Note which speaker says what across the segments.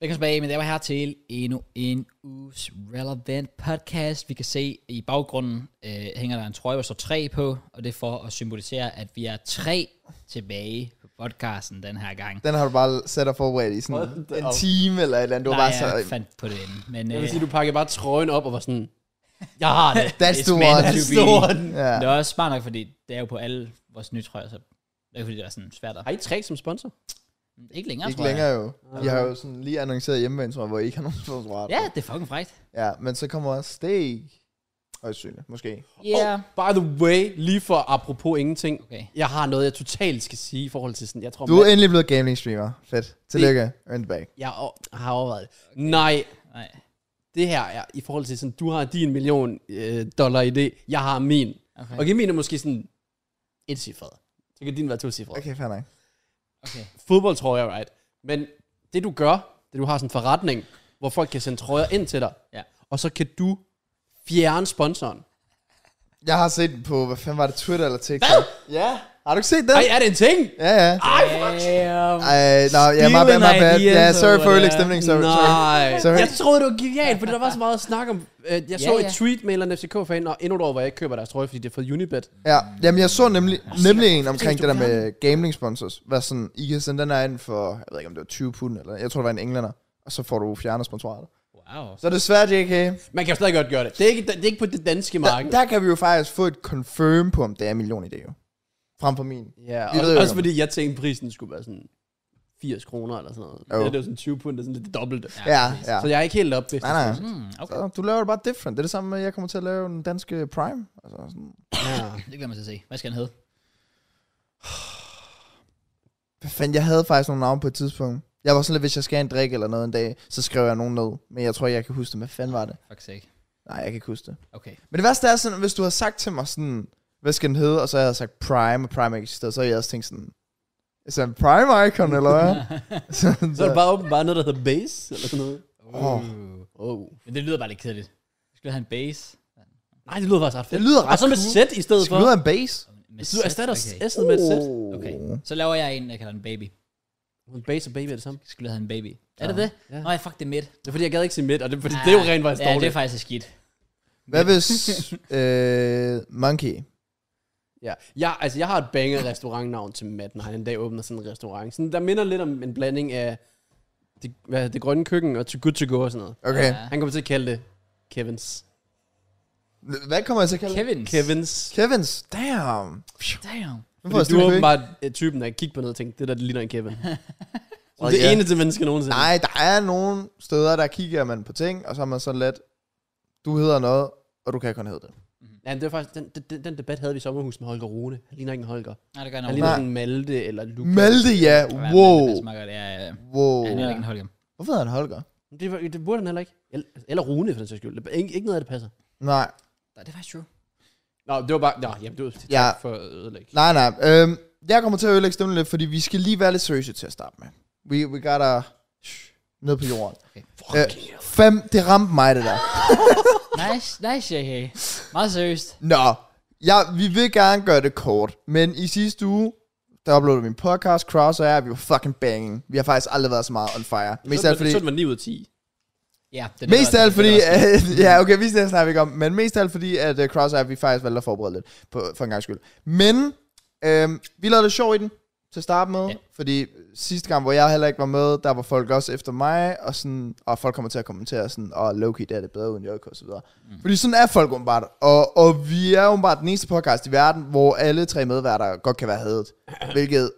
Speaker 1: Velkommen tilbage, men det var her til endnu en uges Relevant Podcast. Vi kan se i baggrunden øh, hænger der en trøje, hvor der står tre på, og det er for at symbolisere, at vi er tre tilbage på podcasten den her gang.
Speaker 2: Den har du bare sat og forberedt i sådan
Speaker 3: Hold da
Speaker 2: en
Speaker 3: op.
Speaker 2: time eller et eller andet. Du var
Speaker 1: Nej,
Speaker 2: bare så...
Speaker 1: jeg fandt på det inden, men
Speaker 3: Jeg
Speaker 1: øh,
Speaker 3: vil sige, du pakkede bare trøjen op og var sådan, jeg har det.
Speaker 2: That's
Speaker 1: It's
Speaker 2: the
Speaker 1: meant
Speaker 2: one.
Speaker 1: to
Speaker 3: That's
Speaker 1: be.
Speaker 3: the one.
Speaker 2: Ja.
Speaker 1: det er også smart nok, fordi det er jo på alle vores nye trøjer, så det er jo fordi, det er sådan svært at...
Speaker 3: Har I tre som sponsor?
Speaker 1: Ikke længere,
Speaker 2: Ikke
Speaker 1: tror
Speaker 2: længere
Speaker 1: jeg.
Speaker 2: jo. Vi har jo sådan lige annonceret hjemmevand, tror jeg, hvor I ikke har nogen sponsorater.
Speaker 1: Ja, det er fucking frækt.
Speaker 2: ja. men så kommer også Steak. Højst sandsynligt, måske.
Speaker 1: Yeah.
Speaker 3: Oh, by the way, lige for apropos ingenting.
Speaker 1: Okay.
Speaker 3: Jeg har noget, jeg totalt skal sige i forhold til sådan, jeg tror,
Speaker 2: Du er endelig blevet gaming streamer. Fedt. Tillykke. Earn it back.
Speaker 3: jeg o- har overvejet det. Nej,
Speaker 1: Nej.
Speaker 3: det her er i forhold til sådan, du har din million øh, dollar idé, jeg har min.
Speaker 1: Okay.
Speaker 3: Okay. okay, min er måske sådan et cifret. Så kan din være to cifret. Okay.
Speaker 2: Okay, fair nok.
Speaker 1: Okay.
Speaker 3: Fodbold tror jeg, right? Men det du gør, det du har sådan en forretning, hvor folk kan sende trøjer ind til dig,
Speaker 1: Ja.
Speaker 3: og så kan du fjerne sponsoren.
Speaker 2: Jeg har set den på, hvad fanden var det, Twitter eller TikTok? Hvad? Ja. Har du ikke set den?
Speaker 3: Ej, er det en ting?
Speaker 2: Ja, ja.
Speaker 3: Ej, fuck.
Speaker 1: Damn.
Speaker 2: Ej, no, yeah, my bad,
Speaker 1: Stealing
Speaker 2: my bad.
Speaker 1: ideas
Speaker 2: Ja, yeah, sorry
Speaker 1: over
Speaker 2: for
Speaker 1: there.
Speaker 2: ødelæg stemning, sorry, sorry.
Speaker 3: Nej.
Speaker 2: Sorry.
Speaker 3: Jeg troede, det var genialt, fordi der var så meget snak om... Øh, jeg så
Speaker 1: Ja,
Speaker 3: ja,
Speaker 1: ja.
Speaker 3: et tweet med en eller anden FCK-fan, og endnu et år, hvor jeg ikke køber deres trøje, fordi det er fra Unibet.
Speaker 2: Ja, jamen jeg så nemlig, nemlig en omkring det
Speaker 3: du
Speaker 2: der med gambling sponsors. Hvad sådan, I kan sende den her ind for, jeg ved ikke om det var 20 pund, eller jeg tror det var en englænder. Og så får du fjernet sponsoratet.
Speaker 1: Wow.
Speaker 2: Så desværre, JK,
Speaker 3: Man kan jo stadig godt gøre det. Det er ikke, det er ikke på det danske
Speaker 2: der,
Speaker 3: marked.
Speaker 2: der, kan vi jo faktisk få et confirm på, om det er en million idé jo. Frem for min.
Speaker 3: Ja,
Speaker 2: Vi ved
Speaker 3: og,
Speaker 2: jo ikke.
Speaker 3: også fordi jeg tænkte, prisen skulle være sådan 80 kroner eller sådan noget.
Speaker 2: Jo.
Speaker 3: Oh. Det er jo sådan 20 pund, det er sådan lidt det dobbelte. Ja.
Speaker 2: Ja, ja.
Speaker 3: Så jeg er ikke helt oppe.
Speaker 2: Nej, nej.
Speaker 1: Mm, okay.
Speaker 2: Så, du laver det bare different. Det er det samme med, at jeg kommer til at lave den danske Prime. Altså sådan,
Speaker 3: Ja.
Speaker 1: Det glæder man til at se. Hvad skal han hedde?
Speaker 2: hvad fanden, jeg havde faktisk nogle navne på et tidspunkt. Jeg var sådan lidt, hvis jeg skal have en drik eller noget en dag, så skriver jeg nogen ned. Men jeg tror, jeg kan huske det. Hvad fanden var det?
Speaker 1: Fuck sake.
Speaker 2: Nej, jeg kan ikke huske det.
Speaker 1: Okay.
Speaker 2: Men det værste er sådan, hvis du havde sagt til mig sådan, hvad skal den hedde, og så havde jeg sagt Prime, og Prime ikke eksisterede, så havde jeg også tænkt sådan, er en Prime Icon, eller hvad? så,
Speaker 3: Så er det bare åbenbart noget, der hedder base eller sådan noget.
Speaker 2: Åh.
Speaker 1: Uh.
Speaker 3: Oh.
Speaker 1: Men det lyder bare lidt kedeligt. Vi skulle have en base.
Speaker 3: Nej, det lyder faktisk ret fedt.
Speaker 2: Det lyder ret
Speaker 3: Og så med
Speaker 2: cool.
Speaker 3: sæt i stedet for.
Speaker 2: Skal du have en base? Oh.
Speaker 1: Med
Speaker 3: Så du erstatter
Speaker 1: okay.
Speaker 3: S'et med et
Speaker 2: Uh.
Speaker 3: sæt.
Speaker 1: okay. Så laver jeg en, jeg kalder den baby.
Speaker 3: Base og baby er det samme.
Speaker 1: Jeg skulle have en baby. Er det det?
Speaker 3: Ja.
Speaker 1: Nej, fuck det er midt.
Speaker 3: Det er fordi, jeg gad ikke sige midt, og det, er fordi, det er jo rent faktisk
Speaker 1: Ah, Ja, det
Speaker 3: dårligt.
Speaker 1: er faktisk skidt.
Speaker 2: Hvad hvis øh, Monkey?
Speaker 3: Ja, jeg, altså jeg har et banger restaurantnavn til Matt, når han en dag åbner sådan en restaurant. Sådan, der minder lidt om en blanding af det, hvad, det grønne køkken og To Good To Go og sådan noget.
Speaker 2: Okay.
Speaker 1: Ja.
Speaker 3: Han kommer til at kalde det Kevins.
Speaker 2: Hvad kommer jeg til at kalde det?
Speaker 1: Kevins.
Speaker 3: Kevins.
Speaker 2: Kevins. Damn.
Speaker 1: Damn.
Speaker 2: Nu får jeg
Speaker 3: Fordi du
Speaker 2: stiv
Speaker 3: er
Speaker 2: i hovedet.
Speaker 3: åbenbart øh, typen, der kigger på noget og tænker, det der det ligner en Kevin.
Speaker 2: Og
Speaker 3: og det
Speaker 2: ja.
Speaker 3: ja. eneste menneske nogensinde.
Speaker 2: Nej, der er nogle steder, der kigger man på ting, og så er man sådan lidt, du hedder noget, og du kan kun hedde det.
Speaker 3: Ja, men det var faktisk, den, den, den, debat havde vi i sommerhus med Holger Rune. Han ligner ikke en Holger.
Speaker 1: Nej, det gør
Speaker 3: Han
Speaker 1: nok.
Speaker 3: ligner
Speaker 2: Nej.
Speaker 3: sådan en Malte eller Luca.
Speaker 2: Malte, ja.
Speaker 1: Ja,
Speaker 2: Wow.
Speaker 1: men Det smager godt. Ja, ja, ja.
Speaker 2: Wow.
Speaker 1: Han er ikke en Holger.
Speaker 2: Hvorfor hedder han Holger?
Speaker 3: Det, var- det burde han heller ikke. Eller, eller Rune, for den sags skyld. Det er Ikke, ikke noget af det passer.
Speaker 2: Nej.
Speaker 1: Nej, Det er faktisk true.
Speaker 3: Nå, det var bare... Nå, jamen, det var det
Speaker 2: Ja.
Speaker 3: ja. for at ødelægge.
Speaker 2: Nej, nej. Øhm, jeg kommer til at ødelægge stemmen lidt, fordi vi skal lige være lidt seriøse til at starte med. We, we gotta... Shh, ned på jorden.
Speaker 1: Okay.
Speaker 2: Øh, fem, det ramte mig, det der.
Speaker 1: Nice, nice, JK. Meget seriøst.
Speaker 2: Nå, jeg, vi vil gerne gøre det kort, men i sidste uge, der uploadede min podcast, Cross og jeg, vi var fucking banging. Vi har faktisk aldrig været så meget on fire. Mest af alt fordi...
Speaker 3: Så er man 9 ud af 10.
Speaker 1: Ja, det er
Speaker 2: Mest
Speaker 1: det,
Speaker 2: af alt
Speaker 1: der-
Speaker 2: fordi,
Speaker 1: det er der også.
Speaker 2: at, ja okay, vi snakker vi ikke om, men mest af alt fordi, at uh, Cross App, vi faktisk valgte at forberede lidt, på, for en gang skyld. Men, øhm, vi lavede det sjov i den, til at starte med,
Speaker 1: Ja.
Speaker 2: ja. fordi sidste gang, hvor jeg heller ikke var med, der var folk også efter mig, og, sådan, og folk kommer til at kommentere sådan, og oh, Loki, der er det bedre uden JK og så videre. Mm. Fordi sådan er folk åbenbart, og, og vi er åbenbart den eneste podcast i verden, hvor alle tre medværter godt kan være hadet, hvilket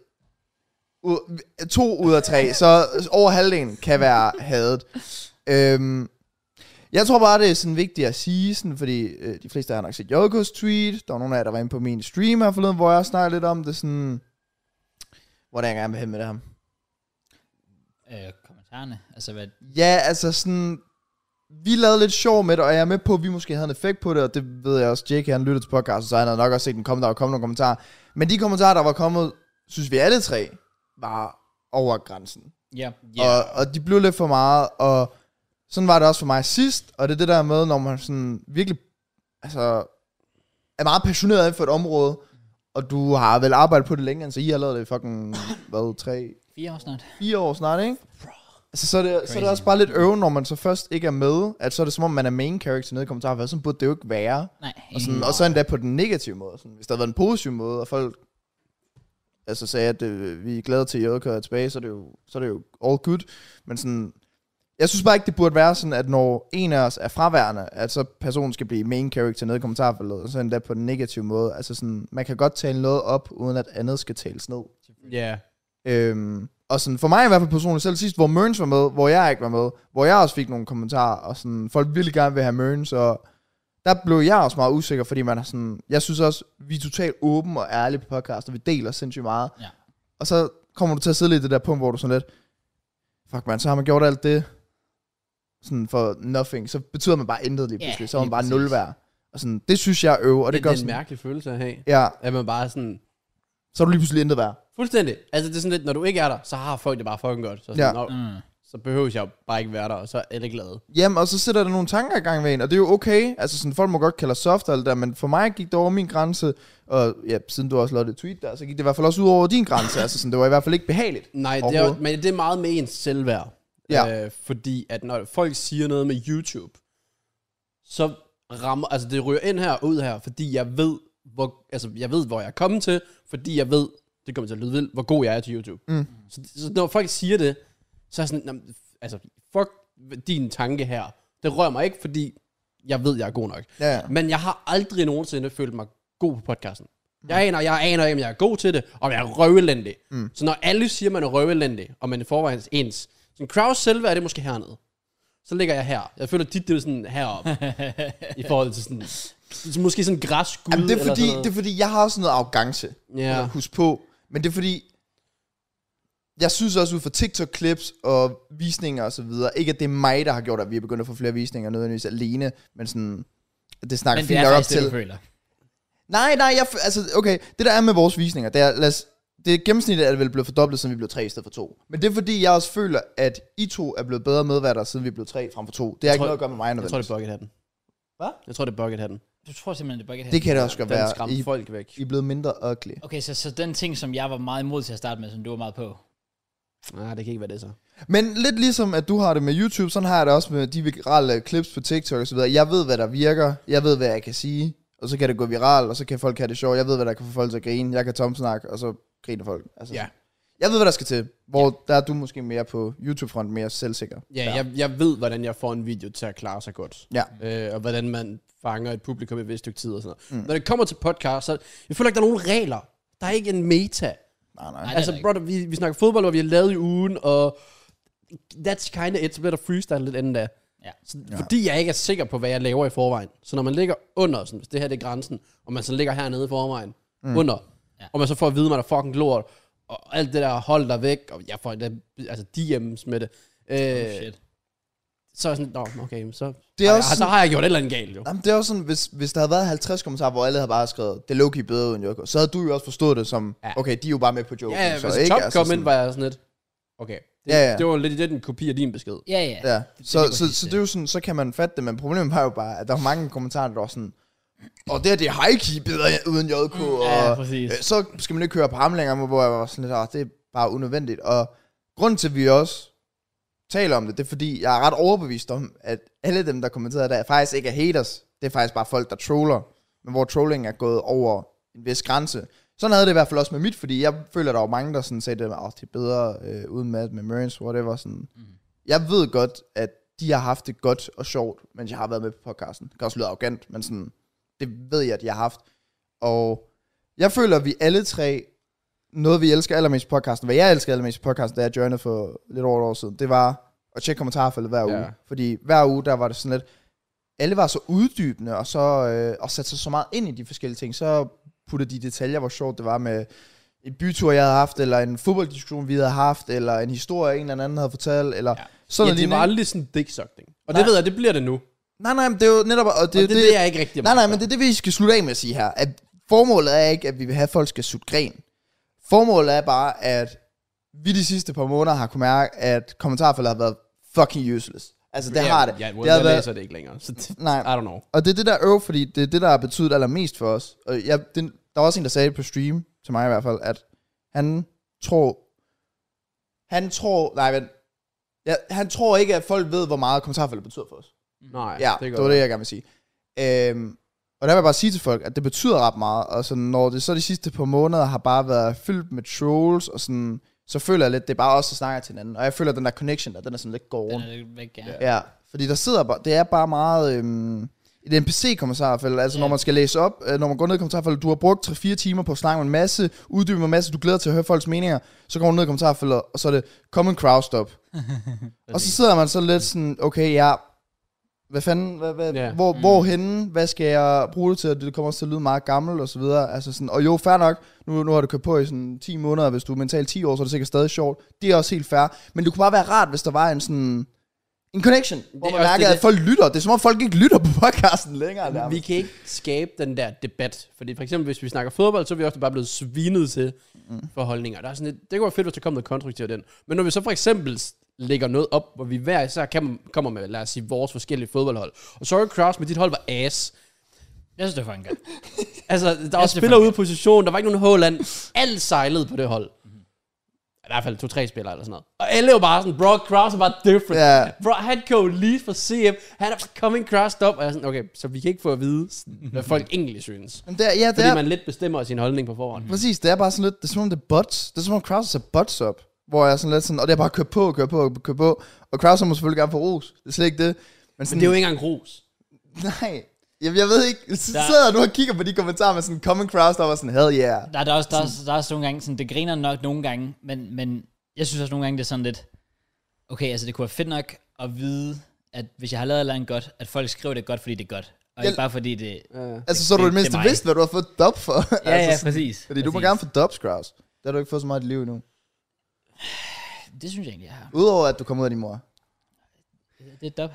Speaker 2: ud, to ud af tre, så over halvdelen kan være hadet. Øhm, jeg tror bare, det er sådan vigtigt at sige, sådan, fordi øh, de fleste har nok set Jokos tweet. Der var nogle af jer, der var inde på min stream her forleden, hvor jeg snakkede lidt om det, sådan, hvordan jeg gerne vil hen med det her.
Speaker 1: Øh, kommentarerne. Altså, hvad...
Speaker 2: Ja, altså sådan, vi lavede lidt sjov med det, og jeg er med på, at vi måske havde en effekt på det, og det ved jeg også, Jake han lyttede til podcasten, så han havde nok også set den komme, der var kommet nogle kommentarer. Men de kommentarer, der var kommet, synes vi alle tre, var over grænsen.
Speaker 1: Ja, ja.
Speaker 2: Yeah. Og, og de blev lidt for meget, og sådan var det også for mig sidst, og det er det der med, når man sådan virkelig altså, er meget passioneret inden for et område, og du har vel arbejdet på det længere, end så I har lavet det i fucking, hvad, tre,
Speaker 1: Fire år snart.
Speaker 2: fire år snart, ikke? Altså, så, er det, så er det
Speaker 1: Crazy.
Speaker 2: også bare lidt øven, når man så først ikke er med, at så er det som om, man er main character nede i kommentarfeltet. Sådan burde det jo ikke være.
Speaker 1: Nej,
Speaker 2: Og, sådan,
Speaker 1: enig.
Speaker 2: og så endda på den negative måde. Sådan, hvis der havde været en positiv måde, og folk altså, sagde, at øh, vi er glade til, at Jodker er tilbage, så er, det jo, så er det jo all good. Men sådan, jeg synes bare ikke, det burde være sådan, at når en af os er fraværende, at så personen skal blive main character nede i kommentarfeltet, og så endda på den negative måde. Altså sådan, man kan godt tale noget op, uden at andet skal tales ned.
Speaker 3: Ja.
Speaker 2: Øhm, og sådan, for mig i hvert fald personligt selv sidst, hvor Mørns var med, hvor jeg ikke var med, hvor jeg også fik nogle kommentarer, og sådan, folk ville gerne vil have Mørns, og der blev jeg også meget usikker, fordi man er sådan, jeg synes også, vi er totalt åben og ærlige på podcast, og vi deler sindssygt meget.
Speaker 1: Ja.
Speaker 2: Og så kommer du til at sidde lidt i det der punkt, hvor du sådan lidt, fuck man, så har man gjort alt det, sådan for nothing, så betyder man bare intet lige
Speaker 1: Ja,
Speaker 2: pludselig, så er man
Speaker 1: lige
Speaker 2: bare
Speaker 1: præcis.
Speaker 2: nul værd. Og sådan, det synes jeg er øv, og
Speaker 3: Og
Speaker 2: det,
Speaker 3: det,
Speaker 2: gør
Speaker 3: det er en
Speaker 2: sådan,
Speaker 3: mærkelig følelse at have.
Speaker 2: ja,
Speaker 3: At man bare er sådan...
Speaker 2: så er du lige pludselig intet værd.
Speaker 3: Fuldstændig. Altså, det er sådan lidt, når du ikke er der, så har folk det bare fucking godt. Så, sådan,
Speaker 2: Ja.
Speaker 3: ja. Nå,
Speaker 1: Mm.
Speaker 3: så behøver jeg jo bare ikke være der, og så er det glade.
Speaker 2: Jamen, og så sætter der nogle tanker i gang ved en, og det er jo okay. Altså, sådan, folk må godt kalde os soft og alt det der, men for mig gik det over min grænse, og ja, siden du også lavede et tweet der, så gik det i hvert fald også ud over din grænse. altså, sådan, det var i hvert fald ikke behageligt.
Speaker 3: Nej, det er,
Speaker 2: Overhovedet.
Speaker 3: men det er meget med ens selvværd.
Speaker 2: Ja.
Speaker 3: Øh, fordi at når folk siger noget med YouTube, så rammer, altså det ryger ind her og ud her, fordi jeg ved, hvor, altså jeg ved, hvor jeg er kommet til, fordi jeg ved, det kommer til at lyde vildt, hvor god jeg er til YouTube.
Speaker 2: Mm.
Speaker 3: Så, så når folk siger det, så er jeg sådan, "Nå, men, altså fuck din tanke her. Det rører mig ikke, fordi jeg ved, jeg er god nok.
Speaker 2: Ja, ja.
Speaker 3: Men jeg har aldrig nogensinde følt mig god på podcasten. Jeg
Speaker 2: Mm.
Speaker 3: aner, jeg aner ikke, om jeg er god til det, og jeg er røvelendig. Mm. Så når alle siger, man er røvelendig, og man er i forvejen ens, så crowd selve er det måske hernede. Så ligger jeg her. Jeg føler tit, det er sådan heroppe, i forhold til sådan, så måske sådan græsk gud,
Speaker 2: Jamen, det, er
Speaker 3: eller
Speaker 2: fordi,
Speaker 3: sådan noget.
Speaker 2: det er fordi, jeg har også noget arrogance.
Speaker 3: Ja.
Speaker 2: at Husk på. Men det er fordi, jeg synes også ud fra TikTok-clips og visninger og så videre, ikke at det er mig, der har gjort, at vi er begyndt at få flere visninger, nødvendigvis alene, men sådan, det snakker
Speaker 1: Men det
Speaker 2: fint
Speaker 1: er
Speaker 2: nok op
Speaker 1: faktisk
Speaker 2: til.
Speaker 1: det, du føler.
Speaker 2: Nej, nej, jeg, f- altså, okay, det der er med vores visninger, det er, lad os, det gennemsnittet er vel blevet fordoblet, siden vi blev tre i stedet for to. Men det er fordi, jeg også føler, at I to er blevet bedre medværter, siden vi blev tre frem for to. Det har ikke
Speaker 3: tror-
Speaker 2: noget at gøre med mig,
Speaker 3: Jeg tror, det
Speaker 2: nødvendigvis.
Speaker 3: er buckethetten.
Speaker 2: Hvad?
Speaker 3: Jeg tror, det er buckethetten.
Speaker 1: Du tror simpelthen, det er buckethead.
Speaker 2: Det kan det også godt
Speaker 3: Den
Speaker 2: være.
Speaker 3: skræmmer
Speaker 2: I,
Speaker 3: folk væk.
Speaker 2: I er blevet mindre ugly.
Speaker 1: Okay, så, så den ting, som jeg var meget imod til at starte med, som du var meget på.
Speaker 3: Nej, det kan ikke være det så.
Speaker 2: Men lidt ligesom, at du har det med YouTube, sådan har jeg det også med de virale clips på TikTok osv. Jeg ved, hvad der virker. Jeg ved, hvad jeg kan sige. Og så kan det gå viral, og så kan folk have det sjovt. Jeg ved, hvad der kan få folk til at grine. Jeg kan tomsnakke, og så griner folk. Altså,
Speaker 3: Ja.
Speaker 2: Jeg ved, hvad der skal til. Hvor der er du måske mere på YouTube-front, mere selvsikker.
Speaker 3: Ja,
Speaker 2: Der.
Speaker 3: ja. Jeg, jeg ved, hvordan jeg får en video til at klare sig godt.
Speaker 2: Ja.
Speaker 3: øh, og hvordan man fanger et publikum i et vist stykke tid og sådan noget. Mm. Når det kommer til podcast, så jeg føler ikke, der er nogen regler. Der er ikke en meta.
Speaker 2: Nej, nej.
Speaker 1: Nej,
Speaker 3: altså,
Speaker 1: det er der
Speaker 3: brother, vi, vi snakker fodbold, hvor vi har lavet i ugen, og that's kind of it, så bliver der freestyle lidt inden da.
Speaker 1: Ja.
Speaker 3: Så, ja. Fordi jeg ikke er sikker på, hvad jeg laver i forvejen. Så når man ligger under, sådan, hvis det her det er grænsen, og man så ligger hernede i forvejen, mm. under,
Speaker 1: Ja.
Speaker 3: ja. og man så får at vide, at man er fucking lort, og alt det der hold dig væk, og jeg får endda, altså DM's med det.
Speaker 1: ikke.
Speaker 3: Øh,
Speaker 1: Oh, Shit.
Speaker 3: så er jeg sådan, nå, okay, så,
Speaker 2: Det er
Speaker 3: har jeg,
Speaker 2: også
Speaker 3: så
Speaker 2: sådan-
Speaker 3: har jeg gjort et eller andet galt, jo.
Speaker 2: Jamen, det er også sådan, hvis, hvis der havde været 50 kommentarer, hvor alle havde bare skrevet, det er Loki bedre end Joko, så havde du jo også forstået det som, ja.
Speaker 3: Ja.
Speaker 2: okay, de er jo bare med på joken.
Speaker 3: Ja, ja,
Speaker 2: så,
Speaker 3: hvis Top altså Comment
Speaker 2: sådan-
Speaker 3: var jeg sådan lidt, okay, det,
Speaker 2: Ja, ja.
Speaker 3: det var lidt lidt en kopi af din besked.
Speaker 1: Ja, ja.
Speaker 2: Ja, så,
Speaker 1: lige
Speaker 2: så, så,
Speaker 1: præcis
Speaker 2: så
Speaker 1: det.
Speaker 2: det er jo sådan, så kan man fatte det, men problemet var jo bare, at der var mange kommentarer, der var sådan, og det her, det er Heike bedre end- uden JK, mm, og
Speaker 1: ja, præcis.
Speaker 2: øh, så skal man ikke høre på ham længere, hvor jeg var sådan lidt, "Åh, det er bare unødvendigt, og grunden til, at vi også taler om det, det er fordi, jeg er ret overbevist om, at alle dem, der kommenterede der, faktisk ikke er haters, det er faktisk bare folk, der troller, men hvor trolling er gået over en vis grænse. Sådan havde det i hvert fald også med mit, fordi jeg føler, der var mange, der sådan sagde, at det er bedre øh, uden mad med Marines, whatever. Sådan. Mm. Jeg ved godt, at de har haft det godt og sjovt, mens jeg har været med på podcasten. Det kan også lyde arrogant, men sådan, det ved jeg, at jeg har haft. Og jeg føler, at vi alle tre, noget vi elsker allermest på podcasten, hvad jeg elsker allermest på podcasten, da jeg joinede for lidt over et år siden, det var at tjekke kommentarfeltet hver uge.
Speaker 3: Ja.
Speaker 2: Fordi hver uge, der var det sådan lidt, alle var så uddybende, og så øh, og satte sig så meget ind i de forskellige ting. Så puttede de i detaljer, hvor sjovt det var med en bytur, jeg havde haft, eller en fodbolddiskussion, vi havde haft, eller en historie, en eller anden havde fortalt, eller ja. sådan
Speaker 3: Ja, det
Speaker 2: lignende,
Speaker 3: var
Speaker 2: ikke?
Speaker 3: aldrig sådan dick-sucking. Og
Speaker 2: Nej.
Speaker 3: det ved jeg, det bliver det nu. Og
Speaker 2: Nej, nej, men det er jo netop... Og det,
Speaker 3: det, det, det er jeg ikke rigtig
Speaker 2: Nej, nej, men det er det, vi skal slutte af med at sige her. At formålet er ikke, at vi vil have, at folk skal sutte gren. Formålet er bare, at vi de sidste par måneder har kunne mærke, at kommentarfeltet har været fucking useless. Altså, det har det.
Speaker 3: Ja,
Speaker 2: det
Speaker 3: well, jeg
Speaker 2: har været,
Speaker 3: læser det ikke længere. Så det,
Speaker 2: nej,
Speaker 3: I don't know.
Speaker 2: og det er det der øv, fordi det er det, der har betydet allermest for os. Og jeg, den, der var også en, der sagde det på stream, til mig i hvert fald, at han tror... Han tror... Nej, vent. Ja, han tror ikke, at folk ved, hvor meget kommentarfeltet betyder for os.
Speaker 3: Nej,
Speaker 2: Ja, det, det var det, jeg gerne vil sige. Øhm, og der vil jeg bare sige til folk, at det betyder ret meget. Og sådan, når det så de sidste par måneder har bare været fyldt med trolls, og sådan, så føler jeg lidt, det er bare os, der snakker til hinanden. Og jeg føler, at den der connection der, den er sådan lidt gården.
Speaker 1: Den er lidt væk, ja.
Speaker 2: Ja, fordi der sidder bare, det er bare meget øhm, et NPC-kommentarfelt, altså
Speaker 1: Ja.
Speaker 2: når man skal læse op, øh, når man går ned i kommentarfeltet, du har brugt 3-4 timer på at snakke med en masse, uddybe en masse, du glæder til at høre folks meninger, så går du ned i kommentarfeltet, og så er det, common crowdstop. og så sidder man så lidt sådan, okay, ja, hvad fanden, hvad, hvad,
Speaker 3: Ja.
Speaker 2: yeah. hvor,
Speaker 1: Mm.
Speaker 2: mm. hvorhenne, hvad skal jeg bruge det til, og det kommer også til at lyde meget gammelt og så videre, altså sådan, og jo, fair nok, nu, nu har du kørt på i sådan 10 måneder, hvis du er mentalt 10 år, så er det sikkert stadig sjovt, det er også helt fair, men det kunne bare være rart, hvis der var en sådan, en connection, hvor
Speaker 3: er
Speaker 2: man
Speaker 3: også
Speaker 2: mærker,
Speaker 3: det,
Speaker 2: at
Speaker 3: det-
Speaker 2: folk lytter, det er som om folk ikke lytter på podcasten længere der.
Speaker 3: Vi kan ikke skabe den der debat. Fordi for eksempel, hvis vi snakker fodbold, så er vi ofte bare blevet svinet til
Speaker 2: Mm.
Speaker 3: for holdninger. Der er sådan et, det kunne være fedt, hvis der kom noget konstruktivt den. Men når vi så for eksempel s- lægger noget op, hvor vi hver især kan- kommer med, lad os sige, vores forskellige fodboldhold. Og sorry Kraus, men dit hold var ass.
Speaker 1: Jeg synes, det var en gang.
Speaker 3: Altså, der var
Speaker 1: det er
Speaker 3: spillere
Speaker 1: fandme-
Speaker 3: ude i position, der var ikke nogen Håland. Alt sejlede på det hold.
Speaker 1: Mhm.
Speaker 3: I hvert fald to-tre spillere eller sådan noget. Og alle var bare sådan, bro, Kraus er bare different.
Speaker 2: Ja.
Speaker 3: Bro, han kan jo lige fra CF, han er bare coming Kraus op. Og jeg er sådan, okay, så vi kan ikke få at vide, sådan, hvad folk egentlig synes.
Speaker 2: Men det er, ja, Mhm. det
Speaker 3: Fordi
Speaker 2: er,
Speaker 3: man lidt bestemmer sin holdning på forhånd.
Speaker 2: præcis, det er bare sådan lidt, det er som om det er bots, det er som om Kraus er bots op, hvor jeg er sådan lidt sådan, og det er bare kørt på, kørt på, kørt på, og Kraus må selvfølgelig gerne få ros, det er slet ikke det, men sådan,
Speaker 3: Men det er jo ikke engang ros.
Speaker 2: Nej. Jeg, jeg ved ikke, så
Speaker 1: Der-
Speaker 2: sidder du og kigger på de kommentarer med sådan common crowds, der var sådan, hell yeah.
Speaker 1: Der, der, er også, der, er, også- der er også nogle gange, sådan, det griner nok nogle gange, men, men jeg synes også nogle gange, det er sådan lidt, okay, altså det kunne være fedt nok at vide, at hvis jeg har lavet noget godt, at folk skriver det godt, fordi det er godt, og
Speaker 2: Jeg-
Speaker 1: ikke bare fordi det...
Speaker 2: Altså, så er du
Speaker 1: det-
Speaker 2: det,
Speaker 1: det er
Speaker 2: mindste
Speaker 1: mig.
Speaker 2: vidste, hvad du har fået dub for.
Speaker 1: Ja,
Speaker 2: altså,
Speaker 1: ja,
Speaker 2: sådan-
Speaker 1: præcis.
Speaker 2: Fordi du må
Speaker 1: præcis.
Speaker 2: gerne få dubs, Kraus. Det har du ikke fået så meget i dit liv endnu.
Speaker 1: Det synes jeg egentlig, jeg har.
Speaker 2: Udover at du kom ud af din mor.
Speaker 1: Det er dub.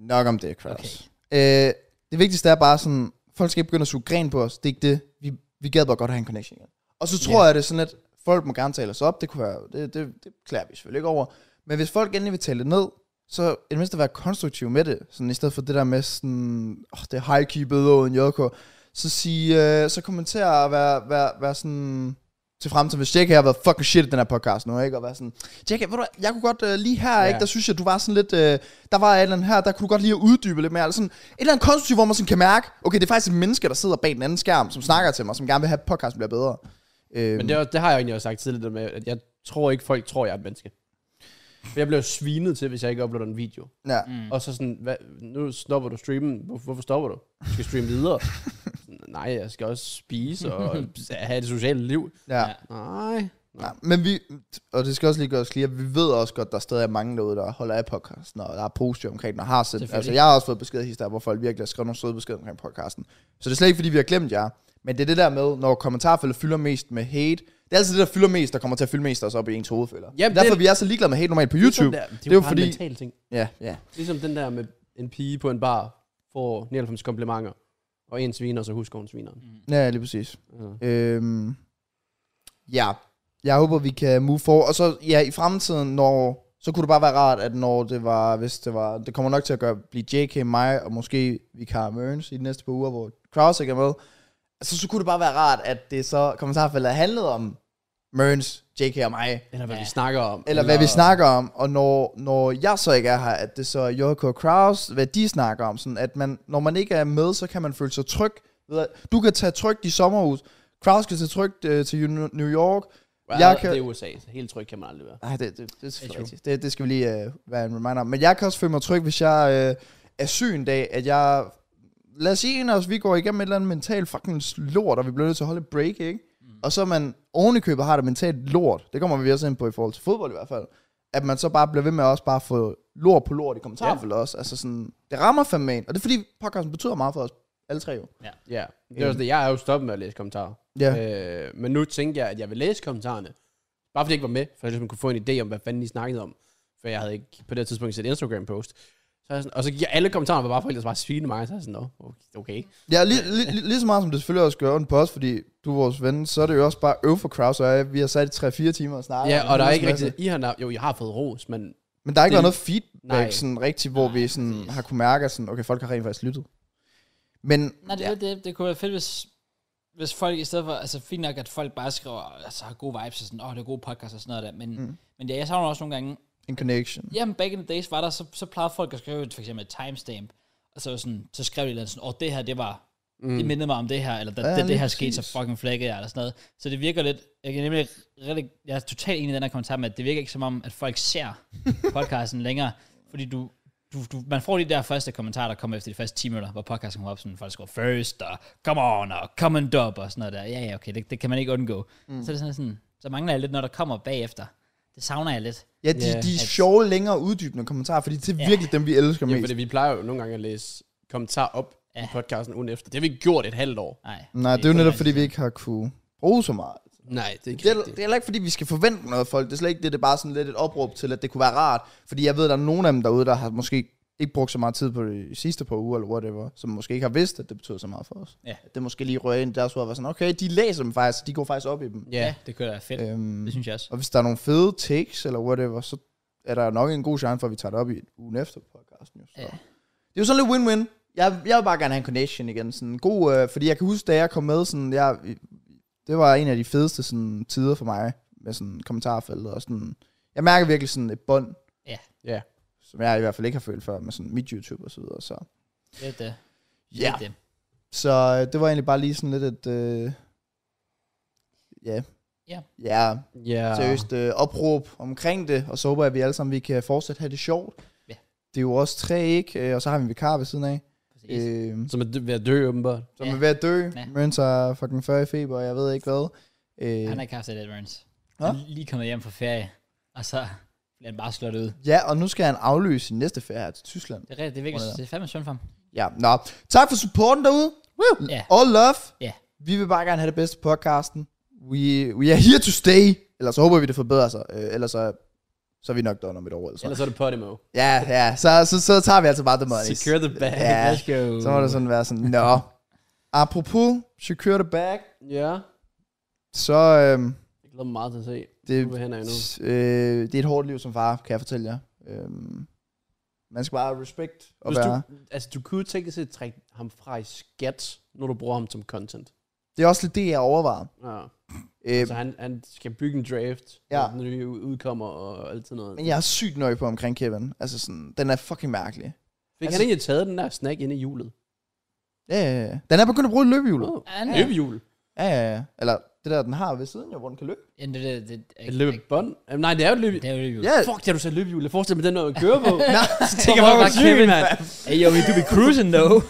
Speaker 2: Nok om det, Kraus.
Speaker 1: Okay.
Speaker 2: Øh, det vigtigste er bare sådan, folk skal ikke begynde at suge gren på os. Det er ikke det. Vi, vi gad bare godt have en connection. igen. Og så tror
Speaker 1: Ja.
Speaker 2: jeg, det er sådan, at folk må gerne tale os op. Det, kunne være, det, det, det klæder vi selvfølgelig ikke over. Men hvis folk endelig vil tale det ned, så i det mindste være konstruktiv med det. Sådan, I stedet for det der med sådan, oh, det er high-key bedre end JK. Så, sige, øh, så kommentere og være, være, være sådan til fremtiden, hvis Jack har været fucking shit i den her podcast nu, ikke? Og være sådan, Jack, ved du, hvad, jeg kunne godt øh, lige her,
Speaker 3: Ja.
Speaker 2: ikke? Der synes jeg, du var sådan lidt, øh, der var et eller andet her, der kunne du godt lige uddybe lidt mere. Eller sådan, et eller andet konstruktivt, hvor man sådan kan mærke, okay, det er faktisk et menneske, der sidder bag den anden skærm, som snakker til mig, som gerne vil have, at podcasten bliver bedre. Øhm,
Speaker 3: Men det, er også- det har jeg egentlig også sagt tidligere med, at jeg tror ikke, folk tror, jeg er et menneske. For jeg bliver svinet til, hvis jeg ikke uploader en video.
Speaker 2: ja.
Speaker 3: Mm. Og så sådan, hvad, nu stopper du streamen. Hvor, hvorfor stopper du? Du skal streame videre. Sådan, Nej, jeg skal også spise og have et socialt liv.
Speaker 2: Ja.
Speaker 1: Ja.
Speaker 2: ja.
Speaker 3: Nej.
Speaker 2: Nej, men vi, og det skal også lige gøres clear, vi ved også godt, der stadig er mange derude, der holder af podcasten, og der er positive omkring den, og har sendt,
Speaker 1: Selvfølgelig.
Speaker 2: altså jeg har også fået beskeder hister, hvor folk virkelig har skrevet nogle søde beskeder omkring podcasten. Så det er slet ikke, fordi vi har glemt jer, men det er det der med, når kommentarfeltet fylder mest med hate, det er altid det, der fylder mest, der kommer til at fylde mest også op i ens hovedfælder.
Speaker 3: Jamen,
Speaker 2: Derfor
Speaker 3: det-
Speaker 2: vi er så ligeglade med hate normalt på
Speaker 3: Ligesom
Speaker 2: YouTube.
Speaker 3: der-
Speaker 2: det er jo
Speaker 3: bare
Speaker 2: fordi-
Speaker 3: en mental ting.
Speaker 2: Ja, ja.
Speaker 3: Ligesom den der med en pige på en bar får 99 komplimenter, og en sviner, så husker hun svineren.
Speaker 2: Ja, lige præcis.
Speaker 3: Mm.
Speaker 2: Øhm, ja, jeg håber, vi kan move forward. Og så ja, i fremtiden, når, så kunne det bare være rart, at når det var, hvis det var, det kommer nok til at gøre, blive JK, mig og måske Vikar Mørns i de næste par uger, hvor Kraus ikke er med. Altså, så kunne det bare være rart, at det så kommentarfeltet handlede om Mørns, JK og mig.
Speaker 3: Eller hvad
Speaker 1: Ja.
Speaker 3: vi snakker om.
Speaker 2: Eller hvad vi snakker om, og når, når jeg så ikke er her, at det så er Joko og Kraus, hvad de snakker om. Sådan at man, når man ikke er med, så kan man føle sig tryg. Ved at- Du kan tage trygt i sommerhus. Kraus kan tage trygt øh, til Ju- New York. Jeg
Speaker 3: Well, jeg
Speaker 2: kan-
Speaker 3: kan... Det er USA, så helt tryg kan man aldrig være.
Speaker 2: Nej, det, det, det er selvfølgelig
Speaker 1: true.
Speaker 2: rigtigt. Det, det skal vi lige øh, være en reminder om. Men jeg kan også føle mig tryg, hvis jeg øh, er syg en dag, at jeg... Lad os sige en af os, vi går igennem et eller andet mentalt fucking lort, og vi bliver nødt til at holde et break, ikke? Mm. Og så er man ovenikøbet har det mentalt lort. Det kommer vi også ind på i forhold til fodbold i hvert fald. At man så bare bliver ved med også bare at få lort på lort i kommentarfeltet også. Altså sådan, det rammer fandme en. Og det er fordi podcasten betyder meget for os alle tre jo.
Speaker 3: Ja, det er også det. Jeg er jo stoppet med at læse kommentarer.
Speaker 2: Ja.
Speaker 3: Øh, men nu tænker jeg, at jeg vil læse kommentarerne. Bare fordi jeg ikke var med, for jeg ligesom kunne få en idé om, hvad fanden de snakkede om. For jeg havde ikke på det her tidspunkt set Instagram-post. Så er jeg sådan, og så gik jeg alle kommentarer, var bare folk, der bare svine mig. Så er jeg sådan, nå, okay- okay.
Speaker 2: Ja, lige, lige, lige, lige så meget som det selvfølgelig også gør ondt på os, fordi du er vores ven, så er det jo også bare øv for Kraus og jeg. Vi har sat i 3-4 timer og snakket.
Speaker 3: Ja,
Speaker 2: om
Speaker 3: og der er
Speaker 2: en
Speaker 3: ikke
Speaker 2: masse.
Speaker 3: rigtig... I har, jo, jeg har fået ros, men
Speaker 2: Men der har ikke været
Speaker 3: Det-
Speaker 2: noget feedback
Speaker 3: Nej.
Speaker 2: sådan rigtigt, hvor vi sådan har kunne mærke, at sådan, okay, folk har rent faktisk lyttet. Men
Speaker 1: Nej, det, ja. det, det kunne være fedt, hvis, hvis folk i stedet for, altså fint nok, at folk bare skriver, altså har gode vibes og sådan, åh, oh, det er gode podcast og sådan noget der, men, mm. men ja, jeg savner også nogle gange,
Speaker 2: En connection.
Speaker 1: Jamen, back in the days var der, så, så plejede folk at skrive et- for eksempel et timestamp, og så, var sådan, så skrev de et eller andet sådan, åh, det her, det var, mm. det mindede mig om det her, eller da
Speaker 2: Ja,
Speaker 1: ja, det,
Speaker 2: lige
Speaker 1: det her skete, så
Speaker 2: præcis.
Speaker 1: fucking flækkede jeg, eller sådan noget. Så det virker lidt, jeg, kan nemlig, rigtig, jeg er totalt enig i den her kommentar med, at det virker ikke som om, at folk ser podcasten længere, fordi du, du, du, man får de der første kommentarer, der kommer efter de første 10 minutter, hvor podcasten kommer op, sådan folk skriver first, og come on, og comment up, og sådan noget der. Ja, ja, okay, det, det kan man ikke undgå. Mm. Så er det sådan, sådan, så mangler jeg lidt, når der kommer bagefter. Det savner jeg lidt.
Speaker 2: Ja, de,
Speaker 3: Ja,
Speaker 2: yeah, de er
Speaker 1: at-
Speaker 2: sjove, længere uddybende kommentarer, fordi det er
Speaker 1: Ja.
Speaker 2: virkelig dem, vi elsker
Speaker 3: Ja,
Speaker 2: mest.
Speaker 3: fordi vi plejer jo nogle gange at læse kommentar op ja. i
Speaker 1: Ja.
Speaker 3: podcasten ugen efter. Det har vi ikke gjort et halvt år.
Speaker 1: Nej,
Speaker 2: Nej, det er jo
Speaker 1: kun
Speaker 2: netop,
Speaker 1: en-
Speaker 2: fordi vi ikke har kunne bruge så meget.
Speaker 3: Nej, det er ikke
Speaker 2: Det er,
Speaker 3: rigtigt.
Speaker 2: det er heller ikke, fordi vi skal forvente noget af folk. Det er slet ikke det. Det er bare sådan lidt et opråb til, at det kunne være rart. Fordi jeg ved, at der er nogle af dem derude, der har måske ikke brugt så meget tid på det i sidste par uger, eller whatever, som måske ikke har vidst, at det betyder så meget for os.
Speaker 1: Ja.
Speaker 2: At Det måske lige røg ind i deres hoved og var sådan, okay, de læser dem faktisk, de går faktisk op i dem.
Speaker 3: Ja.
Speaker 1: Ja, det kunne da være fedt.
Speaker 2: Øhm,
Speaker 1: Det synes jeg også.
Speaker 2: og hvis der er nogle fede takes, eller whatever, så er der nok en god chance for, at vi tager det op i ugen efter podcasten. Jo, så.
Speaker 1: Ja.
Speaker 2: Det er jo sådan lidt win-win. Jeg, jeg vil bare gerne have en connection igen. Sådan en god, øh, fordi jeg kan huske, da jeg kom med, sådan, jeg, det var en af de fedeste sådan, tider for mig, med sådan kommentarfeltet og sådan. Jeg mærker virkelig sådan et bånd,
Speaker 3: Ja.
Speaker 2: som jeg i hvert fald ikke har følt før, med sådan mit YouTube og så videre. Så,
Speaker 1: Det er det.
Speaker 2: ja.
Speaker 1: Det er det.
Speaker 2: så øh, det var egentlig bare lige sådan lidt et... Øh, ja.
Speaker 1: Ja.
Speaker 2: Ja,
Speaker 3: ja.
Speaker 2: seriøst øh, opråb omkring det, og så håber jeg, at vi alle sammen vi kan fortsat have det sjovt.
Speaker 1: Ja.
Speaker 2: Det er jo også tre, ikke? Øh, Og så har vi en vikar ved siden af,
Speaker 1: Præcis.
Speaker 2: øh,
Speaker 3: Som er dø- ved at dø, åbenbart.
Speaker 2: som
Speaker 1: Ja.
Speaker 2: er ved at dø.
Speaker 1: Ja.
Speaker 2: Ja. Mørens har fucking 40 i feber, og jeg ved ikke hvad.
Speaker 1: Han
Speaker 2: Øh,
Speaker 1: har ikke haft et Edwards.
Speaker 2: Hva?
Speaker 1: Han er lige kommet hjem fra ferie, og så bliver han bare slået ud.
Speaker 2: ja, og nu skal han afløse sin næste ferie her til Tyskland.
Speaker 1: Det er rigtigt, det er virkelig, det er fandme synd for ham.
Speaker 2: Ja, nå. Tak for supporten derude. Woo!
Speaker 1: Ja.
Speaker 2: All love.
Speaker 1: Ja.
Speaker 2: Vi vil bare gerne have det bedste på podcasten. We, we are here to stay. Ellers så håber vi, det forbedrer sig. Øh, ellers så, så er vi nok done om et år. Eller så.
Speaker 3: Ellers er det Podimo.
Speaker 2: Ja, ja. Så, så, så tager vi altså bare the money.
Speaker 3: Secure the bag.
Speaker 2: Ja.
Speaker 1: Let's go.
Speaker 2: Så må det sådan være sådan, nå. Apropos Secure the Bag,
Speaker 3: Ja.
Speaker 2: så øhm,
Speaker 3: Jeg glæder mig meget til at se,
Speaker 2: det,
Speaker 3: hvor han er endnu.
Speaker 2: øh, det er et hårdt liv som far, kan jeg fortælle jer. Øhm, man skal bare have respekt og
Speaker 3: Hvis du,
Speaker 2: være...
Speaker 3: altså, du kunne tænke sig at trække ham fra i skat, når du bruger ham som content.
Speaker 2: Det er også lidt det, jeg overvejer.
Speaker 3: Ja.
Speaker 2: Øh,
Speaker 3: Så Altså, han, han skal bygge en draft,
Speaker 2: Ja.
Speaker 3: når den nye ud- udkommer og alt sådan noget.
Speaker 2: men jeg er sygt nøje på omkring Kevin. Altså sådan, den er fucking mærkelig.
Speaker 3: Fik altså,
Speaker 2: altså-
Speaker 3: han egentlig taget den der snack ind i julet?
Speaker 2: Ja, ja, ja. Den er begyndt at bruge løbehjulet.
Speaker 3: Oh.
Speaker 1: Han er-
Speaker 3: Løbehjul?
Speaker 2: Ja, ja, ja. Eller det der, den har ved siden, jo, hvor den kan løbe.
Speaker 1: Jamen, det, det, det,
Speaker 3: Et løbebånd? Jamen, nej, det er jo et løbehjul.
Speaker 1: Det er jo det, jo.
Speaker 2: Ja,
Speaker 3: Fuck, det har du sat løbehjul. Jeg forestiller mig, den noget at køre på.
Speaker 2: nej,
Speaker 1: Det kan bare Kevin, mand. Hey, yo, we do be cruising, though.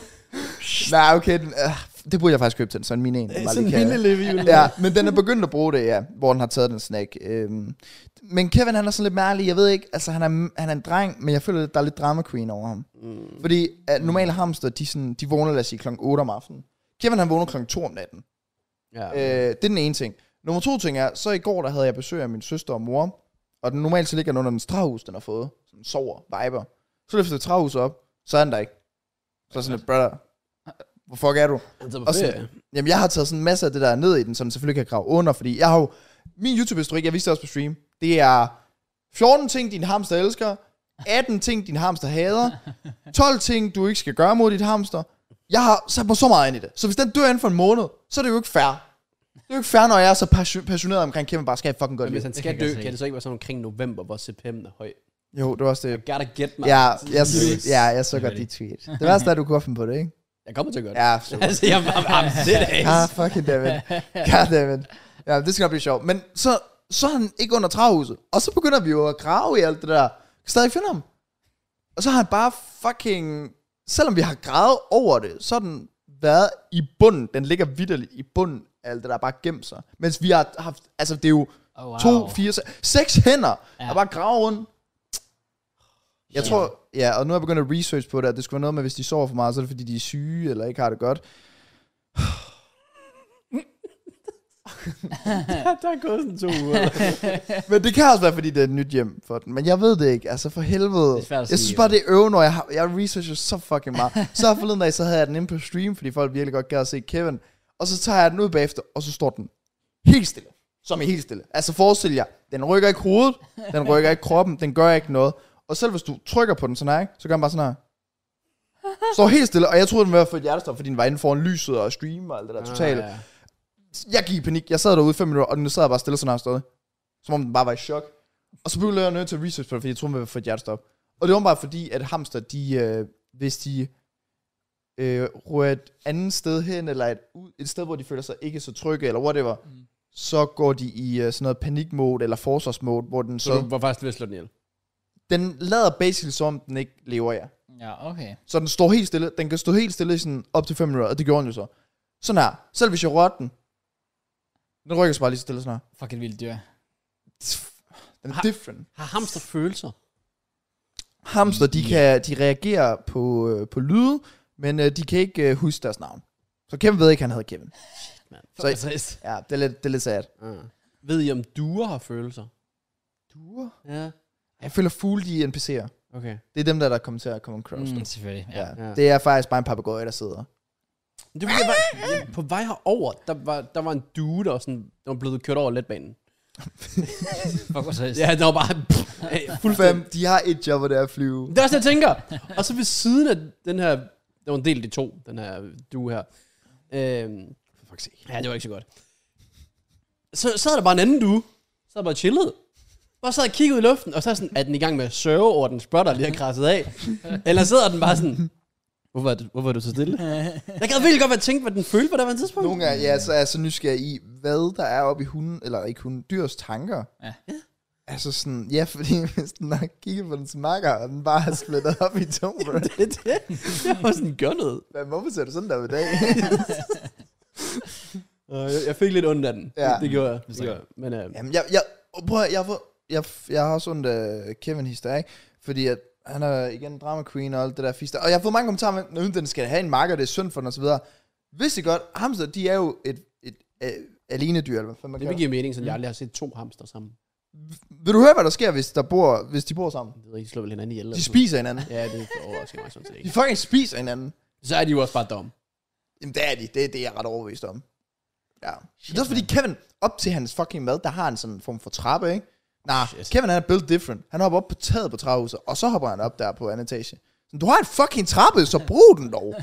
Speaker 2: nej, okay. Den, øh, det burde jeg faktisk købe til en, sådan min en. den bare lige
Speaker 3: sådan en
Speaker 2: kan-
Speaker 3: lille løbehjul.
Speaker 2: Ja, men den er begyndt at bruge det, ja, hvor den har taget den snack. Øhm, men Kevin, han er sådan lidt mærkelig, jeg ved ikke, altså han er, han er en dreng, men jeg føler, at der er lidt drama queen over ham. Mm. Fordi at normale hamster, de, sådan, de vågner, lad os sige, kl. 8 om aftenen. Kevin, han vågner kl. 2 om natten.
Speaker 3: Ja.
Speaker 2: Øh, det er den ene ting. Nummer to ting er, så i går, der havde jeg besøg af min søster og mor, og den normalt så ligger den under den træhus, den har fået. Sådan sover, viber. Så løfter jeg træhus op, så er den der ikke. Så er jeg sådan lidt, brother, hvor fuck er du?
Speaker 3: Han tager på
Speaker 2: Og så-
Speaker 3: ferie.
Speaker 2: Jamen, jeg har taget sådan en masse af det der ned i den, som selvfølgelig kan grave under, fordi jeg har jo... Min YouTube-historik, jeg viste det også på stream, det er 14 ting, din hamster elsker, 18 ting, din hamster hader, 12 ting, du ikke skal gøre mod dit hamster. Jeg har sat mig så meget ind i det. Så hvis den dør inden for en måned, så er det jo ikke fair. Det er jo ikke fair, når jeg er så passion- passioneret omkring Kevin bare skal have et fucking godt
Speaker 3: Men hvis
Speaker 2: liv.
Speaker 3: han
Speaker 1: Det
Speaker 3: skal
Speaker 1: kan jeg
Speaker 3: dø,
Speaker 1: godt se.
Speaker 3: kan det så ikke være sådan omkring november, hvor CPM er høj.
Speaker 2: Jo, det var også det.
Speaker 3: Gotta get mig.
Speaker 2: Ja, jeg,
Speaker 3: Yes.
Speaker 2: ja, jeg så godt dit tweet. Det værste er, at du kunne finde på det, ikke?
Speaker 3: Jeg kommer til at gøre det.
Speaker 2: Ja, super.
Speaker 3: Altså, jeg var I'm serious.
Speaker 2: Ah, fucking dammit. God dammit. Ja, det skal nok blive sjovt. Men så, så er han ikke under travhuset. Og så begynder vi jo at grave i alt det der. Kan stadig ikke finde ham. Og så har han bare fucking... Selvom vi har gravet over det, så har den været i bunden. Den ligger vidderligt i bunden af alt det, der bare gemt sig. Mens vi har haft... Altså, det er jo
Speaker 1: Oh, wow.
Speaker 2: to, fire, se- seks hænder,
Speaker 1: Ja.
Speaker 2: ja. der bare graver rundt. Jeg tror, ja, og nu er jeg begyndt at research på det, at det skulle være noget med, hvis de sover for meget, så er det fordi, de er syge, eller ikke har det godt.
Speaker 3: der er gået sådan to uger.
Speaker 2: Men det kan også være, fordi det er et nyt hjem for den. Men jeg ved det ikke. Altså for helvede.
Speaker 1: Det er svært at
Speaker 2: jeg
Speaker 1: sige,
Speaker 2: synes
Speaker 1: jo.
Speaker 2: bare, det er øve, når jeg, har, jeg researcher så fucking meget. så her forleden dag, så havde jeg den inde på stream, fordi folk virkelig godt gad at se Kevin. Og så tager jeg den ud bagefter, og så står den helt stille. Som i helt stille. Altså forestil jer, den rykker ikke hovedet, den rykker ikke kroppen, den gør ikke noget. Og selv hvis du trykker på den sådan her, ikke, så gør den bare sådan her. Står helt stille, og jeg troede, den var for et hjertestop, fordi den var inde foran lyset og stream og alt det der totale.
Speaker 3: Ah, ja.
Speaker 2: Jeg gik i panik. Jeg sad derude i fem minutter, og den sad bare stille sådan her stadig. Som om den bare var i chok. Og så blev jeg nødt til at research på det, fordi jeg troede, man ville få et hjertestop. Og det var bare fordi, at hamster, de, øh, hvis de øh, rører et andet sted hen, eller et, ud- et sted, hvor de føler sig ikke så trygge, eller whatever,
Speaker 1: Mm.
Speaker 2: mm. så går de i øh, sådan noget panikmode, eller forsvarsmode, hvor den
Speaker 3: Så
Speaker 2: så...
Speaker 3: du var faktisk ved at slå den ihjel.
Speaker 2: Den lader basically som, om den ikke lever jer.
Speaker 1: Ja, okay.
Speaker 2: Så den står helt stille. Den kan stå helt stille i sådan op til 5 minutter, og det gjorde den jo så. Sådan her. Selv hvis jeg rørte den, den rykker sig bare lige så stille sådan her.
Speaker 1: Fuck et vildt dyr.
Speaker 2: Den er
Speaker 3: Har-
Speaker 2: different.
Speaker 3: Har hamster følelser?
Speaker 2: Hamster, de, kan, de reagerer på, øh, på lyde, men øh, de kan ikke øh, huske deres navn. Så Kevin ved ikke, han hedder Kevin.
Speaker 3: Man.
Speaker 2: Så-
Speaker 3: Så trist.
Speaker 2: Ja, det er lidt, det er lidt sad.
Speaker 3: Ja. Altså, Ved I, om duer har følelser?
Speaker 2: Duer?
Speaker 3: Ja.
Speaker 2: Jeg føler fugle, de er NPC'er.
Speaker 3: Okay.
Speaker 2: Det er dem, der, der kommer til at komme across. Mm.
Speaker 1: Mm, selvfølgelig. Ja.
Speaker 2: Ja.
Speaker 3: Ja.
Speaker 2: ja. Det er faktisk bare en papegøje der sidder.
Speaker 3: Det var, jeg var, jeg, på vej herover, der var, der var en due, der var, sådan, der var blevet kørt over letbanen.
Speaker 1: Fuck, hvor trist.
Speaker 3: Ja, der var bare øh, fuldstændig.
Speaker 2: Fem, de har et job, og det er at flyve.
Speaker 3: Det er også det, jeg tænker. Og så ved siden af den her, der var en del af de to, den her due her. Øhm,
Speaker 2: Fuck se.
Speaker 3: ja, det var ikke så godt. Så sad der bare en anden due, sad bare chillet. Bare sad og kiggede ud i luften, og så er, sådan, er den i gang med at sørge over den spot, der lige har krasset af. Eller sidder den bare sådan, hvorfor er du, hvorfor er du så stille? Jeg gad virkelig godt være tænkt, hvad den følte på det var en tidspunkt.
Speaker 2: Nogle gange, ja, så er jeg så nysgerrig i, hvad der er oppe i hunden, eller ikke hunden, dyrs tanker.
Speaker 1: Ja.
Speaker 2: Altså sådan, ja, fordi hvis den har kigget på dens makker, og den bare har splittet op i to, bro.
Speaker 3: det, det, jeg var sådan, gør noget.
Speaker 2: Hvad, hvorfor ser du sådan der i dag?
Speaker 3: Jeg, jeg fik lidt ondt af den.
Speaker 2: Ja.
Speaker 3: Det, det gjorde jeg. Det
Speaker 1: forstår
Speaker 3: gjorde jeg. Men øh,
Speaker 2: Jamen, jeg, jeg, og prøv at, høre, jeg, får, jeg, jeg har også ondt af Kevin Hister, ikke? Fordi at, han er igen drama queen og alt det der fister. Og jeg har fået mange kommentarer med, at den skal have en makker, det er synd for den osv. Vidste I godt, hamster, de er jo et, et, et, et alene dyr, eller hvad fanden man
Speaker 3: det vil
Speaker 2: kalder det.
Speaker 3: give mening, sådan jeg aldrig har set to hamster sammen.
Speaker 2: Vil du høre, hvad der sker, hvis, der bor, hvis de bor sammen?
Speaker 3: Jeg ved ikke, de slår vel hinanden ihjel. eller
Speaker 2: De
Speaker 3: sådan
Speaker 2: spiser hinanden.
Speaker 3: noget. Ja, det overrasker mig sådan set
Speaker 2: De
Speaker 3: ikke.
Speaker 2: fucking spiser hinanden.
Speaker 3: Så er de jo også bare dumme.
Speaker 2: Jamen, det er de. Det, er det er jeg ret overbevist om. Ja. Shit, det er også fordi Kevin, op til hans fucking mad, der har han sådan en form for trappe, ikke? Nej, nah,
Speaker 3: Shit.
Speaker 2: Kevin han er built different. Han hopper op på taget på træhuset, og så hopper han op der på anden etage. Sådan, du har en fucking trappe, så brug den dog.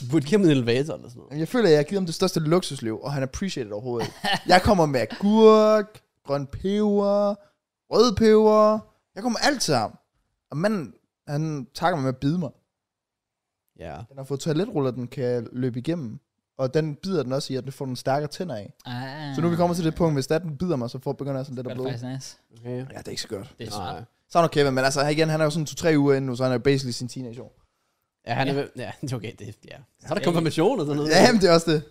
Speaker 3: De burde kæmpe en elevator eller sådan noget.
Speaker 2: Jamen, jeg føler, at jeg har givet ham det største luksusliv, og han appreciated overhovedet ikke. Jeg kommer med agurk, grøn peber, rød peber. Jeg kommer med alt til ham. Og manden, han takker mig med at bide mig.
Speaker 3: Ja.
Speaker 2: Den har fået toiletruller, den kan løbe igennem. Og den bider den også i, at den får nogle stærkere tænder af.
Speaker 1: Ah,
Speaker 2: Så nu er vi kommer til det punkt, hvis der den bider mig, så får begynder jeg sådan lidt
Speaker 1: Det
Speaker 2: at
Speaker 1: er
Speaker 2: bløde.
Speaker 1: faktisk nice.
Speaker 3: Okay.
Speaker 2: Ja, det er ikke så godt.
Speaker 1: Det er smart.
Speaker 3: Nej.
Speaker 2: Savner Kevin, men altså igen, han er jo sådan to-tre uger inde nu, så han er jo basically sin teenageår.
Speaker 3: Ja, han er, ja, det er okay. Det, ja. Så er der konfirmation og sådan noget.
Speaker 2: Ja, jamen, det er også det.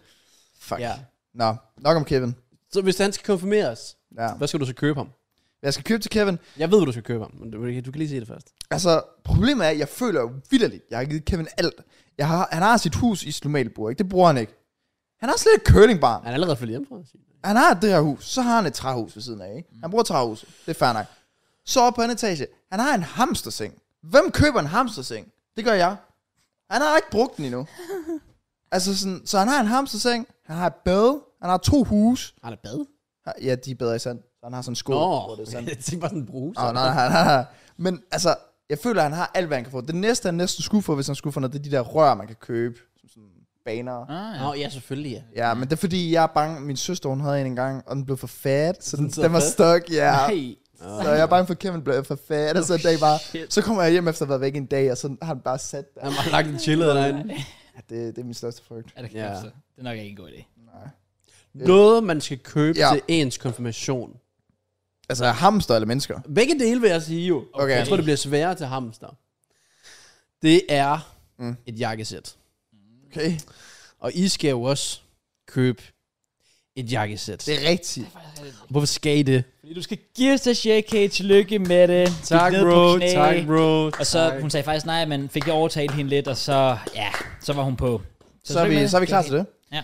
Speaker 2: Fuck.
Speaker 3: ja.
Speaker 2: Ja. Nå, nok om Kevin.
Speaker 3: Så hvis han skal konfirmeres,
Speaker 2: Ja.
Speaker 3: hvad skal du så købe ham?
Speaker 2: Jeg skal købe til Kevin.
Speaker 3: Jeg ved, hvad du skal købe ham, men du, du kan lige se det først.
Speaker 2: Altså, problemet er, at jeg føler jo vidderligt, jeg har givet Kevin alt. Jeg har, han har sit hus i Slomalieburg, ikke? Det bruger han ikke. Han har slet ikke curlingbarn.
Speaker 3: Han er allerede flyttet hjem fra.
Speaker 2: Han har det her hus, så har han et træhus ved siden af, ikke? Han bruger træhuset, det er fair nok. Så op på anden etage, han har en hamsterseng. Hvem køber en hamsterseng? Det gør jeg. Han har ikke brugt den endnu. altså sådan, så han har en hamsterseng, han har et bad, han har to hus.
Speaker 3: Han er bad.
Speaker 2: Ja, de er bedre i sand. Så han har sådan en skål,
Speaker 3: Nå,
Speaker 2: hvor det er sand.
Speaker 3: jeg tænkte bare sådan en bruse.
Speaker 2: Åh, nej, nej, nej, nej. Men altså, jeg føler, at han har alt, hvad han kan få. Det næste, han næsten skulle få, hvis han skulle få noget, det er de der rør, man kan købe. Som sådan baner.
Speaker 1: Ah,
Speaker 3: Nå, ja, selvfølgelig, ja.
Speaker 2: Ja, men det er fordi, jeg er bange. Min søster, hun havde en engang, og den blev for fat, så den,
Speaker 3: så
Speaker 2: den var
Speaker 3: fat?
Speaker 2: stuck, ja.
Speaker 3: Nej.
Speaker 2: Så jeg er bange for, at Kevin blev for fat, og så, en dag bare,
Speaker 1: shit.
Speaker 2: så kommer jeg hjem efter at have været væk en dag, og så har han bare sat der.
Speaker 3: Han har lagt en chillet derinde.
Speaker 2: Ja, det, det er min største frygt.
Speaker 1: Er det
Speaker 3: Ja.
Speaker 1: ja. Det er nok ikke en god idé.
Speaker 3: Noget, man skal købe ja.
Speaker 2: Ja.
Speaker 3: til ens konfirmation.
Speaker 2: Altså hamster eller mennesker?
Speaker 3: Begge dele vil jeg sige jo. Okay.
Speaker 2: Okay.
Speaker 3: Jeg tror, det bliver sværere til hamster. Det er mm.
Speaker 2: Mm.
Speaker 3: et jakkesæt.
Speaker 2: Okay.
Speaker 3: Og I skal jo også købe et jakkesæt.
Speaker 2: Det er rigtigt.
Speaker 3: Hvorfor skal I det?
Speaker 1: Fordi du skal give os til JK, tillykke med det. Gik ned på knæ.
Speaker 3: bro.
Speaker 1: Og så, hun sagde faktisk nej, men fik jeg overtalt hende lidt, og så, ja, så var hun på.
Speaker 2: Så er vi, så er vi klar til det.
Speaker 1: Ja.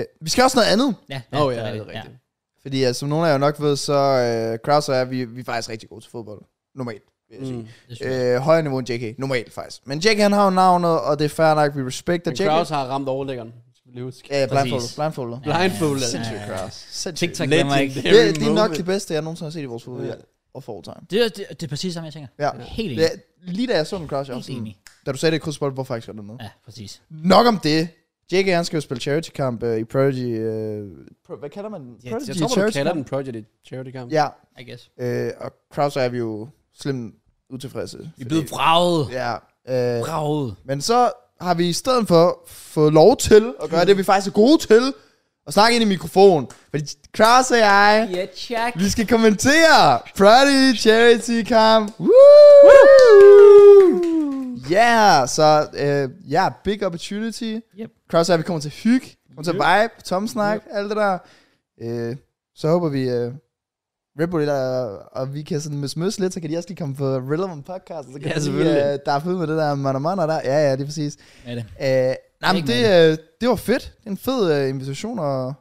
Speaker 2: Øh, vi skal også noget andet.
Speaker 1: Ja,
Speaker 3: Åh oh, ja, det er rigtigt.
Speaker 2: Fordi altså, som nogle af jer nok ved, så øh, Kraus og jeg, vi, vi er faktisk rigtig gode til fodbold. Normalt, vil jeg sige.
Speaker 3: Mm.
Speaker 1: Det er
Speaker 2: Øh, højere niveau end JK. Normalt faktisk. Men JK han har jo navnet, og det er fair nok, vi respekter
Speaker 3: Men
Speaker 2: JK.
Speaker 3: Kraus har ramt overlæggeren. Skal vi lige huske.
Speaker 2: Ja, blindfoldet.
Speaker 1: Præcis.
Speaker 2: Blindfoldet. Ja.
Speaker 3: Blindfoldet.
Speaker 2: Øh, Sindssygt Kraus. Sindssygt.
Speaker 1: TikTok glemmer ikke.
Speaker 2: Det, det er nok det bedste, jeg nogensinde har set i vores fodbold.
Speaker 3: Ja.
Speaker 2: Ja. Og for all time.
Speaker 1: Det er, det, det er præcis samme, jeg tænker.
Speaker 2: Ja.
Speaker 1: Helt
Speaker 2: Det,
Speaker 1: enig.
Speaker 2: lige da jeg så den Kraus, jeg var
Speaker 1: Helt
Speaker 2: sådan,
Speaker 1: enig.
Speaker 2: da du sagde det i krydsbold, hvorfor ikke skal du noget?
Speaker 1: Ja, præcis.
Speaker 2: Nok om det. JK, han skal jo spille charity-kamp øh, i Prodigy... Øh, pro, hvad kalder man
Speaker 1: jeg
Speaker 3: Jeg tror, man kalder den Project Charity Camp.
Speaker 2: Ja,
Speaker 1: I guess.
Speaker 2: øh, og Krause er vi jo slemt utilfredse.
Speaker 1: Vi er blevet vraget.
Speaker 2: Ja, øh,
Speaker 1: Vraget.
Speaker 2: men så har vi i stedet for fået lov til at gøre det, vi faktisk er gode til, at snakke ind i mikrofonen. Fordi Krause og jeg,
Speaker 1: Ja, tjek.
Speaker 2: vi skal kommentere Prodigy Charity Camp. Woo! Yeah, så øh, ja, big opportunity.
Speaker 1: Yep.
Speaker 2: Cross vi kommer til hyg, kommer til vibe, tomsnak, yep. alt det der. Øh, så håber vi, øh, Red Bull der, og vi kan sådan møsmøs lidt, så kan de også lige komme på Relevant Podcast, og så kan
Speaker 3: Ja,
Speaker 2: de lige
Speaker 3: selvfølgelig.
Speaker 2: øh, daffe ud med det der man og man der. Ja, ja, det er præcis.
Speaker 1: Er det.
Speaker 2: Øh, nej, men
Speaker 1: Ikke
Speaker 2: det, øh, det var fedt. Det er en fed øh, invitation at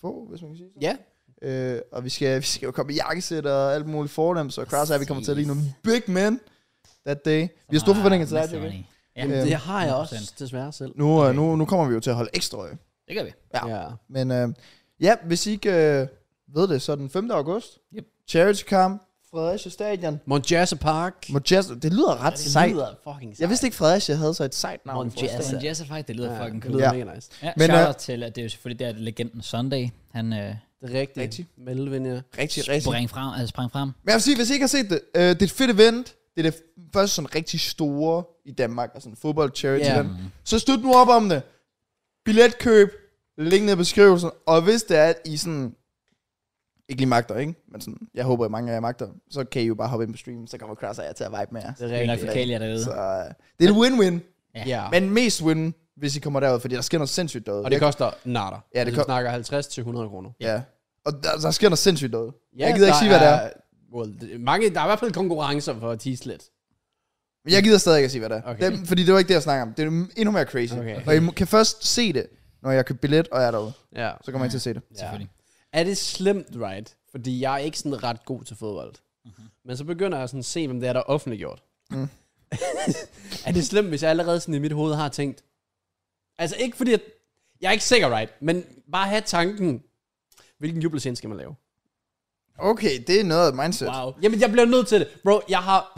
Speaker 2: få, hvis man kan sige det.
Speaker 3: Ja.
Speaker 2: Øh, og vi skal, vi skal jo komme i jakkesæt og alt muligt fornemt, så Cross vi kommer til at ligne nogle big men that day. Vi har store
Speaker 3: Ah,
Speaker 2: forventninger til dig, Jacob.
Speaker 1: Ah, Ja,
Speaker 3: Jamen, det har jeg også,
Speaker 1: 100%.
Speaker 3: desværre selv.
Speaker 2: Nu, øh, nu, nu kommer vi jo til at holde ekstra øje.
Speaker 1: det gør vi.
Speaker 2: Ja.
Speaker 3: ja.
Speaker 2: Men øh, ja, hvis I ikke øh, ved det, så er den 5. august.
Speaker 1: Yep.
Speaker 2: Charity Camp, Fredericia Stadion.
Speaker 3: Monjasa Park.
Speaker 2: Mojazo, det lyder ret sejt.
Speaker 3: lyder fucking sejt.
Speaker 2: Jeg vidste ikke, Fredericia havde så et sejt navn.
Speaker 3: Monjazz.
Speaker 2: for
Speaker 1: Altså,
Speaker 2: staden.
Speaker 1: en jazz fight, det lyder
Speaker 3: Ja,
Speaker 1: fucking
Speaker 3: det
Speaker 1: cool.
Speaker 3: lyder
Speaker 2: Ja.
Speaker 3: mega nice.
Speaker 1: Ja,
Speaker 2: Men,
Speaker 1: Men, shout
Speaker 2: øh,
Speaker 1: out til, at det er jo selvfølgelig der, at legenden Sunday, han øh,
Speaker 3: Det er rigtigt.
Speaker 2: Rigtigt.
Speaker 3: Melvin, ja.
Speaker 2: Rigtig, rigtig.
Speaker 1: sprang frem. Altså, sprang frem.
Speaker 2: Men jeg vil sige, hvis I ikke har set det, øh, det er et fedt event. Det er det første sådan rigtig store i Danmark, altså en fodbold charity
Speaker 3: Ja.
Speaker 2: yeah. event.
Speaker 1: Mm.
Speaker 2: Så støt nu op om det. Billetkøb, link ned i beskrivelsen. Og hvis det er, at I sådan, ikke lige magter, ikke? Men sådan, jeg håber, at mange af jer magter, så kan I jo bare hoppe ind på streamen, så kommer Kraus og jeg til at vibe med jer.
Speaker 3: Det er
Speaker 1: Det er nok
Speaker 3: rigtigt.
Speaker 1: forkælet jer derude.
Speaker 2: Så øh, det er en win-win.
Speaker 3: Ja. Men,
Speaker 2: Men mest win, hvis I kommer derud, fordi der sker noget sindssygt derude.
Speaker 3: og det koster natter.
Speaker 2: Ja, det
Speaker 3: Altså, vi
Speaker 2: ko-
Speaker 3: snakker 50 til 100 kroner.
Speaker 2: Ja. Og der, der sker noget sindssygt derude. Ja, jeg gider ikke sige, hvad det er.
Speaker 3: Well, det- mange, der er i hvert fald konkurrencer for at tease lidt.
Speaker 2: Men jeg gider stadig ikke at sige, hvad det er. Okay.
Speaker 3: Okay.
Speaker 2: Dem, fordi det var ikke det, jeg snakker om. Det er endnu mere crazy.
Speaker 3: Okay.
Speaker 2: Og I må- kan først se det, når jeg køber billet og er derude.
Speaker 3: Ja.
Speaker 2: Så kommer jeg til at se det.
Speaker 1: Selvfølgelig.
Speaker 3: Er det slemt, right? Fordi jeg er ikke sådan ret god til fodbold. Mm-hmm. Men så begynder jeg sådan at se, hvem det er, der er offentliggjort.
Speaker 2: Mm.
Speaker 3: Mm. er det slemt, hvis jeg allerede sådan i mit hoved har tænkt? Altså ikke fordi, at jeg er ikke sikker, right? Men bare have tanken, hvilken jubelscene skal man lave?
Speaker 2: Okay, det er noget af et mindset. Wow.
Speaker 1: Wow.
Speaker 3: Jamen, jeg bliver nødt til det. Bro, jeg har...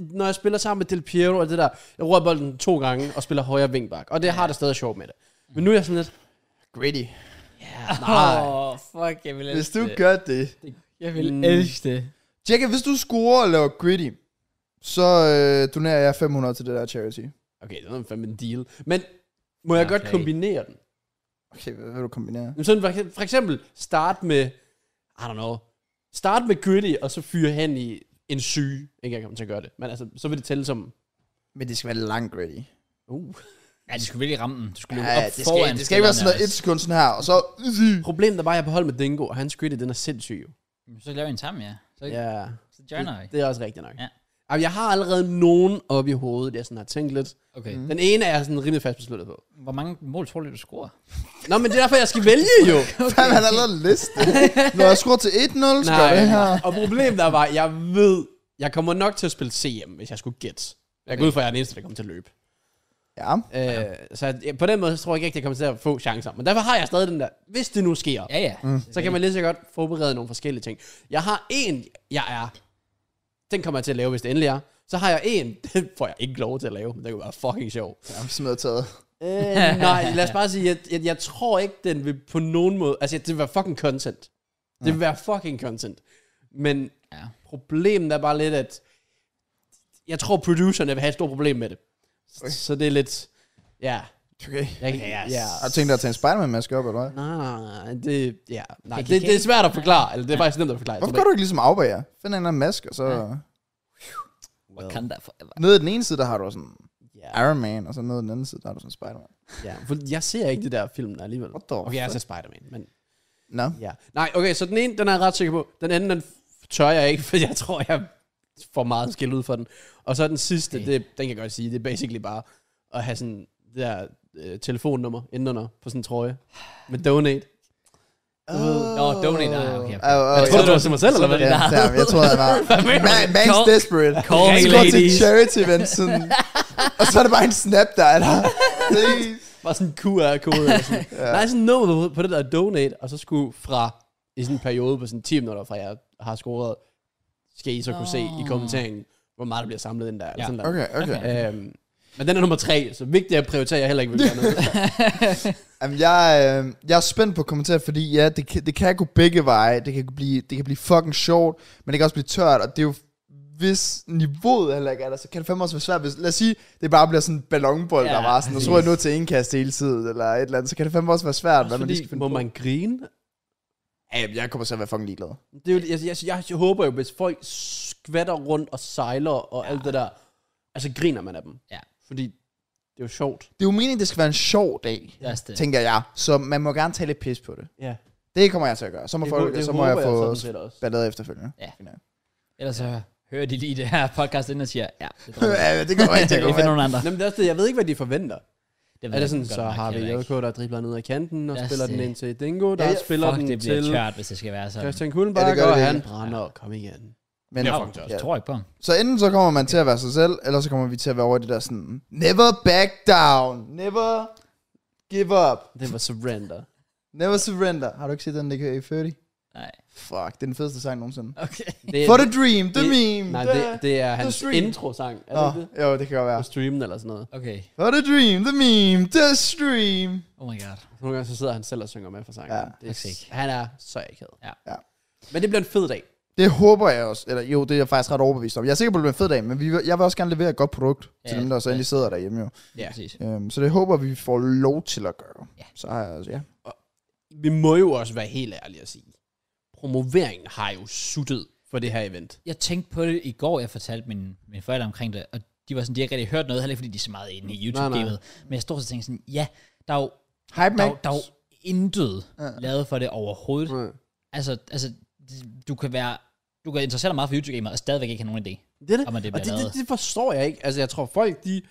Speaker 3: Når jeg spiller sammen med Del Piero og det der, jeg rører bolden to gange og spiller højre vingbak. Og det har det stadig sjovt med det. Men nu er jeg sådan lidt...
Speaker 2: Gritty.
Speaker 1: Åh, oh, fuck, jeg vil
Speaker 2: Hvis
Speaker 1: elske
Speaker 2: du
Speaker 1: det.
Speaker 2: gør det.
Speaker 1: Jeg vil
Speaker 3: Mm.
Speaker 1: elske det.
Speaker 2: Tjekke, hvis du scorer og laver gritty, så øh, donerer jeg 500 til det der charity.
Speaker 3: Okay, det er fandme en deal. Men må jeg
Speaker 1: Ja,
Speaker 3: godt
Speaker 1: okay.
Speaker 3: kombinere den?
Speaker 2: Okay, hvad vil du kombinere?
Speaker 3: Jamen Sådan for, eksempel- for eksempel start med, I don't know, start med gritty, og så fyre hen i en syge. Ikke jeg kommer til at gøre det, men altså, så vil det tælle som,
Speaker 2: Men det skal være langt gritty.
Speaker 3: uh.
Speaker 1: Ja, de skulle virkelig ramme den. Du skulle løbe
Speaker 2: Ja,
Speaker 1: op
Speaker 2: det skal,
Speaker 1: foran.
Speaker 2: det skal ikke være sådan noget
Speaker 1: spillerne
Speaker 2: et sekund sådan her, og så...
Speaker 3: Problemet er bare, at jeg er på hold med Dingo, og hans gritty, den er sindssyg. jo.
Speaker 1: også. Så laver jeg en tam, ja. Så, ja.
Speaker 3: Ja,
Speaker 1: så joiner jeg.
Speaker 3: det, det er også rigtigt nok.
Speaker 1: Ja.
Speaker 3: Jamen, jeg har allerede nogen oppe i hovedet, jeg sådan har tænkt lidt.
Speaker 1: Okay.
Speaker 2: Mm.
Speaker 3: Den ene er jeg sådan rimelig fast besluttet på.
Speaker 1: Hvor mange mål tror du, du scorer?
Speaker 3: Nå, men det er derfor, jeg skal vælge jo.
Speaker 2: Hvad har allerede en liste? Når jeg scorer til 1-0, så gør det her.
Speaker 3: og problemet der var, jeg ved, jeg kommer nok til at spille CM, hvis jeg skulle gætte. Jeg går ud fra, at jeg er den eneste, der kommer til at løbe.
Speaker 2: Ja.
Speaker 3: Øh, Så jeg, på den måde så tror jeg ikke, rigtig, jeg kommer til at få chancer. Men derfor har jeg stadig den der, hvis det nu sker, ja.
Speaker 1: Ja, ja. Mm.
Speaker 3: så kan man lige så godt forberede nogle forskellige ting. Jeg har en, jeg er, den kommer jeg til at lave, hvis det endelig er. Så har jeg en, den får jeg ikke lov til at lave, men det kunne være fucking sjov.
Speaker 2: Jeg smider taget.
Speaker 3: Øh, nej, lad os bare sige, at jeg, jeg tror ikke, den vil på nogen måde... Altså, det vil være fucking content. Det vil være fucking content. Men
Speaker 1: Ja.
Speaker 3: problemet er bare lidt, at... Jeg tror, producerne vil have et stort problem med det. Så, så det er lidt... Ja.
Speaker 2: Okay.
Speaker 3: Jeg, ja, ja.
Speaker 2: Har du tænkt dig at tage en Spider-Man-maske op, eller hvad?
Speaker 3: Nej, nej, nej, det, ja,
Speaker 1: Det
Speaker 3: nej det,
Speaker 1: kan
Speaker 3: det,
Speaker 1: ikke.
Speaker 3: er svært at forklare. Eller det er faktisk nemt at forklare.
Speaker 2: Hvorfor gør du ikke ligesom Auba, ja? Find en eller anden maske, og så... Ja.
Speaker 1: Kan der forever.
Speaker 2: Nede i den ene side, der har du sådan
Speaker 3: Ja,
Speaker 2: Iron Man, og så nede i den anden side, der har du sådan Spider-Man.
Speaker 3: ja, for jeg ser ikke det der film der alligevel.
Speaker 2: What the
Speaker 3: Okay, jeg ser Spider-Man, men
Speaker 2: Nå.
Speaker 3: Ja. Nej, okay, så den ene, den er jeg ret sikker på. Den anden, den tør jeg ikke, for jeg tror, jeg får meget skæld ud for den. Og så den sidste,
Speaker 1: Okay.
Speaker 3: okay. det, den kan jeg godt sige, det er basically bare at have sådan det der øh, telefonnummer indenunder på sådan en trøje. Med donate.
Speaker 1: Nå, donate, nej, okay.
Speaker 2: Oh, oh,
Speaker 3: Jeg troede, det var til mig selv, eller hvad?
Speaker 2: Ja, damn, jeg troede, han var... Man, man's
Speaker 1: Call-
Speaker 2: desperate.
Speaker 1: call me
Speaker 2: Han går til
Speaker 1: ladies.
Speaker 2: charity event, sådan... Og så er det bare en snap, der er der. Please.
Speaker 3: Bare sådan en QR-kode eller sådan. ja. Nej, sådan nummer på, på det der donate, og så skulle fra i sådan en periode på sådan 10 minutter, fra jeg har scoret, skal I så kunne se i kommenteringen, hvor meget der bliver samlet ind der. Eller
Speaker 1: Ja.
Speaker 3: sådan der.
Speaker 2: Okay, okay.
Speaker 3: Øhm, Men den er nummer tre, så vigtigt at prioritere jeg heller ikke vil gøre noget.
Speaker 2: Jamen, jeg, øh, jeg er spændt på at kommentere, fordi ja, det, kan- det kan gå begge veje. Det kan blive, det kan blive fucking sjovt, men det kan også blive tørt, og det er jo, hvis niveauet heller ikke er der, så kan det fandme også være svært. Hvis, lad os sige, det bare bliver sådan en ballonbold,
Speaker 1: Ja,
Speaker 2: ja, der var sådan, og så er jeg nødt til indkast hele tiden, eller et eller andet, så kan det fandme også være svært, hvad man lige skal
Speaker 3: Fordi,
Speaker 2: finde
Speaker 3: må
Speaker 2: på.
Speaker 3: man grine?
Speaker 2: Ja, jamen, jeg kommer til at være fucking ligeglad.
Speaker 3: Det er jo, jeg, jeg, jeg, jeg håber jo, hvis folk skvatter rundt og sejler og ja. alt det der, altså griner man af dem.
Speaker 1: Ja.
Speaker 3: Fordi det er jo sjovt.
Speaker 2: Det er jo meningen, det skal være en sjov dag,
Speaker 1: Ja, yes, det.
Speaker 2: tænker jeg, så man må gerne tage lidt pis på det.
Speaker 3: Ja.
Speaker 2: Det kommer jeg til at gøre. Så må,
Speaker 3: Det,
Speaker 2: folk,
Speaker 3: det, det
Speaker 2: så må
Speaker 3: håber
Speaker 2: jeg
Speaker 3: jeg,
Speaker 2: få
Speaker 3: sådan set også.
Speaker 2: ballade efterfølgende.
Speaker 1: Ja.
Speaker 2: Fint nok.
Speaker 1: Ellers så hører de lige det her podcast, inden og siger, ja, det er dårligt.
Speaker 2: ja, det kommer ikke til at gå
Speaker 1: Vi finder
Speaker 2: med.
Speaker 1: nogle andre.
Speaker 3: Jamen, det er også det, jeg ved ikke, hvad de forventer.
Speaker 1: ved
Speaker 3: Er
Speaker 1: jeg
Speaker 3: det sådan,
Speaker 1: godt
Speaker 3: så
Speaker 1: nok
Speaker 3: har vi
Speaker 1: heller
Speaker 3: JK,
Speaker 1: ikke.
Speaker 3: der dribler ned ad kanten og
Speaker 1: Lad os
Speaker 3: spiller den
Speaker 1: se.
Speaker 3: ind til Dingo, der
Speaker 2: Ja, ja.
Speaker 3: spiller
Speaker 1: Fuck,
Speaker 3: den
Speaker 1: det bliver altså.
Speaker 3: til
Speaker 1: tørt, hvis det skal være sådan.
Speaker 3: Christian
Speaker 2: Ja, det
Speaker 3: Kuhlenbach,
Speaker 2: gør
Speaker 3: ja,
Speaker 2: det
Speaker 3: og han
Speaker 2: virkelig.
Speaker 3: brænder. Kom igen.
Speaker 2: Men,
Speaker 1: Ja,
Speaker 3: fucking tørt.
Speaker 1: jeg tror ikke på ham.
Speaker 2: Så enten så kommer man til at være sig selv, eller så kommer vi til at være over i det der sådan, never back down, never give up,
Speaker 3: Det var surrender.
Speaker 2: never surrender. Har du ikke set den, der kører i 30?
Speaker 1: Nej.
Speaker 2: Fuck, det er den fedeste sang nogensinde.
Speaker 1: Okay.
Speaker 3: Det,
Speaker 2: For the dream, the
Speaker 3: det-
Speaker 2: meme.
Speaker 3: Nej,
Speaker 2: the-
Speaker 3: det, det er hans
Speaker 2: stream.
Speaker 3: intro-sang. Er det
Speaker 2: Nå,
Speaker 3: ikke det?
Speaker 2: jo, det kan godt
Speaker 3: På
Speaker 2: være.
Speaker 3: streamen eller sådan noget.
Speaker 1: Okay.
Speaker 2: For the dream, the meme, the stream.
Speaker 1: Oh my god.
Speaker 3: Nogle gange så sidder han selv og synger med for sangen.
Speaker 2: Ja.
Speaker 3: det
Speaker 1: Faktisk
Speaker 3: er,
Speaker 1: ikke.
Speaker 3: han er så akavet.
Speaker 1: Ja.
Speaker 2: Ja.
Speaker 3: Men det bliver en fed dag.
Speaker 2: Det håber jeg også. Eller jo, det er jeg faktisk ret overbevist om. Jeg er sikker på, at det bliver en fed dag, men vi, vil- jeg vil også gerne levere et godt produkt ja, til
Speaker 1: Ja,
Speaker 2: dem, der så
Speaker 1: ja.
Speaker 2: endelig sidder derhjemme jo.
Speaker 1: Ja.
Speaker 3: Ja.
Speaker 1: Præcis.
Speaker 2: Øhm, så det håber vi får lov til at gøre.
Speaker 1: Ja.
Speaker 2: Så har jeg altså, ja.
Speaker 3: Vi må jo også være helt ærlige at sige. Promoveringen har jo suttet for det her event.
Speaker 1: Jeg tænkte på det i går, jeg fortalte mine, mine forældre omkring det, og de var sådan, de har ikke rigtig hørt noget, heller ikke fordi de er så meget inde i YouTube-gamet. Men jeg stod og tænkte sådan, ja, der er jo,
Speaker 2: Hype
Speaker 1: der, er
Speaker 2: Max.
Speaker 1: jo, der er jo intet
Speaker 2: Ja.
Speaker 1: lavet for det overhovedet. Altså, altså, du kan være, du kan interessere dig meget for YouTube-gamet, og stadigvæk ikke have nogen idé.
Speaker 3: Det er det.
Speaker 1: Om, at det
Speaker 3: og
Speaker 1: bliver
Speaker 3: det, det,
Speaker 1: lavet.
Speaker 3: det forstår jeg ikke. Altså, jeg tror folk, de...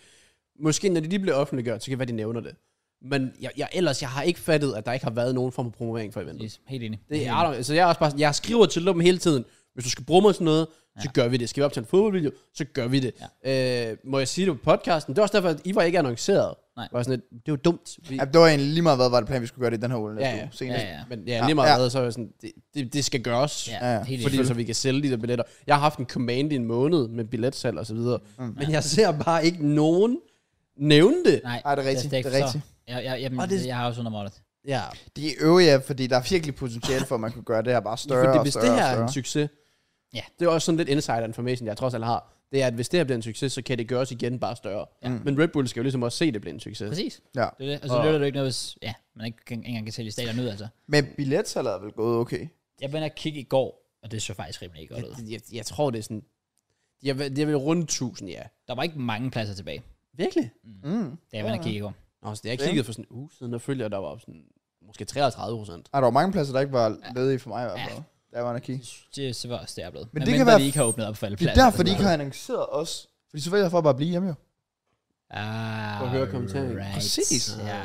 Speaker 3: Måske når de lige bliver offentliggjort, så kan det være, de nævner det. Men jeg, jeg, ellers, jeg har ikke fattet, at der ikke har været nogen form for promovering for eventet.
Speaker 1: Præcis. Helt enig.
Speaker 3: Det
Speaker 1: Helt
Speaker 3: er,
Speaker 1: enig.
Speaker 3: altså, jeg er også bare sådan, jeg skriver til dem hele tiden, hvis du skal bruge mig til noget, så gør vi det. Skal vi op til en fodboldvideo, så gør vi det. Ja. Øh, må jeg sige det på podcasten? Det var også derfor, at I var ikke annonceret.
Speaker 1: Nej.
Speaker 3: Var sådan, at, det var dumt. Vi,
Speaker 2: Ja, det var egentlig lige meget, hvad var det plan, vi skulle gøre det i den her uge.
Speaker 3: Ja, ja.
Speaker 1: Ja,
Speaker 2: Senest.
Speaker 1: ja.
Speaker 3: Men ja, lige
Speaker 2: Ja.
Speaker 3: meget ja. så var jeg sådan, det, det, det skal gøres.
Speaker 1: Ja,
Speaker 2: Ja, ja.
Speaker 1: helt
Speaker 3: Fordi
Speaker 1: enig.
Speaker 3: så vi kan sælge de der billetter. Jeg har haft en command i en måned med billetsal og så videre. Mm. Men jeg ser bare ikke nogen nævne det.
Speaker 1: Nej,
Speaker 2: Ej, det er rigtigt,
Speaker 1: jeg
Speaker 2: det er
Speaker 1: forstår.
Speaker 2: rigtigt.
Speaker 1: Jeg, jeg, jamen,
Speaker 3: Og
Speaker 1: det,
Speaker 3: det-
Speaker 1: jeg har også undret mig over det.
Speaker 3: Ja.
Speaker 2: De øvrige, fordi der er virkelig potentiale for, at man kunne gøre det her bare større
Speaker 3: Fordi
Speaker 2: og
Speaker 3: hvis
Speaker 2: større
Speaker 3: det her
Speaker 2: og
Speaker 3: er en
Speaker 2: større.
Speaker 3: succes,
Speaker 1: Ja.
Speaker 3: det er også sådan lidt insider information, jeg trods alt har. Det er, at hvis det her bliver en succes, så kan det gøres igen bare større.
Speaker 1: Ja.
Speaker 2: Mm.
Speaker 3: Men Red Bull skal jo ligesom også se, det bliver en succes.
Speaker 1: Præcis.
Speaker 2: Ja.
Speaker 1: Det er det. Og så
Speaker 3: Og-
Speaker 1: lytter du ikke noget, hvis ja, man ikke, kan, ikke engang kan sælge stadion ud, altså.
Speaker 2: Men billetsalget er vel gået okay.
Speaker 1: Jeg begyndte at kigge i går, og det så faktisk rimelig godt ud.
Speaker 3: Jeg, jeg, jeg tror, det er sådan... Jeg, vil- det er vel rundt 1000, ja.
Speaker 1: Der var ikke mange pladser tilbage,
Speaker 3: Virkelig?
Speaker 2: Mm.
Speaker 1: da jeg begyndte at kigge i går.
Speaker 3: Nå, så det har jeg kigget for sådan en uge siden, og følger, der var sådan, måske 33 procent.
Speaker 2: Ej, der var mange pladser, der ikke var ledige for mig i hvert fald. Der var en kigge.
Speaker 1: Det, så var også det, jeg er blevet.
Speaker 2: Men
Speaker 1: Men
Speaker 2: det
Speaker 1: det
Speaker 2: kan
Speaker 1: kan
Speaker 2: være-
Speaker 1: de ikke har åbnet op for alle
Speaker 2: Det er
Speaker 1: pladser.
Speaker 2: derfor, de ikke har annonceret os. Fordi så vælger jeg for at bare blive hjemme jo.
Speaker 1: Ah,
Speaker 3: For at høre kommenteringen.
Speaker 1: right.
Speaker 2: Præcis.
Speaker 1: Ja.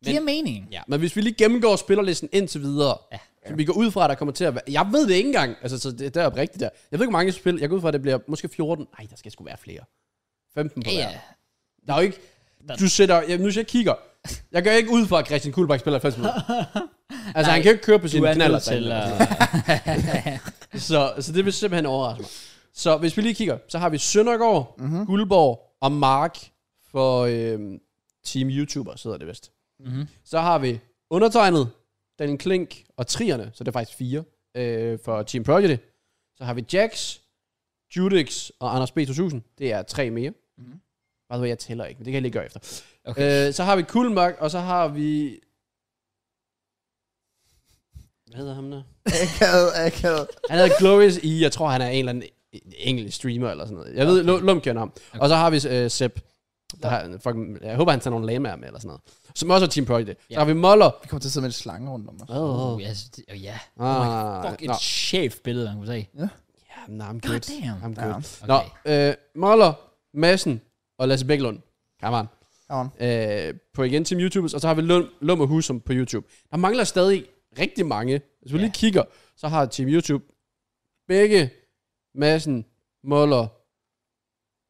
Speaker 1: Det
Speaker 3: Men-
Speaker 1: giver mening.
Speaker 3: Ja, men hvis vi lige gennemgår spillerlisten indtil videre,
Speaker 1: Ja.
Speaker 3: ja. så vi går ud fra, at der kommer til at være... Jeg ved det ikke engang, altså så det, det er rigtigt der. Jeg ved ikke, hvor mange spil. Jeg går ud fra, at det bliver måske 14. Nej, der skal sgu være flere. 15 på
Speaker 1: Ja,
Speaker 3: hver.
Speaker 1: ja.
Speaker 3: Der er jo ikke... Du sætter... Ja, nu skal jeg kigger. Jeg går ikke ud fra, at Christian Kuhlbach spiller 90 minutter. altså, Nej, han kan jo ikke køre på
Speaker 1: Du
Speaker 3: sin
Speaker 1: er
Speaker 3: knaller.
Speaker 1: nødt til at...
Speaker 3: Så, så det vil simpelthen overraske mig. Så hvis vi lige kigger, så har vi Søndergaard,
Speaker 1: Mhm.
Speaker 3: mm-hmm. Guldborg og Mark for øhm, Team YouTuber, sidder det vist.
Speaker 1: Mhm.
Speaker 3: Så har vi undertegnet, Daniel Klink og Trierne, så det er faktisk fire øh, for Team Prodigy. Så har vi Jax, Judix og Anders B2000. Det er tre mere.
Speaker 2: Mhm.
Speaker 3: Mm-hmm. Bare ved, jeg tæller ikke, men det kan jeg lige gøre efter.
Speaker 1: Okay.
Speaker 3: Okay. Øh, så har vi Kulmark, og så har vi... Hvad hedder ham der?
Speaker 2: Akavet, akavet.
Speaker 3: Han hedder Glorious E. Jeg tror, han er en eller anden engelsk streamer eller sådan noget. Jeg ved, Lum- Lum kender ham. Og så har vi øh, Sepp. Der har, fucking, jeg håber, han tager nogle lamaer med eller sådan noget. Som også er Team Prodigy.
Speaker 1: Ja.
Speaker 3: Så har vi Moller.
Speaker 2: Vi kommer til at sidde med en slange rundt om os.
Speaker 1: Oh, ja, så det- oh, ja.
Speaker 3: Ah,
Speaker 1: Fuck,
Speaker 3: nå.
Speaker 1: et chef billede, man kunne sige.
Speaker 3: Ja, men nah, I'm
Speaker 1: God
Speaker 3: good.
Speaker 1: damn.
Speaker 3: I'm
Speaker 2: Ja.
Speaker 3: good.
Speaker 1: Okay.
Speaker 3: Nå, øh, Moller, Madsen og Lasse Bæklund. Come on.
Speaker 2: Come on.
Speaker 3: Øh, på igen Team YouTubers, og så har vi Lum, Lum og Husum på YouTube. Der mangler stadig rigtig mange. Hvis vi
Speaker 1: Ja.
Speaker 3: lige kigger, så har Team YouTube begge Madsen, Moller,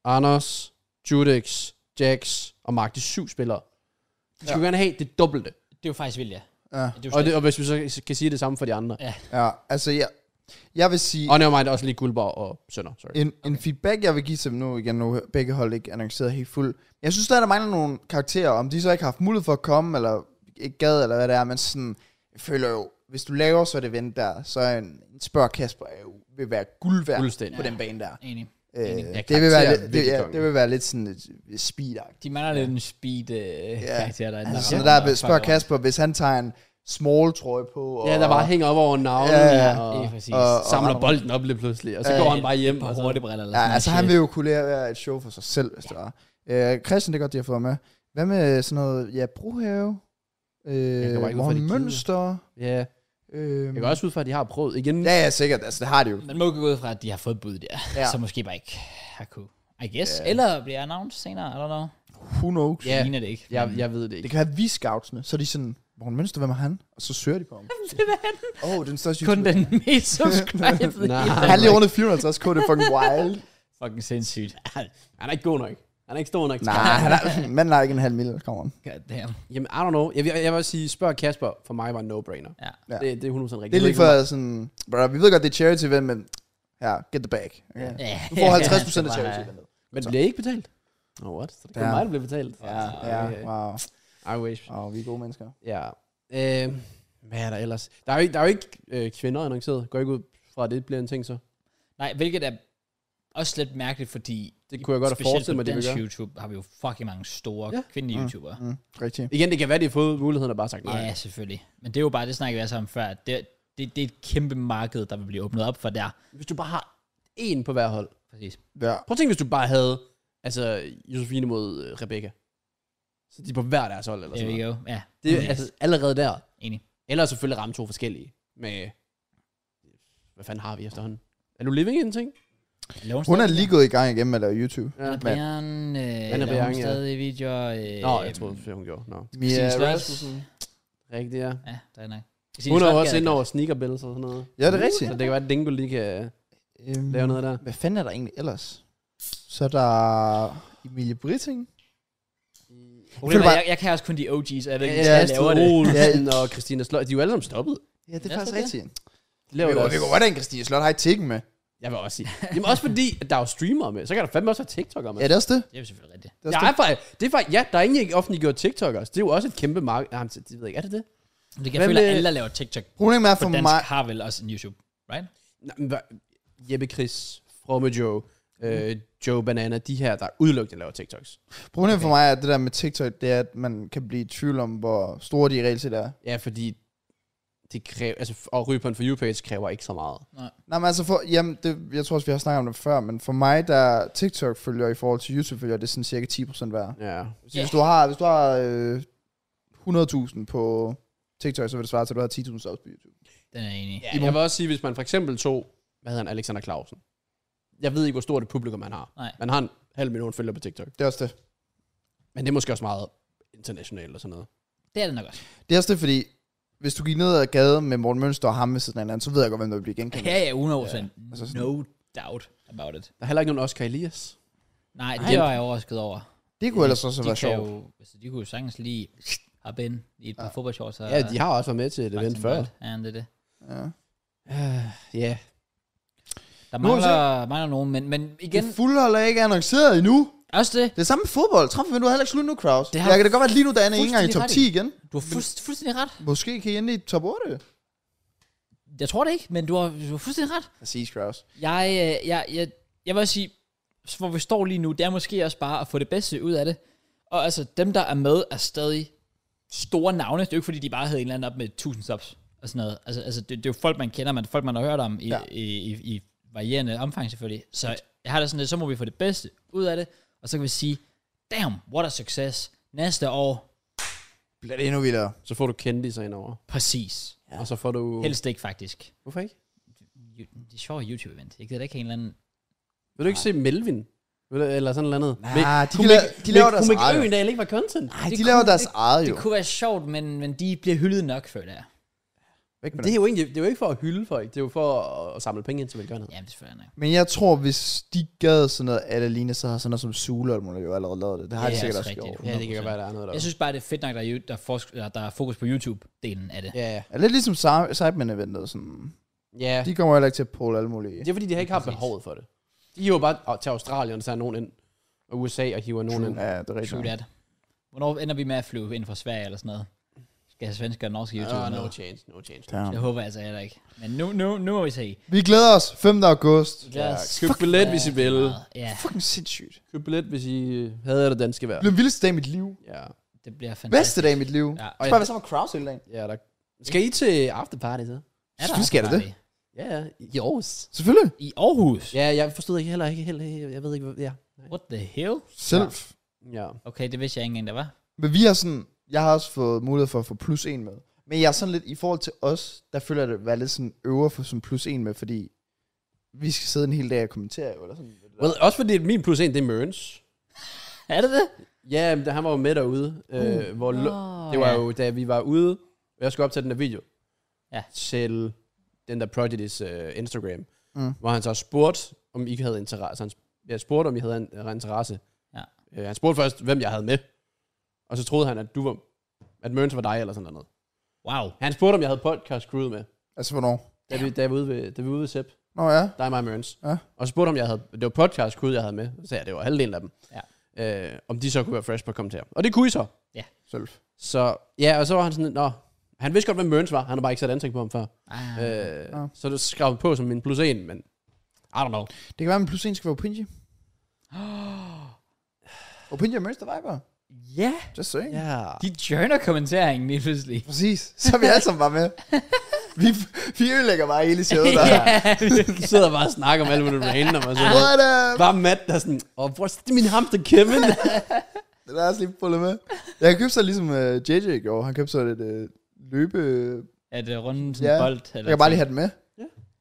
Speaker 3: Anders, Judix, Jax og Mark. De syv spillere. Vi skulle gerne have det dobbelte.
Speaker 1: Det er jo faktisk vildt, ja.
Speaker 2: Ja.
Speaker 1: Det er jo
Speaker 3: Og,
Speaker 1: slet-
Speaker 3: det, og hvis vi så kan sige det samme for de andre.
Speaker 2: ja, altså ja. Jeg vil sige,
Speaker 3: Og nevermind også lige Guldborg og Sønder, sorry.
Speaker 2: en, en feedback, jeg vil give til dem nu, igen nu begge hold ikke annonceret helt fuld. Jeg synes stadig, der mangler nogle karakterer, om de så ikke har haft mulighed for at komme, eller ikke gad, eller hvad det er, men sådan, jeg føler jo, hvis du laver så et event der, så er en, en spørg Kasper er jo, vil være guld værd
Speaker 3: Fuldstændig.
Speaker 2: på den bane der.
Speaker 1: Enig.
Speaker 2: Øh,
Speaker 1: Enig.
Speaker 3: Ja,
Speaker 2: det, vil
Speaker 3: karakterer
Speaker 2: være
Speaker 3: er
Speaker 2: lidt, det,
Speaker 3: virkelig
Speaker 2: ja,
Speaker 3: kongen.
Speaker 2: det vil være lidt sådan et speed
Speaker 1: De mangler lidt en speed øh, karakter derinde.
Speaker 2: Altså,
Speaker 1: rammer
Speaker 2: sådan der,
Speaker 1: folk
Speaker 2: der spørg
Speaker 1: over.
Speaker 2: Kasper, hvis han tager en small trøje på, og,
Speaker 3: Ja, der bare hænger op over navnet
Speaker 2: Ja,
Speaker 3: ja,
Speaker 2: ja,
Speaker 3: ja.
Speaker 2: ja.
Speaker 1: Det
Speaker 3: og
Speaker 1: er præcis.
Speaker 2: og-
Speaker 3: samler bolden op lidt pludselig, og så
Speaker 2: Ja,
Speaker 3: går
Speaker 2: ja.
Speaker 3: han bare hjem.
Speaker 1: på
Speaker 3: Og så,
Speaker 1: hurtigbriller eller
Speaker 2: Ja,
Speaker 1: sådan
Speaker 2: altså
Speaker 1: noget
Speaker 2: han
Speaker 1: shit.
Speaker 2: vil jo kunne levere et show for sig selv, hvis ja. det var. Øh, Christian, det er godt, de har fået med. Hvad med sådan noget, ja, Brohave, øh,
Speaker 3: kommer ikke ud fra, de
Speaker 2: Morten
Speaker 3: gider.
Speaker 2: Mønster.
Speaker 3: ja,
Speaker 2: Øh,
Speaker 3: jeg går også ud fra, at de har prøvet igen.
Speaker 2: Ja, ja, sikkert. Altså, det har de jo.
Speaker 1: Man må jo gå ud fra, at de har fået bud der,
Speaker 2: Ja.
Speaker 1: ja. så måske bare ikke har kunne. I guess.
Speaker 2: Ja.
Speaker 1: Yeah. Eller bliver announced senere, I don't know.
Speaker 2: Who knows?
Speaker 1: Ja. Ligner det ikke.
Speaker 3: Jeg, jeg ved det ikke.
Speaker 2: Det kan være, vi er scoutsene, så er de sådan, Morten Mønster, hvem er han? Og så søger de på ham. Åh, oh, den største
Speaker 1: Kun
Speaker 2: YouTuber.
Speaker 1: den mest subscribed. i
Speaker 3: Nej.
Speaker 1: hele-
Speaker 2: Han lige rundet 450 k, det er fucking wild.
Speaker 1: Fucking sindssygt.
Speaker 3: Han er ikke god nok. Han er ikke stor nok. til-
Speaker 2: Nej, han er, manden har ikke en halv million, kommer han.
Speaker 1: God damn.
Speaker 3: Jamen, I don't know. Jeg, vil- jeg vil også sige, spørg Kasper, for mig var en no-brainer.
Speaker 1: Ja.
Speaker 2: Ja.
Speaker 3: Ja. Det, det er 100% rigtigt.
Speaker 2: Det er lige
Speaker 3: Jeg ved ikke,
Speaker 2: for sådan, bro, vi ved godt, det er charity event, men ja, get the bag. Okay.
Speaker 1: Ja.
Speaker 2: Du får 50% af charity eventet.
Speaker 3: hvor- Men bliver I ikke betalt? Oh, what? Så det er
Speaker 2: Ja.
Speaker 3: ja. mig, der bliver betalt.
Speaker 1: Ja.
Speaker 2: Ja,
Speaker 3: okay.
Speaker 2: wow.
Speaker 3: I wish.
Speaker 2: wow. vi er gode mennesker.
Speaker 3: Ja. Øh, hvad er der ellers? Der er jo ikke, der er jo ikke øh, kvinder annonceret. Går ikke ud fra, at det bliver en ting så?
Speaker 1: Nej, hvilket er også lidt mærkeligt, fordi
Speaker 3: Det kunne jeg godt have
Speaker 1: specielt på
Speaker 3: forestillet mig, det ville
Speaker 1: dansk
Speaker 3: gøre.
Speaker 1: YouTube har vi jo fucking mange store
Speaker 3: Ja.
Speaker 1: ja. kvindelige YouTubere.
Speaker 2: Mm, rigtig.
Speaker 3: Igen, det kan være, de har fået muligheden og bare sagt nej.
Speaker 1: Ja, selvfølgelig. Men det er jo bare, det snakker vi altså om før, at det, det, det er et kæmpe marked, der vil blive åbnet op for der.
Speaker 3: Hvis du bare har én på hver hold.
Speaker 1: Præcis.
Speaker 2: Ja.
Speaker 3: Prøv at tænke, hvis du bare havde altså, Josefine mod øh, Rebecca. Så de er på hver deres hold eller
Speaker 1: There
Speaker 3: sådan
Speaker 1: we
Speaker 3: noget.
Speaker 1: go. Ja,
Speaker 3: Det er altså allerede der.
Speaker 1: enig.
Speaker 3: Eller selvfølgelig ramme to forskellige. Med, hvad fanden har vi efterhånden? Er du living en ting?
Speaker 1: Lone
Speaker 2: Hun er
Speaker 1: Star-
Speaker 2: lige gået i gang igen med at lave YouTube.
Speaker 3: Ja.
Speaker 1: Anna Bjørn, øh,
Speaker 3: Anna
Speaker 1: Anna
Speaker 3: Bjørn,
Speaker 1: Bjørn,
Speaker 3: ja.
Speaker 1: stadig videoer. Øh,
Speaker 3: Nå, jeg troede, hun gjorde. Nå.
Speaker 2: Mia
Speaker 1: Stine Sloth.
Speaker 2: Rasmussen.
Speaker 3: Rigtigt, ja.
Speaker 1: Ja, der er nok.
Speaker 3: Hun er jo også inde over sneaker bills og sådan noget.
Speaker 2: Ja, det er rigtigt.
Speaker 3: Så det kan være, at Dingo lige kan
Speaker 2: Øhm,
Speaker 3: lave noget der.
Speaker 2: Hvad fanden er der egentlig ellers? Så er der Emilie Britting.
Speaker 1: Problemet,
Speaker 2: føler
Speaker 1: er,
Speaker 2: bare-
Speaker 1: jeg, jeg, kan også kun de OG's, og jeg ved ikke,
Speaker 3: Ja,
Speaker 1: hvordan jeg
Speaker 3: Astrid
Speaker 1: laver det.
Speaker 3: Olsen og Christina Sløj, de er jo alle sammen stoppet.
Speaker 2: Ja, det
Speaker 1: Ja, faktisk tror jeg.
Speaker 2: rigtigt.
Speaker 3: De laver
Speaker 2: Vi
Speaker 3: deres-
Speaker 2: går godt af, Christine Slot har I tikken med.
Speaker 3: Jeg vil også sige. Jamen også fordi, at der er jo streamere med. Så kan der fandme også være TikTok'ere med.
Speaker 2: Ja, det er også det.
Speaker 1: Det er jo selvfølgelig rigtigt.
Speaker 2: det, er
Speaker 3: Ja,
Speaker 2: også det.
Speaker 3: er faktisk, det er faktisk, ja, der er egentlig ikke offentliggjort TikTok'ere. så Det er jo også et kæmpe marked. Nej, men det ved jeg ikke. Er det det?
Speaker 1: Men det kan
Speaker 3: Hvem,
Speaker 1: jeg føle,
Speaker 3: øh,
Speaker 1: at alle, der laver TikTok
Speaker 2: Problemet er
Speaker 1: på
Speaker 2: for
Speaker 1: dansk,
Speaker 2: mig...
Speaker 1: har vel også en YouTube, right?
Speaker 3: Nej, men hvad- Jeppe Chris, Fromme Joe, øh, Joe Banana, de her, der udelukkende laver TikToks.
Speaker 2: Problemet for mig er, at det der med TikTok, det er, at man kan blive i tvivl om, hvor store de reelt set er.
Speaker 3: Ja, fordi det kræver, altså at ryge på en For You-page kræver ikke så meget.
Speaker 2: Nej, men altså, for, jamen, det, jeg tror også, vi har snakket om det før, men for mig, der TikTok-følger i forhold til YouTube-følger, det er sådan cirka 10% værd.
Speaker 3: Ja.
Speaker 2: Så Hvis du har, hvis du har øh, 100.000 på TikTok, så vil det svare til, at du har 10.000 subs på YouTube.
Speaker 1: Den er jeg enig. i.
Speaker 3: ja jeg vil også sige, hvis man for eksempel tog, hvad hedder han, Alexander Clausen. Jeg ved ikke, hvor stort et publikum han har.
Speaker 1: Nej.
Speaker 3: Man har en halv million følgere på TikTok.
Speaker 2: Det er også det.
Speaker 3: Men det er måske også meget internationalt og sådan noget.
Speaker 1: Det er det nok også.
Speaker 2: Det er også det, fordi hvis du gik ned ad gaden med Morten Mønster og ham ved siden af hinanden, så ved jeg godt, hvem der vil blive genkendt.
Speaker 1: Ja, ja, 100 ja.
Speaker 2: altså sådan-
Speaker 1: No doubt about it.
Speaker 3: Der er heller ikke nogen Oscar Elias.
Speaker 1: Nej,
Speaker 3: Nej.
Speaker 1: det var jeg overrasket over.
Speaker 2: Det kunne ellers også
Speaker 1: de kan
Speaker 2: være sjovt.
Speaker 1: Jo, altså, de kunne jo sagtens lige hoppe ind i et par ja. fodboldshorts. og-
Speaker 3: Ja, de har også været med til et
Speaker 1: Martin
Speaker 3: event før.
Speaker 1: Bolt. Ja, det er det.
Speaker 2: Ja.
Speaker 3: Ja.
Speaker 1: Der
Speaker 2: Nu må vi
Speaker 1: mangler, mangler nogen, men, men igen,
Speaker 2: Det fulde hold er ikke annonceret endnu.
Speaker 1: også det.
Speaker 2: Det er samme med fodbold. Transfervinduet er heller ikke slut nu, Kraus.
Speaker 1: Det
Speaker 2: Det
Speaker 1: har
Speaker 2: jeg kan da godt være, at lige nu der er ikke engang
Speaker 1: fuldstændig
Speaker 2: i top
Speaker 1: ret i.
Speaker 2: 10 igen.
Speaker 1: Du har fuldst, fuldstændig ret.
Speaker 2: Måske kan I ende i top 8.
Speaker 1: Jeg tror det ikke, men du har, du har fuldstændig ret.
Speaker 2: Præcis, Kraus.
Speaker 1: Jeg, øh, jeg, jeg, jeg vil også sige, hvor vi står lige nu, det er måske også bare at få det bedste ud af det. Og altså, dem der er med, er stadig store navne. Det er jo ikke fordi, de bare havde en eller anden op med 1000 subs og sådan noget. Altså, altså det, det, er jo folk, man kender, men folk, man har hørt om i,
Speaker 2: Ja.
Speaker 1: ja. i, i, i varierende omfang selvfølgelig. Så jeg har det sådan lidt, så må vi få det bedste ud af det. Og så kan vi sige, damn, what a success. Næste år,
Speaker 2: Bliver det endnu vildere.
Speaker 3: Så får du kendiser indover.
Speaker 1: præcis.
Speaker 3: Ja. Og så får du...
Speaker 1: Helst ikke faktisk.
Speaker 3: Hvorfor ikke?
Speaker 1: Ju- Det er sjovt YouTube-event. Jeg gider da ikke have en eller anden...
Speaker 3: Vil du ikke se Melvin? Vil du- Eller sådan noget andet?
Speaker 2: Nej,
Speaker 3: Vil-
Speaker 2: de
Speaker 3: kunne
Speaker 2: la-
Speaker 3: Mik-
Speaker 2: de laver
Speaker 3: Mik-
Speaker 2: deres
Speaker 3: Kunne Mik-
Speaker 2: eget.
Speaker 3: Øgendal ikke var content?
Speaker 2: Nej,
Speaker 1: Det
Speaker 2: de
Speaker 1: kunne-
Speaker 2: laver deres eget jo.
Speaker 1: Det kunne være sjovt, men, men de bliver hyldet nok, føler jeg.
Speaker 2: Væk med
Speaker 3: Det er, jo egentlig, det er jo ikke for at hylde folk, det er jo for at, at samle penge ind til velgørenhed.
Speaker 1: Ja, det er selvfølgelig nok.
Speaker 2: det. Men jeg tror, hvis de gad sådan noget Adeline, så har sådan noget som Sula og Muller jo allerede lavet det. Det har
Speaker 1: Ja,
Speaker 2: de
Speaker 1: det er
Speaker 2: sikkert
Speaker 1: også
Speaker 2: også
Speaker 1: rigtigt.
Speaker 2: gjort.
Speaker 3: Ja, det kan godt
Speaker 1: 100%.
Speaker 3: være, der er noget der.
Speaker 1: Jeg synes bare, det er fedt nok, der er, ju- der er, fokus, der der er fokus på YouTube-delen af det.
Speaker 3: ja, ja.
Speaker 2: Er lidt ligesom Sidemen-eventet. Sådan.
Speaker 3: Ja,
Speaker 2: De kommer heller ikke til at pole alle mulige.
Speaker 3: det er fordi, de har ikke har
Speaker 1: Præcis.
Speaker 3: behovet for det. De hiver bare og, til Australien, så er nogen ind. Og USA og hiver nogen ind.
Speaker 2: Ja, det er
Speaker 1: True
Speaker 2: rigtigt.
Speaker 1: that. Hvornår ender vi med at flyve ind fra Sverige eller sådan noget? Skal have svensker og norske YouTube
Speaker 3: Uh,
Speaker 1: uh,
Speaker 3: no
Speaker 1: med?
Speaker 3: chance, no chance.
Speaker 2: Damn.
Speaker 1: Jeg håber altså heller ikke. Men nu, nu, nu må vi se.
Speaker 2: Vi glæder os. 5. august.
Speaker 1: Lad os
Speaker 3: køb
Speaker 1: fucking
Speaker 3: billet,
Speaker 1: være
Speaker 3: hvis I
Speaker 1: så
Speaker 3: vil.
Speaker 1: meget. Ja,
Speaker 2: Fucking sindssygt.
Speaker 3: Køb billet, hvis I havde det danske vejr.
Speaker 2: Det blev den vildeste dag i mit liv.
Speaker 3: Ja.
Speaker 1: det bliver fantastisk.
Speaker 2: Bedste dag i mit liv.
Speaker 1: Ja.
Speaker 2: Og Spørg, hvad så var Kraus hele dagen?
Speaker 3: ja, der. Skal I til afterparty så?
Speaker 1: Er der
Speaker 2: Selvfølgelig skal der det.
Speaker 1: afterparty?
Speaker 3: Ja, ja. I Aarhus.
Speaker 2: Selvfølgelig.
Speaker 1: I Aarhus?
Speaker 3: Ja, jeg forstod ikke heller ikke heller. Jeg ved ikke, hvad... Ja.
Speaker 1: What the hell?
Speaker 2: Selv.
Speaker 3: ja.
Speaker 1: Okay, det vidste jeg ikke engang, der var.
Speaker 2: Men vi har sådan, jeg har også fået mulighed for at få plus en med. Men jeg er sådan lidt, i forhold til os, der føler jeg det at være lidt sådan øver for sådan plus en med, fordi vi skal sidde en hel dag og kommentere, jo, eller sådan.
Speaker 3: Well, også fordi min plus en, det er Mørens.
Speaker 1: Er det det?
Speaker 3: Ja, men han var jo med derude. Øh, hvor lo-
Speaker 1: Nå,
Speaker 3: det var
Speaker 1: ja.
Speaker 3: jo, da vi var ude, og jeg skulle optage den der video
Speaker 1: Ja.
Speaker 3: til den der Prodigy's øh, Instagram,
Speaker 2: Mm.
Speaker 3: mm. hvor han så spurgte, om I havde interesse. altså Han, sp- jeg spurgte, om I havde en, en interesse.
Speaker 1: Ja.
Speaker 3: Øh, han spurgte først, hvem jeg havde med. Og så troede han, at du var, at Mørens var dig eller sådan noget.
Speaker 1: Wow.
Speaker 3: Han spurgte, om jeg havde podcast crew med,
Speaker 2: Altså, hvornår?
Speaker 3: da vi, da vi, ude, ved, da vi var ude ved Sepp.
Speaker 2: Nå ja.
Speaker 3: Dig og mig og Mørens.
Speaker 2: Ja.
Speaker 3: Og så spurgte om jeg havde, det var podcast crew, jeg havde med. Så sagde jeg, det var halvdelen af dem.
Speaker 1: Ja.
Speaker 3: Øh, om de så kunne være fresh på at kommentere. Og det kunne I så.
Speaker 2: Selv.
Speaker 3: Så ja, og så var han sådan, lidt, nå, han vidste godt, hvem Mørns var. Han har bare ikke sat ansigt på ham før.
Speaker 1: Ah,
Speaker 3: Øh,
Speaker 2: Ja.
Speaker 3: Så det skrev han på som en plus en, men I don't know.
Speaker 2: Det kan være, at min plus en skal være Opinji. Opinji og Mønster Viber.
Speaker 1: Ja,
Speaker 2: Just saying. Yeah.
Speaker 3: Ja.
Speaker 1: de journer kommenteringen lige pludselig.
Speaker 2: Præcis. Så er vi alle sammen bare med. vi, vi ødelægger bare hele showet der.
Speaker 1: ja,
Speaker 3: De sidder bare og snakker om alt muligt random og sådan noget.
Speaker 2: What up?
Speaker 3: Bare Matt, der er sådan, åh, oh, det er min hamster Kevin.
Speaker 2: Lad os lige pulle med. Jeg købte så ligesom uh, JJ i går. Han købte så et uh, løbe...
Speaker 1: er det rundt øh, sådan
Speaker 2: Ja.
Speaker 1: en bold? Eller
Speaker 2: Jeg kan bare
Speaker 1: ting?
Speaker 2: lige have den med.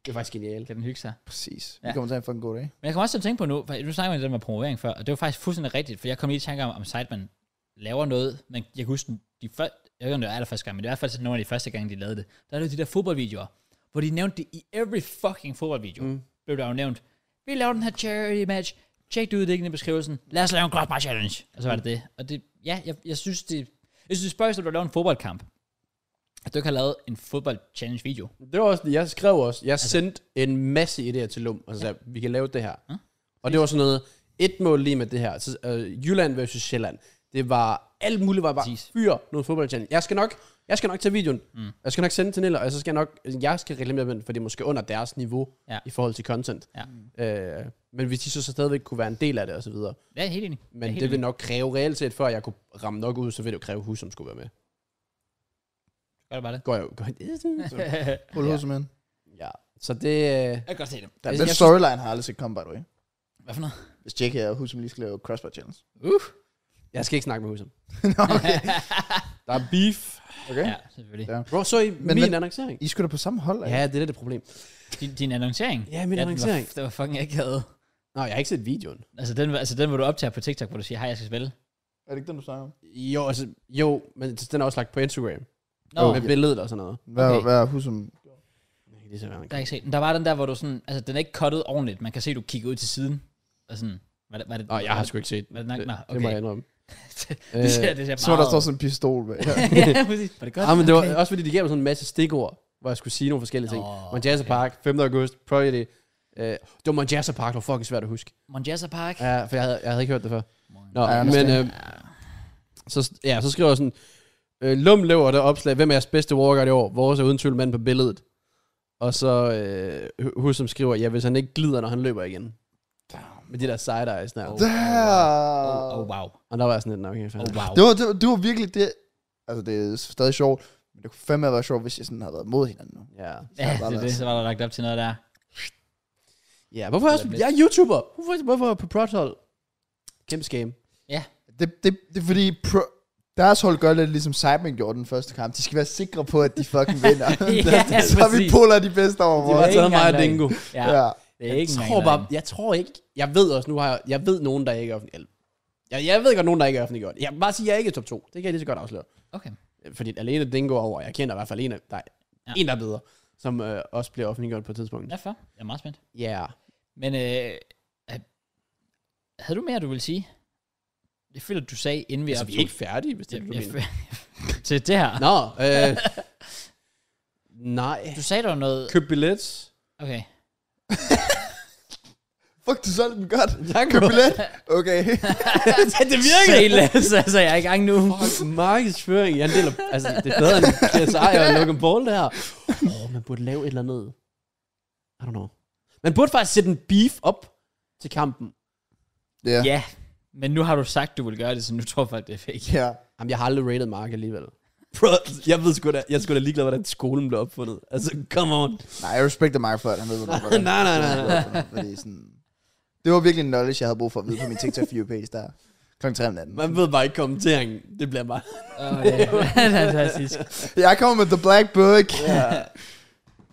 Speaker 3: det er faktisk genialt.
Speaker 1: Kan den hygge sig?
Speaker 2: Præcis. Vi
Speaker 1: Ja.
Speaker 2: kommer til at få en god dag.
Speaker 1: Men jeg kommer også til at tænke på nu, for nu snakker vi om det der med promovering før, og det var faktisk fuldstændig rigtigt, for jeg kom lige i tanke om, om Sideman laver noget, men jeg kan huske, de før, jeg ved ikke, om det var allerførste gang, men det var i hvert fald sådan nogle af de første gange, de lavede det. Der er jo de der fodboldvideoer, hvor de nævnte det i every fucking fodboldvideo, mm. blev der jo nævnt, vi laver den her charity match, tjek det ud, det er ikke i beskrivelsen, lad os lave en crossbar challenge, og så var det det. Og det, ja, jeg, jeg synes, det, jeg synes, det spørgsmål, at du har lavet en fodboldkamp, at du ikke har lavet en fodbold challenge video.
Speaker 3: Det var også, det, jeg skrev også, jeg sendte en masse idéer til Lum, og så sagde, vi kan lave det her. Og det var sådan noget, et mål lige med det her. Så, øh, Jylland versus Sjælland. Det var alt muligt, var bare
Speaker 1: Præcis.
Speaker 3: fyr noget fodboldchannel. Jeg skal nok, jeg skal nok tage videoen. Mm. Jeg skal nok sende den til Niller, og så skal jeg nok, jeg skal reklamere med den, for det er måske under deres niveau
Speaker 1: Ja.
Speaker 3: ja. i forhold til content.
Speaker 1: Ja.
Speaker 3: Øh, men hvis de så, så stadigvæk kunne være en del af det og så videre.
Speaker 1: Ja, helt enig. Jeg er
Speaker 3: Men
Speaker 1: helt
Speaker 3: det
Speaker 1: enig.
Speaker 3: vil nok kræve reelt set, før jeg kunne ramme nok ud, så vil det jo kræve hus, som skulle være med.
Speaker 1: Gør det bare det.
Speaker 3: Går jeg jo, går jeg,
Speaker 2: Hold ja. med.
Speaker 3: ja. Så det, øh,
Speaker 1: Jeg kan godt se det.
Speaker 2: Der,
Speaker 3: Jeg-
Speaker 2: den
Speaker 3: jeg synes-
Speaker 2: storyline har jeg aldrig set komme, by the way.
Speaker 1: Hvad for noget?
Speaker 2: Hvis JK og Husum lige skal lave crossbar challenge.
Speaker 1: Uh.
Speaker 3: jeg skal ikke snakke med Husum.
Speaker 2: Nå, okay.
Speaker 3: Der er beef.
Speaker 2: okay.
Speaker 1: Ja, selvfølgelig.
Speaker 2: Ja.
Speaker 3: Bro, så I
Speaker 2: Men-
Speaker 3: min
Speaker 2: men-
Speaker 3: annoncering?
Speaker 2: I skulle da på samme hold, altså.
Speaker 3: Ja, det er det, det problem.
Speaker 1: Din, din annoncering?
Speaker 3: Ja, min annoncering.
Speaker 1: Det var, det var fucking akavet.
Speaker 3: Nå, jeg har ikke set videoen.
Speaker 1: Altså den, altså den, hvor du optager på TikTok, hvor du siger, hej, jeg skal spille.
Speaker 2: Er det ikke den, du snakker om?
Speaker 3: Jo, altså, jo, men den er også lagt på Instagram.
Speaker 1: Nå,
Speaker 3: Oh,
Speaker 1: okay.
Speaker 3: med billedet og sådan noget.
Speaker 2: Hvad,
Speaker 1: Okay.
Speaker 2: okay. hvad er Husum?
Speaker 3: Jeg kan ikke lige se, hvad han
Speaker 1: der er ikke set. den. Der var den der, hvor du sådan, altså den er ikke cuttet ordentligt. Man kan se, du kigger ud til siden. Og sådan, var det, var det,
Speaker 3: Nå, jeg har sgu ikke set den.
Speaker 1: Hvad er det nok?
Speaker 3: det,
Speaker 1: Nå,
Speaker 3: det må
Speaker 1: okay.
Speaker 3: jeg indrømme.
Speaker 1: det ser, det ser
Speaker 2: Øh, Så der
Speaker 1: meget-
Speaker 2: står sådan en pistol bag.
Speaker 1: ja, præcis. Var det godt?
Speaker 3: Ja, ah, men det var også fordi, de gav mig sådan en masse stikord, hvor jeg skulle sige nogle forskellige ting.
Speaker 1: Nå,
Speaker 3: Manchester Park, 5. august, Prodigy. Øh, det var Manchester Park, det var fucking svært at huske.
Speaker 1: Monjasa Park.
Speaker 3: Ja, for jeg havde, jeg havde ikke hørt det før. Nå,
Speaker 2: Ja, jeg
Speaker 3: men
Speaker 2: understand.
Speaker 3: øh, så, ja, så skriver jeg sådan, øh, Lum laver det opslag, hvem er jeres bedste walker i år? Vores er uden tvivl mand på billedet. Og så øh, Hus, som skriver, ja, hvis han ikke glider, når han løber igen. Med de der side eyes der.
Speaker 1: Oh. Oh,
Speaker 2: Der!
Speaker 1: oh, wow.
Speaker 3: Og der var jeg sådan lidt, "Nå, okay, fair."
Speaker 1: Oh, wow.
Speaker 2: Det var, det, var, det var virkelig det. Altså, det er stadig sjovt. Men det kunne fandme have været sjovt, hvis jeg sådan havde været mod hinanden nu.
Speaker 3: Ja.
Speaker 1: Ja,
Speaker 2: var
Speaker 1: det, er
Speaker 2: der
Speaker 1: det, så var der lagt op til noget der.
Speaker 3: ja, hvorfor er jeg, også- jeg er YouTuber? Hvorfor, hvorfor på Protol? Kæmpe skam.
Speaker 2: Det, det, det er fordi, pro, deres hold gør lidt ligesom Cyberman gjorde den første kamp. De skal være sikre på, at de fucking vinder.
Speaker 1: Ja,
Speaker 2: så vi
Speaker 1: præcis.
Speaker 2: puller de bedste over
Speaker 3: De
Speaker 2: vores.
Speaker 1: var
Speaker 3: har
Speaker 1: ikke
Speaker 3: taget mig og
Speaker 1: engang
Speaker 3: Dingo.
Speaker 1: Ja,
Speaker 2: Ja.
Speaker 1: det er ikke
Speaker 3: jeg
Speaker 1: engang
Speaker 3: tror bare,
Speaker 1: løgn.
Speaker 3: jeg tror ikke, jeg ved også, nu har jeg, jeg ved nogen, der ikke er offentlig, jeg, jeg ved godt nogen, der ikke er offentliggjort. Jeg vil bare sige, at jeg er ikke i top 2. Det kan jeg lige så godt afsløre.
Speaker 1: Okay.
Speaker 3: Fordi alene Dingo er over, jeg kender i hvert fald en, af- der, er
Speaker 1: Ja.
Speaker 3: en, der er bedre, som øh, også bliver offentliggjort på et tidspunkt. Altså, Ja.
Speaker 1: Derfor. Jeg er meget spændt.
Speaker 3: Yeah.
Speaker 1: Men øh, øh, havde du mere, du ville sige? Jeg føler, du sagde, inden vi
Speaker 3: Altså, vi er
Speaker 1: optog-
Speaker 3: ikke færdige, hvis det er det, du
Speaker 1: jeg,
Speaker 3: mener.
Speaker 1: jeg, til det her.
Speaker 3: Nå, øh, Nej.
Speaker 1: Du sagde der var noget...
Speaker 3: Køb billet.
Speaker 1: Okay.
Speaker 2: Fuck, du solgte den godt.
Speaker 3: Tak,
Speaker 2: Køb billet. Okay.
Speaker 3: det virkede.
Speaker 1: Sales, altså, jeg er i gang nu.
Speaker 3: Fuck, markedsføring. Jeg deler, altså, det er bedre end KSI og Logan Paul, det her. Åh, oh, man burde lave et eller andet. I don't know. Man burde faktisk sætte en beef op til kampen.
Speaker 2: Ja.
Speaker 1: Ja, men nu har du sagt, du vil gøre det, så nu tror folk, det er fake.
Speaker 2: Ja.
Speaker 3: Jamen, jeg har aldrig rated Mark alligevel. Bro, jeg ved sgu da, jeg skulle da ligeglad, hvordan skolen blev opfundet. Altså, come on.
Speaker 2: Nej, jeg respekter Mark for, at han ved, hvad
Speaker 3: Nej, nej, nej,
Speaker 2: Fordi sådan, det var virkelig en knowledge, jeg havde brug for at vide på min TikTok for you page der. Klokken 3 om natten.
Speaker 3: Man ved bare ikke kommenteringen. Det bliver bare...
Speaker 1: Åh, ja. Fantastisk.
Speaker 2: Jeg kommer med The Black Book.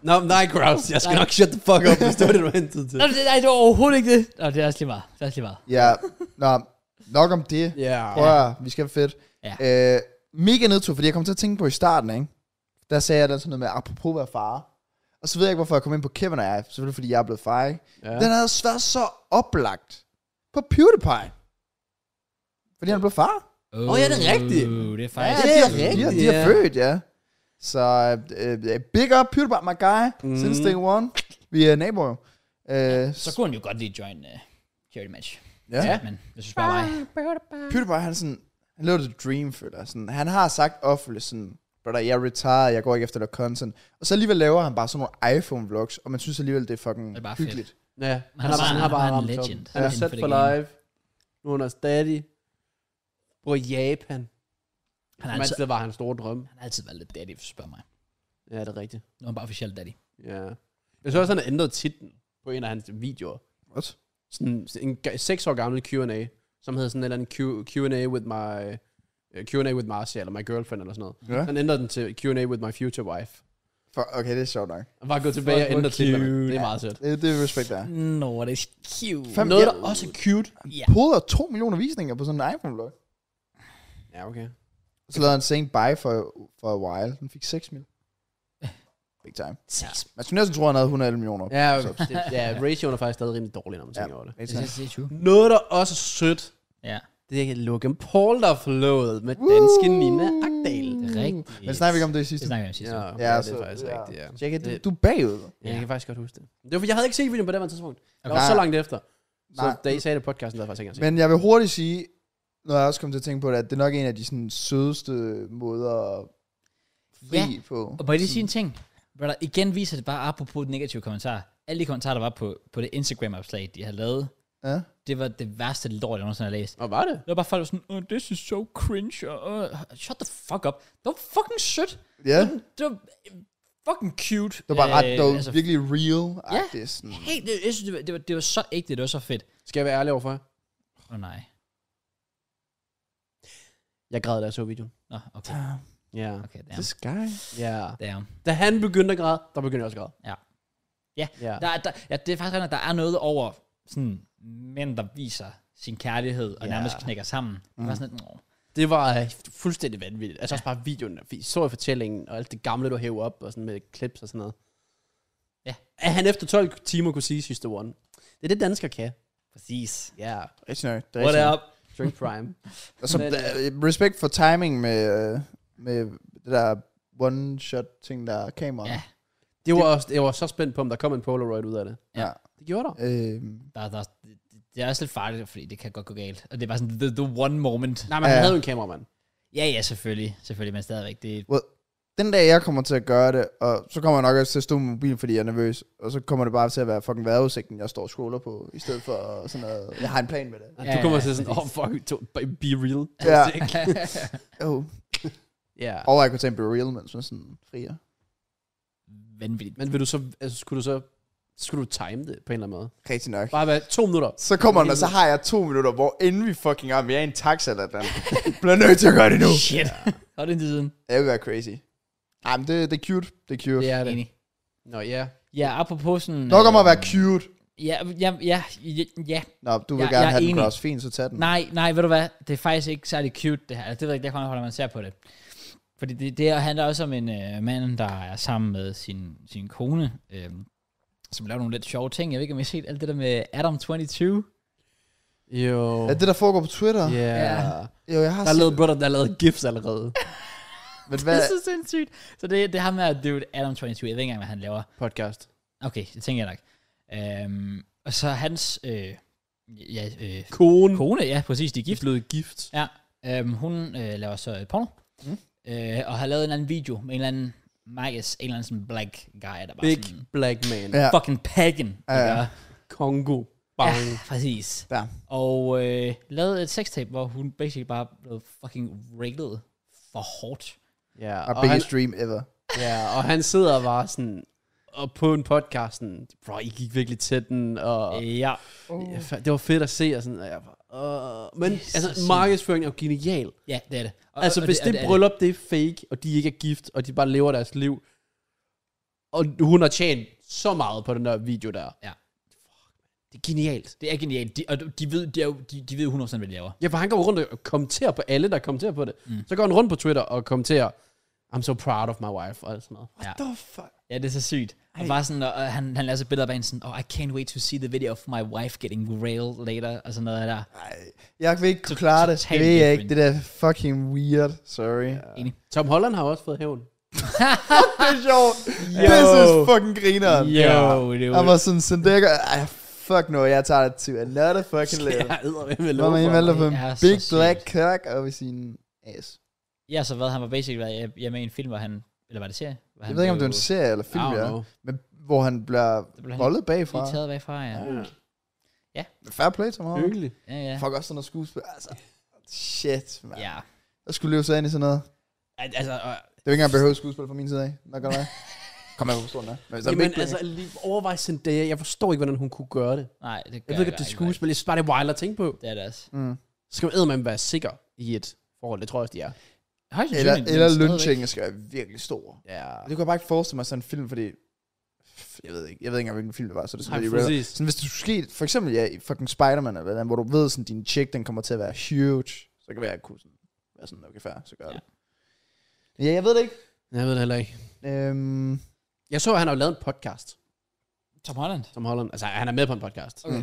Speaker 3: Nå, no, nej, Kraus. Jeg skal nok shut the fuck up, hvis det var det, du hentede til.
Speaker 1: Nå, det, nej, det var overhovedet ikke det. Nå, det er også lige meget. Det er også lige meget.
Speaker 2: Ja. Nå, nok om det.
Speaker 3: Ja.
Speaker 2: Prøv at, vi skal have fedt.
Speaker 1: Ja.
Speaker 2: Øh, mega nedtur, fordi jeg kom til at tænke på i starten, ikke? Der sagde jeg den sådan noget med, apropos at være far. Og så ved jeg ikke, hvorfor jeg kom ind på Kevin og jeg. Selvfølgelig fordi jeg er blevet far, ikke? Ja. Den havde været så oplagt på PewDiePie. Fordi han blev far.
Speaker 1: Åh,
Speaker 3: Åh, ja, det er rigtigt.
Speaker 1: Det er
Speaker 2: Ja,
Speaker 1: faktisk...
Speaker 2: de,
Speaker 3: det er
Speaker 2: er, de, er,
Speaker 3: rigtigt,
Speaker 2: de er
Speaker 3: ja.
Speaker 2: født, ja. Så øh, øh, big up PewDiePie, my guy. Mm. Since day one. Vi er naboer jo. Øh,
Speaker 1: Så
Speaker 2: så
Speaker 1: kunne han jo godt lige join uh, charity match.
Speaker 2: Ja.
Speaker 1: Så, Men jeg synes bare mig.
Speaker 2: PewDiePie, han er sådan, han lever the dream, føler jeg. sådan, Han har sagt offentligt sådan, brother, jeg er retired, jeg går ikke efter noget content. Og så alligevel laver han bare sådan nogle iPhone-vlogs, og man synes alligevel, det er fucking
Speaker 1: Det er bare fedt.
Speaker 2: hyggeligt. Fedt.
Speaker 3: Ja,
Speaker 1: Han er bare- han er bare en
Speaker 3: ramt
Speaker 1: legend
Speaker 3: toppen. Han er
Speaker 1: inden
Speaker 3: sat
Speaker 1: for det
Speaker 3: for
Speaker 1: game.
Speaker 3: live. Nu er han også daddy. Bro, Japan.
Speaker 1: Han har
Speaker 3: Men
Speaker 1: altid,
Speaker 3: det var hans store drøm.
Speaker 1: han har altid været lidt daddy, hvis du spørger mig.
Speaker 3: Ja, det er rigtigt.
Speaker 1: Nu er han bare officielt daddy.
Speaker 3: Ja. Jeg så også, han har ændret titlen på en af hans videoer.
Speaker 2: What?
Speaker 3: Sådan sådan en ga- seks år gammel Q&A, som hedder sådan en eller anden Q- Q&A with my... øh, Q&A with Marcia, eller my girlfriend, eller sådan noget.
Speaker 2: Ja.
Speaker 3: Han ændrede den til Q&A with my future wife.
Speaker 2: For, okay, det er sjovt nok.
Speaker 3: Og bare gå tilbage og
Speaker 1: hvor
Speaker 3: ændre titlen.
Speaker 1: cute.
Speaker 3: Det er meget sødt.
Speaker 2: Det, det er respekt, der er.
Speaker 1: Nå, det er cute.
Speaker 2: Fem-
Speaker 3: Noget,
Speaker 2: ja.
Speaker 3: der også er cute.
Speaker 1: Ja.
Speaker 2: Poder 2 millioner visninger på sådan en iPhone-vlog.
Speaker 3: Ja, okay.
Speaker 2: Så lavede han Saint Bye for, for a while. Den fik 6 mil. Big time.
Speaker 1: Seks.
Speaker 2: Man skulle næsten tro, han havde 111 millioner.
Speaker 3: Ja, det, ja, ratioen er faktisk stadig rimelig dårlig, når man tænker over det.
Speaker 1: Det er- det er true.
Speaker 3: Noget, der også er sødt,
Speaker 1: Ja.
Speaker 3: det er Logan Paul, der er forlovet med danske Nina
Speaker 1: Det
Speaker 3: Agdal.
Speaker 1: er rigtigt.
Speaker 2: Men snakker vi ikke om det i
Speaker 1: Det
Speaker 2: sidste?
Speaker 1: snakker vi om sidste. uge.
Speaker 3: Mm. Ja, okay,
Speaker 2: Ja,
Speaker 3: ja, det
Speaker 2: så-
Speaker 3: er faktisk
Speaker 2: ja.
Speaker 3: rigtigt, ja.
Speaker 2: Jacob,
Speaker 3: Det-
Speaker 2: du, du er bagud.
Speaker 3: Ja, Jeg kan faktisk godt huske det. Det var, fordi jeg havde ikke set videoen på det her tidspunkt. Jeg
Speaker 1: Okay.
Speaker 3: var så langt efter. Så
Speaker 2: Nej.
Speaker 3: da I sagde det i podcasten, der havde jeg faktisk ikke engang set.
Speaker 2: Men jeg vil hurtigt sige, når jeg også kom til at tænke på det, at det er nok en af de sådan, sødeste måder at fri
Speaker 1: Ja.
Speaker 2: på.
Speaker 1: Og må jeg lige sige en ting? Brother, igen viser det bare, apropos den negative kommentar. Alle de kommentarer, der var på, på det Instagram-opslag, de har lavet,
Speaker 2: Ja.
Speaker 1: det var det værste lort, jeg nogensinde har læst.
Speaker 3: Og var det?
Speaker 1: Det var bare folk, der var sådan, oh, this is so cringe, og uh, shut the fuck up. Det var fucking sødt.
Speaker 2: ja.
Speaker 1: Det var øh, fucking cute.
Speaker 2: Det var bare ret, det var
Speaker 1: altså,
Speaker 2: virkelig real-agtigt. Sådan.
Speaker 1: Helt, det, jeg synes, det, var, det, var, det var så ægte, det var så fedt.
Speaker 3: Skal jeg være ærlig overfor jer?
Speaker 1: Åh oh, nej.
Speaker 3: Jeg græd, da jeg så videoen.
Speaker 1: Nå, okay.
Speaker 3: Ja.
Speaker 1: Okay, damn.
Speaker 2: guy.
Speaker 3: Ja.
Speaker 1: damn.
Speaker 3: Da han begyndte at græde, der begyndte jeg også at græde.
Speaker 1: Ja. Ja.
Speaker 3: Ja.
Speaker 1: Der, er- der, ja, det er faktisk rigtigt, at der er noget over sådan mænd, der viser sin kærlighed og
Speaker 3: Ja.
Speaker 1: nærmest knækker sammen. Mm. Det var sådan lidt, "Åh."
Speaker 3: Det var øh, fuldstændig vanvittigt. Altså også bare videoen, historiefortællingen og alt det gamle, du hæver op, og sådan med clips og sådan noget.
Speaker 1: Ja.
Speaker 3: At han efter 12 timer kunne sige sidste one. Det er det, danskere kan.
Speaker 1: præcis.
Speaker 3: Ja. Yeah.
Speaker 2: Rigtig nok. Det er
Speaker 1: What
Speaker 2: rigtig nok.
Speaker 1: up?
Speaker 3: Drink prime.
Speaker 2: Og så,
Speaker 3: Men-
Speaker 2: øh, respekt for timing med, øh, med det der one-shot-ting, der er kamera.
Speaker 1: Ja.
Speaker 3: det var også, jeg var så spændt på, om der kom en Polaroid ud af det.
Speaker 1: Ja.
Speaker 3: Det gjorde der.
Speaker 2: Øh,
Speaker 1: Der, der, det er også lidt farligt, fordi det kan godt gå galt. Og det er bare sådan, the, the one moment.
Speaker 3: Nej, men han
Speaker 2: Ja.
Speaker 3: havde jo en kameramand.
Speaker 1: Ja, ja, selvfølgelig. Selvfølgelig, men stadigvæk. Det,
Speaker 2: well, den dag, jeg kommer til at gøre det, og så kommer jeg nok også til at stå med mobilen, fordi jeg er nervøs, og så kommer det bare til at være fucking vejrudsigten, jeg står og scroller på, i stedet for sådan noget. Jeg har en plan med det.
Speaker 1: Ja,
Speaker 3: du kommer
Speaker 1: ja,
Speaker 3: til sådan, oh fuck, to, be real.
Speaker 1: Altså,
Speaker 2: Ja.
Speaker 3: Sick.
Speaker 2: Oh.
Speaker 3: ja.
Speaker 2: Og jeg kunne tage en Be Real, mens man sådan frier.
Speaker 1: vanvittigt.
Speaker 3: Men vil du så, altså, skulle du så, skulle du time det på en eller anden måde?
Speaker 2: Rigtig nok.
Speaker 3: Bare være to minutter.
Speaker 2: Så kommer den, og så har jeg to minutter, hvor inden vi fucking er, vi er i en taxa eller den. Bliver nødt til at gøre det nu.
Speaker 1: Shit. Og det er en siden.
Speaker 2: Det vil være crazy. Ej, men det, det er cute. Det er cute.
Speaker 3: Det er det.
Speaker 1: Enig.
Speaker 3: Nå ja.
Speaker 1: Ja, apropos sådan...
Speaker 2: Nok om
Speaker 1: øh,
Speaker 2: at være cute.
Speaker 1: Ja, ja, ja, ja, ja.
Speaker 2: Nå, du vil
Speaker 1: Jeg-
Speaker 2: gerne
Speaker 1: jeg er
Speaker 2: have den
Speaker 1: enig.
Speaker 2: cross. Fint, så tag den.
Speaker 1: Nej, nej, ved du hvad? Det er faktisk ikke særlig cute, det her. Altså, Det ved jeg ikke, det kommer an på, hvordan man ser på det. Fordi det, det handler også om en øh, mand, der er sammen med sin, sin kone, øh, som laver nogle lidt sjove ting. Jeg ved ikke, om I har set alt det der med Adam22.
Speaker 3: Jo.
Speaker 2: Er det, der foregår på Twitter?
Speaker 3: Ja.
Speaker 1: Ja.
Speaker 2: Jo, jeg har
Speaker 3: Der er
Speaker 2: set
Speaker 3: lavet brother, der er lavet gifs allerede.
Speaker 2: Men
Speaker 1: det
Speaker 2: hvad,
Speaker 1: er så sindssygt. Så det, det har med at dude Adam 22, jeg ved ikke engang, hvad han laver.
Speaker 3: podcast.
Speaker 1: Okay, det tænker jeg nok. Øhm, og så hans øh, ja, øh,
Speaker 3: Kone.
Speaker 1: kone, ja præcis, de er gift.
Speaker 3: Blevet gift.
Speaker 1: Ja, øhm, hun øh, laver så øh, porno. Mm. Øh, og har lavet en eller anden video med en eller anden Marcus, en eller anden sådan black guy, der bare
Speaker 3: Big
Speaker 1: sådan,
Speaker 3: black man.
Speaker 2: Ja.
Speaker 1: fucking pagan.
Speaker 2: Ja, ja.
Speaker 1: ja.
Speaker 3: Kongo. Bang.
Speaker 1: ja, præcis.
Speaker 2: der.
Speaker 1: Og øh, lavede et sextape, hvor hun basically bare blev fucking rated for hårdt.
Speaker 3: Ja.
Speaker 2: My
Speaker 3: Og han,
Speaker 2: biggest dream ever.
Speaker 3: ja, og han sidder bare sådan og på en podcast sådan, bro, I gik virkelig tæt den, og
Speaker 1: Ja.
Speaker 3: Ja, fa- det var fedt at se, og sådan, og jeg var, uh, men
Speaker 1: Det er så
Speaker 3: altså,
Speaker 1: sindssygt.
Speaker 3: markedsføring er jo genial.
Speaker 1: Ja, det er det. Og,
Speaker 3: Altså, hvis det,
Speaker 1: er
Speaker 3: bryllup, det er fake, og de ikke er gift, og de bare lever deres liv, og hun har tjent så meget på den der video der.
Speaker 1: Ja.
Speaker 3: Det er genialt.
Speaker 1: Det er genialt. De, og de ved, de, er jo, de, de ved 100% hvad de laver.
Speaker 3: Ja, for han går rundt og kommenterer på alle, der kommenterer på det. Mm. Så går han rundt på Twitter og kommenterer, I'm so proud of my wife, og sådan noget.
Speaker 1: Ja.
Speaker 3: What the fuck?
Speaker 1: Ja, det er så sygt. Og bare sådan, og, og han, han lader sig billeder af en sådan, oh, I can't wait to see the video of my wife getting railed later, og sådan noget der.
Speaker 2: Ej, jeg vil ikke kunne klare det. Det
Speaker 1: totalt
Speaker 2: ved jeg ikke.
Speaker 1: different.
Speaker 2: Det der er fucking weird. Sorry.
Speaker 1: Enig.
Speaker 3: Tom Holland har også fået hævn.
Speaker 2: Det er sjovt.
Speaker 1: Yo.
Speaker 2: This is fucking grineren.
Speaker 1: Jo, det
Speaker 2: Han
Speaker 1: var...
Speaker 2: var sådan, Zendaya, ej, fuck no, jeg tager det til another fucking level.
Speaker 3: Ja, eddermame,
Speaker 2: Hvor man valgte at få en
Speaker 1: Det er så
Speaker 2: big
Speaker 1: sygt.
Speaker 2: black cock op i sin ass.
Speaker 1: Ja, så hvad, han var basically været ja, ja, med i en film, hvor han, eller var det serie? Hvor
Speaker 2: Jeg ved ikke, om det var en serie eller film,
Speaker 3: I don't
Speaker 2: ja.
Speaker 3: know.
Speaker 2: Men hvor han bliver
Speaker 1: blev han
Speaker 2: boldet bagfra.
Speaker 1: Lige taget bagfra, ja.
Speaker 2: Fair play til mig.
Speaker 3: Hyggeligt.
Speaker 1: Ja, ja.
Speaker 2: Fuck også sådan noget skuespil. Altså, shit, man.
Speaker 1: Ja.
Speaker 2: Jeg skulle leve sig ind i sådan noget.
Speaker 3: Al- Altså, og-
Speaker 2: Det er jo ikke engang behøvet skuespil fra min side af. Nok eller hvad? Kom her, hvor stor den er. Men så er
Speaker 3: Jamen
Speaker 2: big
Speaker 3: altså, lige overvej Zendaya. Jeg forstår ikke, hvordan hun kunne gøre det.
Speaker 1: Nej, det gør
Speaker 3: Jeg ved ikke, at det er
Speaker 1: ikke.
Speaker 3: skuespil. Jeg synes bare, det er wild at tænke på.
Speaker 1: Det altså. er det også.
Speaker 2: Mm.
Speaker 3: Så skal man eddermame være sikker i et forhold. Det tror jeg også, de er.
Speaker 1: Højst
Speaker 2: Eller,
Speaker 1: sandsynligt, men
Speaker 2: eller
Speaker 1: stadigvæk. Ah.
Speaker 2: lynchingen skal være virkelig stor.
Speaker 3: Ja.
Speaker 2: Det kunne jeg bare ikke forestille mig sådan en film, fordi... Jeg ved ikke, jeg ved ikke engang, hvilken film det var, så det er
Speaker 3: Nej,
Speaker 2: selvfølgelig relevant.
Speaker 3: præcis.
Speaker 2: Sådan, hvis du sker, for eksempel ja, i fucking Spider-Man, eller hvad, hvor du ved, sådan, din chick, den kommer til at være huge, så kan det være, at jeg kunne sådan, være sådan, okay, fair, så gør
Speaker 1: Ja.
Speaker 2: ja. det. Ja, jeg ved det ikke.
Speaker 3: Jeg ved det heller ikke.
Speaker 2: Øhm,
Speaker 3: Jeg så, at han har jo lavet en podcast,
Speaker 1: Tom Holland.
Speaker 3: som Holland. Altså, han er med på en podcast.
Speaker 1: Okay.
Speaker 3: Så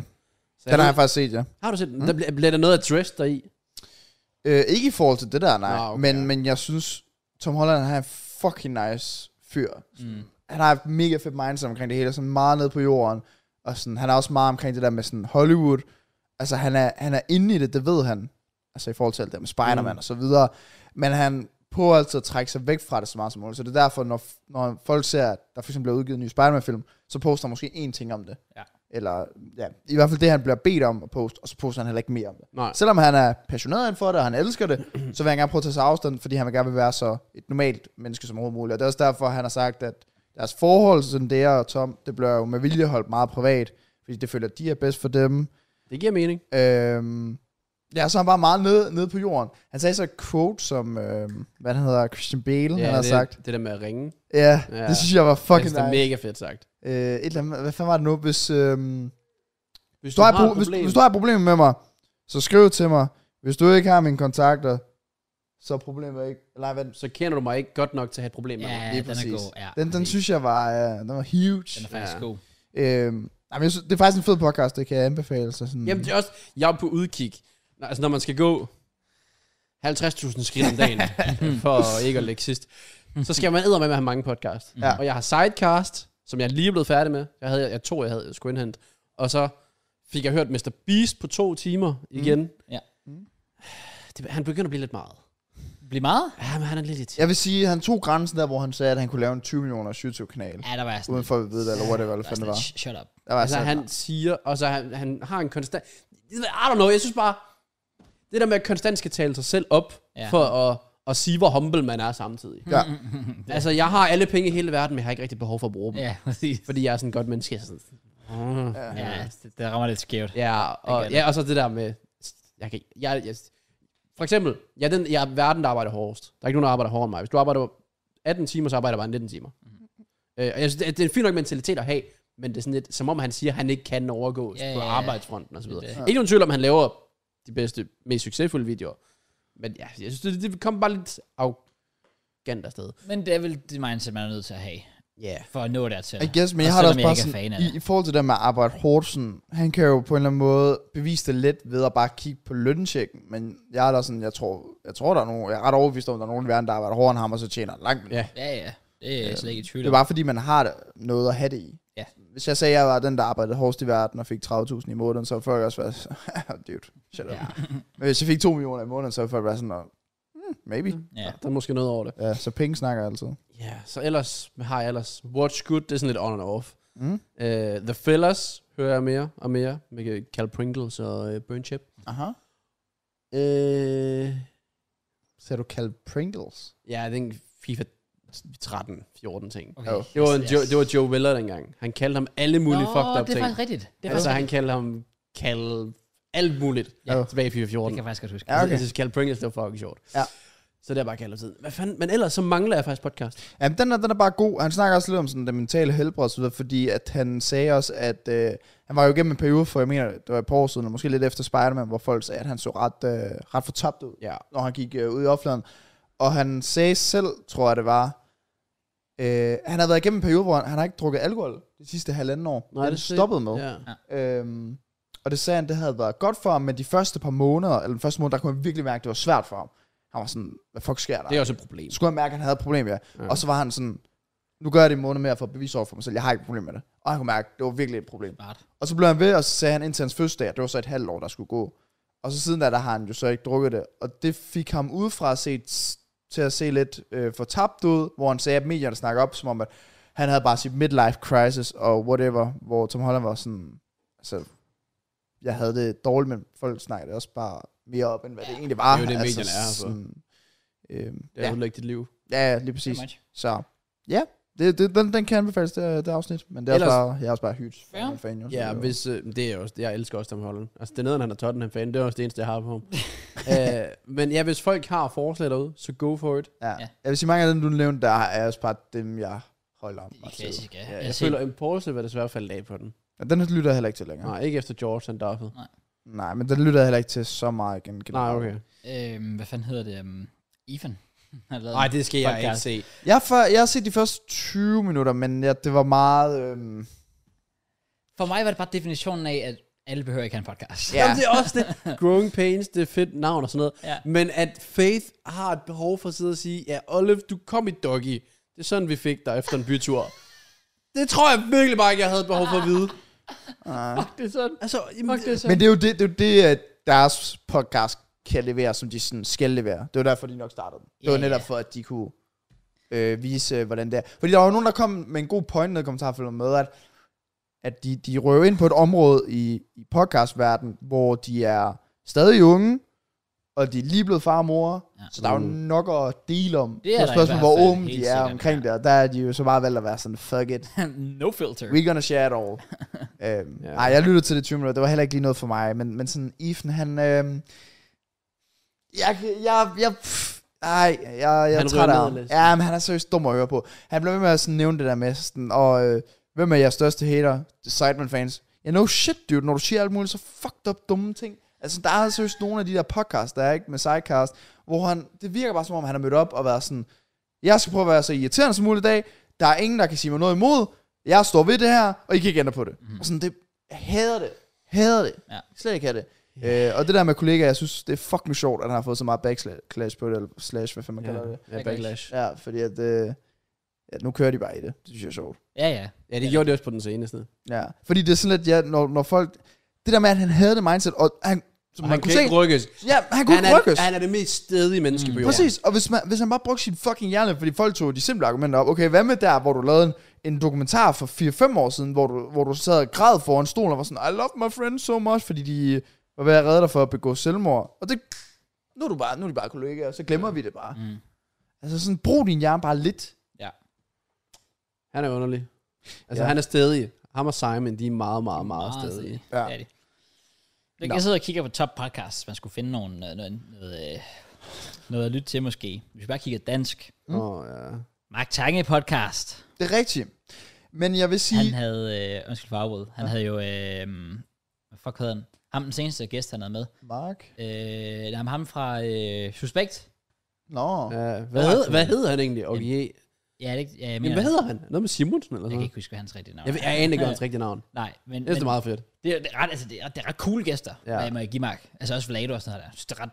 Speaker 2: den har
Speaker 3: jeg
Speaker 2: jeg faktisk set, ja.
Speaker 3: ved, har du set den? Der bliver, bliver der noget addressed deri?
Speaker 2: Øh, ikke i forhold til det der, nej.
Speaker 3: Nå, okay.
Speaker 2: men, men jeg synes, Tom Holland, han er en fucking nice fyr.
Speaker 1: Mm.
Speaker 2: Han har et mega fedt mindset omkring det hele, sådan meget ned på jorden. Og sådan, han er også meget omkring det der med sådan Hollywood. Altså, han er, han er inde i det, det ved han. Altså, i forhold til alt det med Spider-Man
Speaker 3: Mm.
Speaker 2: mm. og så videre. Men han prøver altid at trække sig væk fra det så meget som muligt. Så det er derfor, når, når folk ser, at der for eksempel bliver udgivet en ny Spider-Man-film, så poster han måske én ting om det.
Speaker 1: Ja.
Speaker 2: Eller, ja, i hvert fald det, han bliver bedt om at poste, og så poster han heller ikke mere om det.
Speaker 3: Nej.
Speaker 2: Selvom han er passioneret inden for det, og han elsker det, så vil han gerne prøve at tage sig afstand, fordi han vil gerne vil være så et normalt menneske som overhovedet muligt. Og det er også derfor, han har sagt, at deres forhold, sådan det er og Tom, det bliver jo med vilje holdt meget privat, fordi det føler, at de er bedst for dem.
Speaker 3: Det giver mening.
Speaker 2: Øhm, ja, så er han bare meget nede, nede på jorden. Han sagde så et quote, som, øhm, hvad han hedder, Christian Bale, ja, han har
Speaker 3: det,
Speaker 2: sagt.
Speaker 3: det der med at ringe.
Speaker 2: Ja,
Speaker 3: Ja.
Speaker 2: ja, det synes jeg var
Speaker 3: Fucking
Speaker 2: fucking
Speaker 3: det er
Speaker 2: nice.
Speaker 3: mega fedt sagt.
Speaker 2: Øh, et eller andet, hvad fanden var det nu, hvis... Øhm,
Speaker 3: Hvis
Speaker 2: hvis du, har et pro- hvis, hvis du har et problem med mig, så skriv til mig. Hvis du ikke har mine kontakter, så er problemet ikke... Nej, vent.
Speaker 3: så kender du mig ikke godt nok til at have et problem med
Speaker 1: Ja,
Speaker 3: mig.
Speaker 2: lige
Speaker 1: den er
Speaker 2: præcis.
Speaker 1: god. Ja,
Speaker 2: Den, den
Speaker 1: præcis.
Speaker 2: synes jeg var, uh, den var huge.
Speaker 1: Den er faktisk
Speaker 3: Ja.
Speaker 1: god.
Speaker 2: Øhm, nej, men jeg synes, det er faktisk en fed podcast, det kan jeg anbefale. Så sådan,
Speaker 3: Jamen, det er også, jeg er på udkig. Nå, Altså, når man skal gå 50.000 skridt om dagen, for ikke at lægge sidst, så skal man æde med at have mange podcast.
Speaker 2: Ja.
Speaker 3: Og jeg har Sidecast, som jeg lige er blevet færdig med. Jeg, havde, jeg tror, jeg havde jeg skulle indhente. Og så fik jeg hørt Mr. Beast på to timer igen. Mm.
Speaker 1: Ja.
Speaker 3: Det, han begynder at blive lidt meget.
Speaker 1: Bliv meget?
Speaker 3: Ja, men han er lidt irriterende.
Speaker 2: Jeg vil sige, han tog grænsen der, hvor han sagde, at han kunne lave en 20 millioners YouTube-kanal.
Speaker 1: Ja, der var jeg sådan.
Speaker 2: Uden for at vide det, eller whatever,
Speaker 1: der
Speaker 2: eller
Speaker 1: var
Speaker 2: fanden det
Speaker 1: sådan,
Speaker 2: var.
Speaker 1: "Sh- Shut up.
Speaker 2: Der var
Speaker 3: Altså,
Speaker 2: sådan,
Speaker 3: han siger, og så han, han har en konstant... I don't know, jeg synes bare, det der med, at konstant skal tale sig selv op,
Speaker 1: Ja.
Speaker 3: ja. for at, at sige, hvor humble man er samtidig.
Speaker 2: Ja.
Speaker 3: Altså, jeg har alle penge i hele verden, men jeg har ikke rigtig behov for at bruge dem. Ja.
Speaker 1: Ja, præcis.
Speaker 3: Fordi jeg er sådan et godt menneske. Jeg er sådan, "Åh."
Speaker 1: Ja, det, det rammer lidt skævt.
Speaker 3: ja,
Speaker 1: Jeg
Speaker 3: og,
Speaker 1: gør det.
Speaker 3: ja, og så det der med... Jeg kan, jeg, jeg, for eksempel, jeg er, den, jeg er verden, der arbejder hårdest. Der er ikke nogen, der arbejder hårdere end mig. Hvis du arbejder 18 timer, så arbejder jeg bare 19 timer.
Speaker 1: Mhm.
Speaker 3: Øh, og jeg synes, det, det er en fin nok mentalitet at have, men det er sådan lidt, som om han siger, at han ikke kan overgås
Speaker 1: Ja,
Speaker 3: ja, på
Speaker 1: ja, ja.
Speaker 3: arbejdsfronten osv.
Speaker 1: Det
Speaker 3: Ja.
Speaker 1: er
Speaker 3: Ikke
Speaker 1: det.
Speaker 3: nogen tvivl om, han laver de bedste, mest succesfulde videoer. Men ja, jeg synes, det, det kom bare lidt arrogant afsted.
Speaker 1: Men det er vel det mindset, man er nødt til at have.
Speaker 3: Ja.
Speaker 1: for at nå dertil.
Speaker 2: I guess, men jeg
Speaker 1: Og
Speaker 2: har da
Speaker 1: selvom
Speaker 2: også
Speaker 1: jeg
Speaker 2: bare
Speaker 1: ikke er
Speaker 2: sådan,
Speaker 1: fan af
Speaker 2: i,
Speaker 1: det.
Speaker 2: i forhold til det med Albert Horsen, han kan jo på en eller anden måde bevise det lidt ved at bare kigge på lønchecken, men jeg er da sådan, jeg tror, jeg tror der er nogen, jeg er ret overbevist om, der er nogen i verden, der arbejder hårdere end ham, og så tjener langt mere.
Speaker 3: Ja.
Speaker 1: Ja, ja. Det er jeg slet ikke i tvivl
Speaker 2: Det er
Speaker 1: om.
Speaker 2: bare fordi, man har det, noget at have det i.
Speaker 1: Ja.
Speaker 2: Hvis jeg sagde, at jeg var den, der arbejdede hårdest i verden og fik 30.000 i måneden, så ville folk også være sådan, "Ah, dude, shut up.
Speaker 1: Ja.
Speaker 2: Men hvis jeg fik 2 millioner i måneden, så ville folk være sådan, "Nå, hmm, maybe.
Speaker 1: Ja.
Speaker 3: Der er måske noget over det.
Speaker 2: Ja, så penge snakker jeg altid.
Speaker 3: Ja, så ellers har jeg ellers Watch Good, det er sådan lidt on and off.
Speaker 2: Mm.
Speaker 3: Uh, The Fellas hører jeg mere og mere, med Cal Pringles og uh, Burn Chip.
Speaker 2: Aha.
Speaker 3: Uh,
Speaker 2: Så du kaldt Pringles?
Speaker 3: ja, den FIFA 13-14 ting.
Speaker 1: Okay.
Speaker 2: Jo.
Speaker 1: Yes,
Speaker 3: Det var, en
Speaker 1: yes.
Speaker 3: Joe, det var Joe Weller dengang. Han kaldte ham alle mulige
Speaker 1: Nå,
Speaker 3: fucked up
Speaker 1: det er
Speaker 3: ting.
Speaker 1: faktisk rigtigt. Det er
Speaker 3: Altså,
Speaker 1: faktisk
Speaker 3: han kaldte ham Cal... Alt muligt.
Speaker 2: Ja.
Speaker 3: Ja. Tilbage i FIFA 14.
Speaker 1: rigtigt. Det kan jeg faktisk godt huske.
Speaker 2: Ja,
Speaker 3: Ja,
Speaker 2: okay.
Speaker 3: okay. Altså, Jeg synes, Cal Pringles, det var fucking sjovt.
Speaker 2: Ja.
Speaker 3: Så det er bare kaldt tiden. Hvad fanden? Men ellers så mangler jeg faktisk podcast.
Speaker 2: Jamen, den er, den er bare god. Han snakker også lidt om sådan det mentale helbred og så videre, fordi at han sagde også, at øh, han var jo igennem en periode for, jeg mener, det var et par år siden, og måske lidt efter Spider-Man, hvor folk sagde, at han så ret, øh, ret fortabt ud,
Speaker 3: Ja.
Speaker 2: når han gik øh, ud i offentligheden. Og han sagde selv, tror jeg det var, øh, han har været igennem en periode, hvor han, han har ikke drukket alkohol de sidste halvanden år.
Speaker 3: Nej,
Speaker 2: han
Speaker 3: det er sygt.
Speaker 2: stoppet med.
Speaker 3: Ja.
Speaker 2: Øhm, og det sagde han, det havde været godt for ham, men de første par måneder, eller den første måned, der kunne han virkelig mærke, at det var svært for ham. Han var sådan, hvad fuck sker der?
Speaker 3: Det er også et problem.
Speaker 2: skulle han mærke, at han havde et problem, ja.
Speaker 3: Ja.
Speaker 2: ja. Og så var han sådan, nu gør jeg det en måned mere for at bevise over for mig selv, jeg har ikke et problem med det. Og han kunne mærke, at det var virkelig et problem.
Speaker 1: Smart.
Speaker 2: Og så blev han ved, og så sagde han indtil hans fødselsdag, at det var så et halvt år, der skulle gå. Og så siden da, der har han jo så ikke drukket det. Og det fik ham udefra set til at se lidt øh, fortabt ud, hvor han sagde, at medierne snakker op, som om, at han havde bare sit midlife crisis og whatever, hvor Tom Holland var sådan, altså, jeg havde det dårligt, men folk snakkede også bare mere op, end hvad det egentlig var.
Speaker 3: det er jo det,
Speaker 2: altså,
Speaker 3: medierne er, altså.
Speaker 2: Sådan, øhm,
Speaker 3: Det er
Speaker 2: ja.
Speaker 3: jo ikke dit liv.
Speaker 2: ja, ja, lige
Speaker 1: Pretty
Speaker 2: præcis.
Speaker 1: much.
Speaker 2: Så ja, det, det, den, den kan anbefales, det, det afsnit. Men det er Ellers,
Speaker 3: Ellers-
Speaker 2: også bare, jeg er også bare huge
Speaker 1: Ja.
Speaker 2: fan, fan jo, så
Speaker 3: Ja,
Speaker 2: det er jo-
Speaker 3: hvis, øh, det er også, jeg elsker også Tom Holland. Altså, det er nederen, han er Tottenham-fan. Det er også det eneste, jeg har på ham. øh, men ja, hvis folk har forslag derude, så go for it.
Speaker 2: Ja.
Speaker 1: Ja.
Speaker 2: ja. Jeg vil sige, mange af dem, du nævnte, der er også bare dem, jeg holder om.
Speaker 1: Det er
Speaker 2: meget til.
Speaker 1: klassisk, ja.
Speaker 3: Ja, altså- jeg
Speaker 1: Jeg
Speaker 3: føler, Impulse var desværre faldet af på den.
Speaker 2: Ja, den lytter jeg heller ikke til længere. Nej,
Speaker 3: Nej, ikke efter George, han duffede.
Speaker 2: Nej men den lytter jeg heller ikke til så meget igen.
Speaker 3: Nej,
Speaker 2: generelt.
Speaker 3: okay.
Speaker 1: Øhm, hvad fanden hedder det? Um, Ethan?
Speaker 3: Nej, det skal jeg ikke
Speaker 1: Podcast.
Speaker 3: se.
Speaker 2: Jeg, har for, jeg har set de første 20 minutter, men ja, det var meget... Øhm,
Speaker 1: For mig var det bare definitionen af, at alle behøver ikke have en podcast.
Speaker 2: Ja.
Speaker 3: Ja. Jamen, det er også det. Growing Pains, det er fedt navn og sådan noget.
Speaker 1: Ja.
Speaker 3: Men at Faith har et behov for at sidde og sige, ja, Olive, du kom i doggy. Det er sådan, vi fik dig efter en bytur. Det tror jeg virkelig bare ikke, jeg havde et behov for at vide.
Speaker 1: Fuck, det er sådan.
Speaker 3: Altså, jamen,
Speaker 1: Fuck, det er sådan.
Speaker 2: men det er jo det, det, er jo det at deres podcast kan levere, som de sådan skal levere. Det var derfor, de nok startede den. Det
Speaker 1: Ja,
Speaker 2: var netop
Speaker 1: ja.
Speaker 2: for, at de kunne øh, vise, øh, hvordan det er. Fordi der var jo nogen, der kom med en god point ned i kommentarfeltet med, at, at de, de røver ind på et område i, i podcastverden, hvor de er stadig unge, og de er lige blevet far og mor,
Speaker 1: Ja. Uh.
Speaker 2: ja. så der er jo nok at dele om.
Speaker 1: Det er
Speaker 2: et
Speaker 1: der i hvert
Speaker 2: spørgsmål, hvor
Speaker 1: fald
Speaker 2: åben
Speaker 1: helt
Speaker 2: de er
Speaker 1: sikkert,
Speaker 2: omkring
Speaker 1: ja.
Speaker 2: det, og der er de jo så bare valgt at være sådan, fuck it,
Speaker 1: no filter.
Speaker 2: We're gonna share it all. øhm,
Speaker 3: Ja.
Speaker 2: yeah. Ej, jeg lyttede til det 20 minutter. Det var heller ikke lige noget for mig. Men, men sådan, Ethan, han... Øhm, jeg, kan- jeg, jeg, pff, ej, jeg, jeg
Speaker 3: Han
Speaker 2: er træt af
Speaker 3: ryger ned
Speaker 2: ham.
Speaker 3: lidt.
Speaker 2: Ja, men han er seriøst dum at høre på. Han blev ved med at sådan nævne det der med sådan, og øh, hvem er jeres største hater? Sideman fans. Ja, yeah, no shit, dude. Når du siger alt muligt, så fucked up dumme ting. Altså, der er seriøst nogle af de der podcasts, der er ikke med sidecast, hvor han, det virker bare som om, han har mødt op og været sådan, jeg skal prøve at være så irriterende som muligt i dag, der er ingen, der kan sige mig noget imod, jeg står ved det her, og I kan ikke ændre på det. Mm. Og sådan, det, jeg hader det, hader det,
Speaker 1: Ja.
Speaker 2: ja. slet ikke have det. Øh, og det der med kollegaer, jeg synes, det er fucking sjovt, at han har fået så meget backslash på det, eller slash, hvad fanden man ja. kalder det.
Speaker 3: Ja, backlash.
Speaker 2: Ja, fordi at, øh, ja, nu kører de bare i det, det synes jeg er sjovt.
Speaker 1: Ja, ja.
Speaker 3: Ja, det gjorde det også på den seneste.
Speaker 2: Ja, fordi det er sådan lidt, ja, når, når folk, det der med, at han havde det mindset, og han, som
Speaker 3: Og
Speaker 2: man
Speaker 3: han
Speaker 2: kunne
Speaker 3: kan
Speaker 2: se,
Speaker 3: ikke rykkes.
Speaker 2: ja, han kunne
Speaker 3: han,
Speaker 2: ikke rykkes.
Speaker 3: er, han er det mest stedige menneske på jorden.
Speaker 2: Præcis, og hvis, man, hvis han bare brugte sin fucking hjerne, fordi folk tog de simple argumenter op. Okay, hvad med der, hvor du lavede en, en dokumentar for 4-5 år siden, hvor du, hvor du sad og græd foran stolen og var sådan, I love my friends so much, fordi de var ved at redde dig for at begå selvmord. Og det, nu er, du bare, nu er de bare kollegaer, så glemmer vi det bare.
Speaker 1: Mm.
Speaker 2: Altså sådan, brug din hjerne bare lidt.
Speaker 3: Han er underlig. Altså,
Speaker 2: Ja.
Speaker 3: han er stedig. Ham og Simon, de er meget, meget, meget
Speaker 1: Meget
Speaker 3: stedige.
Speaker 1: stedig.
Speaker 2: Ja.
Speaker 1: Ah, Det er de. Jeg,
Speaker 2: Nå.
Speaker 1: jeg sidder og kigger på top podcasts. Man skulle finde nogen, noget, noget, noget, øh, noget at lytte til måske. Hvis vi bare kigger dansk.
Speaker 3: Åh, oh, ja.
Speaker 1: Mark Tange podcast.
Speaker 2: Det er rigtigt. Men jeg vil sige,
Speaker 1: Han havde, øh, undskyld for afbrud, han ja. havde jo, øh, hvad fuck hed han? Ham den seneste gæst, han havde med.
Speaker 2: Mark,
Speaker 1: Øh, nej, men ham fra øh, Suspekt.
Speaker 2: nå, ja.
Speaker 3: ja. Hvad, hed, hvad hed han egentlig? Og okay.
Speaker 1: Ja, det, ja, jeg,
Speaker 3: Men
Speaker 1: mener,
Speaker 3: hvad hedder han? Noget med Simonsen eller
Speaker 1: jeg
Speaker 3: sådan
Speaker 1: kan
Speaker 3: noget?
Speaker 1: ikke huske, hvad hans rigtige navn
Speaker 3: Jeg,
Speaker 1: er.
Speaker 3: ved, jeg aner ikke, hvad hans rigtige navn.
Speaker 1: Nej, men,
Speaker 3: Jeg synes, det
Speaker 1: men
Speaker 3: er meget fedt.
Speaker 1: det, er, det, er ret, altså, det, er, det er ret cool gæster,
Speaker 2: Ja.
Speaker 1: ja. hvad jeg må give Mark. Altså også Vlado og sådan noget der. Jeg synes, det er ret,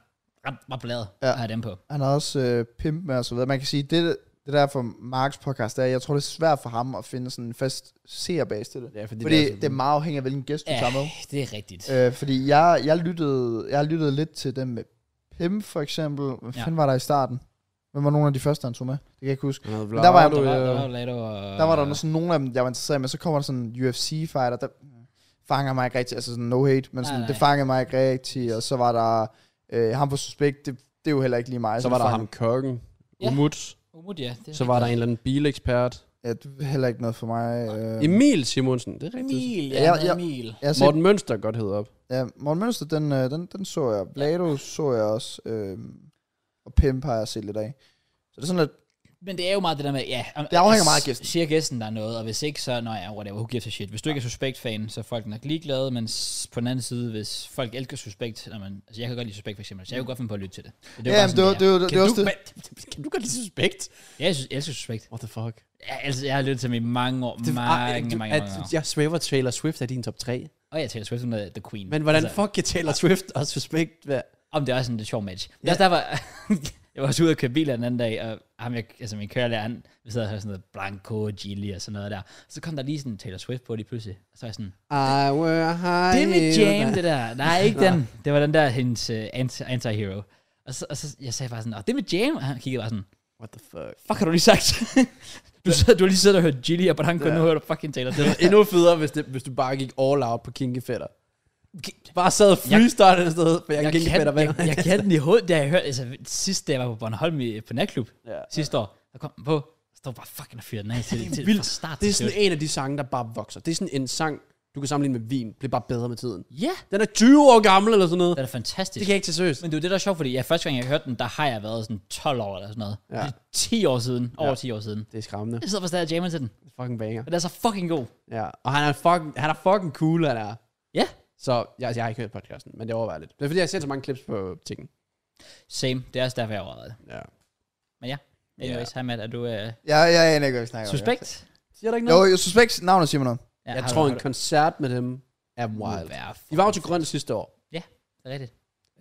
Speaker 1: ret, ret bladet
Speaker 2: Ja.
Speaker 1: ja. at have dem på.
Speaker 2: Han har også øh, pimp med og så videre. Man kan sige, det, det der for Marks podcast, er, jeg tror, det er svært for ham at finde sådan en fast seerbase til det.
Speaker 3: Ja, fordi,
Speaker 2: Fordi
Speaker 3: det er,
Speaker 2: det er meget afhængigt af, hvilken gæst du
Speaker 1: Ja,
Speaker 2: tager med.
Speaker 1: det er rigtigt.
Speaker 2: Øh, fordi jeg, jeg, lyttede, jeg lyttede lidt til dem med Pim, for eksempel. Hvad
Speaker 1: Ja.
Speaker 2: fanden var der i starten? Hvem var nogle af de første, han tog med? Det kan jeg ikke huske.
Speaker 3: sådan,
Speaker 2: Men der var
Speaker 1: der,
Speaker 2: du,
Speaker 1: var, der
Speaker 2: øh,
Speaker 1: var Vlado og...
Speaker 2: Der var der sådan nogle af dem, jeg var interesseret i, men så kommer der sådan en UFC-fighter, der fanger mig ikke rigtig, altså sådan no hate, men
Speaker 1: Nej,
Speaker 2: sådan,
Speaker 1: nej.
Speaker 2: det fanger mig ikke rigtig, og så var der øh, ham på suspekt, det, det er jo heller ikke lige mig.
Speaker 3: så var der
Speaker 2: det
Speaker 3: ham kokken,
Speaker 1: Ja.
Speaker 3: Umut,
Speaker 1: Umut, ja. Det er
Speaker 3: så var der en eller anden bilekspert.
Speaker 2: Ja, det er heller ikke noget for mig. Øh,
Speaker 3: Emil Simonsen, det er
Speaker 1: rigtigt.
Speaker 3: rigtigt.
Speaker 1: Emil,
Speaker 2: Ja,
Speaker 1: ja,
Speaker 2: ja.
Speaker 1: ja, Emil.
Speaker 2: jeg har set, Morten.
Speaker 3: Morten Mønster godt hedder op.
Speaker 2: Ja, Morten Mønster, den, øh, den, den så jeg. Blado så jeg også. Øh, og Pimp har jeg set lidt af. Så det er sådan lidt,
Speaker 1: Men det er jo meget det der med, ja. om-
Speaker 2: Det afhænger
Speaker 1: s-
Speaker 2: meget af gæsten.
Speaker 1: Siger gæsten, der er noget, og hvis ikke, så nej, ja, whatever, who gives a shit. Hvis du ikke er suspekt-fan, så er folk nok ligeglade, men s- på den anden side, hvis folk elsker suspekt, når man, altså jeg kan godt lide suspekt for eksempel, så jeg kan godt finde på at lytte til det. Så
Speaker 2: ja, men det, var- det, var- det,
Speaker 3: Kan
Speaker 2: det, var
Speaker 3: du,
Speaker 2: også det.
Speaker 3: men- kan du godt lide suspekt?
Speaker 1: Ja, jeg synes, jeg elsker suspekt.
Speaker 3: What the fuck?
Speaker 1: Jeg, altså, jeg har lyttet til dem i mange år, det, mange, mange, mange,
Speaker 3: at,
Speaker 1: mange år.
Speaker 3: jeg svæver Taylor Swift er din top 3.
Speaker 1: Og jeg taler Swift med The Queen. Altså,
Speaker 3: Men hvordan fuck kan Taylor Swift og suspekt være?
Speaker 1: Om det er også en lidt sjov match. Men også der var, jeg var også ude og køre biler den anden dag, og ham, jeg, altså min kørelærer, han vi sad og hørte sådan noget Blanco, Gilly og sådan noget der. Så kom der lige sådan Taylor Swift på lige pludselig. Og så var jeg sådan,
Speaker 3: I were high.
Speaker 1: det er mit jam, det der. Nej, ikke den. Det var den der, hendes uh, anti- anti-hero. Og så, og så jeg sagde bare sådan, oh, det er mit jam. Og han kiggede bare sådan,
Speaker 3: What the fuck?
Speaker 1: fuck har du lige sagt? du, sad, du har lige siddet og hørt Gilly, og på den kunne nu hører du fucking Taylor
Speaker 3: Det
Speaker 1: Swift.
Speaker 3: var endnu federe, hvis, det, hvis du bare gik all out på Kinky Fætter. Bare sad og freestyle et sted, for jeg,
Speaker 1: Jeg
Speaker 3: jeg Kinky
Speaker 1: kan,
Speaker 3: Fætter.
Speaker 1: jeg, jeg kan den i hovedet, da jeg hørte, altså sidst, da jeg var på Bornholm i, på natklub
Speaker 3: Ja.
Speaker 1: sidste år, der kom den på, stod bare fucking og fyrede den af til, til
Speaker 3: vildt.
Speaker 1: fra start
Speaker 3: Det er
Speaker 1: til
Speaker 3: sådan
Speaker 1: slut.
Speaker 3: en af de sange, der bare vokser. Det er sådan en sang, du kan sammenligne med vin. Bliver bare bedre med tiden.
Speaker 1: Ja,
Speaker 3: Den er 20 år gammel eller sådan noget.
Speaker 1: det er da
Speaker 3: Det
Speaker 1: fantastisk.
Speaker 3: kan jeg ikke tage seriøst.
Speaker 1: Men det er jo det, der er sjovt, fordi ja, første gang, jeg hørte den, der har jeg været sådan 12 år eller sådan noget.
Speaker 3: Ja.
Speaker 1: Ja. 10 år siden, over
Speaker 3: Ja.
Speaker 1: 10 år siden.
Speaker 3: Det er skræmmende.
Speaker 1: Jeg sidder for stadig og jammer til den.
Speaker 3: Det er fucking banger.
Speaker 1: Og den er så fucking god.
Speaker 3: Ja. Og han er fucking, han er fucking cool, han er.
Speaker 1: Ja.
Speaker 3: Så jeg, altså, jeg har ikke hørt podcasten, men det overvejer lidt. Det er fordi, jeg ser så mange klips på tingen.
Speaker 1: Same. Det er også derfor, jeg overvejede det.
Speaker 3: Ja.
Speaker 1: Men ja. Anyways, yeah. hej Matt, er du uh,
Speaker 2: Jeg, jeg aner ikke, hvad vi snakker om.
Speaker 1: suspekt?
Speaker 3: Siger du ikke
Speaker 2: Jo,
Speaker 3: noget?
Speaker 2: jo, suspekt. Navnet siger mig noget.
Speaker 1: Ja,
Speaker 3: jeg
Speaker 1: har
Speaker 3: tror,
Speaker 1: du-
Speaker 3: en koncert med dem er
Speaker 1: har du-
Speaker 3: wild.
Speaker 1: Må være
Speaker 3: De var jo til
Speaker 1: fucking
Speaker 3: grøn sidste år.
Speaker 1: fedt. Det er Rigtigt.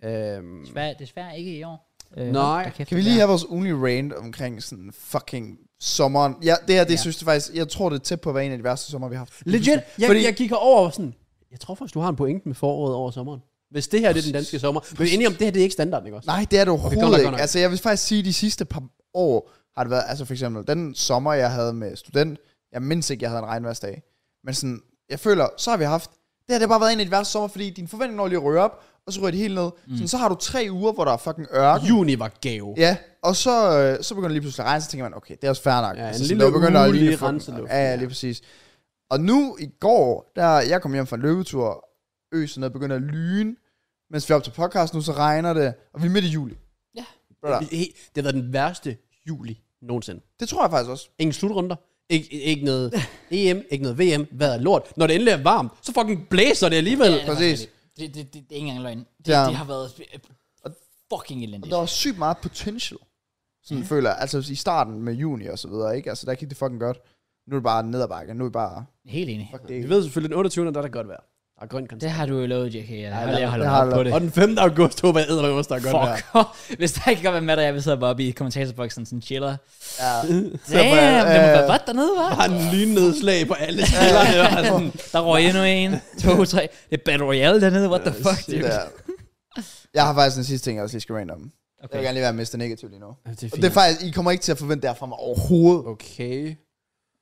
Speaker 3: Øhm,
Speaker 1: Desværre, desværre ikke i år. Øh,
Speaker 3: Nej.
Speaker 1: hold da kæft,
Speaker 2: Kan vi
Speaker 1: det
Speaker 2: lige
Speaker 1: er-
Speaker 2: have vores only rant omkring sådan fucking sommeren? Ja, det her, det
Speaker 1: Ja.
Speaker 2: ja. synes jeg faktisk, jeg tror, det er tæt på at være en af de værste sommer, vi har haft.
Speaker 3: legit, jeg,
Speaker 2: Fordi-
Speaker 3: fordi, jeg gik herover og sådan, jeg tror faktisk, du har en pointe med foråret over sommeren. Hvis det her det er den danske sommer, men vi er enige om, det her det er ikke standarden, ikke også?
Speaker 2: Nej, det er det
Speaker 3: godt
Speaker 2: overhovedet
Speaker 3: nok,
Speaker 2: det ikke.
Speaker 3: godt nok.
Speaker 2: Altså, jeg vil faktisk sige, at de sidste par år har det været, altså for eksempel, den sommer, jeg havde med student, jeg mindes ikke, jeg havde en regnværsdag. Men sådan, jeg føler, så har vi haft, det her det har bare været en af de værste sommer, fordi din forventning når lige at røre op, og så rører det helt ned. Mm. Sådan, så har du tre uger, hvor der er fucking ørken.
Speaker 3: Juni var gave.
Speaker 2: Ja, og så, øh, så begynder det lige pludselig at regne, så tænker man, okay, det er også fair nok.
Speaker 3: Ja, en
Speaker 2: sådan,
Speaker 3: lille
Speaker 2: det begynder at
Speaker 3: uge
Speaker 2: ligne
Speaker 3: lige
Speaker 2: fucking-
Speaker 3: renseluft.
Speaker 2: Ja, ja, lige præcis. Og nu i går, der jeg kom hjem fra en løbetur, øs og noget begynder at lyne, mens vi er op til podcast nu, så regner det, og vi er midt i juli.
Speaker 1: Ja.
Speaker 2: Brother,
Speaker 3: Det- Det har været den værste juli nogensinde.
Speaker 2: det tror jeg faktisk også.
Speaker 3: Ingen slutrunder. Ikke, ikke noget EM, ikke noget VM. Hvad er lort? Når det endelig er varmt, så fucking blæser det alligevel.
Speaker 1: Ja, det er
Speaker 2: Præcis.
Speaker 1: faktisk rigtigt. Det, det, det, det, er ikke engang løgn. Det,
Speaker 2: Ja.
Speaker 1: det har været øh, fucking
Speaker 2: Og
Speaker 1: elendigt.
Speaker 2: der var sygt meget potential, sådan føler jeg. Altså i starten med juni og så videre, ikke? Altså der gik det fucking godt. Nu er det bare ned ad bakke, nu er det bare...
Speaker 1: Helt enig.
Speaker 2: Fuck
Speaker 3: Vi
Speaker 2: det.
Speaker 3: ved selvfølgelig, den 28. der er der godt vejr. Der er grøn koncert.
Speaker 1: Det har du jo lovet, JK. Jeg har
Speaker 2: det-
Speaker 1: jeg holder
Speaker 2: det har
Speaker 1: op
Speaker 2: jeg
Speaker 1: på det.
Speaker 3: Og den 5. august håber jeg, at der også der er godt
Speaker 1: Fuck.
Speaker 3: vejr.
Speaker 1: Hvis der ikke kan være med dig, jeg vil sidde bare oppe i kommentatorboksen sådan chiller.
Speaker 2: Ja.
Speaker 1: Damn,
Speaker 2: bare,
Speaker 1: det må
Speaker 2: øh,
Speaker 1: være godt dernede, hva'?
Speaker 3: Bare en lynnedslag på alle spillere. Det var sådan,
Speaker 1: Der røg endnu en, to, tre. Det er Battle Royale dernede, what the fuck,
Speaker 2: Det
Speaker 1: dude.
Speaker 2: der. Jeg har faktisk den sidste ting, jeg også lige skal rant om. Jeg vil
Speaker 1: Okay.
Speaker 2: gerne lige være Mr. Negativ lige nu.
Speaker 3: det er
Speaker 2: Og det er faktisk, I kommer ikke til at forvente det her fra mig overhovedet.
Speaker 3: Okay.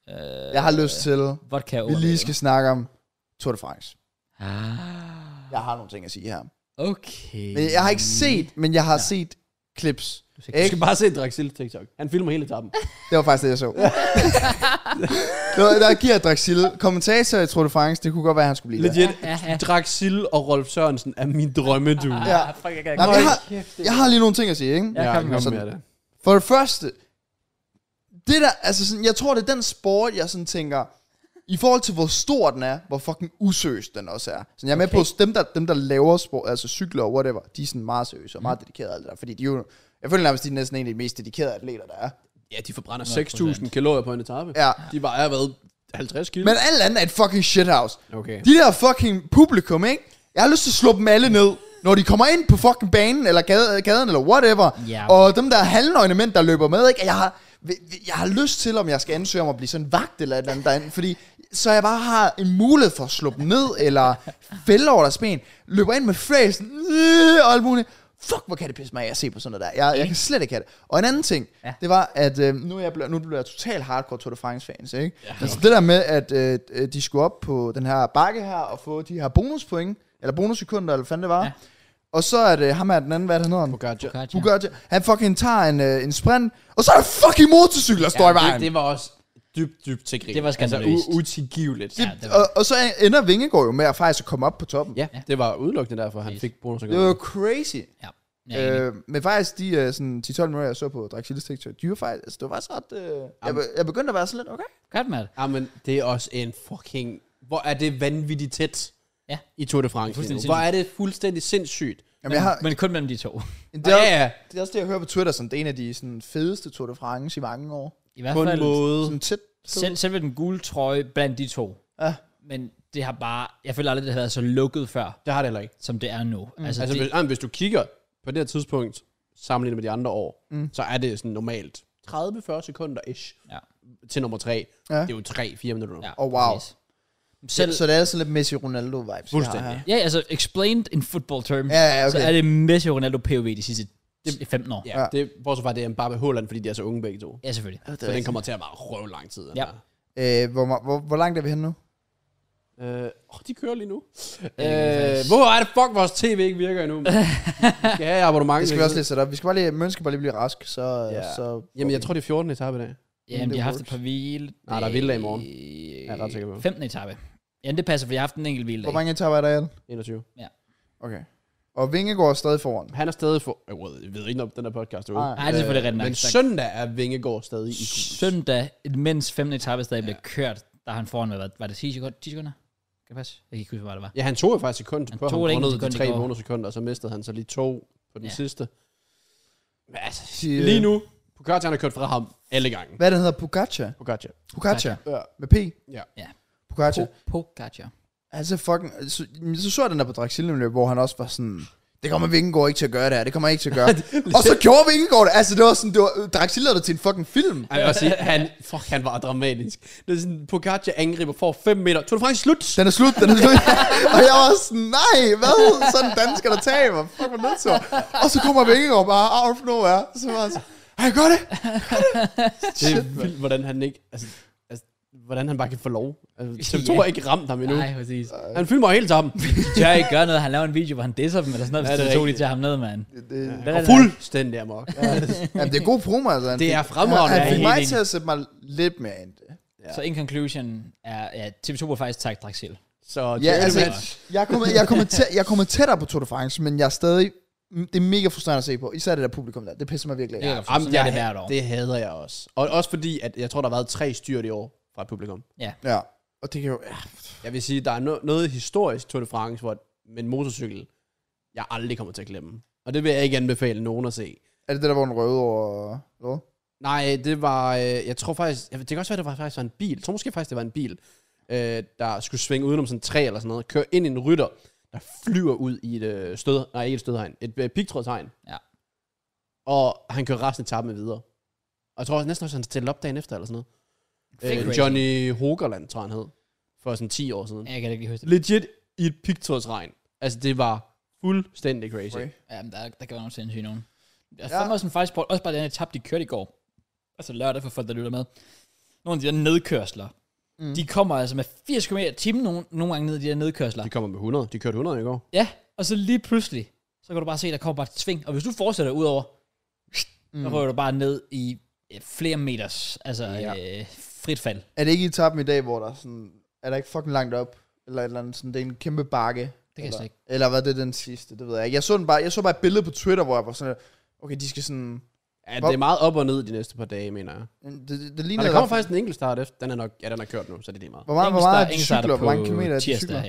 Speaker 1: Øh,
Speaker 2: Jeg har lyst til,
Speaker 1: Vodka
Speaker 2: vi
Speaker 1: over-
Speaker 2: lige skal snakke om Tour de France.
Speaker 1: Ah,
Speaker 2: Jeg har nogle ting at sige her.
Speaker 1: okay.
Speaker 2: Men jeg har ikke set, men jeg har ja. set clips.
Speaker 3: Du
Speaker 2: Ikke?
Speaker 3: skal bare se Draxil TikTok. Han filmer hele etappen.
Speaker 2: Det var faktisk det, jeg så. det var, der giver Draxil kommentator i Tour de France. Det kunne godt være, han skulle blive der.
Speaker 3: Legit.
Speaker 1: Ja, ja.
Speaker 3: Draxil og Rolf Sørensen er min drømme, du.
Speaker 1: Ah,
Speaker 2: Ja.
Speaker 1: fuck, jeg kan
Speaker 2: Nej,
Speaker 1: ikke.
Speaker 2: men jeg, har, jeg har lige nogle ting at sige, ikke?
Speaker 1: Ja, kom, kom.
Speaker 2: sådan.
Speaker 3: med det.
Speaker 2: For det første, det der, altså sådan, jeg tror, det er den sport, jeg sådan tænker, i forhold til hvor stor den er, hvor fucking useriøs den også er. Så jeg er okay. med på, at dem der, dem der laver sport, altså cykler og Mhm. whatever, de er sådan meget seriøse og meget dedikerede og alt det der, fordi de er jo, jeg føler nærmest, de er næsten en af de mest dedikerede atleter, der er.
Speaker 3: Ja, de forbrænder
Speaker 1: 100%.
Speaker 3: 6.000 kalorier på en etape.
Speaker 2: Ja.
Speaker 3: De vejer, hvad, 50 kilo?
Speaker 2: Men alt andet er et fucking shithouse.
Speaker 3: okay.
Speaker 2: De der fucking publikum, ikke? Jeg har lyst til at slå dem alle ned. Når de kommer ind på fucking banen, eller gade, gaden, eller whatever.
Speaker 1: Ja.
Speaker 2: Og dem der halvnøgne mænd, der løber med, ikke? Jeg har, jeg har lyst til, om jeg skal ansøge om at blive sådan en vagt eller et eller andet derinde. Fordi så jeg bare har en mulighed for at slå dem ned, eller fælde over deres ben. Løber ind med fræsen, øh, og alt muligt. Fuck, hvor kan det pisse mig af at se på sådan noget der. Jeg, jeg kan slet ikke have det. Og en anden ting,
Speaker 1: Ja.
Speaker 2: ja. det var, at øh, nu, er jeg blevet, nu blev jeg total hardcore Tour de France-fans, ikke? Ja. Altså det der med, at øh, øh, de skulle op på den her bakke her, og få de her bonuspoint, eller bonussekunder, eller hvad fanden det var.
Speaker 1: Ja.
Speaker 2: Ja. Og så er det ham her, den anden, hvad er det, han hedder han?
Speaker 3: Pogacar.
Speaker 1: Pogacar.
Speaker 2: Bugatti. Han fucking tager en, øh, en sprint, og så er der fucking motorcykler, der står i
Speaker 3: det,
Speaker 2: vejen.
Speaker 3: det var også dybt, dybt til grin.
Speaker 1: Det var skandaløst.
Speaker 3: Altså, u- utilgiveligt.
Speaker 1: Ja, det var,
Speaker 2: og, og så ender Vingegaard jo med at faktisk at komme op på toppen.
Speaker 3: Ja, det var udelukkende derfor, han
Speaker 1: Præcis.
Speaker 3: fik bonus.
Speaker 2: Det var jo crazy.
Speaker 1: ja. Jeg er enig.
Speaker 2: Øh, men faktisk de øh, sådan 10-12 minutter, jeg så på Draxilis TikTok, de var faktisk, altså, det var faktisk ret, øh, jeg, be- jeg begyndte at være sådan lidt, okay.
Speaker 1: Godt, Matt.
Speaker 3: Ja, Ah, men det er også en fucking... Hvor er det vanvittigt tæt
Speaker 1: Ja.
Speaker 3: i Tour de France.
Speaker 1: Fuldstændig
Speaker 3: lige nu. Hvor er det fuldstændig sindssygt.
Speaker 2: Jamen, jeg har,
Speaker 1: Men kun mellem de to.
Speaker 2: det,
Speaker 3: Ja,
Speaker 2: er,
Speaker 3: ja, ja.
Speaker 2: det er også det, jeg hører på Twitter, som det er en af de sådan, fedeste Tour de France i mange år.
Speaker 1: I hvert
Speaker 3: På en
Speaker 1: fald,
Speaker 3: måde.
Speaker 2: Sådan tæt.
Speaker 1: selv, selv med den gule trøje blandt de to.
Speaker 2: Ja.
Speaker 1: Men det har bare, jeg føler aldrig, det har været så lukket før,
Speaker 3: Det har det heller ikke.
Speaker 1: som det er nu. Mm. Altså,
Speaker 3: Altså,
Speaker 1: det,
Speaker 3: hvis, jamen, hvis du kigger på det her tidspunkt, sammenlignet med de andre år, mm. så er det sådan normalt 30-40 sekunder ish
Speaker 1: Ja.
Speaker 3: til nummer 3.
Speaker 2: Ja.
Speaker 3: Det er jo 3-4 minutter nu.
Speaker 1: ja,
Speaker 2: Åh, Oh, wow.
Speaker 1: præcis. Selv,
Speaker 2: Så det er sådan lidt Messi-Ronaldo-vibes.
Speaker 3: Fuldstændig.
Speaker 2: Ja,
Speaker 1: ja, altså explained in football terms,
Speaker 2: ja, ja,
Speaker 1: så er
Speaker 2: okay.
Speaker 1: det Messi og Ronaldo POV de sidste 15 år. Ja,
Speaker 3: Ja,
Speaker 2: Ja.
Speaker 3: det er så faktisk, det er Mbappe og Haaland, fordi de er så unge begge to.
Speaker 1: ja selvfølgelig.
Speaker 2: Ja, det
Speaker 3: Så
Speaker 2: er
Speaker 3: den kommer til at bare røve lang tid. Altså. den
Speaker 1: Ja.
Speaker 3: her.
Speaker 2: Øh, hvor, ma- hvor, hvor langt er vi henne nu?
Speaker 3: Øh, åh, de kører lige nu. Øh,
Speaker 1: faktisk.
Speaker 3: hvor er det fuck, vores tv ikke virker endnu? mand? Vi skal have abonnement.
Speaker 2: Det skal vi også lige sætte op. Vi skal bare lige, Møn skal bare lige blive rask, så...
Speaker 3: Ja.
Speaker 2: så
Speaker 3: Jamen, jeg tror, det er 14. etape i dag.
Speaker 1: Jamen, de
Speaker 2: det
Speaker 1: har haft et
Speaker 2: works.
Speaker 1: par hvile. Øh,
Speaker 3: Nej, der er hvile i morgen. Jeg er ret sikker på.
Speaker 1: 15. etape. Ja, det passer, for jeg har haft en enkelt hvile.
Speaker 2: Hvor mange etaper er der i alt?
Speaker 3: 21.
Speaker 2: Okay. Og Vingegaard er stadig foran.
Speaker 3: Han er stadig for... Jeg ved- jeg ved ikke, om den her podcast er ude.
Speaker 2: Nej.
Speaker 1: Nej, det er selvfølgelig rigtig
Speaker 3: Øh, Men
Speaker 1: nok. sagt.
Speaker 3: søndag er Vingegaard stadig i gul.
Speaker 1: Søndag, mens 15. etape stadig bliver kørt, der har han foran med, hvad- var det 10 sekunder? 10 sekunder? Kan det passe? Jeg kan ikke huske, hvor meget det var.
Speaker 3: Ja, han tog jo faktisk sekund
Speaker 1: Han
Speaker 3: på,
Speaker 1: tog
Speaker 3: han
Speaker 1: det ikke en
Speaker 3: rundede de
Speaker 1: sekund i
Speaker 3: tre
Speaker 1: går.
Speaker 3: bonussekunder, og så mistede han så lige to på den
Speaker 1: Ja.
Speaker 3: sidste. Men altså,
Speaker 2: De, øh,
Speaker 3: lige nu, Pogacar han har kørt fra ham alle gange.
Speaker 2: Hvad er det, han hedder? Pogacar?
Speaker 3: Pogacar.
Speaker 2: Pogacar?
Speaker 3: Ja.
Speaker 2: Med P?
Speaker 3: Ja.
Speaker 1: Ja.
Speaker 2: Pogacar.
Speaker 1: Pogacar.
Speaker 2: Altså fucking... Så, så så jeg den der på Draxilum, hvor han også var sådan... Det kommer Vingegaard ikke til at gøre det her. Det kommer jeg ikke til at gøre. og så gjorde Vingegaard det. Altså, det var sådan... Det var, Draxil lavede det til en fucking film.
Speaker 3: Ej, jeg vil også sige, han, fuck, han var dramatisk. Det er sådan, Pogacar angriber for 5 meter. Tour de France slut!
Speaker 2: Den er slut, den er slut. og jeg var sådan, nej, hvad? Sådan en dansker, der taber. Fuck, hvor nødt til. Og så kommer Vingegaard bare out of nowhere. Så var han sådan, han gør det.
Speaker 3: Det er vildt, hvordan han ikke... Altså, altså, hvordan han bare kan få lov. Altså, TV2 har ikke ramt ham endnu.
Speaker 1: Nej, præcis.
Speaker 3: Han filmer helt sammen.
Speaker 1: Jeg har ikke gøre noget. Han laver en video, hvor han disser dem, eller sådan noget,
Speaker 3: Ja,
Speaker 1: hvis
Speaker 3: det er
Speaker 1: de tog lige
Speaker 3: rigtigt.
Speaker 1: til ham ned, mand.
Speaker 2: det
Speaker 1: Hvad er det,
Speaker 3: Fuldstændig amok. Altså,
Speaker 2: Jamen, det er god promo, altså. Han
Speaker 3: Det
Speaker 2: fik-
Speaker 3: er fremragende.
Speaker 2: Han,
Speaker 1: Jeg er
Speaker 2: han fik
Speaker 1: helt
Speaker 2: mig
Speaker 1: enig.
Speaker 2: til at sætte mig lidt mere ind.
Speaker 1: der- Så in conclusion er, ja, TV2 burde faktisk takke Draxil.
Speaker 3: Så
Speaker 2: Ja, altså,
Speaker 1: det
Speaker 2: jeg kommer, jeg kommer, tæ, jeg kommer tættere på Tour de France, men jeg er stadig... Det er mega frustrerende at se på. Især det der publikum der. Det pisser mig virkelig af.
Speaker 1: Ja.
Speaker 2: Ja.
Speaker 1: Sådan er det hvert år.
Speaker 3: Det hader jeg også. Og også fordi, at jeg tror, der har været tre styrt i år fra et publikum.
Speaker 2: ja. Og det kan jo... Ja.
Speaker 3: Jeg vil sige, der er no- noget historisk Tour de France, hvor med en motorcykel, jeg aldrig kommer til at glemme. Og det vil jeg ikke anbefale nogen at se.
Speaker 2: Er det det der, hvor den røde over... Hvad?
Speaker 3: Nej, det var, øh, jeg tror faktisk, jeg, det kan også være, det var faktisk var en bil. Jeg tror måske faktisk, det var en bil, øh, der skulle svinge udenom sådan en træ eller sådan noget, køre ind i en rytter, der flyver ud i et øh, stød, nej ikke et stødhegn, et øh, pigtrådshegn.
Speaker 1: Ja.
Speaker 3: Og han kører resten af etappen videre. Og jeg tror også næsten også, han stillede op dagen efter eller sådan
Speaker 1: Fake
Speaker 3: noget. Øh,
Speaker 1: racing.
Speaker 3: Johnny Hogerland, tror jeg, han hed, for sådan 10 år siden.
Speaker 1: Ja, Jeg kan ikke lige huske det.
Speaker 3: Legit i et pigtrådsregn. Altså, det var fuldstændig crazy.
Speaker 2: Okay.
Speaker 1: Ja, men der, der kan være nogle sindssyge nogen. Jeg
Speaker 2: Ja.
Speaker 1: ja. også en faktisk på, også bare den her tab, de kørte i går. Altså lørdag for folk, der lytter med. Nogle af de der nedkørsler. Mm. De kommer altså med 80 km i timen nogle, nogle gange ned i de der nedkørsler.
Speaker 3: De kommer med 100. De kørte 100 i går.
Speaker 1: Ja, og så lige pludselig, så kan du bare se, der kommer bare et sving. Og hvis du fortsætter udover, mm. så rører du bare ned i øh, flere meters, altså ja.
Speaker 3: Ja.
Speaker 1: øh, frit fald.
Speaker 2: Er det ikke i tappen i dag, hvor der er sådan... Er der ikke fucking langt op? Eller et eller andet sådan... Det er en kæmpe bakke. Det
Speaker 1: kan jeg
Speaker 2: eller,
Speaker 1: slet ikke.
Speaker 2: Eller hvad det er den sidste? Det ved jeg ikke. Jeg så, den bare, jeg så bare et billede på Twitter, hvor jeg var sådan... Okay, de skal sådan...
Speaker 3: Ja, det er meget op og ned de næste par dage, mener jeg.
Speaker 2: Det, det, det
Speaker 3: Og
Speaker 2: ligner...
Speaker 3: der kommer faktisk en enkelt start efter. Den er nok, ja, den er kørt nu, så det er lige meget.
Speaker 2: Hvor meget, hvor
Speaker 1: Ingen
Speaker 2: meget er
Speaker 1: start-
Speaker 2: de
Speaker 1: ingen starter
Speaker 2: cykler? Hvor mange
Speaker 1: på
Speaker 2: kilometer er de
Speaker 1: tirsdag,
Speaker 2: cykler?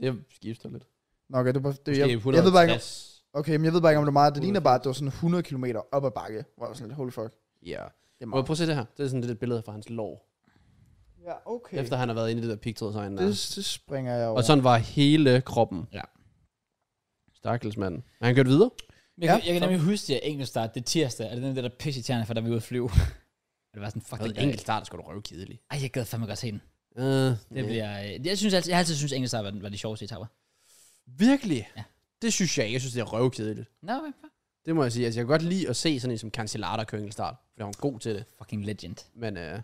Speaker 1: Ja.
Speaker 3: Det skifter lidt.
Speaker 2: Nå, okay, det er bare... Det,
Speaker 3: Måske
Speaker 2: jeg, jeg, ved bare ikke,
Speaker 3: 160.
Speaker 2: okay, men jeg ved bare ikke, om det er meget. Det ligner bare, at det var sådan 100 km op ad bakke. Hvor jeg var sådan lidt, holy fuck.
Speaker 3: Ja.
Speaker 2: Det er
Speaker 3: Må jeg
Speaker 2: meget.
Speaker 3: prøve at se det her? Det er sådan lidt et billede fra hans lår,
Speaker 2: Ja, okay.
Speaker 3: okay. efter han har været inde i det der pigtrådsøjne der.
Speaker 2: det, det springer jeg over.
Speaker 3: Og sådan var hele kroppen.
Speaker 1: Ja.
Speaker 3: Stakkels mand. Men han kørte videre.
Speaker 1: Men jeg,
Speaker 2: Ja,
Speaker 1: ja, jeg kan
Speaker 2: så-
Speaker 1: nemlig huske det, at enkeltstart, det er tirsdag, og det er den der, der pisse tjerne, for da vi var ude at flyve. Og det var sådan, fuck, det er enkelt.
Speaker 3: start, der skulle du røve kedelig.
Speaker 1: Ej, jeg gad fandme godt se den.
Speaker 3: Uh, det
Speaker 1: Det bliver, øh, jeg, synes altid, jeg har altid synes, enkeltstart var, den- var de sjoveste etaper.
Speaker 3: Virkelig?
Speaker 1: Ja.
Speaker 3: Det synes jeg ikke. Jeg synes, det er røvkedeligt.
Speaker 1: Nå, no,
Speaker 3: Det må jeg sige. Altså, jeg kan godt lide at se sådan en som Cancellara køre enkeltstart, for han er god til det.
Speaker 1: fucking legend.
Speaker 3: Men øh,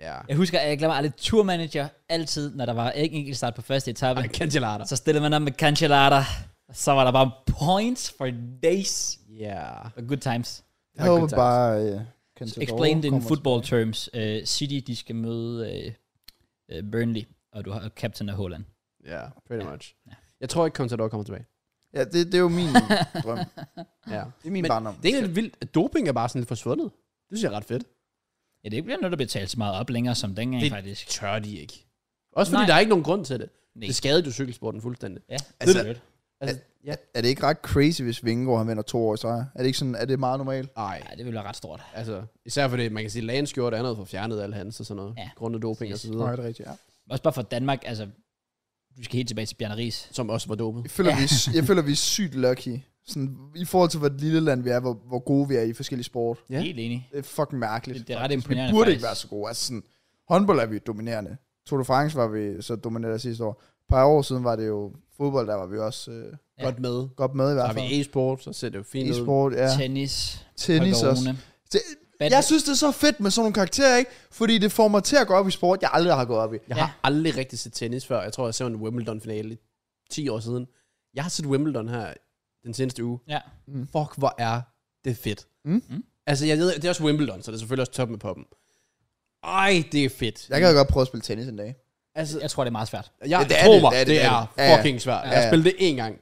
Speaker 3: ja.
Speaker 1: Jeg husker, at jeg glemmer aldrig turmanager, altid, når der var ikke enkeltstart på første etape.
Speaker 3: Ej, Cancellara.
Speaker 1: Så stillede man op med Cancellata, og så var der bare points for days.
Speaker 3: Ja.
Speaker 1: Og good times.
Speaker 2: jeg håber
Speaker 3: Kontakt.
Speaker 2: bare... Uh, Contador
Speaker 1: Explained in
Speaker 2: kommer
Speaker 1: football terms. Uh, City, de skal møde uh, uh, Burnley, og du har og captain af Holland.
Speaker 3: Ja, pretty
Speaker 1: Ja.
Speaker 3: much.
Speaker 1: Ja.
Speaker 3: Jeg tror ikke, Contador kommer tilbage.
Speaker 2: tilbage. Ja, det, det er jo min drøm.
Speaker 3: Ja.
Speaker 2: Det er min
Speaker 3: Men
Speaker 2: barndom.
Speaker 3: Det er egentlig lidt vildt, at doping er bare sådan lidt forsvundet. Det synes jeg er ret fedt.
Speaker 1: Ja, det bliver nødt til at betale så meget op længere som dengang,
Speaker 3: Det-
Speaker 1: faktisk.
Speaker 3: Tør de ikke. Også fordi
Speaker 1: Nej.
Speaker 3: Nej. der er ikke nogen grund til det.
Speaker 1: Nej.
Speaker 3: Nej. Det skadede jo cykelsporten fuldstændig.
Speaker 1: Ja,
Speaker 2: Altså,
Speaker 1: det er det.
Speaker 3: Altså, ja.
Speaker 2: Er det ikke ret crazy, hvis Vingegaard han vinder to år i streg? Er det ikke sådan, er det meget normalt?
Speaker 3: Ej,
Speaker 1: Ja, det ville være ret stort.
Speaker 3: altså, især fordi man kan sige, at Lane gjorde det andet for fjernet alle hans og sådan noget.
Speaker 1: Ja.
Speaker 3: Ja. Grundet doping og så
Speaker 2: Nej,
Speaker 3: videre.
Speaker 2: det er rigtigt, ja.
Speaker 1: Også bare for Danmark, altså, du skal helt tilbage til Bjarne Ries.
Speaker 3: Som også var dopet.
Speaker 2: Jeg føler, ja. vi, er- jeg føler, vi er sygt lucky. Sådan, I forhold til, hvor lille land vi er, hvor, hvor gode vi er i forskellige sport.
Speaker 1: Ja.
Speaker 3: Ja.
Speaker 1: Helt enig.
Speaker 2: Det er fucking mærkeligt.
Speaker 1: Det, det er ret imponerende,
Speaker 2: Vi burde
Speaker 1: faktisk.
Speaker 2: ikke være så gode. Altså sådan, håndbold er vi dominerende. Tour de France var vi så dominerende sidste år. Et par år siden var det jo fodbold, der var vi også øh,
Speaker 1: Ja.
Speaker 3: Godt med.
Speaker 2: godt med i
Speaker 3: Der
Speaker 2: hvert
Speaker 3: er vi
Speaker 2: fald.
Speaker 3: e-sport, så ser det jo fint ud.
Speaker 2: E-sport, ja.
Speaker 1: Tennis.
Speaker 2: Tennis også.
Speaker 1: Holgerone.
Speaker 2: Te-
Speaker 1: Badminton.
Speaker 2: jeg synes, det er så fedt med sådan nogle karakterer, ikke? Fordi det får mig til at gå op i sport, jeg aldrig har gået op i.
Speaker 3: Jeg
Speaker 1: Ja.
Speaker 3: har aldrig rigtig set tennis før. Jeg tror, jeg så en Wimbledon-finale 10 år siden. Jeg har set Wimbledon her den seneste uge.
Speaker 1: Ja.
Speaker 3: Fuck, hvor er det fedt.
Speaker 2: Mm.
Speaker 1: Mm.
Speaker 3: Altså, jeg ved, det er også Wimbledon, så det er selvfølgelig også toppen af poppen. Ej, det er fedt.
Speaker 2: Jeg kan jo godt prøve at spille tennis en dag.
Speaker 3: altså,
Speaker 1: Jeg tror, det er meget svært.
Speaker 3: jeg ja,
Speaker 2: det er
Speaker 3: tror
Speaker 2: det,
Speaker 3: mig,
Speaker 2: det er det,
Speaker 3: det,
Speaker 2: det er
Speaker 3: er,
Speaker 2: det. Ja, ja.
Speaker 3: fucking svært.
Speaker 2: Ja,
Speaker 3: Jeg
Speaker 2: ja.
Speaker 3: spillede det én gang,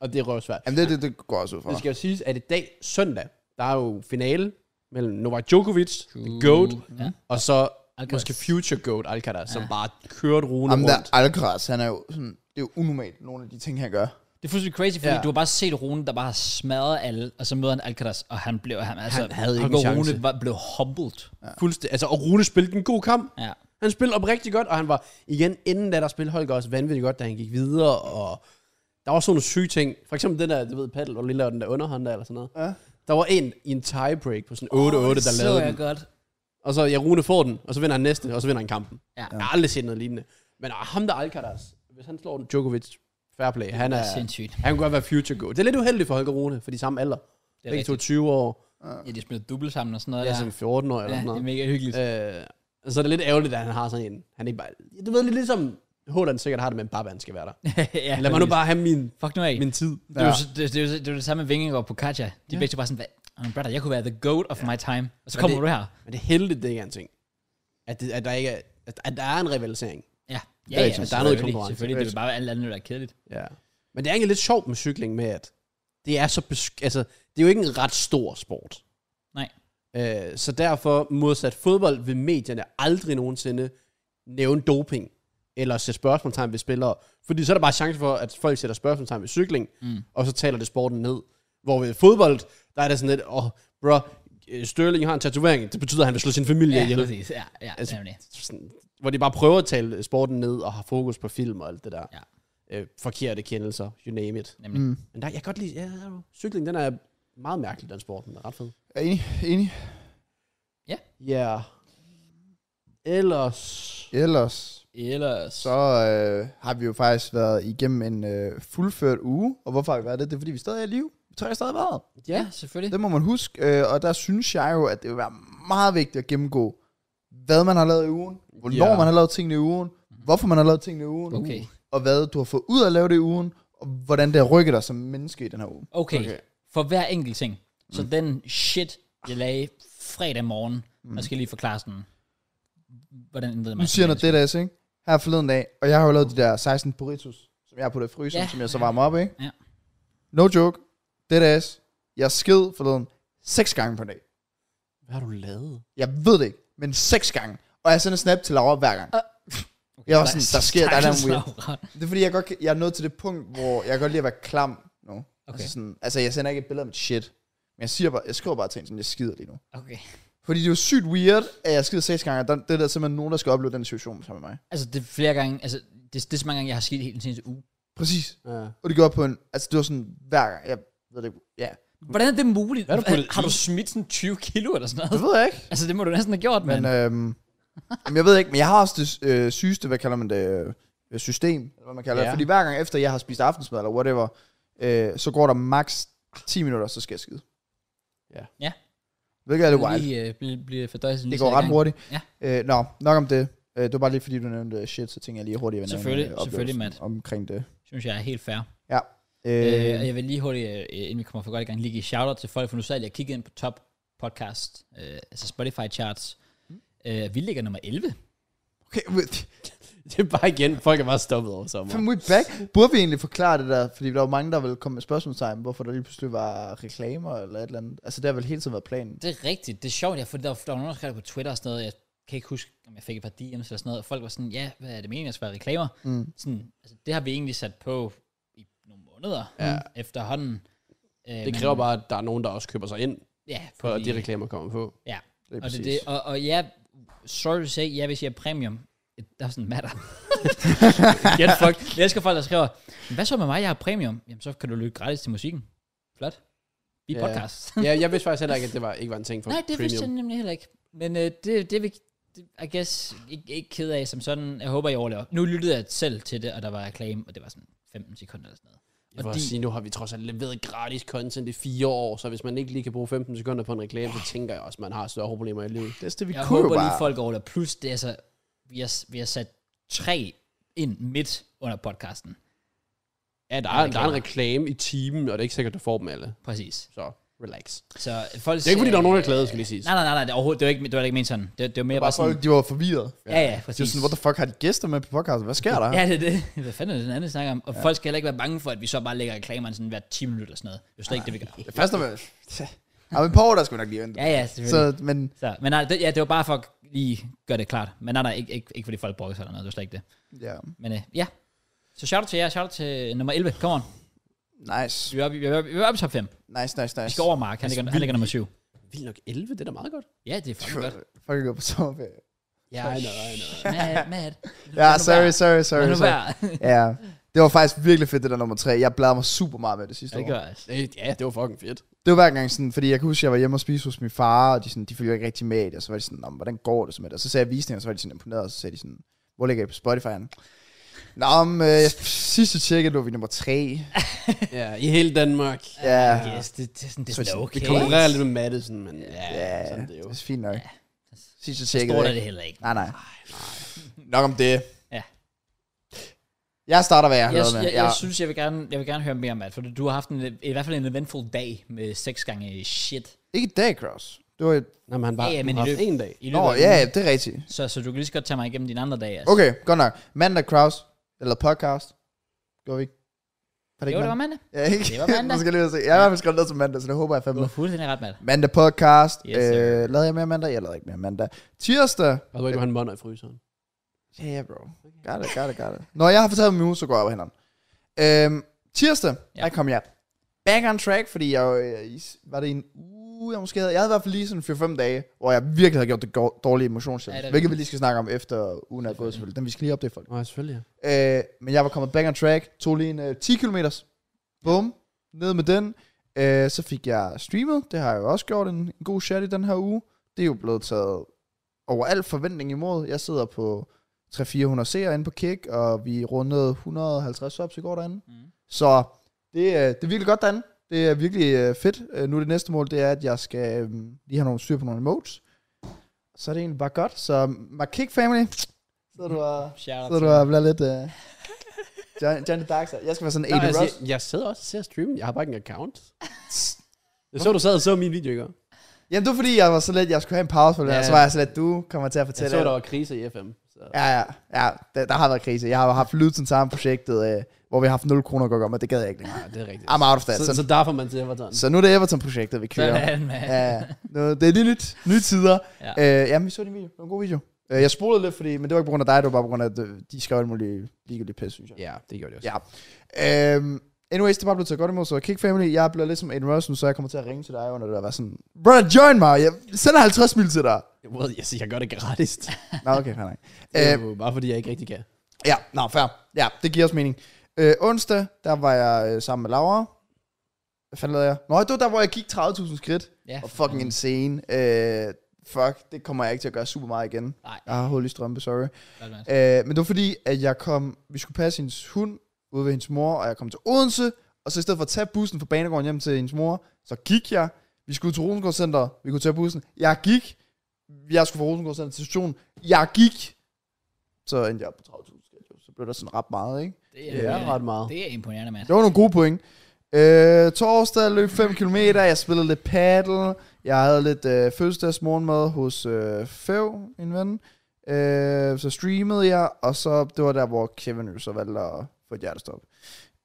Speaker 3: og det er røvsvært.
Speaker 2: Jamen, det, det, det går jeg også ud fra.
Speaker 3: Det skal jo siges, at i dag, søndag, der er jo finale mellem Novak Djokovic, The GOAT,
Speaker 1: Ja.
Speaker 3: og så
Speaker 1: Alcaraz.
Speaker 3: måske Future GOAT Alcaraz, som
Speaker 1: Ja.
Speaker 3: bare kørte rune
Speaker 2: Jamen, der
Speaker 3: rundt.
Speaker 2: Alcaraz, han er jo sådan, det er jo unormalt, nogle af de ting, han gør.
Speaker 1: Det er fuldstændig crazy, fordi ja.
Speaker 3: Ja.
Speaker 1: du har bare set Rune, der bare har smadret alle, og så møder han Alcaraz, og han blev, han, altså,
Speaker 3: Han havde ikke
Speaker 1: Holger
Speaker 3: en chance.
Speaker 1: Rune var, blev humbled.
Speaker 3: Ja. Fuldstændig. Altså, og Rune spillede en god kamp.
Speaker 1: Ja.
Speaker 3: Han spillede op rigtig godt, og han var igen inden da der spillede Holger også vanvittigt godt, da han gik videre, og der var sådan nogle syge ting. For eksempel den der, du ved, paddle, og lille den der underhånd der, eller sådan noget.
Speaker 2: Ja.
Speaker 3: Der var en i en tiebreak på sådan 8-8, oh,
Speaker 1: så
Speaker 3: der lavede
Speaker 1: jeg
Speaker 3: den.
Speaker 1: godt.
Speaker 3: Og så, ja, Rune får den, og så vinder han næste, og så vinder han kampen.
Speaker 1: Ja.
Speaker 3: Jeg har aldrig set noget lignende. Men ah, ham der Alcaraz, hvis han slår den, Djokovic, fair play, han
Speaker 1: Det
Speaker 3: er,
Speaker 1: er sindssygt.
Speaker 3: han kunne godt være future go. Det er lidt uheldigt for Holger Rune, for de er samme alder.
Speaker 1: Det er
Speaker 3: Begge to
Speaker 1: rigtigt.
Speaker 3: 20 år,
Speaker 1: Ja, de spiller double sammen og sådan noget.
Speaker 3: jeg er
Speaker 1: der.
Speaker 3: som 14 år eller
Speaker 1: ja det
Speaker 3: sådan
Speaker 1: er
Speaker 3: noget.
Speaker 1: mega hyggeligt.
Speaker 3: Øh, så er det lidt ærgerligt, at han har sådan en. Han er ikke bare, du ved lidt ligesom, Håland sikkert har det med, at Baba han skal være der.
Speaker 1: ja,
Speaker 3: Lad mig nu bare have min,
Speaker 1: Fuck nu af.
Speaker 3: min tid.
Speaker 1: det, er jo, det, det, er jo- det, er jo det samme med Vingegaard på Katja. De er
Speaker 3: Ja.
Speaker 1: begge to bare sådan, "Hvad? oh, brother, jeg kunne være the goat of my time. Og så
Speaker 3: Men
Speaker 1: kommer
Speaker 3: det-
Speaker 1: du her.
Speaker 3: Men det er heldigt, det ikke er en ting. At, det, at, der, ikke er, at, at der er en rivalisering.
Speaker 1: Ja, ja,
Speaker 2: er
Speaker 1: ja,
Speaker 2: ikke sådan,
Speaker 1: selvfølgelig,
Speaker 3: der er noget konkurrence.
Speaker 1: Selvfølgelig, det vil bare være alt andet, der er kedeligt.
Speaker 3: Ja. Men det er egentlig lidt sjovt med cykling med, at det er så besk- altså, det er jo ikke en ret stor sport.
Speaker 1: Nej.
Speaker 3: Øh, så derfor, modsat fodbold, vil medierne aldrig nogensinde nævne doping, eller sætte spørgsmålstegn ved spillere. Fordi så er der bare chance for, at folk sætter spørgsmålstegn ved cykling,
Speaker 1: Mm.
Speaker 3: og så taler det sporten ned. Hvor ved fodbold, der er det sådan lidt, åh, oh, bro, øh, Sterling har en tatovering, det betyder, at han vil slå sin familie
Speaker 1: Ja,
Speaker 3: ihjel.
Speaker 1: præcis. Ja, ja,
Speaker 3: Altså,
Speaker 1: nemlig.
Speaker 3: sådan, hvor de bare prøver at tale sporten ned og har fokus på film og alt det der.
Speaker 1: Ja.
Speaker 3: Øh, forkerte kendelser, you name it.
Speaker 1: nemlig.
Speaker 2: Mm.
Speaker 3: Men der, jeg kan godt lide, ja, ja, cykling, den er meget mærkelig, den sport, den er ret fed.
Speaker 2: Er enig? Enig?
Speaker 3: Ja. Yeah. Ellers...
Speaker 2: Ellers,
Speaker 1: Ellers.
Speaker 2: så øh, har vi jo faktisk været igennem en øh, fuldført uge. Og hvorfor har vi været det? Det er, fordi vi stadig er i live. Vi tre er stadig været.
Speaker 1: Ja, selvfølgelig.
Speaker 2: Det må man huske. Øh, og der synes jeg jo, at det vil være meget vigtigt at gennemgå, hvad man har lavet i ugen, hvornår
Speaker 3: Ja. Mhm.
Speaker 2: man har lavet tingene i ugen, hvorfor man har lavet tingene i ugen,
Speaker 1: Okay.
Speaker 2: og hvad du har fået ud af at lave det i ugen, og hvordan det har rykket dig som menneske i den her uge.
Speaker 1: Okay. okay.
Speaker 3: Okay.
Speaker 1: For hver enkelt ting. Så
Speaker 2: Mm.
Speaker 1: den shit, jeg lagde fredag morgen, mm. jeg skal lige forklare sådan, hvordan ændrede mig.
Speaker 2: Nu siger noget det der, ikke? Her forleden dag, og jeg har jo lavet de der 16 burritos, som jeg har puttet i fryseren,
Speaker 1: Ja.
Speaker 2: ja. som jeg så varmer op, ikke?
Speaker 1: Ja.
Speaker 2: No joke, det der jeg sked forleden seks gange på en dag.
Speaker 3: Hvad har du lavet?
Speaker 2: Jeg ved det ikke, men seks gange. Og jeg sender snap til Laura hver
Speaker 1: Øh.
Speaker 2: gang. Jeg er også sådan, der sker, der er noget weird. Det er fordi, jeg, godt, kan- jeg er nået til det punkt, hvor jeg kan godt lide at være klam nu. Okay.
Speaker 1: Okay.
Speaker 2: Altså, sådan, altså, jeg sender ikke et billede af mit shit. Men jeg, siger bare, jeg skriver bare til hende, sådan, jeg skider lige nu.
Speaker 1: Okay.
Speaker 2: Fordi det er jo sygt weird, at jeg skider seks gange, og der, det er der simpelthen nogen, der skal opleve den situation sammen med mig.
Speaker 1: Altså, det er flere gange, altså, det, det er så mange gange, jeg har skidt hele den seneste uge.
Speaker 2: Præcis.
Speaker 3: Ja.
Speaker 2: Og det gør på en, altså det var sådan hver gang, jeg ved det ikke, ja.
Speaker 1: Hvordan er det muligt?
Speaker 4: Hvad har du puttet
Speaker 1: har
Speaker 4: i?
Speaker 1: du smidt sådan 20 kilo eller sådan
Speaker 2: Det
Speaker 1: noget?
Speaker 2: ved jeg ikke.
Speaker 1: Altså, det må du næsten have gjort,
Speaker 2: Men,
Speaker 1: mand.
Speaker 2: øhm, jamen, jeg ved ikke, men jeg har også det øh, sygeste, hvad kalder man det, øh, system, eller hvad man kalder ja.
Speaker 3: Ja.
Speaker 2: det. Fordi hver gang efter jeg har spist aftensmad eller whatever, øh, så går der max 10 minutter, så skal jeg skide.
Speaker 3: Ja.
Speaker 1: Ja.
Speaker 2: Hvilket er
Speaker 1: Det
Speaker 2: det wild.
Speaker 1: Lige, øh, blive, blive fordøjelsen lige
Speaker 2: Det går
Speaker 1: sat i
Speaker 2: ret
Speaker 1: gang.
Speaker 2: hurtigt.
Speaker 1: Ja.
Speaker 2: Øh, nå, nok om det. Øh, det var bare lige fordi, du nævnte shit, så tænker jeg lige hurtigt, at jeg vil nævne,
Speaker 1: Selvfølgelig,
Speaker 2: øh, oplevelsen
Speaker 1: selvfølgelig, Matt.
Speaker 2: Omkring det.
Speaker 1: Synes jeg er helt fair.
Speaker 2: Øh,
Speaker 1: Øh, og jeg vil lige hurtigt, øh, inden vi kommer for godt i gang, lige give shout-out til folk, for nu sad jeg og kiggede ind på top podcast, øh, altså Spotify charts. Øh, vi ligger nummer 11.
Speaker 2: okay, wait,
Speaker 3: Det er bare igen, folk er bare stoppet over sommer.
Speaker 2: fem week back. Burde vi egentlig forklare det der? Fordi der var mange, der ville komme med spørgsmålstegn, hvorfor der lige pludselig var reklamer eller et eller andet. Altså, det har vel hele tiden været planen.
Speaker 1: Det er rigtigt. Det er sjovt, jeg, for der, var- der var nogen, der skrev det på Twitter og sådan noget. Jeg kan ikke huske, om jeg fik et par DM's eller sådan noget. Og folk var sådan, ja, hvad er det meningen, at der skal være reklamer?
Speaker 2: Mm.
Speaker 1: Sådan, altså, det har vi egentlig sat på i nogle måneder
Speaker 3: Ja.
Speaker 1: efterhånden. Øh,
Speaker 3: Det kræver bare, at der er nogen, der også køber sig ind
Speaker 1: ja,
Speaker 3: på, at de reklamer kommer på.
Speaker 1: Ja,
Speaker 2: Det er
Speaker 1: og, det,
Speaker 2: præcis.
Speaker 1: det, og, og ja, sorry to say, ja, hvis jeg er premium, it doesn't matter.
Speaker 3: Get fucked.
Speaker 1: Jeg elsker folk, der skriver, "Men hvad så med mig, jeg har premium? Jamen, så kan du lytte gratis til musikken. Flot. Vi er
Speaker 3: Ja.
Speaker 1: podcast.
Speaker 3: ja, jeg vidste faktisk heller ikke, at det var, ikke var en ting for
Speaker 1: Nej, det
Speaker 3: premium.
Speaker 1: vidste jeg nemlig heller ikke. Men øh, det, det er vi, det, I guess, ikke, ikke ked af som sådan. Jeg håber, I overlever. Nu lyttede jeg selv til det, og der var reklame, og det var sådan 15 sekunder eller sådan noget.
Speaker 3: Jeg vil
Speaker 1: Og
Speaker 3: også
Speaker 1: de-
Speaker 3: sige, nu har vi trods alt leveret gratis content i fire år, så hvis man ikke lige kan bruge 15 sekunder på en reklame, så tænker jeg også, at man har større problemer i livet.
Speaker 2: det, er det vi
Speaker 1: Jeg
Speaker 2: kunne jo
Speaker 1: håber lige,
Speaker 2: bare.
Speaker 1: folk overlever. Plus, det er så, vi har, vi har sat tre ind midt under podcasten.
Speaker 3: Ja, der
Speaker 1: Ja,
Speaker 3: er,
Speaker 1: det
Speaker 3: der er en
Speaker 1: kan
Speaker 3: reklame i timen, og det er ikke sikkert, at du får dem alle.
Speaker 1: Præcis.
Speaker 3: Så relax.
Speaker 1: Så folk
Speaker 3: Det er ikke, fordi der er nogen, der er glade, skal lige siges.
Speaker 1: Nej, nej, nej, nej, det, er overhovedet, det var ikke, det var ikke ment sådan. Det, det var mere bare,
Speaker 2: Bare folk,
Speaker 1: sådan,
Speaker 2: de var forvirret.
Speaker 1: ja, ja, præcis.
Speaker 2: De var sådan, what the fuck, har de gæster med på podcasten? Hvad sker der?
Speaker 1: Ja, det er det. Hvad fanden er det, den anden snakker om? Og ja. folk skal heller ikke være bange for, at vi så bare lægger reklamerne sådan hver 10 minutter eller sådan noget. Det er jo slet ikke det, vi gør.
Speaker 2: Det er fast, når man... Ja, men på år, der skal vi nok lige vente.
Speaker 1: Ja, ja, selvfølgelig. Så,
Speaker 2: Så, men
Speaker 1: så men nej, det, ja, det var bare for at lige gøre det klart. Men nej, nej, ikke, ikke, ikke fordi folk brokker sig eller noget. Det var slet ikke det.
Speaker 2: ja,
Speaker 1: Men øh, ja. Så shout out til jer. Shout out til nummer 11. Kom on.
Speaker 2: nice.
Speaker 1: Vi er oppe, i- vi er oppe, vi er oppe i top 5.
Speaker 2: Nice, nice, nice.
Speaker 1: Vi skal over Mark. Han ligger, han ligger nummer 7.
Speaker 3: Vildt nok 11, det er da meget godt.
Speaker 1: Ja, det er fucking godt.
Speaker 2: Fucking gå på sommerferie.
Speaker 3: Ja, nej, nej, nej.
Speaker 1: Mad, mad.
Speaker 2: Ja, sorry, sorry, sorry.
Speaker 1: Sorry,
Speaker 2: sorry. Ja, det var faktisk virkelig fedt, det der nummer tre. Jeg bladrede mig super meget med det sidste
Speaker 1: Det
Speaker 2: år.
Speaker 1: gør jeg altså.
Speaker 3: Det, ja, det var fucking fedt.
Speaker 2: Det var hver gang sådan, fordi jeg kan huske, at jeg var hjemme og spise hos min far, og de, sådan, de følger ikke rigtig med i det, og så var de sådan, "Nå, men hvordan går det så med det? Og så sagde jeg visningen, og så var de sådan imponeret, og så sagde de sådan, hvor ligger I på Spotify? Nå, men øh, sidste tjekke, lå vi nummer tre.
Speaker 3: Ja, i hele Danmark.
Speaker 2: Ja,
Speaker 1: Ah, Yes, det, det, er sådan, det er
Speaker 2: Så
Speaker 1: sådan okay.
Speaker 3: Vi konkurrerer lidt med Madison, men ja,
Speaker 2: ja,
Speaker 3: sådan det
Speaker 2: det
Speaker 3: er jo.
Speaker 2: er fint nok. Sidste tjekke.
Speaker 1: Står der det heller ikke.
Speaker 2: Nej, nej. Nok om det.
Speaker 1: Ja.
Speaker 2: Jeg starter, hvad jeg har
Speaker 1: Jeg,
Speaker 2: lavet med.
Speaker 1: jeg, jeg synes, jeg vil, gerne, jeg vil gerne høre mere om det, for du har haft en, i hvert fald en eventful dag med seks gange shit.
Speaker 2: Ikke i dag, Kraus. Det var i...
Speaker 3: Nej, men han bare
Speaker 1: Ja, ja, men
Speaker 3: har
Speaker 1: i
Speaker 3: haft
Speaker 1: løbet-
Speaker 3: en dag.
Speaker 1: I løbet
Speaker 2: Nå,
Speaker 1: af
Speaker 2: ja,
Speaker 1: ugen.
Speaker 2: ja, det er rigtigt.
Speaker 1: Så, så du kan lige så godt tage mig igennem din andre dag. Altså.
Speaker 2: Okay, godt nok. Mandag, Kraus. Eller podcast. Gjorde vi ikke? Var
Speaker 1: det jo, det var
Speaker 2: mandag?
Speaker 1: mandag.
Speaker 2: Ja, ikke?
Speaker 1: Det var mandag.
Speaker 2: Nu skal jeg lige ud og se. Jeg har i hvert fald skrevet ned til mandag, så det håber jeg
Speaker 1: Du
Speaker 2: fandme.
Speaker 1: var fuldstændig ret, Matt.
Speaker 2: Mandag podcast.
Speaker 1: Yes,
Speaker 2: Yes,
Speaker 1: sir.
Speaker 2: øh, lavede jeg mere mandag? Jeg lavede ikke mere mandag. Tirsdag.
Speaker 3: Og du ved, du har en måned i fryseren.
Speaker 2: Ja, yeah, bro. Got it, got it, got it. Når jeg har fortalt min uge, så går jeg op ad hænderne. Øhm, tirsdag,
Speaker 1: Ja.
Speaker 2: ja. der kom jeg back on track, fordi jeg, øh, i- var det en uge, jeg måske havde. Jeg havde i hvert fald lige sådan 4-5 dage, hvor jeg virkelig havde gjort det go- dårlige
Speaker 1: Ja,
Speaker 2: emotionschallenge.
Speaker 1: det er
Speaker 2: Ja, hvilket vi lige skal snakke om efter ugen er gået selvfølgelig. Den vi skal lige opdage folk.
Speaker 3: Nå, ja, selvfølgelig. ja.
Speaker 2: Øh, men jeg var kommet back on track, tog lige en øh, 10 km. Bum, ned med den. Øh, så fik jeg streamet, det har jeg jo også gjort en, en god chat i den her uge. Det er jo blevet taget over al forventning imod. Jeg sidder på 300-400 seere inde på Kick, og vi rundede 150 subs i går derinde.
Speaker 1: Mm.
Speaker 2: Mm. Så det, øh, det er virkelig godt derinde. Det er virkelig øh, fedt. Øh, nu er det næste mål, det er, at jeg skal øh, lige have nogle styr på nogle emotes. Så er det egentlig bare godt. Så my Kick family, så du og
Speaker 1: Shout out
Speaker 2: så du
Speaker 1: til
Speaker 2: har blevet lidt... Uh, Johnny, Johnny Darkside. Jeg skal være sådan en
Speaker 3: Nå,
Speaker 2: 80
Speaker 3: altså,
Speaker 2: Ross.
Speaker 3: jeg, jeg sidder også og ser streamen. Jeg har bare ikke en account. Jeg så, du sad og så min video i går.
Speaker 2: Jamen, det var fordi, jeg var så lidt... Jeg skulle have en pause for det,
Speaker 3: Ja.
Speaker 2: ja. og så var jeg så lidt, du kommer til at
Speaker 3: Jeg
Speaker 2: fortælle...
Speaker 3: så, der
Speaker 2: alt.
Speaker 3: var krise i FM. Så.
Speaker 2: Ja, ja, ja. Der, der, har været krise. Jeg har jo haft lyd til samme projektet, øh, hvor vi har haft 0 kroner at gå om, og det gad jeg ikke længere.
Speaker 3: Ja, det er rigtigt.
Speaker 2: I'm out of that.
Speaker 3: Ah, Så,
Speaker 2: Så,
Speaker 3: så derfor man til Everton.
Speaker 2: så, nu er det Everton-projektet, vi kører.
Speaker 1: Sådan, mand.
Speaker 2: Ja, ja. Nu, det er lige nyt. Nye tider.
Speaker 1: Ja.
Speaker 2: Ja. Øh, jamen, vi så din video. Det var en god video. Øh, jeg spolede lidt, fordi, men det var ikke på grund af dig, det var bare på grund af, at øh, de skrev alt muligt ligegyldigt pisse, synes jeg.
Speaker 3: Ja, det gjorde det også.
Speaker 2: Ja. Øhm, Anyways, det er bare blevet taget godt imod, så Kick Family, jeg er blevet lidt som Aiden Rosen, så jeg kommer til at ringe til dig under det og være sådan, Brother, join mig, jeg sender 50 mil til dig.
Speaker 3: Well, jeg, siger, jeg gør det gratis.
Speaker 2: Nå, okay, fair nok.
Speaker 3: det er
Speaker 2: Øh,
Speaker 3: jo bare fordi, jeg ikke rigtig kan.
Speaker 2: ja, nå, fair. Ja, det giver også mening. Øh, onsdag, der var jeg øh, sammen med Laura. Hvad fanden lavede jeg? Nå, det var der, hvor jeg gik 30.000 skridt.
Speaker 1: Ja.
Speaker 2: Og fucking insane. Øh, fuck, det kommer jeg ikke til at gøre super meget igen.
Speaker 1: Nej,
Speaker 2: Jeg har hul i strømpe, sorry.
Speaker 1: godt, Mads.
Speaker 2: Øh, men det var fordi, at jeg kom, vi skulle passe hendes hund ude ved hendes mor, og jeg kom til Odense, og så i stedet for at tage bussen fra banegården hjem til hendes mor, så gik jeg. Vi skulle til Rosengård Center, vi kunne tage bussen. Jeg gik. Jeg skulle fra Rosengård Center til stationen. Jeg gik. Så endte jeg op på 30.000. skridt, jo. Så blev der sådan ret meget, ikke?
Speaker 1: det,
Speaker 3: Det er ret meget.
Speaker 1: Det er imponerende, mand.
Speaker 2: Det var nogle gode point. Øh, torsdag løb 5 km, jeg spillede lidt paddle, jeg havde lidt øh, fødselsdagsmorgenmad hos øh, Fev, en ven. Øh, så streamede jeg, og så det var der, hvor Kevin jo så valgte at få et hjertestop.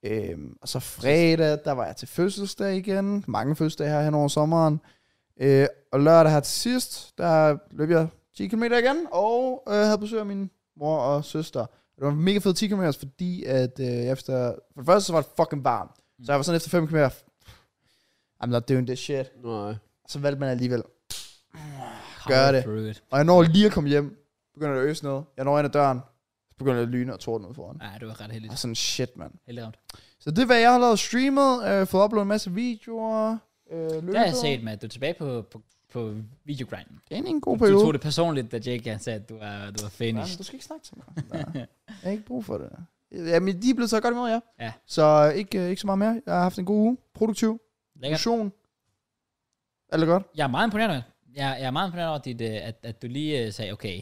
Speaker 2: Øh, og så fredag, der var jeg til fødselsdag igen, mange fødselsdage her hen over sommeren. Øh, og lørdag her til sidst, der løb jeg 10 km igen, og øh, havde besøg af min mor og søster. Det var en mega fed 10 km, fordi at øh, efter... For det første, så var det fucking varmt. Så jeg var sådan efter 5 km, I'm not doing this shit.
Speaker 3: Nej.
Speaker 2: Så valgte man alligevel.
Speaker 1: Power
Speaker 2: det.
Speaker 1: through it.
Speaker 2: Og jeg når lige at komme hjem, begynder det at øse noget. Jeg når ind ad døren, så begynder det at lyne og torden ud foran.
Speaker 1: Ja, det var ret heldigt.
Speaker 2: Og sådan, shit, mand.
Speaker 1: Heldig ramt.
Speaker 2: Så det er, hvad jeg har lavet streamet, øh, fået uploadet en masse videoer, øh, løbet.
Speaker 1: Det har jeg set, Matt. Du er tilbage på, på, på videogrinden.
Speaker 2: Det er en god
Speaker 1: Du
Speaker 2: periode.
Speaker 1: tog det personligt, da Jake han sagde, at du var, du var
Speaker 2: Nej,
Speaker 1: finished.
Speaker 2: du skal ikke snakke til mig. Nej. Jeg har ikke brug for det. Jamen, de er blevet så godt imod jer.
Speaker 1: Ja.
Speaker 2: Så ikke, øh, ikke så meget mere. Jeg har haft en god uge. Produktiv.
Speaker 1: Lækkert.
Speaker 2: Motion. Alt er godt.
Speaker 1: Jeg er meget imponeret. Jeg, jeg er meget imponeret over, dit, øh, at, at du lige øh, sagde, okay,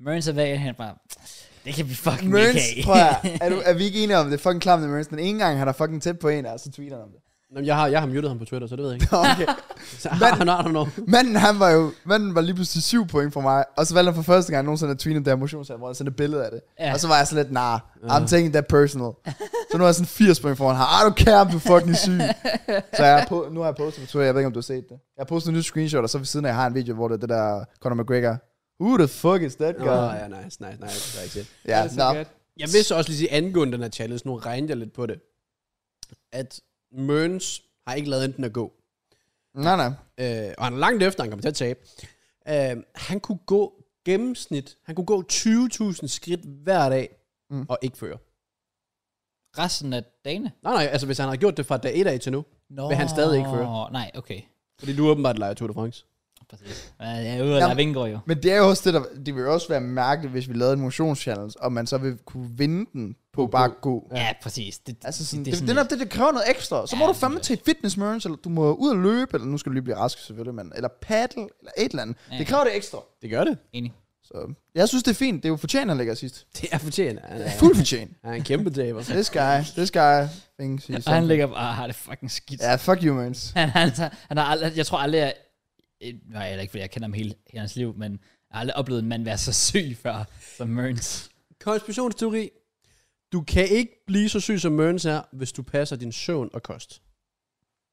Speaker 1: Mørns er væk, han bare, det kan vi fucking
Speaker 2: Mørns,
Speaker 1: ikke
Speaker 2: prøv
Speaker 1: have.
Speaker 2: at, er, du, er vi ikke enige om det? Fucking klamt med Mørns. Den ene gang han er fucking tæt på en, og så tweeter han om det.
Speaker 3: Jamen, jeg har, jeg har muted ham på Twitter, så det ved jeg ikke.
Speaker 2: Okay.
Speaker 3: Så, Men, I don't know.
Speaker 2: Manden, han var jo, manden var lige pludselig syv point fra mig, og så valgte han for første gang nogensinde at tweete om det her motionsal, hvor han sendte et billede af det.
Speaker 1: Ja.
Speaker 2: Ja. Og så var jeg sådan lidt, nah, I'm taking that personal. så nu er jeg sådan 80 point foran her. I don't care, om du er fucking syg. så jeg har på, nu har jeg postet på Twitter, jeg ved ikke, om du har set det. Jeg har postet en ny screenshot, og så ved siden af, jeg har en video, hvor det er det der Conor McGregor. Who the fuck is that guy?
Speaker 3: Nå, ja, nice, nice, nice. Det er ikke set.
Speaker 2: ja, nå.
Speaker 3: Jeg vil så også lige sige angående den her challenge, nu regnede jeg lidt på det, at Mørns har ikke lavet enten at gå,
Speaker 2: Nej, nej.
Speaker 3: øh, og han er langt efter, han kommer til at tabe. Øh, han kunne gå gennemsnit, han kunne gå 20.000 skridt hver dag,
Speaker 2: Mm.
Speaker 3: mm. og ikke føre.
Speaker 1: Resten af dagene?
Speaker 3: Nej, nej, altså hvis han havde gjort det fra dag 1 af til nu,
Speaker 1: Nå,
Speaker 3: Vil han stadig ikke føre?
Speaker 1: Nej, okay.
Speaker 3: fordi du åbenbart leger Tour de France.
Speaker 1: Præcis. Ja, Jeg er ude og lade
Speaker 2: Jamen.
Speaker 1: vinger jo.
Speaker 2: Men det er jo også det, der, det vil jo også være mærkeligt, hvis vi lavede en motionschallenge, og man så vil kunne vinde den på bare at gå.
Speaker 1: Ja, præcis. Det,
Speaker 2: Altså sådan,
Speaker 1: det, det,
Speaker 2: det,
Speaker 1: er
Speaker 2: det,
Speaker 1: sådan
Speaker 2: det, det, det kræver noget ekstra. Så
Speaker 1: Ja,
Speaker 2: ja, må du
Speaker 1: det
Speaker 2: fandme
Speaker 1: synes
Speaker 2: til fitness merge, eller du må ud og løbe, eller nu skal du lige blive rask selvfølgelig, men, eller paddle, eller et eller andet.
Speaker 1: Ja.
Speaker 2: Ja. Det kræver det ekstra.
Speaker 3: Det gør det.
Speaker 1: lidt enig.
Speaker 2: Så jeg synes, det er fint. Det er jo fortjent, han ligger sidst.
Speaker 3: Det er fortjent. Han er,
Speaker 2: Fuld fortjent.
Speaker 3: han er en kæmpe taber.
Speaker 2: This guy, this guy. Things
Speaker 1: Og han ligger bare og har det fucking skidt.
Speaker 2: Ja, fuck you, mans.
Speaker 1: Han, han, han har aldrig, jeg tror aldrig, jeg, eh, nej, eller ikke fordi jeg kender ham hele, hele hans liv, men jeg har aldrig oplevet en mand være så syg før, som Mørns.
Speaker 3: Konspirationsteori. Du kan ikke blive så syg som Mørns er, hvis du passer din søvn og kost.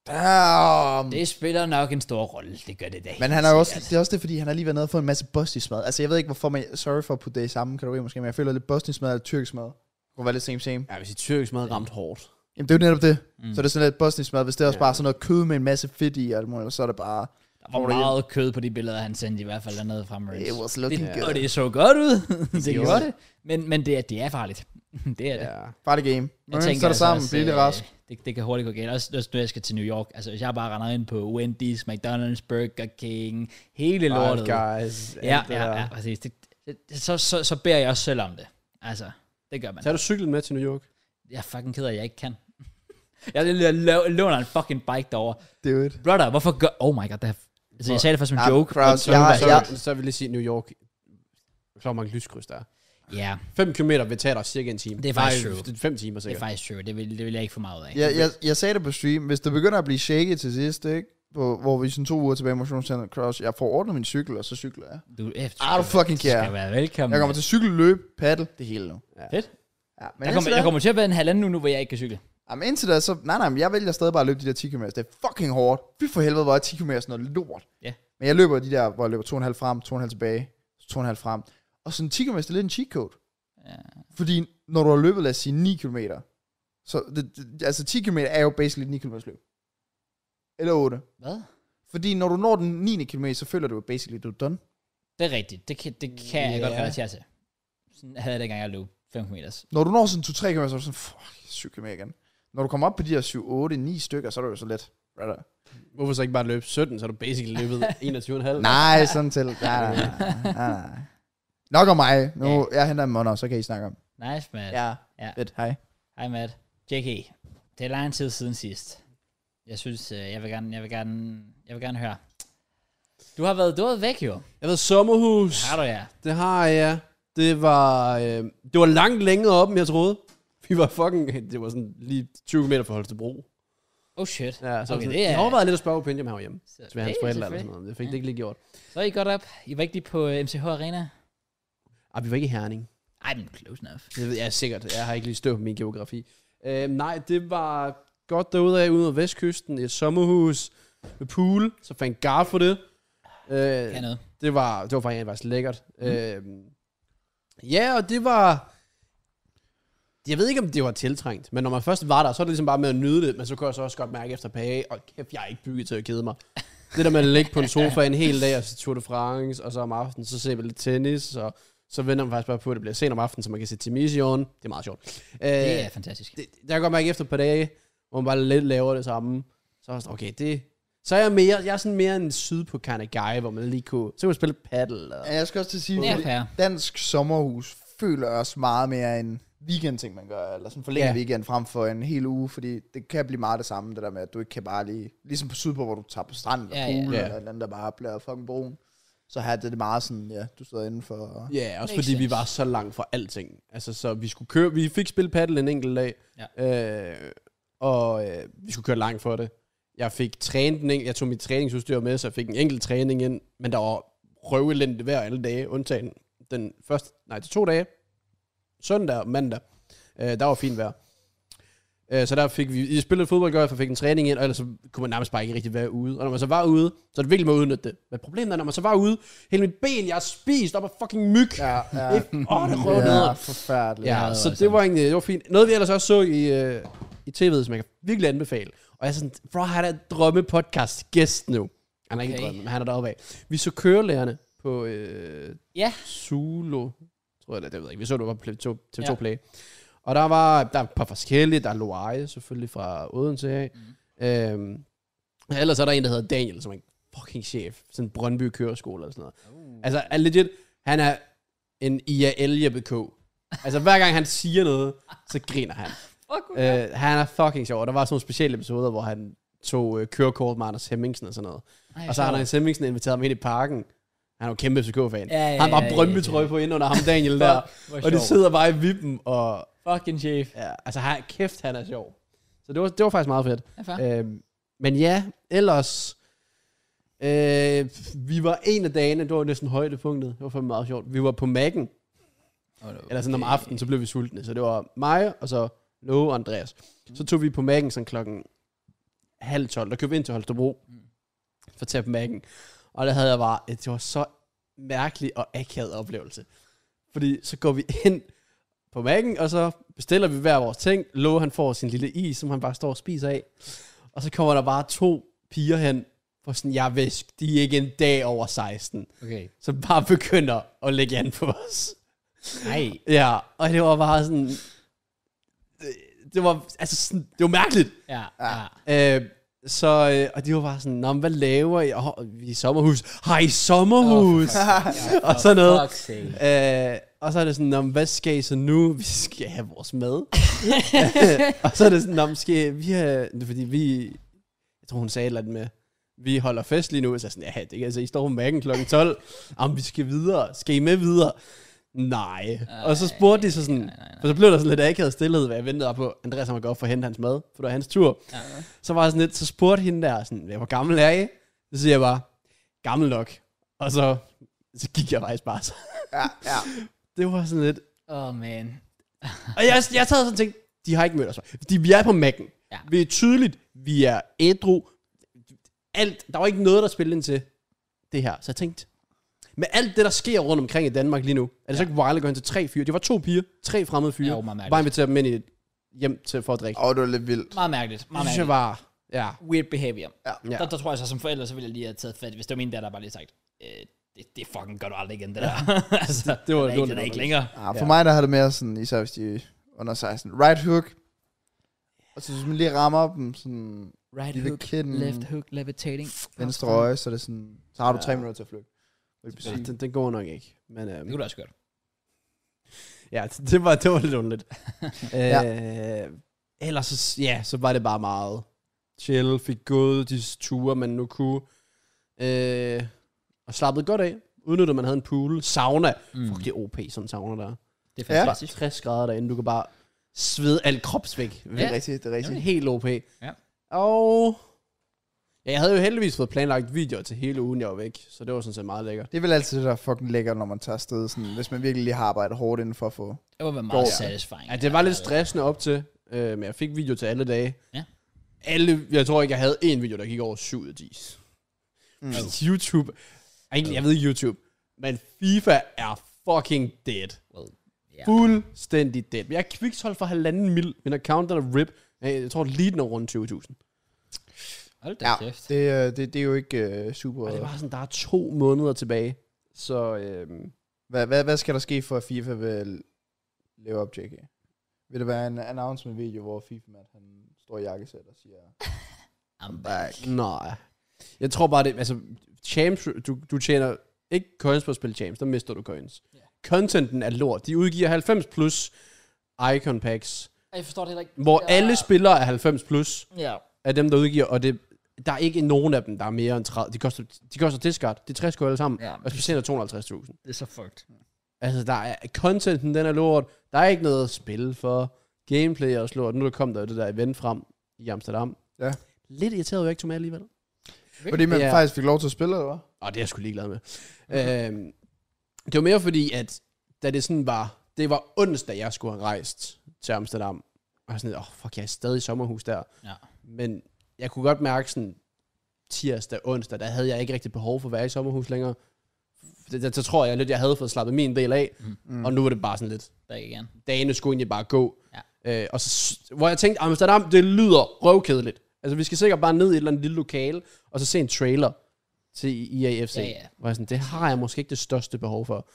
Speaker 2: Damn.
Speaker 1: Det spiller nok en stor rolle, det gør det da.
Speaker 2: Men
Speaker 1: helt
Speaker 2: han er jo også,
Speaker 1: sikkert.
Speaker 2: det er også det, fordi han har lige været nede og fået en masse bosnisk mad. Altså, jeg ved ikke, hvorfor man... Sorry for at putte det i samme kategori måske, men jeg føler lidt bosnisk mad eller tyrkisk mad. Det kunne være lidt same same.
Speaker 3: Ja, hvis i tyrkisk mad ramt hårdt.
Speaker 2: Jamen, det er jo netop det.
Speaker 1: Mm.
Speaker 2: Mm. Så det er sådan lidt bosnisk mad. Hvis det er også
Speaker 3: Ja.
Speaker 2: bare sådan noget kød med en masse fedt i, og alt muligt, så er det bare...
Speaker 1: Der var
Speaker 2: Hvor er det
Speaker 1: meget kød på de billeder, han sendte i hvert fald dernede fra Mørns.
Speaker 2: It was
Speaker 1: Det,
Speaker 2: looking
Speaker 1: ja.
Speaker 2: good.
Speaker 1: Og det så godt ud. det
Speaker 2: gjorde
Speaker 1: gjorde
Speaker 2: det.
Speaker 1: det. Men, men det, er, det er farligt. det er det.
Speaker 3: Ja.
Speaker 2: Bare det game.
Speaker 1: Jeg
Speaker 2: Jeg tænker, så er det
Speaker 1: altså
Speaker 2: sammen,
Speaker 1: også,
Speaker 2: blive lidt
Speaker 1: øh,
Speaker 2: rask.
Speaker 1: Det, det kan hurtigt gå galt. Også, også når jeg skal til New York. Altså, hvis jeg bare render ind på Wendy's, McDonald's, Burger King, hele lortet.
Speaker 3: guys.
Speaker 1: Ja, ja, ja, præcis. Det, det, det, så, så, så beder jeg også selv om det. Altså, det gør man.
Speaker 3: Tager du cyklen med til New York?
Speaker 1: Jeg er fucking ked af, at jeg ikke kan. jeg lå- låner en fucking bike derover.
Speaker 2: Dude.
Speaker 1: Brother, hvorfor gør... Oh my god, det er... Altså, jeg sagde det først som en
Speaker 2: Ah,
Speaker 1: joke.
Speaker 2: Kraus,
Speaker 1: og så-
Speaker 2: jeg har-
Speaker 3: så,
Speaker 2: ja.
Speaker 3: så, så vil jeg lige sige New York. Så mange lyskryds der er.
Speaker 1: Ja,
Speaker 3: 5 km vil tage dig cirka en time.
Speaker 1: Det er faktisk true.
Speaker 3: true. 5 timer
Speaker 1: det er
Speaker 3: sikkert.
Speaker 1: faktisk true. Det vil, det vil jeg ikke få meget ud af.
Speaker 2: Jeg, jeg, jeg sagde det på stream. Hvis det begynder at blive shaky til sidst, ikke? På, hvor vi er sådan to uger tilbage i motionscenter cross, jeg får ordnet min cykel, og så cykler jeg.
Speaker 1: Du, eh, du
Speaker 2: Ah, du fucking
Speaker 1: skal,
Speaker 2: care.
Speaker 1: skal være velkommen.
Speaker 2: Jeg kommer til cykel, løb, paddle, det hele nu.
Speaker 1: Fedt.
Speaker 2: Ja, men
Speaker 1: Jeg
Speaker 2: indtil
Speaker 1: kommer,
Speaker 2: da-
Speaker 1: jeg kommer til at være en halvanden uge nu, hvor jeg ikke kan cykle.
Speaker 2: Jamen indtil da, så... Nej, nej, men jeg vælger stadig bare at løbe de der 10 km. Det er fucking hårdt. Fy for helvede, hvor er 10 km sådan noget lort.
Speaker 1: Ja.
Speaker 2: Men jeg løber de der, hvor jeg løber 2,5 frem, 2,5 tilbage, 2,5 frem. Og sådan 10 km, det er lidt en cheat code.
Speaker 1: Ja.
Speaker 2: Fordi når du har løbet, lad os sige 9 km, Så det, det, altså 10 km er jo basically et 9 km løb. Eller 8.
Speaker 1: Hvad?
Speaker 2: Fordi når du når den 9. km, så føler du jo basically, du er done.
Speaker 1: Det er rigtigt. Det kan, det kan yeah. jeg godt
Speaker 3: Ja.
Speaker 1: relatere til. Sådan havde jeg dengang, jeg løb 5 km.
Speaker 2: Når du når sådan 2-3 km, så er du sådan, fuck, 7 km igen. Når du kommer op på de her 7, 8, 9 stykker, så er det jo så let. Right
Speaker 3: Hvorfor så ikke bare løbe 17, så har du basically løbet 21,5?
Speaker 2: nej, sådan til. Nej, nej, nej, nej, nej. Nok om mig. Nu,
Speaker 1: Ja.
Speaker 2: jeg henter en måned, så kan I snakke om.
Speaker 1: Nice, Matt.
Speaker 2: Ja.
Speaker 1: Ja.
Speaker 2: Fedt, hej.
Speaker 1: Hej, Matt. JK, det er lang tid siden sidst. Jeg synes, øh, jeg vil gerne, jeg vil gerne, jeg vil gerne høre. Du har været, du har været væk jo.
Speaker 3: Jeg ved, sommerhus.
Speaker 1: Har du ja.
Speaker 3: Det har jeg. Det var, øh, det var langt længere op, end jeg troede. Vi var fucking... Det var sådan lige 20 meter fra Holstebro.
Speaker 1: Oh shit.
Speaker 3: Ja, så
Speaker 1: okay,
Speaker 3: okay,
Speaker 1: det er,
Speaker 3: Jeg overvejede lidt at spørge Opinion, om han var hjemme.
Speaker 1: så,
Speaker 3: Så ved
Speaker 1: det
Speaker 3: hans
Speaker 1: er
Speaker 3: forældre eller sådan
Speaker 1: selvfølgelig.
Speaker 3: noget. men Det fik det ikke lige gjort.
Speaker 1: Så er I godt op. I var ikke lige på øh, MCH Arena?
Speaker 3: Ah, vi var ikke i Herning.
Speaker 1: Ej, men close enough.
Speaker 3: Det ved jeg sikkert. Jeg har ikke lige støv på min geografi. Øh, nej, det var godt derude af, ude af vestkysten. Et sommerhus med pool. Så fandt gar for det. Øh,
Speaker 1: Kan noget.
Speaker 3: Det var, det var faktisk, faktisk lækkert.
Speaker 1: Mhm.
Speaker 3: Mm. Øhm, ja, og det var... Jeg ved ikke, om det var tiltrængt, men når man først var der, så er det ligesom bare med at nyde det, men så kunne jeg så også godt mærke efter page, og kæft, jeg er ikke bygget til at kede mig. Det der med at ligge på en sofa en hel dag, og så Tour de France, og så om aftenen, så ser vi lidt tennis, og så venter man faktisk bare på, at det bliver sent om aftenen, så man kan se Timision. Det er meget sjovt. Øh,
Speaker 1: Det er fantastisk.
Speaker 3: det, der kan jeg godt mærke efter et par dage, hvor man bare lidt laver det samme. Så er jeg sådan, okay, det... Så er jeg mere, jeg er sådan mere en syd på kind of guy, hvor man lige kunne, så kunne man spille paddle. Og,
Speaker 2: Ja, jeg skal også til at sige,
Speaker 1: Ja,
Speaker 2: fordi
Speaker 1: fair.
Speaker 2: dansk sommerhus føler også meget mere en weekendting, man gør, eller sådan en forlænget
Speaker 3: Ja.
Speaker 2: yeah. weekend frem for en hel uge, fordi det kan blive meget det samme, det der med, at du ikke kan bare lige, ligesom på Sydpå, hvor du tager på stranden eller
Speaker 1: Ja,
Speaker 2: yeah,
Speaker 1: ja.
Speaker 2: pool, yeah.
Speaker 3: Ja.
Speaker 2: eller et eller andet, der bare bliver fucking brun. Så her det er det meget sådan, ja, du sidder indenfor. Og...
Speaker 3: Ja, yeah, også
Speaker 1: Makes
Speaker 3: fordi sense. vi
Speaker 1: sense.
Speaker 3: var så langt fra alting. Altså, så vi skulle køre, vi fik spillet paddle en enkelt dag, ja. øh, og øh, vi skulle køre langt for det. Jeg fik trænet en enkelt, jeg tog mit træningsudstyr med, så jeg fik en enkelt træning ind, men der var røvelendt hver alle dage, undtagen den første, nej, de to dage, søndag og mandag, øh, der var fint vejr. Øh, så der fik vi, I spillede fodbold, gør, for fik en træning ind, og ellers så kunne man nærmest bare ikke rigtig være ude. Og når man så var ude, så er det virkelig med at udnytte det. Men problemet er, når man så var ude, hele mit ben, jeg har spist op af fucking myg.
Speaker 2: Ja, ja.
Speaker 3: Åh, oh, det røv
Speaker 2: ja,
Speaker 3: ja.
Speaker 2: forfærdeligt.
Speaker 1: Ja,
Speaker 3: ja,
Speaker 1: det
Speaker 3: så
Speaker 1: var
Speaker 3: det var egentlig, det var fint. Noget vi ellers også så i, øh, i tv'et, som jeg kan virkelig anbefale. Og jeg er sådan, bro, han er drømme podcast gæst nu. Han er okay.
Speaker 1: Okay.
Speaker 3: ikke drømme, men han er deroppe af. Vi så kørelærerne på øh,
Speaker 1: Ja.
Speaker 3: Zulu, tror jeg det, det ved jeg ikke. Vi så det var på TV2, TV2
Speaker 1: Ja.
Speaker 3: ja. Play. Og der var der er et par forskellige, der er Loaie selvfølgelig fra Odense af.
Speaker 1: Mhm.
Speaker 3: Mm. Øhm, og ellers er der en, der hedder Daniel, som er en fucking chef. Sådan en Brøndby Køreskole eller sådan noget.
Speaker 1: Uh.
Speaker 3: Altså, er legit, han er en IAL-JBK. Altså, hver gang han siger noget, så griner han.
Speaker 1: Fuck,
Speaker 3: Øh, han er fucking sjov. Og der var sådan nogle specielle episoder, hvor han tog øh, kørekort med Anders Hemmingsen og sådan noget.
Speaker 1: Ej,
Speaker 3: og så har
Speaker 1: sjovt.
Speaker 3: Anders Hemmingsen inviteret ham ind i parken. Han er jo kæmpe FCK-fan.
Speaker 1: Ja, ja,
Speaker 3: han var
Speaker 1: ja, ja,
Speaker 3: brøndbetrøje
Speaker 1: ja.
Speaker 3: på ind under ham, Daniel,
Speaker 1: Fuck,
Speaker 3: der.
Speaker 1: hvor
Speaker 3: og de
Speaker 1: sjovt.
Speaker 3: sidder bare i vippen, og
Speaker 1: Fucking chef.
Speaker 3: ja, altså han, kæft, han er sjov. Så det var, det var faktisk meget fedt.
Speaker 1: Ja, fair.
Speaker 3: Øhm, men ja, ellers... Øh, vi var en af dagene, det var næsten højdepunktet. Det var fandme meget sjovt. Vi var på Mac'en, eller sådan om aftenen, så blev vi sultne. Så det var mig, og så Lo og Andreas. Så tog vi på Mac'en sådan klokken halv tolv. Der købte vi ind til Holstebro for at tage på Mac'en. Og der havde jeg bare, det var så mærkelig og akavet oplevelse. Fordi så går vi ind på Mac'en, og så bestiller vi hver vores ting. Lo han får sin lille is, som han bare står og spiser af. Og så kommer der bare to piger hen, for sådan, jeg vidste, de er ikke en dag over 16.
Speaker 1: Okay.
Speaker 3: Så bare begynder at lægge an på os.
Speaker 1: Nej.
Speaker 3: Ja, og det var bare sådan... Det, det var, altså sådan, det var mærkeligt.
Speaker 1: Ja, ja.
Speaker 3: Øh, så, øh, og de var bare sådan, Nå, men hvad laver I? Oh, vi er i sommerhus. Har I
Speaker 1: Åh,
Speaker 3: sommerhus?
Speaker 1: for fuck's sake.
Speaker 3: og sådan noget.
Speaker 1: Fuck's sake.
Speaker 3: Øh, og så er det sådan, Nå, men hvad skal I så nu? Vi skal have vores mad. og så er det sådan, Nå, men skal vi have... Fordi vi... Jeg tror, hun sagde et eller andet med, vi holder fest lige nu. Så er jeg sådan, ja, det kan altså, I står på mærken kl. 12. Jamen, vi skal videre. Skal I med videre? Nej. og så spurgte de så sådan, for så blev der sådan lidt akavet stillhed, hvad jeg ventede på. Andreas, han var godt for at hente hans mad, for det var hans tur. Ja. Så var jeg sådan lidt, så spurgte hende der, sådan, "Ja, hvor gammel er I? Så siger jeg bare, gammel nok. Og så, så gik jeg faktisk bare så.
Speaker 2: ja, ja.
Speaker 3: Det var sådan lidt,
Speaker 1: Åh, oh, man.
Speaker 3: og jeg, jeg sad sådan og tænkte, de har ikke mødt os. Fordi vi er på Mac'en.
Speaker 1: Ja.
Speaker 3: Vi er tydeligt, vi er ædru. Alt, der var ikke noget, der spillede ind til det her. Så jeg tænkte, med alt det, der sker rundt omkring i Danmark lige nu, er det ja. så ikke wild at gå hen til tre fyre? Det var to piger, tre fremmede fyre.
Speaker 1: Ja, jo, meget mærkeligt.
Speaker 3: bare invitere dem ind i et hjem til for at drikke.
Speaker 2: Åh, oh, det var lidt vildt.
Speaker 1: Meget mærkeligt.
Speaker 3: Det
Speaker 1: Meget
Speaker 3: synes jeg
Speaker 1: mærkeligt.
Speaker 3: var, ja.
Speaker 1: Weird behavior.
Speaker 3: ja.
Speaker 1: Ja. Der, der, tror jeg så, som forælder, så ville jeg lige have taget fat. Hvis det var min datter, der bare lige sagt, øh, det, det fucking gør du aldrig igen, det der. altså,
Speaker 3: det var-
Speaker 1: den er
Speaker 3: det var
Speaker 1: ikke, den er
Speaker 3: lidt
Speaker 1: ikke længere.
Speaker 2: Ah, for ja. mig, der har det mere sådan, især hvis de er under 16. Right hook. Og så hvis man lige rammer dem sådan
Speaker 1: Right
Speaker 2: Lille
Speaker 1: hook,
Speaker 2: kitten.
Speaker 1: left hook, levitating.
Speaker 2: venstre øje, så er det sådan, så har du tre
Speaker 3: Ja.
Speaker 2: minutter til at flygte. Det er
Speaker 3: Ja,
Speaker 2: præcis.
Speaker 3: den, den går nok ikke. Men
Speaker 1: Det
Speaker 3: øhm,
Speaker 1: kunne da også godt.
Speaker 3: ja, det det var, det var lidt underligt. øh, ellers så, ja, så var det bare meget chill, fik gået de ture, man nu kunne. Øh, og slappede godt af. Udnyttede, at man havde en pool. Sauna. Mm. Fuck, det er OP, sådan en sauna der.
Speaker 1: Det er
Speaker 2: Ja.
Speaker 1: fantastisk.
Speaker 3: 60 grader derinde, du kan bare svede alt kropsvæk.
Speaker 2: Det er rigtigt, det er
Speaker 3: Det
Speaker 2: rigtigt.
Speaker 3: er helt OP.
Speaker 1: Ja.
Speaker 3: Og... Ja, jeg havde jo heldigvis fået planlagt videoer til hele ugen, jeg var væk. Så det var sådan set meget lækkert.
Speaker 2: Det er vel altid det, der er fucking lækkert, når man tager afsted, sådan, hvis man virkelig lige har arbejdet hårdt inden for at få...
Speaker 1: Det var være meget
Speaker 2: Går.
Speaker 1: satisfying.
Speaker 3: Ja, det var lidt stressende op til, øh, men jeg fik video til alle dage.
Speaker 1: Ja.
Speaker 3: Alle, jeg tror ikke, jeg havde én video, der gik over 7 af 10.
Speaker 2: Mm.
Speaker 3: Mm. YouTube, egentlig, jeg ved ikke YouTube, men FIFA er fucking dead.
Speaker 1: Well, ja.
Speaker 3: Fuldstændig dead. Jeg er kvikshold for halvanden mil, min account den er rip. Øh, Jeg tror lige den er rundt 20.000.
Speaker 1: Hold da
Speaker 2: Ja,
Speaker 1: kæft.
Speaker 2: det, øh, det, det er jo ikke uh, super...
Speaker 3: Og det var sådan, der er to måneder tilbage. Så øhm,
Speaker 2: Hvad, hvad, hvad skal der ske for, at FIFA vil leve op til JK? Vil det være en announcement video, hvor FIFA mand han står i jakkesæt og siger...
Speaker 1: I'm back.
Speaker 2: Back.
Speaker 3: Nej. Jeg tror bare, det, altså, champs, du, du tjener ikke coins på at spille champs, der mister du coins.
Speaker 1: Ja.
Speaker 3: Yeah. Contenten er lort. De udgiver 90 plus icon packs,
Speaker 1: Ej, Jeg forstår det heller ikke.
Speaker 3: hvor
Speaker 1: Ja.
Speaker 3: alle spillere er 90 plus
Speaker 1: Ja.
Speaker 3: af dem, der udgiver, og det, der er ikke nogen af dem, der er mere end 30. De koster, de koster discard. Det er 60 alle sammen.
Speaker 1: Ja.
Speaker 3: Og specielt er 250.000.
Speaker 1: Det er så fucked.
Speaker 3: Altså, der er, contenten, den er lort. Der er ikke noget at spille for. Gameplay er også lort. Nu er der kommet der jo det der event frem i Amsterdam.
Speaker 2: Ja.
Speaker 3: Lidt irriteret, at jeg ikke tog med alligevel.
Speaker 2: Fordi man
Speaker 3: Ja.
Speaker 2: yeah. faktisk fik lov til at spille, eller hvad?
Speaker 3: Og Ah, det er jeg sgu ligeglad med. øhm, det var mere fordi, at da det sådan var, det var onsdag, jeg skulle have rejst til Amsterdam. Og jeg var sådan, lidt, åh, oh, fuck, jeg er stadig i sommerhus der.
Speaker 1: Ja.
Speaker 3: Men jeg kunne godt mærke sådan, tirsdag, onsdag, der havde jeg ikke rigtig behov for at være i sommerhus længere. Det, der, der tror jeg lidt, jeg havde fået slappet min del af. Mm. Og nu er det bare sådan lidt,
Speaker 1: Back igen.
Speaker 3: dagene skulle egentlig bare gå. Ja. Øh, og så, s- hvor jeg tænkte, Amsterdam, det lyder røvkedeligt. Altså, vi skal sikkert bare ned i et eller andet lille lokale, og så se en trailer til IAFC.
Speaker 1: Ja, ja.
Speaker 3: Hvor jeg sådan, det har jeg måske ikke det største behov for.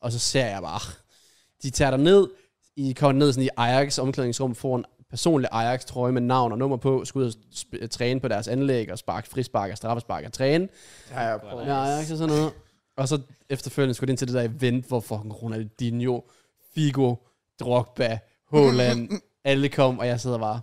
Speaker 3: Og så ser jeg bare, de tager dig ned, I kommer ned sådan i Ajax omklædningsrum, får en personlig Ajax-trøje med navn og nummer på, skal ud og sp- træne på deres anlæg, og sparke frispark og straffespark og træne.
Speaker 2: Ja, jeg prøver.
Speaker 3: Ja, Ajax og sådan noget. Og så efterfølgende skulle det ind til det der event, hvor fucking Ronaldinho, Figo, Drogba, Haaland, alle kom, og jeg sidder bare,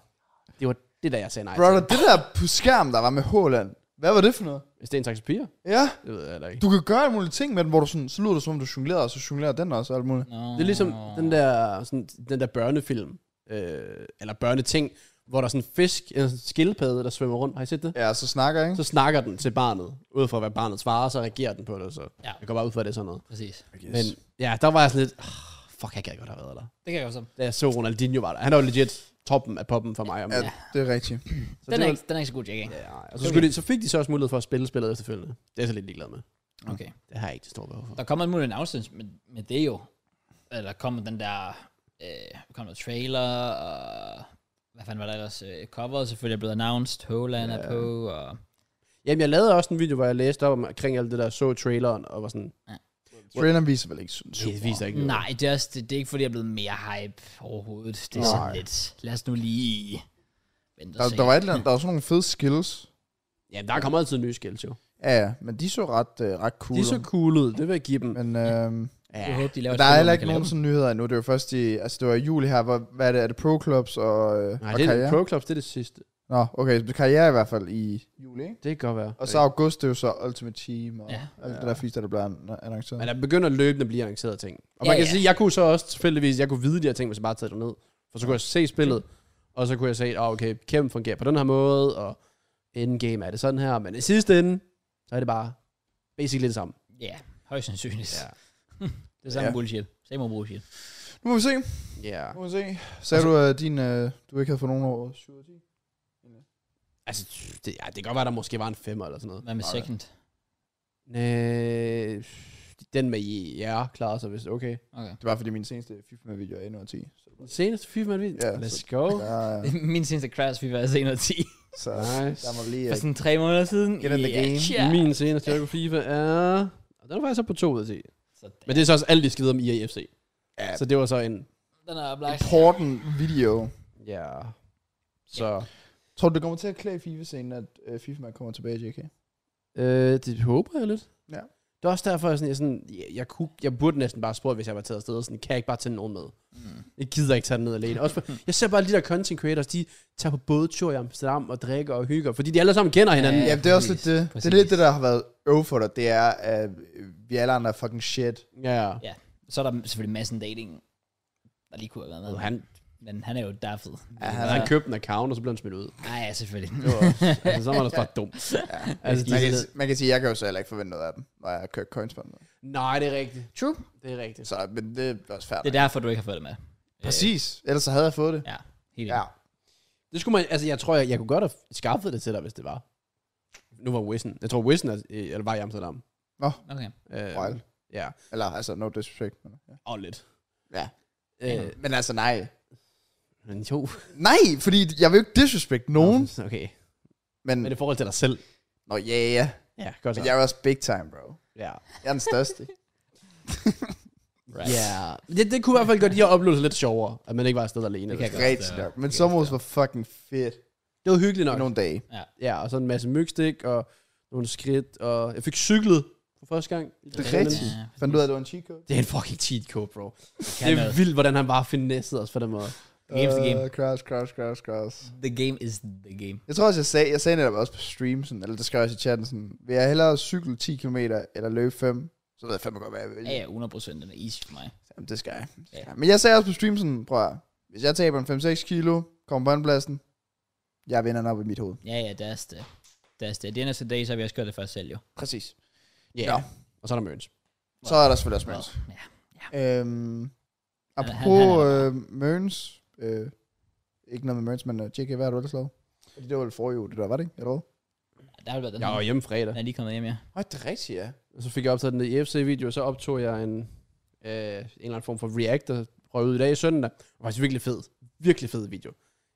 Speaker 3: det var det der, jeg sagde nej
Speaker 2: Brother, det der på skærm, der var med Håland, hvad var det for noget?
Speaker 3: til. Sten Taxi Piger?
Speaker 2: Ja,
Speaker 3: Det ved jeg heller ikke.
Speaker 2: du kan gøre alle mulige ting med den, hvor du sådan, så lyder det som om du jonglerer, og så jonglerer den også, og alt muligt.
Speaker 1: No.
Speaker 3: Det er ligesom den der, sådan, den der børnefilm, øh, eller børneting, hvor der er sådan en fisk, en skildpadde, der svømmer rundt. Har I set det?
Speaker 2: Ja, så snakker jeg, ikke?
Speaker 3: Så snakker den til barnet, ud fra hvad barnet svarer, så reagerer den på det. Så
Speaker 1: Ja.
Speaker 3: jeg går bare ud fra, at det er sådan noget.
Speaker 1: Præcis.
Speaker 2: Yes.
Speaker 3: Men ja, der var jeg sådan lidt, oh, fuck, jeg gad godt have været der.
Speaker 1: Det kan jeg også.
Speaker 3: da jeg så Ronaldinho var der. Han var legit toppen af poppen for mig. Om
Speaker 2: ja,
Speaker 3: ja.
Speaker 2: det er rigtigt.
Speaker 1: Så den, er ikke, den er ikke så god, Jack. ikke?
Speaker 3: ja, og så, skulle de, så fik de så også mulighed for at spille spillet efterfølgende. Det er jeg så lidt ligeglad med.
Speaker 1: Okay.
Speaker 3: Det har jeg ikke det store behov for.
Speaker 1: Der kommer en mulig announcement med, med det jo. Eller der kommer den der... Øh, der kommer noget trailer, og... Hvad fanden var der ellers? Øh, coveret selvfølgelig er blevet announced. Holland er på, og...
Speaker 3: Jamen, jeg lavede også en video, hvor jeg læste op om- omkring alt det der, så traileren, og var sådan,
Speaker 2: Traileren viser vel ikke sådan super.
Speaker 3: det viser ikke noget.
Speaker 1: Nej, det er, også, det, det er ikke fordi, jeg er blevet mere hype overhovedet. Det er
Speaker 2: Nej.
Speaker 1: sådan lidt... Lad os nu lige... Vente og
Speaker 2: Der,
Speaker 1: se.
Speaker 2: der, var et eller andet, der var sådan nogle fede skills.
Speaker 3: Jamen, der kommer altid nye skills, jo.
Speaker 2: Ja, ja, men de så ret, øh, ret cool.
Speaker 3: De er så cool ud, det vil jeg give dem.
Speaker 2: Men øhm,
Speaker 1: Jeg
Speaker 3: Ja,
Speaker 1: håber, de laver
Speaker 2: der
Speaker 1: et
Speaker 2: er
Speaker 1: spil,
Speaker 2: heller
Speaker 1: hvor man
Speaker 2: ikke
Speaker 1: kan lave
Speaker 2: nogen sådan nyheder endnu. Det er jo først i, altså det var i juli her, hvor, hvad er det, er det Pro Clubs og, øh,
Speaker 3: Nej,
Speaker 2: og
Speaker 3: det er,
Speaker 2: karriere?
Speaker 3: Pro Clubs, det er det sidste.
Speaker 2: Nå, okay, så karriere i hvert fald i juli, ikke?
Speaker 3: Det kan godt være.
Speaker 2: Og så august, det er jo så Ultimate Team og
Speaker 1: Ja.
Speaker 2: ja. alt det der fisk, der bliver an- annonceret.
Speaker 3: Men der begynder løbende at blive arrangeret ting. Og
Speaker 1: Ja,
Speaker 3: man kan
Speaker 1: ja.
Speaker 3: sige, jeg kunne så også tilfældigvis, jeg kunne vide de her ting, hvis jeg bare tager det ned. For så kunne jeg se spillet, og så kunne jeg se, at oh, okay, kæmpe fungerer på den her måde, og endgame er det sådan her. Men i sidste ende, så er det bare basically det samme.
Speaker 1: Ja, højst sandsynligt.
Speaker 3: Ja.
Speaker 1: Ja. det er samme
Speaker 2: Ja.
Speaker 1: bullshit. Samme old bullshit.
Speaker 2: Nu må vi se.
Speaker 3: Ja.
Speaker 2: Nu må vi se. Sagde du, at din, øh, du ikke havde fået nogen over 7 10?
Speaker 3: Altså, det, ja, det kan godt være, at der måske var en femmer eller sådan noget.
Speaker 1: Hvad med
Speaker 2: Okay.
Speaker 1: second?
Speaker 3: Øh, den med i jer klarer sig, hvis okay.
Speaker 1: Okay.
Speaker 2: Det var fordi min seneste FIFA-video er endnu 10. Så,
Speaker 3: Den seneste FIFA, man
Speaker 2: Ja,
Speaker 3: Let's
Speaker 2: så-
Speaker 3: go.
Speaker 2: ja, ja.
Speaker 1: Min seneste crash, vi var altså 110.
Speaker 2: så
Speaker 3: Nice.
Speaker 2: der må lige... øh,
Speaker 1: For sådan tre måneder siden.
Speaker 2: Get in the game.
Speaker 1: yeah.
Speaker 3: Min seneste Jericho FIFA er... Den er faktisk så på 2 ud af 10.
Speaker 1: Sådan.
Speaker 3: Men det er så også alt, vi skal videre om IAFC.
Speaker 2: Ja.
Speaker 3: Ja. Så det var så en...
Speaker 1: Den er black.
Speaker 2: Important video.
Speaker 3: Ja... Så...
Speaker 2: Tror du, det kommer til at klæde FIFA-scenen, at øh, FIFA man kommer tilbage, JK?
Speaker 3: Øh, det håber jeg lidt.
Speaker 2: Ja.
Speaker 3: Det er også derfor, jeg, sådan, jeg, sådan, jeg, jeg, kunne, jeg burde næsten bare spørge, hvis jeg var taget afsted. Sådan, kan jeg ikke bare tage nogen med?
Speaker 1: Mm.
Speaker 3: Jeg gider ikke tage den ned alene. Også for, jeg ser bare alle de der content creators, de tager på bådtur i Amsterdam og drikker og hygger, fordi de alle sammen kender hinanden.
Speaker 1: Ja,
Speaker 2: Ja, det er også lidt
Speaker 1: præcis.
Speaker 2: det. Det er
Speaker 1: Præcis.
Speaker 2: lidt det, der har været øv for dig. Det er, at øh, vi alle andre er fucking shit.
Speaker 3: Ja.
Speaker 1: Så er der selvfølgelig massen dating, der lige kunne have været med.
Speaker 3: Han,
Speaker 1: Men han er jo daffet.
Speaker 2: Ja,
Speaker 3: han, han købte en account, og så blev han smidt ud.
Speaker 1: Nej, ja, selvfølgelig.
Speaker 3: Det var, altså, så var det bare dumt.
Speaker 2: Ja.
Speaker 3: Altså,
Speaker 2: man,
Speaker 3: de-
Speaker 2: kan, man kan sige, at jeg kan jo så heller ikke forvente noget af dem, når jeg kører coins på dem.
Speaker 3: Nej, det er rigtigt.
Speaker 1: True.
Speaker 3: Det er rigtigt.
Speaker 2: Så, men det er også
Speaker 1: Det
Speaker 2: færdigt.
Speaker 1: er derfor, du ikke har fået det med.
Speaker 2: Præcis. Ellers så havde jeg fået det.
Speaker 1: Øh, ja, helt
Speaker 2: Ja.
Speaker 1: enig.
Speaker 3: Det skulle man, altså jeg tror, jeg, jeg kunne godt have skaffet det til dig, hvis det var. Nu var Wissen. Jeg tror, Wissen er, øh, eller var i Amsterdam.
Speaker 1: Okay.
Speaker 3: Øh,
Speaker 2: Wild.
Speaker 3: Ja,
Speaker 2: Eller altså, no disrespect. men- Ja.
Speaker 3: og lidt.
Speaker 2: Ja.
Speaker 3: Øh,
Speaker 2: Men altså, nej.
Speaker 3: men jo.
Speaker 2: Nej, fordi jeg vil jo ikke disrespect nogen.
Speaker 3: Okay.
Speaker 2: Men,
Speaker 3: Men det er i forhold til dig selv.
Speaker 2: nå ja, yeah, ja.
Speaker 3: Ja, godt så.
Speaker 2: Men jeg er også big time, bro.
Speaker 3: Ja.
Speaker 2: Jeg er den største.
Speaker 1: Right.
Speaker 3: Ja. Det, det kunne i hvert fald godt lige at opleve sig lidt sjovere, at man ikke var afsted alene.
Speaker 1: Det kan jeg godt.
Speaker 2: Rigtig nok. Men sommerhus var fucking fedt
Speaker 3: det var hyggeligt
Speaker 2: i
Speaker 3: nok.
Speaker 2: nogle dage.
Speaker 3: Ja, og så en masse mygstik og nogle skridt, og jeg fik cyklet for første gang.
Speaker 2: Det er rigtigt.
Speaker 1: Ja,
Speaker 2: Fandt du ud af, at det var en cheat code?
Speaker 3: Det er en fucking cheat code, bro.
Speaker 1: kan
Speaker 3: Det er
Speaker 1: noget.
Speaker 3: vildt, hvordan han bare finessede os på den måde.
Speaker 1: Game's the game.
Speaker 2: Øh, Crash, crash, crash, crash.
Speaker 1: The game is the game.
Speaker 2: Jeg tror også, jeg sagde, jeg sagde netop også på stream, sådan, eller det skrev jeg også i chatten, sådan, vil jeg hellere cykle 10 km eller løbe 5? Så ved jeg fandme godt, hvad jeg vil.
Speaker 1: Ja, ja, 100% den er easy for mig.
Speaker 2: Jamen, det skal jeg. Det skal
Speaker 1: Ja.
Speaker 2: jeg. Men jeg sagde også på stream sådan, prøv at, høre, hvis jeg taber en 5-6 kilo, kommer på andenpladsen, jeg vinder den op i mit hoved.
Speaker 1: Ja, ja, det er det. Det er det. Det er næste dag, så har vi også gjort det først selv, jo.
Speaker 2: Præcis.
Speaker 3: Ja.
Speaker 2: Nå.
Speaker 3: Yeah. Og så er der Møns.
Speaker 2: Så er der selvfølgelig også
Speaker 1: Well,
Speaker 2: Mørns.
Speaker 1: ja.
Speaker 2: Øhm,
Speaker 1: han
Speaker 2: apropos
Speaker 1: er der
Speaker 2: øh, Mørns, øh, ikke noget med Mørns, men uh, JK, hvad har du ellers lavet? Fordi det var vel forrige uge, det der, var det ikke? Eller hvad?
Speaker 1: Der har vel været den
Speaker 3: Jeg var
Speaker 1: her.
Speaker 3: hjemme fredag.
Speaker 1: Den er lige kommet hjem, ja.
Speaker 2: Åh, det er rigtigt, ja.
Speaker 3: Og så fik jeg optaget den i EFC-video, og så optog jeg en, øh, en eller anden form for React, der røg ud i dag i søndag. Det var faktisk virkelig fed. Virkelig fed video.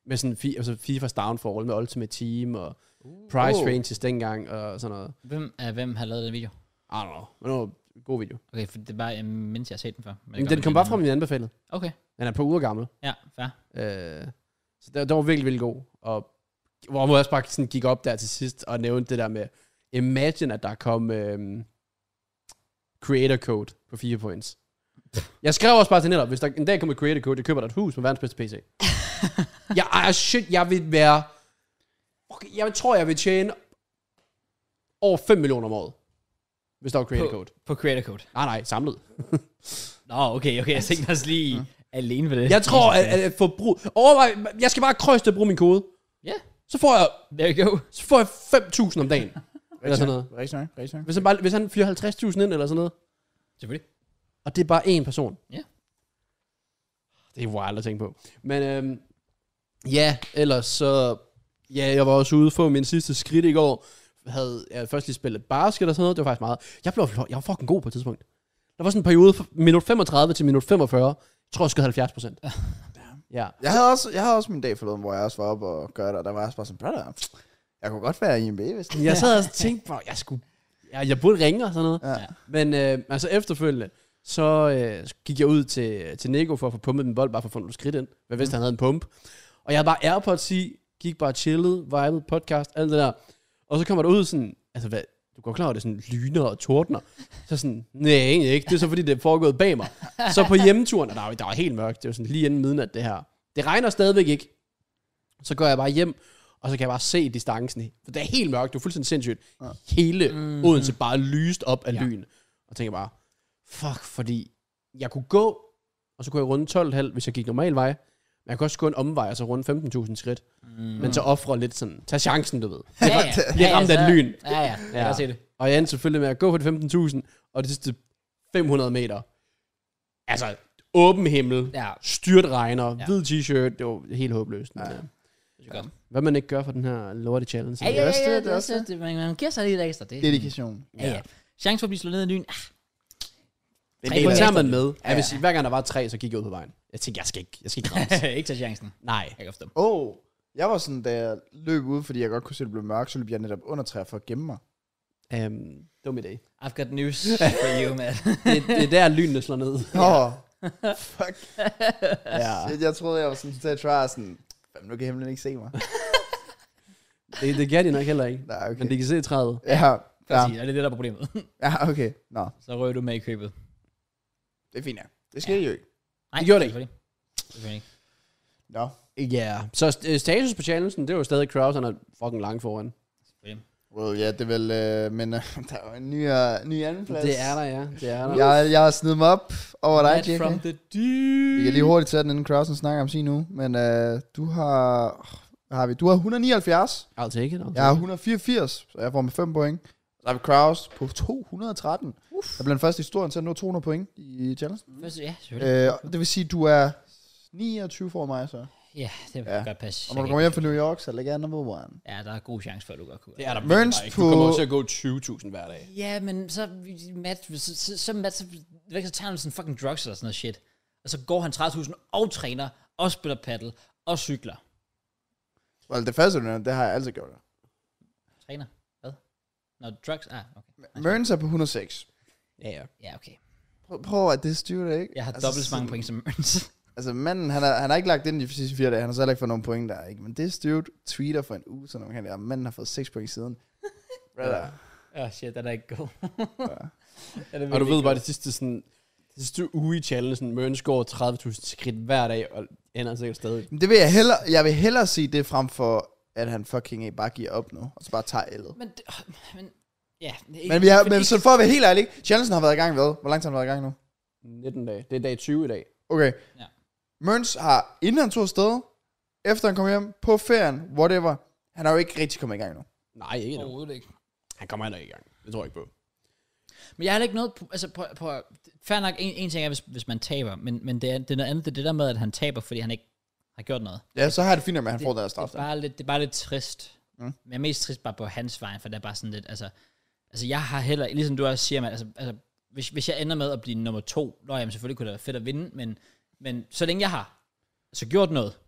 Speaker 3: Med sådan fi, altså FIFA's downfall med Ultimate Team og
Speaker 1: Uh.
Speaker 3: price
Speaker 2: Oh.
Speaker 3: ranges dengang og sådan noget.
Speaker 1: Hvem, er, hvem har lavet den video?
Speaker 3: I don't know. Men det var en god video.
Speaker 1: Okay, for det er bare, jeg mindes, jeg har set den før. Men
Speaker 3: Men
Speaker 1: gør
Speaker 3: den
Speaker 1: man
Speaker 3: kom
Speaker 1: lige
Speaker 3: bare
Speaker 1: nu.
Speaker 3: fra min anbefaling.
Speaker 1: Okay,
Speaker 3: Den er på uger gammel.
Speaker 1: ja, fair.
Speaker 3: Øh, så den, den var virkelig, virkelig god. Og hvor jeg også bare sådan gik op der til sidst og nævnte det der med, imagine at der kom øhm, creator code på 4 points. Jeg skrev også bare til netop, hvis der en dag kommer creator code, jeg køber dig et hus med verdens bedste PC. jeg ejer shit, jeg vil være... Okay, jeg tror, jeg vil tjene over 5 millioner om året, hvis der var creator code.
Speaker 1: På creator code.
Speaker 3: Nej, nej, samlet.
Speaker 1: Nå, okay, okay, jeg tænkte også lige alene ved det.
Speaker 3: Jeg tror,
Speaker 1: Jesus,
Speaker 3: at, at forbrug... Overvej, jeg skal bare krydse til at bruge min kode.
Speaker 1: Ja.
Speaker 3: Så får jeg
Speaker 1: There you go.
Speaker 3: så får jeg 5.000 om dagen. eller sådan noget.
Speaker 2: Rigtig nok, rigtig nok.
Speaker 3: Hvis han, bare, hvis han fyrer 50.000 ind eller sådan noget,
Speaker 1: Selvfølgelig.
Speaker 3: og det er bare én person.
Speaker 1: Ja.
Speaker 3: Det er wild at tænke på. Men øhm, ja, ellers så... Ja, jeg var også ude for min sidste skridt i går. Havde jeg først lige spillet basket og sådan noget. Det var faktisk meget... Jeg blev jeg var fucking god på et tidspunkt. Der var sådan en periode fra minut 35 til minut 45. Jeg tror, jeg skød 70 procent. ja.
Speaker 2: Jeg havde, også, jeg havde også min dag forleden, hvor jeg også var oppe og gøre det, og der var jeg også bare sådan, brother, jeg kunne godt være i en baby.
Speaker 3: Jeg sad og tænkte, bro, jeg skulle... Jeg, jeg burde ringe og sådan noget.
Speaker 2: Ja.
Speaker 1: Ja.
Speaker 3: Men øh, altså efterfølgende, så øh, gik jeg ud til, til Nico for at få pumpet min bold, bare for at få nogle skridt ind. Hvad vidste, mm. han havde en pump. Og jeg havde bare Airpods i, gik bare chillet, vibet, podcast, alt det der. Og så kommer der ud sådan, altså hvad, du går klar over, det er sådan lyner og tordner. Så sådan, nej, egentlig ikke. Det er så fordi, det er foregået bag mig. Så på hjemturen, og der var, der var helt mørkt, det var sådan lige inden midnat det her. Det regner stadigvæk ikke. Så går jeg bare hjem, og så kan jeg bare se distancen. For det er helt mørkt, det er fuldstændig sindssygt. Ja. Hele mm. Odense bare lyst op af
Speaker 1: Ja.
Speaker 3: ja. lyn. Og tænker bare, fuck, fordi jeg kunne gå, og så kunne jeg runde 12,5, hvis jeg gik normal vej. Men jeg kunne også gå en omvej, og så runde 15.000 skridt. Mm. Men så ofre lidt sådan, tag chancen, du ved.
Speaker 1: Ja, ja.
Speaker 3: Bliver ramt af et
Speaker 1: så-
Speaker 3: lyn.
Speaker 1: Ja, ja, jeg kan
Speaker 3: Ja.
Speaker 1: godt se det.
Speaker 3: Og jeg endte selvfølgelig med at gå for de 15.000, og de sidste 500 meter. Altså, åben himmel,
Speaker 1: Ja,
Speaker 3: styrt regner,
Speaker 1: Ja.
Speaker 3: ja. hvid t-shirt, det var helt håbløst. Men, ja.
Speaker 1: det er godt.
Speaker 3: Hvad man ikke gør for den her lorte challenge.
Speaker 1: Ja, ja, ja,
Speaker 2: også
Speaker 1: ja,
Speaker 2: det,
Speaker 1: det
Speaker 2: det
Speaker 1: er
Speaker 2: er
Speaker 1: også det. Man, man giver sig lidt ekstra. Det,
Speaker 2: Dedikation.
Speaker 1: Ja, ja. Chance for at blive slået ned af lyn. Ah,
Speaker 2: Det er
Speaker 1: Tre
Speaker 2: en del
Speaker 1: point.
Speaker 2: af
Speaker 3: tager
Speaker 2: det.
Speaker 3: man med. Ja,
Speaker 1: Ja.
Speaker 3: jeg vil sige, hver gang der var tre, så gik jeg ud på vejen. Jeg tænkte, jeg skal ikke, jeg skal ikke rammes.
Speaker 1: ikke tage chancen.
Speaker 3: Nej.
Speaker 1: Jeg kan forstå.
Speaker 2: Åh, jeg var sådan, da jeg løb ud, fordi jeg godt kunne se, at det blev mørkt, så løb jeg netop under træer for at gemme mig.
Speaker 3: Øhm, det var min dag.
Speaker 1: I've got news for you, man.
Speaker 3: Det, det er der, lynene slår ned.
Speaker 2: Åh, oh, fuck.
Speaker 3: ja.
Speaker 2: Shit, jeg troede, jeg var sådan til at try sådan, "Jamen, nu kan himlen ikke se mig.
Speaker 3: Det, det kan de nok heller ikke.
Speaker 2: Nej, okay.
Speaker 3: Men de kan se 30.
Speaker 2: Ja, ja,
Speaker 1: Præcis, og det er det, der er problemet.
Speaker 2: ja, okay. Nå,
Speaker 1: så røg du med i købet.
Speaker 2: det er fint, ja. Det skal ja. I jo ikke.
Speaker 1: Nej,
Speaker 3: Det gjorde det ikke.
Speaker 1: selvfølgelig. Selvfølgelig ikke.
Speaker 2: Nå,
Speaker 3: Ja. Yeah. Så øh, status på challengen, det er jo stadig Kraus, han er fucking langt foran.
Speaker 1: Selvfølgelig.
Speaker 2: well, ja, det er vel, øh, men øh, der er jo en ny, øh, ny anden plads.
Speaker 3: Det er der, ja. Det er der.
Speaker 2: Jeg, jeg har snedet mig op over dig,
Speaker 1: Right
Speaker 2: Jake.
Speaker 1: from the deep.
Speaker 2: Vi kan lige hurtigt tage den, inden Krausen snakker om sin nu. Men øh, du har... Hvad har vi? Du har 179.
Speaker 3: I'll take it. I'll
Speaker 2: Jeg har 184, så jeg får med 5 point. Så har vi Kraus på 213. Uff. Jeg blev den første i historien til at nå 200 point i challenge.
Speaker 1: Først- Ja, selvfølgelig.
Speaker 2: Øh, og det vil sige, at du er 29 for mig, så.
Speaker 1: Ja, det kan
Speaker 2: ja.
Speaker 1: godt passe.
Speaker 2: Og når du kommer hjem fra New York, så ligger jeg number one.
Speaker 1: Ja, der er god chance for, at du godt kunne.
Speaker 3: Det er der
Speaker 2: Mørns
Speaker 3: bare ikke.
Speaker 2: på-
Speaker 3: Du kommer jo til at gå 20.000 hver dag.
Speaker 1: Ja, men så Matt, så, så, så, Matt, så, så, så tager han sådan fucking drugs eller sådan noget shit. Og så går han 30.000 og træner, og spiller paddle, og cykler.
Speaker 2: Well, det første, du nævnte, det har jeg altid gjort.
Speaker 1: Træner? Hvad? Nå, drugs? Ah, okay.
Speaker 2: Mørns er på 106.
Speaker 3: Ja, ja.
Speaker 1: Ja, okay.
Speaker 2: Prøv, prøv at det styrer det, ikke?
Speaker 1: Jeg har altså, dobbelt så mange
Speaker 2: sådan-
Speaker 1: point som Mørns.
Speaker 2: Altså manden, han har, han har ikke lagt ind de sidste fire dage, han har så heller ikke fået nogen point der, ikke? Men det er styrt tweeter for en uge, sådan omkring det, og manden har fået 6 point siden. Brother.
Speaker 1: Åh, oh, shit, den er ikke god.
Speaker 3: Og du ved bare, det sidste, sådan, det sidste uge i challengen, Mørns går 30.000 skridt hver dag, og ender sikkert stadig.
Speaker 2: Men Det vil jeg hellere, jeg vil hellere sige det frem for, at han fucking ikke bare giver op nu, og så bare tager ældet.
Speaker 1: Men, det- åh, men ja, det er ikke,
Speaker 2: Men, vi har,
Speaker 1: fordi-
Speaker 2: men så for at være helt ærlig, challengen har været i gang ved, hvor lang tid har han været i gang nu?
Speaker 3: 19 dage. Det er dag 20 i dag.
Speaker 2: Okay.
Speaker 1: Ja.
Speaker 2: Mørns har, inden han tog afsted, efter han kom hjem, på ferien, whatever, han har jo ikke rigtig kommet i gang nu.
Speaker 3: Nej, ikke endnu.
Speaker 1: Overhovedet ikke.
Speaker 3: Han kommer heller ikke i gang. Det tror jeg ikke på.
Speaker 1: Men jeg har heller ikke noget, altså på, på fair nok, en, en ting er, hvis, hvis man taber, men, men det, er, det er noget andet, det er det der med, at han taber, fordi han ikke har gjort noget.
Speaker 2: Ja, så har jeg det fint med, at han
Speaker 1: Det-
Speaker 2: får den her
Speaker 1: Det
Speaker 2: straf.
Speaker 1: er bare lidt, det er bare lidt trist. Mm. Men jeg er mest trist bare på hans vej, for det er bare sådan lidt, altså, altså jeg har heller, ligesom du også siger, man, altså, altså hvis, hvis jeg ender med at blive nummer to, nå jamen selvfølgelig kunne det være fedt at vinde, men, men så længe jeg har så gjort noget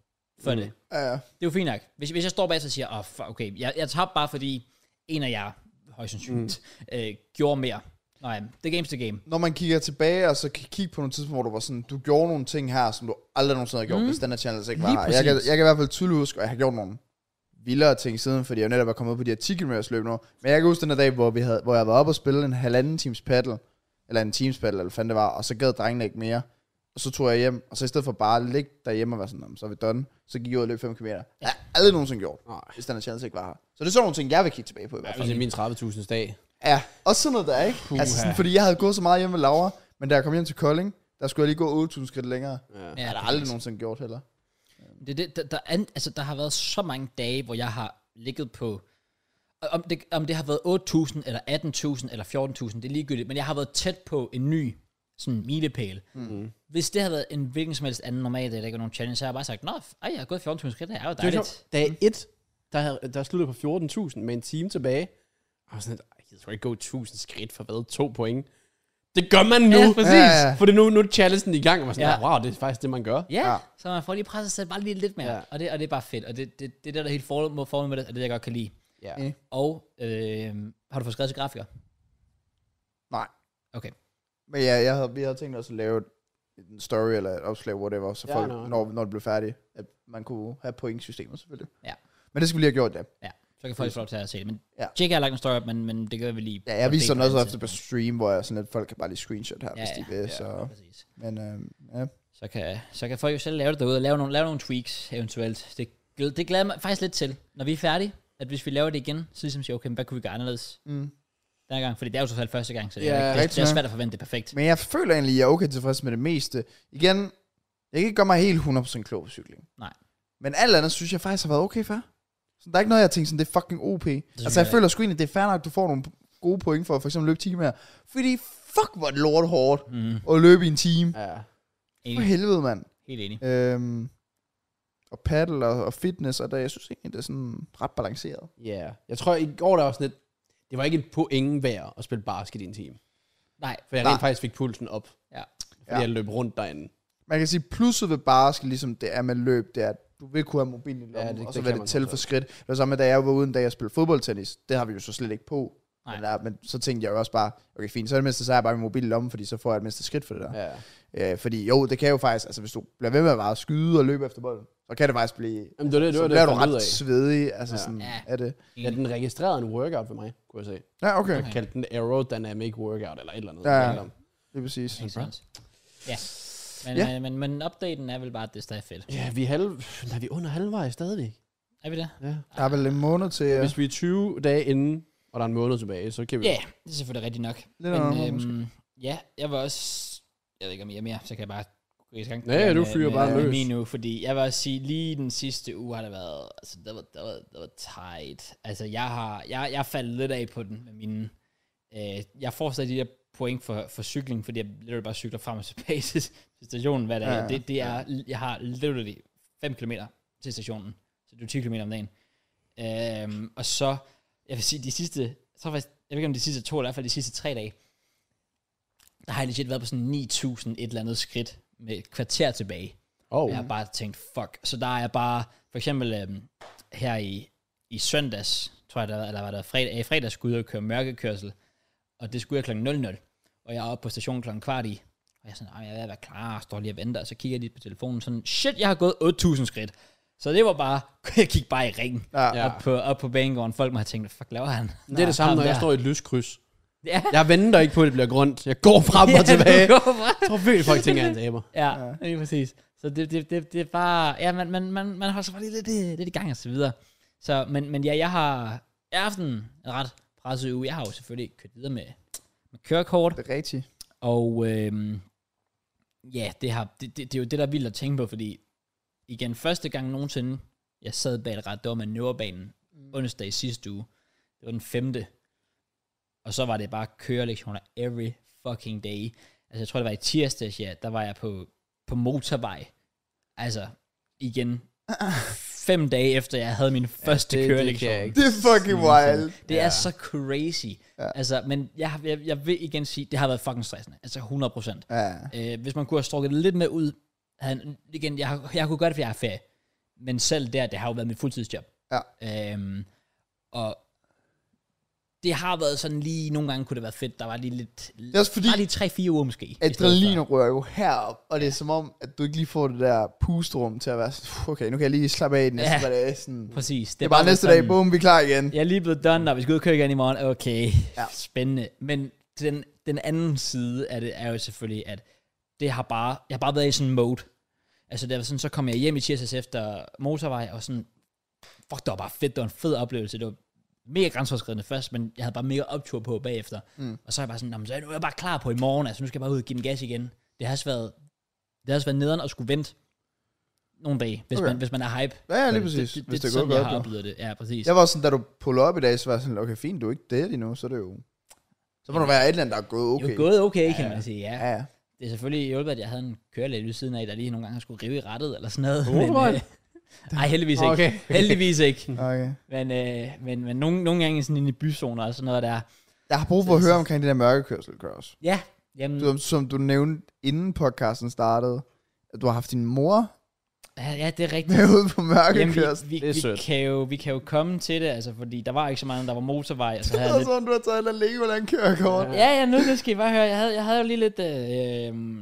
Speaker 1: for mm. det,
Speaker 2: Ja,
Speaker 1: det er jo fint nok. Hvis, hvis jeg står bag og siger, åh, oh, okay, jeg, jeg tabte bare fordi en af jer, højst sandsynligt, mm. øh, gjorde mere. Nej, the game's the game.
Speaker 2: når man kigger tilbage, og så kan kigge på nogle tidspunkter, hvor du var sådan, du gjorde nogle ting her, som du aldrig nogensinde har gjort, mm. hvis den her channel ikke var
Speaker 1: Mhm. Lige
Speaker 2: her. Jeg kan,
Speaker 1: præcis.
Speaker 2: jeg kan i hvert fald tydeligt huske, at jeg har gjort nogle vildere ting siden, fordi jeg jo netop er kommet ud på de her 10 km løb nu. Men jeg kan huske den der dag, hvor, vi havde, hvor jeg var oppe og spille en halvanden times paddle, eller en times paddle, eller hvad fanden det var, og så gad drengene ikke mere. Og så tog jeg hjem, og så i stedet for bare at ligge derhjemme og være sådan, "Nå, men så er vi done, så gik jeg ud og løb 5 km. Det har jeg aldrig nogensinde gjort,
Speaker 3: Nej.
Speaker 2: hvis den her challenge ikke var her. Så det er sådan nogle ting, jeg vil kigge tilbage på i hvert fald.
Speaker 3: Hvis det er min 30.000 dag.
Speaker 2: Ja, også sådan noget der, ikke?
Speaker 3: Puha.
Speaker 2: Altså sådan, fordi jeg havde gået så meget hjemme med Laura, men da jeg kom hjem til Kolding, der skulle jeg lige gå 8.000 skridt længere. Ja. Det
Speaker 1: Ja,
Speaker 2: har jeg aldrig nogensinde gjort heller.
Speaker 1: Det, er det, der, der, an, altså, der har været så mange dage, hvor jeg har ligget på... og Om det, om det har været 8.000, eller 18.000, eller 14.000, det er ligegyldigt, men jeg har været tæt på en ny sådan milepæl. Mm-hmm. Hvis det havde været en hvilken som helst anden normal dag, der ikke var nogen challenge, så har jeg bare sagt, nå, ej, jeg har gået 14.000 skridt, det er jo dejligt.
Speaker 3: Dag 1, der, havde, der sluttede på 14.000 med en time tilbage. Og sådan, lidt, "Ej, jeg tror ikke gå 1000 skridt for hvad? To point. Det gør man nu.
Speaker 1: Ja, præcis.
Speaker 2: Ja, ja.
Speaker 3: For det er nu, nu er challengen i gang, og man er sådan,
Speaker 1: Ja.
Speaker 3: ja. wow, det er faktisk det, man gør.
Speaker 1: Ja,
Speaker 2: Ja.
Speaker 1: ja, så man får lige presset sig selv bare lige lidt mere,
Speaker 3: Ja.
Speaker 1: ja. og, det, og det er bare fedt, og det, det, det er det, der er helt formålet formålet med det, og det, jeg godt kan lide.
Speaker 3: Ja.
Speaker 2: Ja.
Speaker 1: Og øh, har du fået skrevet til grafiker?
Speaker 2: Nej.
Speaker 1: Okay.
Speaker 2: Men ja, jeg havde, vi havde tænkt os at lave en story eller et opslag, whatever, så
Speaker 3: Ja,
Speaker 2: folk,
Speaker 3: nå.
Speaker 2: når, når det blev færdigt, at man kunne have pointsystemet selvfølgelig.
Speaker 1: Ja.
Speaker 2: Men det skulle vi lige have gjort, ja.
Speaker 1: Ja, så kan folk få lov til at se det. Men
Speaker 2: Ja.
Speaker 1: ja. Jake har lagt en story op, men, men det gør vi lige.
Speaker 2: Ja, jeg
Speaker 1: på
Speaker 2: viser
Speaker 1: det
Speaker 2: den også
Speaker 1: andet
Speaker 2: ofte på
Speaker 1: tidspunkt.
Speaker 2: stream, hvor jeg sådan lidt, folk kan bare lige screenshot her, ja,
Speaker 1: Ja,
Speaker 2: hvis de vil, ja, så...
Speaker 1: ja, præcis.
Speaker 2: Men øhm, ja.
Speaker 1: Så kan, så kan folk jo selv lave det derude og lave nogle, lave nogle tweaks eventuelt. Det, glæ- det glæder jeg mig faktisk lidt til, når vi er færdige, at hvis vi laver det igen, så ligesom siger, okay, men hvad kunne vi gøre anderledes
Speaker 2: Mm.
Speaker 1: den her gang? Fordi det er jo så fald første gang, så det,
Speaker 3: Ja,
Speaker 1: er, ikke- det,
Speaker 2: rigtig
Speaker 1: det er
Speaker 2: nok.
Speaker 1: svært at forvente det perfekt.
Speaker 2: Men jeg føler egentlig, at jeg er okay tilfreds med det meste. Igen, jeg kan ikke gøre mig helt 100% klog på cykling.
Speaker 1: Nej.
Speaker 2: Men alt andet synes jeg faktisk har været okay for. Så der er ikke noget, jeg tænker sådan, det er fucking OP.
Speaker 1: synes
Speaker 2: altså,
Speaker 1: jeg
Speaker 2: jeg føler sgu egentlig, det er fair nok, at du får nogle gode point for at for eksempel løbe 10 mere. Fordi fuck, hvor er det lort hårdt
Speaker 1: Mm,
Speaker 2: at løbe i en time.
Speaker 3: ja.
Speaker 2: For
Speaker 1: enig,
Speaker 2: helvede, mand.
Speaker 1: helt enig.
Speaker 2: Øhm, og paddle og, og fitness og der, jeg synes egentlig, det er sådan ret balanceret.
Speaker 3: Ja. Jeg tror, i går der var sådan lidt, det var ikke en point værd at spille basket i en time.
Speaker 1: Nej.
Speaker 3: For jeg
Speaker 2: Nej.
Speaker 3: rent faktisk fik pulsen op,
Speaker 1: Ja.
Speaker 3: fordi
Speaker 2: Ja.
Speaker 3: ja. jeg løb rundt derinde.
Speaker 2: Man kan sige, plusset ved basket, ligesom det er med løb, det er, at du vil kunne have mobilen i lommen, ja,
Speaker 3: det-
Speaker 2: det, og
Speaker 3: det
Speaker 2: så
Speaker 3: kan
Speaker 2: vil
Speaker 3: man
Speaker 2: det
Speaker 3: godt
Speaker 2: tælle for skridt. Det var samme, da jeg var uden, da jeg spillede fodboldtennis. Det har vi jo så slet ikke på.
Speaker 1: Nej.
Speaker 2: Men, der, men så tænkte jeg jo også bare, okay fint, så er det mindste, så er jeg bare min mobil i lommen, fordi så får jeg et mindste skridt for det der.
Speaker 3: Ja. ja.
Speaker 2: Ja. Øh, fordi jo, det kan jo faktisk, altså hvis du bliver ved med bare at skyde og løbe efter bolden, så kan det faktisk blive,
Speaker 3: Jamen, det var det, det,
Speaker 2: så
Speaker 3: var det
Speaker 2: bliver
Speaker 3: jeg
Speaker 2: du
Speaker 3: fandt ud
Speaker 2: ret
Speaker 3: af.
Speaker 2: svedig, altså sådan
Speaker 1: Ja.
Speaker 2: er det.
Speaker 3: Ja, den registrerede en workout for mig, kunne jeg se.
Speaker 2: Ja, okay,
Speaker 1: Okay.
Speaker 2: okay.
Speaker 3: Jeg kaldte den Aerodynamic Workout, eller et eller andet.
Speaker 2: Ja.
Speaker 3: jeg ved ikke om.
Speaker 2: lige præcis.
Speaker 1: Makes sense. Ja. Men,
Speaker 2: Ja.
Speaker 1: ja. Men, men, men updaten er vel bare, at det er stadig fedt.
Speaker 3: ja vi er, halv... Nej, vi er under halvvejs stadigvæk.
Speaker 1: Er vi det?
Speaker 3: Ja.
Speaker 2: Der er vel en måned til, ja.
Speaker 3: Hvis vi er 20 dage inden, og der er en måned tilbage, så kan vi...
Speaker 1: Ja, yeah, det er selvfølgelig rigtigt nok.
Speaker 2: lidt over en måned, måske.
Speaker 1: øhm, ja, jeg var også... Jeg ved ikke, om I er mere, så kan jeg bare gå i gang. øh,
Speaker 3: Ja, ja, du fyrer
Speaker 2: bare
Speaker 1: med
Speaker 3: løs.
Speaker 1: Min nu, fordi jeg vil også sige, lige den sidste uge har det været... Altså, det var, det var, det var tight. Altså, jeg har... Jeg, jeg faldt lidt af på den med mine... Øh, jeg får stadig de der point for, for cykling, fordi jeg literally bare cykler frem og tilbage til til stationen hver dag.
Speaker 2: Ja,
Speaker 1: Ja,
Speaker 2: ja,
Speaker 1: det, det er, Jeg har literally 5 km til stationen, så det er 10 km om dagen. Øhm, og så, jeg vil sige, de sidste, så faktisk, jeg ved ikke om de sidste to, eller i hvert fald de sidste tre dage, der har jeg legit været på sådan 9.000 et eller andet skridt med et kvarter tilbage.
Speaker 3: Oh.
Speaker 1: Og jeg har bare tænkt, fuck. Så der er jeg bare, for eksempel øhm, her i, i søndags, tror jeg, der, var- eller var der fredag, i fredags skulle jeg ud og køre mørkekørsel, og det skulle jeg kl. 00, og jeg er oppe på stationen kl. kvart i, og jeg er sådan, "Ej, jeg er ved at være klar, og står lige og venter, og så kigger jeg lige på telefonen, sådan, shit, jeg har gået 8.000 skridt. Så det var bare, jeg gik bare i ringen
Speaker 2: Ja.
Speaker 3: Ja.
Speaker 1: ja. op, på, op på banegården. Folk må have tænkt, fuck laver han?
Speaker 3: Det er det samme,
Speaker 1: Ham
Speaker 3: når jeg
Speaker 1: der.
Speaker 3: står i et lyskryds.
Speaker 1: Ja.
Speaker 3: Jeg venter ikke på, at det bliver grønt. Jeg går frem og tilbage.
Speaker 1: du går fra-
Speaker 3: Jeg tror virkelig, folk tænker, at jeg er en taber.
Speaker 1: Ja, ja, lige præcis. Så det, det, det, det er bare, ja, man, man, man, man holder sig bare lige lidt, øh, lidt i gang og så videre. Så, men, men ja, jeg har, jeg har haft en ret presset uge. Jeg har jo selvfølgelig kørt videre med, med kørekort,
Speaker 2: Det er rigtigt.
Speaker 1: og øhm, ja, det, har, det, det, det, er jo det, der er vildt at tænke på, fordi igen, første gang nogensinde, jeg sad bag et ret, det var manøvrebanen
Speaker 3: Mm.
Speaker 1: onsdag i sidste uge. Det var den femte. Og så var det bare kørelektioner every fucking day. Altså jeg tror, det var i tirsdags, ja, der var jeg på, på motorvej. Altså, igen, fem dage efter, jeg havde min første ja,
Speaker 3: det- det kan jeg
Speaker 1: kørelektion.
Speaker 3: ikke
Speaker 2: Det er fucking wild.
Speaker 1: Det ja. er så crazy. Ja. Altså, men jeg, har- jeg, jeg vil igen sige, det har været fucking stressende. Altså 100 procent.
Speaker 2: Ja,
Speaker 1: Øh, hvis man kunne have strukket det lidt mere ud, havde, igen, jeg, har- jeg kunne gøre det, fordi jeg har ferie. Men selv der, det har jo været mit fuldtidsjob.
Speaker 2: Ja.
Speaker 1: Øhm, og det har været sådan lige, nogle gange kunne det være fedt, der var lige lidt,
Speaker 2: er også fordi-
Speaker 1: bare lige 3-4 uger måske. i stedet for.
Speaker 2: Adrenalin rører jo herop, og det er som om, at du ikke lige får det der pusterum til at være sådan, "Puh, okay, nu kan jeg lige slappe af i de næste
Speaker 1: Ja.
Speaker 2: par dage. Sådan. Det
Speaker 1: Præcis.
Speaker 2: er bare næste dag,
Speaker 1: sådan-
Speaker 2: bum, vi er klar igen.
Speaker 1: Jeg er lige blevet done, og vi skal ud og køre igen i morgen. Okay,
Speaker 2: Ja.
Speaker 1: ja. spændende. Men den, den anden side af det er jo selvfølgelig, at det har bare, jeg har bare været i sådan en mode. Altså det var sådan, så kom jeg hjem i tirsdags efter motorvej, og sådan, fuck, det var bare fedt, det var en fed oplevelse. Det var mega grænseoverskridende først, men jeg havde bare mega optur på bagefter. Mm. Og så er jeg bare sådan, "Nå, men så er jeg- nu er jeg bare klar på i morgen, altså nu skal jeg bare ud og give den gas igen. Det har også været, det har også været nederen at skulle vente nogle dage, hvis,
Speaker 2: Okay.
Speaker 1: okay. man, hvis man er hype.
Speaker 2: Ja, lige
Speaker 1: Det-
Speaker 2: præcis.
Speaker 1: Det, det,
Speaker 2: Hvis
Speaker 1: det, det
Speaker 2: det
Speaker 1: er
Speaker 2: går
Speaker 1: sådan, jeg
Speaker 2: godt,
Speaker 1: har
Speaker 2: jo.
Speaker 1: oplevet det. Ja, præcis.
Speaker 2: Jeg var sådan, da du pullede op i dag, så var jeg sådan, okay, fint, du er ikke dead endnu, så er det jo... Så må du være et eller andet, der er gået
Speaker 1: Okay.
Speaker 2: okay.
Speaker 1: Jo, gået okay, kan man sige, ja.
Speaker 2: Ja, ja.
Speaker 1: Det er selvfølgelig hjulpet, at jeg havde en kørelæge ved siden af, der lige nogle gange har skulle rive i rettet eller sådan noget.
Speaker 3: Motorvejen?
Speaker 1: øh, nej, heldigvis ikke.
Speaker 3: Okay.
Speaker 1: Heldigvis ikke.
Speaker 2: Okay.
Speaker 1: Men, øh, men, men nogle, nogle gange sådan inde i byzoner og sådan noget der.
Speaker 2: Jeg har brug for at høre omkring det der mørkekørsel, Kraus.
Speaker 1: Ja, jamen,
Speaker 2: Du, som du nævnte, inden podcasten startede, at du har haft din mor
Speaker 1: ja, ja, det er rigtigt.
Speaker 2: med ude på
Speaker 1: Jamen,
Speaker 2: mørkekørsel.
Speaker 1: vi,
Speaker 3: Det
Speaker 1: vi,
Speaker 3: er
Speaker 1: vi,
Speaker 3: sødt.
Speaker 1: kan jo, vi kan jo komme til det, altså, fordi der var ikke så meget, der var motorvej, og så havde jeg
Speaker 2: Og
Speaker 1: lidt...
Speaker 2: sådan, du har taget et Legoland kørekort.
Speaker 1: Ja, ja, nu, nu skal I bare høre. Jeg havde, jeg havde jo lige lidt... Øh,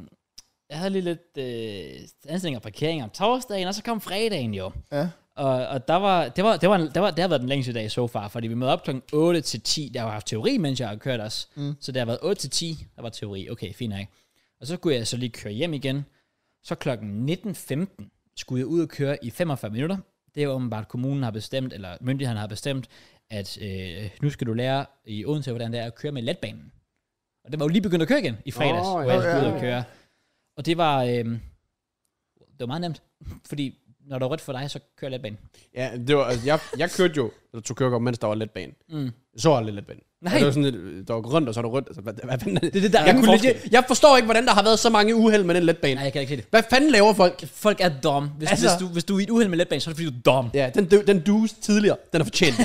Speaker 1: jeg havde lige lidt øh, ansætning og parkering om torsdagen, og så kom fredagen jo.
Speaker 2: Ja.
Speaker 1: Og, og der var, det, var, det, var, en- det, var, det har været den længste dag so far, fordi vi mødte op kl. 8 til 10. Der har jeg haft teori, mens jeg har kørt os. Mm. Så det har været 8 til 10, der var teori. Okay, fint nok. Og så skulle jeg så lige køre hjem igen. Så kl. 19.15 skulle jeg ud og køre i 45 minutter. Det er åbenbart, kommunen har bestemt, eller myndighederne har bestemt, at øh, nu skal du lære i Odense, hvordan det er at køre med letbanen. Og det var jo lige begyndt at køre igen i fredags,
Speaker 3: Åh,
Speaker 1: oh,
Speaker 3: ja.
Speaker 1: hvor jeg skulle ud
Speaker 2: Ja.
Speaker 1: øhm, og køre. Og det var, øh, det var meget nemt, fordi når der er rødt for dig, så kører letbanen.
Speaker 3: Ja, det var, altså, jeg, jeg kørte jo, eller tog kørekort, mens der var letbane.
Speaker 1: Mm.
Speaker 3: Så var det letbane.
Speaker 1: Nej.
Speaker 3: Og Det var sådan lidt, der var grønt, og så var der rødt. Altså, hvad, hvad, fanden er det,
Speaker 1: er det, der er
Speaker 3: jeg,
Speaker 1: ingen
Speaker 3: kunne
Speaker 1: forskel.
Speaker 3: legit- jeg forstår ikke, hvordan der har været så mange uheld med den letbane.
Speaker 1: Nej, jeg kan ikke se det.
Speaker 3: Hvad fanden laver folk?
Speaker 1: Folk er dumme. Hvis, altså,
Speaker 3: Altså-
Speaker 1: hvis, du, hvis du er i et uheld med letbanen, så er det fordi, du er dum.
Speaker 3: Ja, den, dø- den dues tidligere, den er fortjent.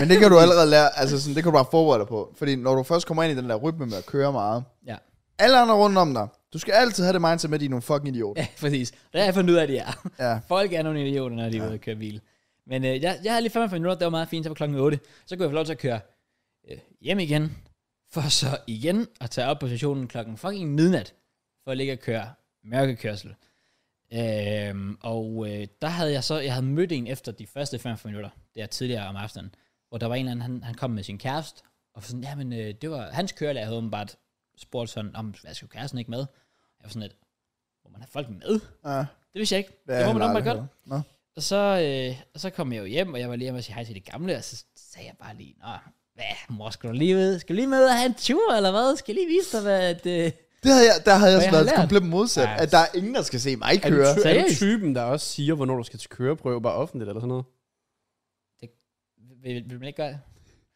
Speaker 2: Men det kan du allerede lære, altså sådan, det kan du bare forberede dig på. Fordi når du først kommer ind i den der rytme med at køre meget,
Speaker 1: Ja,
Speaker 2: alle andre rundt om dig, du skal altid have det mindset med, at de er nogle fucking idioter.
Speaker 1: ja præcis. Og Det har jeg fundet ud af, at de er.
Speaker 2: Ja.
Speaker 1: Folk er nogle idioter, når de er ude og køre bil. Men øh, jeg, jeg havde lige 45 minutter, det var meget fint, så var klokken 8. Så kunne jeg få lov til at køre øh, hjem igen, for så igen at tage op på stationen klokken fucking midnat, for at ligge og køre mørkekørsel. Øhm, og øh, der havde jeg så, jeg havde mødt en efter de første 45 minutter, der tidligere om aftenen, hvor der var en eller anden, han, han kom med sin kæreste, og sådan, jamen øh, det var hans kørelærer, havde åbenbart spurgt sådan, om hvad skal kæresten ikke med? Jeg var sådan lidt, må man have folk med?
Speaker 2: Ja.
Speaker 1: Det vidste jeg ikke.
Speaker 2: Det er
Speaker 1: Det må man
Speaker 2: heller
Speaker 1: åbenbart
Speaker 2: aldrig
Speaker 1: godt.
Speaker 2: hørt. Nå.
Speaker 1: Og så, øh, og så kom jeg jo hjem, og jeg var lige hjemme og sige hej til det gamle, og så sagde jeg bare lige, Nå, hvad, mor, skal du lige med, skal du lige med ud og have en tur, eller hvad? Skal jeg lige vise dig, hvad øh, det...
Speaker 2: Det havde jeg, der havde jeg
Speaker 1: Hvad jeg
Speaker 2: sådan
Speaker 1: har
Speaker 2: været
Speaker 1: lært.
Speaker 2: komplet modsat,
Speaker 1: Ja.
Speaker 2: at der er ingen, der skal se mig
Speaker 3: er, du,
Speaker 2: køre.
Speaker 3: ty- er du
Speaker 1: Seriøst?
Speaker 3: typen, der også siger, hvornår du skal til køreprøve, bare offentligt eller sådan noget?
Speaker 1: Vil, vil man ikke gøre det?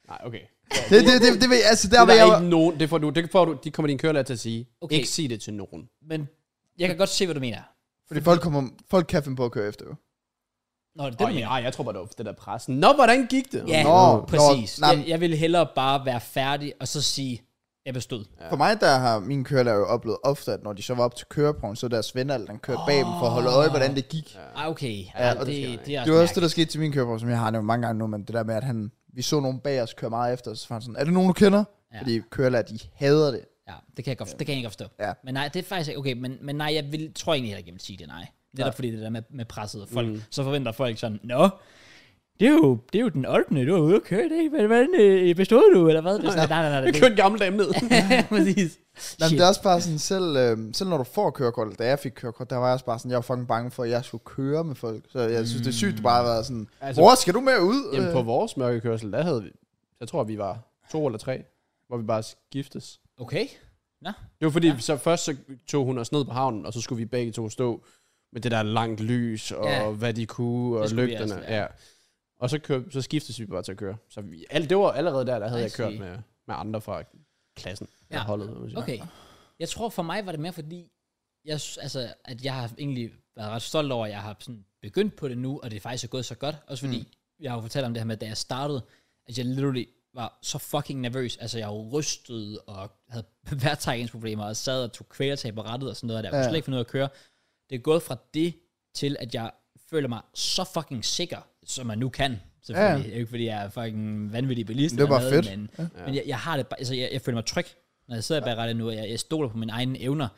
Speaker 3: Nej, okay.
Speaker 2: Det, det, det, det, det, altså, der
Speaker 3: Der,
Speaker 2: var
Speaker 3: der er
Speaker 2: jeg...
Speaker 3: ikke nogen, det får du, det får du, de kommer din kørelærer til at sige.
Speaker 1: Okay.
Speaker 3: Okay. Ikke sig det til nogen.
Speaker 1: Men jeg kan godt se, hvad du mener.
Speaker 2: Fordi folk, kommer, folk kan finde på at køre efter, jo.
Speaker 1: Nå, det er det,
Speaker 3: Det,
Speaker 1: du
Speaker 3: oh,
Speaker 1: mener.
Speaker 3: ja, jeg tror bare, det var det der pres. Nå, hvordan gik det?
Speaker 1: Ja,
Speaker 2: Nå,
Speaker 1: nå, præcis.
Speaker 2: nå, nej,
Speaker 1: jeg, jeg ville hellere bare være færdig, og så sige, jeg bestod.
Speaker 2: Ja. For mig, der har mine kørelærer jo oplevet ofte, at når de så var op til køreprøven, så deres venner, eller den kørte bag dem for at holde øje, hvordan det gik. Ja.
Speaker 1: Ah, okay.
Speaker 2: Ja,
Speaker 1: Ja,
Speaker 2: og det
Speaker 1: det,
Speaker 2: skal
Speaker 1: det, det, er
Speaker 2: Det var også
Speaker 1: også
Speaker 2: det, der skete til min køreprøve, som jeg har nævnt mange gange nu, men det der med, at han, vi så nogen bag os køre meget efter, så var han sådan, er det nogen, du kender?
Speaker 1: Ja.
Speaker 2: Ja. Fordi kørelærer, de hader det.
Speaker 1: Ja, det kan jeg godt, det kan jeg godt forstå.
Speaker 2: Ja.
Speaker 1: Men nej, det er faktisk ikke- okay, men, men nej, jeg vil, tror egentlig heller ikke, jeg vil sige det, nej. Netop fordi det der med, med presset og folk, mm. så forventer folk sådan, nå, det er jo, det er jo den 8. du er ude at køre i dag, Hvad- hvordan øh, bestod du, eller hvad? Det er sådan, nej, nej, nej,
Speaker 3: Vi
Speaker 1: nej.
Speaker 3: kørte en gammel dame ned.
Speaker 1: det- Præcis.
Speaker 2: Nej, men
Speaker 1: Shit.
Speaker 2: det er også bare sådan, selv, øh, selv når du får kørekort, eller da jeg fik kørekort, der var jeg også bare sådan, jeg var fucking bange for, at jeg skulle køre med folk. Så jeg synes, det er sygt, du bare har været sådan,
Speaker 3: Altså-
Speaker 2: altså, hvor skal du med ud?
Speaker 3: Jamen,
Speaker 2: Øh,
Speaker 3: på vores mørkekørsel, der havde vi, jeg tror, vi var to eller tre, hvor vi bare skiftes.
Speaker 1: Okay.
Speaker 3: Det var fordi, ja. så først så tog hun os ned på havnen, og så skulle vi begge to stå med det der langt lys, og
Speaker 1: Ja.
Speaker 3: ja. hvad de kunne, og
Speaker 1: Det skulle vi
Speaker 3: lygterne.
Speaker 1: også,
Speaker 3: ja.
Speaker 1: ja.
Speaker 3: ja. Og så, kør, så skiftes vi bare til at køre. Så vi, alt, det var allerede der, der havde
Speaker 1: I
Speaker 3: jeg kørt
Speaker 1: see.
Speaker 3: med, med andre fra klassen.
Speaker 1: Ja.
Speaker 3: Ja. Holdet, vil jeg sige.
Speaker 1: Okay. Jeg tror for mig var det mere fordi, jeg, s- altså, at jeg har egentlig været ret stolt over, at jeg har sådan begyndt på det nu, og det faktisk er gået så godt. Også fordi, mm. jeg har jo fortalt om det her med, da jeg startede, at jeg literally var så fucking nervøs. Altså, jeg var rystet og havde værtrækningsproblemer, og sad og tog kvælertag på rettet og sådan noget, og der kunne
Speaker 2: Ja.
Speaker 1: slet ikke finde ud af at køre. Det er gået fra det til, at jeg føler mig så fucking sikker, som jeg nu kan. Selvfølgelig. Ja. Ikke fordi jeg er fucking vanvittig bilist.
Speaker 2: Det er
Speaker 1: eller
Speaker 2: bare
Speaker 1: noget,
Speaker 2: fedt.
Speaker 1: Men, ja. men jeg, jeg, har det bare, altså jeg, jeg føler mig tryg, når jeg sidder bag rettet nu, og jeg, jeg stoler på mine egne evner.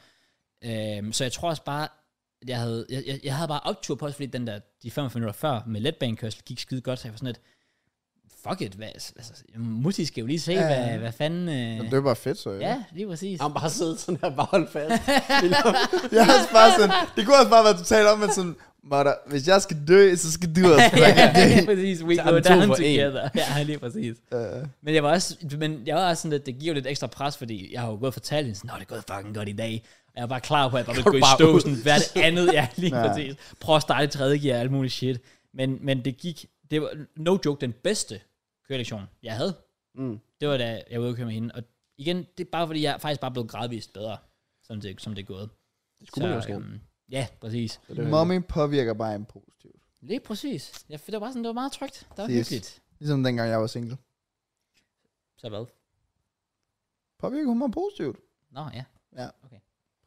Speaker 1: Øhm, så jeg tror også bare, at jeg havde, jeg, jeg, jeg havde bare optur på, også fordi den der, de 45 minutter før med letbanekørsel gik skide godt, så jeg var sådan lidt, fuck it, hvad, altså, Mutti skal jo lige se, ja. hvad, hvad fanden... Øh,
Speaker 2: det var bare fedt, så ja.
Speaker 1: ja, lige præcis.
Speaker 3: Han bare sidder sådan her, bare holdt fast.
Speaker 2: Jeg er også bare sådan, det kunne også bare være totalt om, at sådan, Mara, hvis jeg skal dø, så skal du også fucking dø.
Speaker 1: ja, præcis, we
Speaker 3: Tager
Speaker 1: go
Speaker 3: den to
Speaker 1: down
Speaker 3: for en.
Speaker 1: together. Ja, lige præcis.
Speaker 2: Øh,
Speaker 1: Men jeg var også, men jeg var også sådan lidt, det giver jo lidt ekstra pres, fordi jeg har jo gået og fortalt hende sådan, nå, det er gået fucking godt i dag. Og jeg var bare klar på, at jeg bare ville gå
Speaker 3: du
Speaker 1: i
Speaker 3: bare
Speaker 1: stå,
Speaker 3: ud?
Speaker 1: sådan hvert andet, ja, lige ja.
Speaker 2: Ja.
Speaker 1: præcis. Prøv at starte i tredje gear og alt muligt shit. Men, men det gik, det var no joke den bedste kørelektion, jeg havde.
Speaker 3: Mm.
Speaker 1: Det var da jeg var ude at køre med hende. Og igen, det er bare fordi, jeg er faktisk bare blevet gradvist bedre, som det, som det er gået.
Speaker 3: Det skulle man jo også gerne.
Speaker 1: øhm, Ja, præcis.
Speaker 3: Så det var-
Speaker 2: Øh, mommy påvirker bare en positivt.
Speaker 1: Lige præcis. Jeg, det var bare sådan, det var meget trygt. Det var
Speaker 2: Præcis.
Speaker 1: hyggeligt.
Speaker 2: Ligesom dengang jeg var single.
Speaker 1: Så hvad?
Speaker 2: Påvirker hun mig positivt?
Speaker 1: Nå, ja.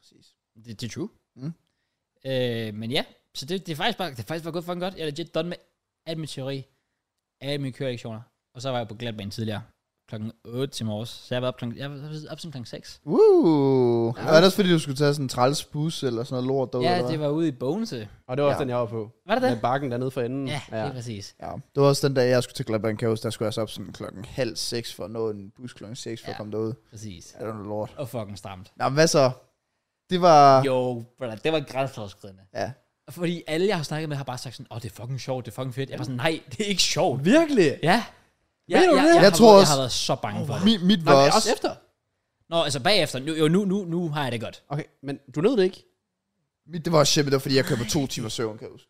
Speaker 2: Præcis.
Speaker 1: Det, det er true.
Speaker 2: Mm.
Speaker 1: Øh, men ja, så det, det, er faktisk bare, det er faktisk bare gået fucking godt. Jeg er legit done med al min teori, alle mine kørelektioner. Og så var jeg på glatbanen tidligere, klokken 8 til morges. Så jeg var op, klokken, jeg var op som klokken 6.
Speaker 2: Woo. Ja. Var det også fordi, du skulle tage sådan en træls bus eller sådan noget lort derude?
Speaker 1: Ja,
Speaker 2: eller hvad?
Speaker 1: det var ude i Bonese.
Speaker 3: Og det var også
Speaker 2: Ja.
Speaker 3: den, jeg var på.
Speaker 1: Var det det?
Speaker 3: Med bakken dernede for enden.
Speaker 1: Ja, ja, det er præcis.
Speaker 2: Ja, det var også den dag, jeg skulle til Gladbank Coast, der skulle jeg så op sådan klokken halv seks for at nå en bus klokken seks for
Speaker 1: Ja.
Speaker 2: at komme derud.
Speaker 1: præcis.
Speaker 2: Ja, det var noget lort.
Speaker 1: Og fucking stramt.
Speaker 2: Nå, men hvad så? Det var... Jo.
Speaker 1: Jo, brother, det var grænseoverskridende.
Speaker 2: Ja.
Speaker 1: Fordi alle, jeg har snakket med, har bare sagt sådan, åh, oh, det er fucking sjovt, det er fucking fedt. Jeg var sådan, nej, det er ikke sjovt.
Speaker 3: Virkelig?
Speaker 1: Ja. Ja,
Speaker 3: Mener du
Speaker 1: jeg,
Speaker 3: det?
Speaker 1: jeg,
Speaker 2: Jeg
Speaker 1: har,
Speaker 2: tror
Speaker 1: været- jeg
Speaker 2: også- Oh,
Speaker 1: har været så bange for det.
Speaker 2: Mi, mit
Speaker 3: Nå,
Speaker 2: var
Speaker 3: men
Speaker 2: også...
Speaker 3: også efter.
Speaker 1: Nå, altså bagefter, nu, jo, nu, nu, nu har jeg det godt.
Speaker 3: Okay, men du nød det ikke?
Speaker 2: Mit, det var også shit, men det var fordi, jeg kørte på to timer søvn, kan jeg huske.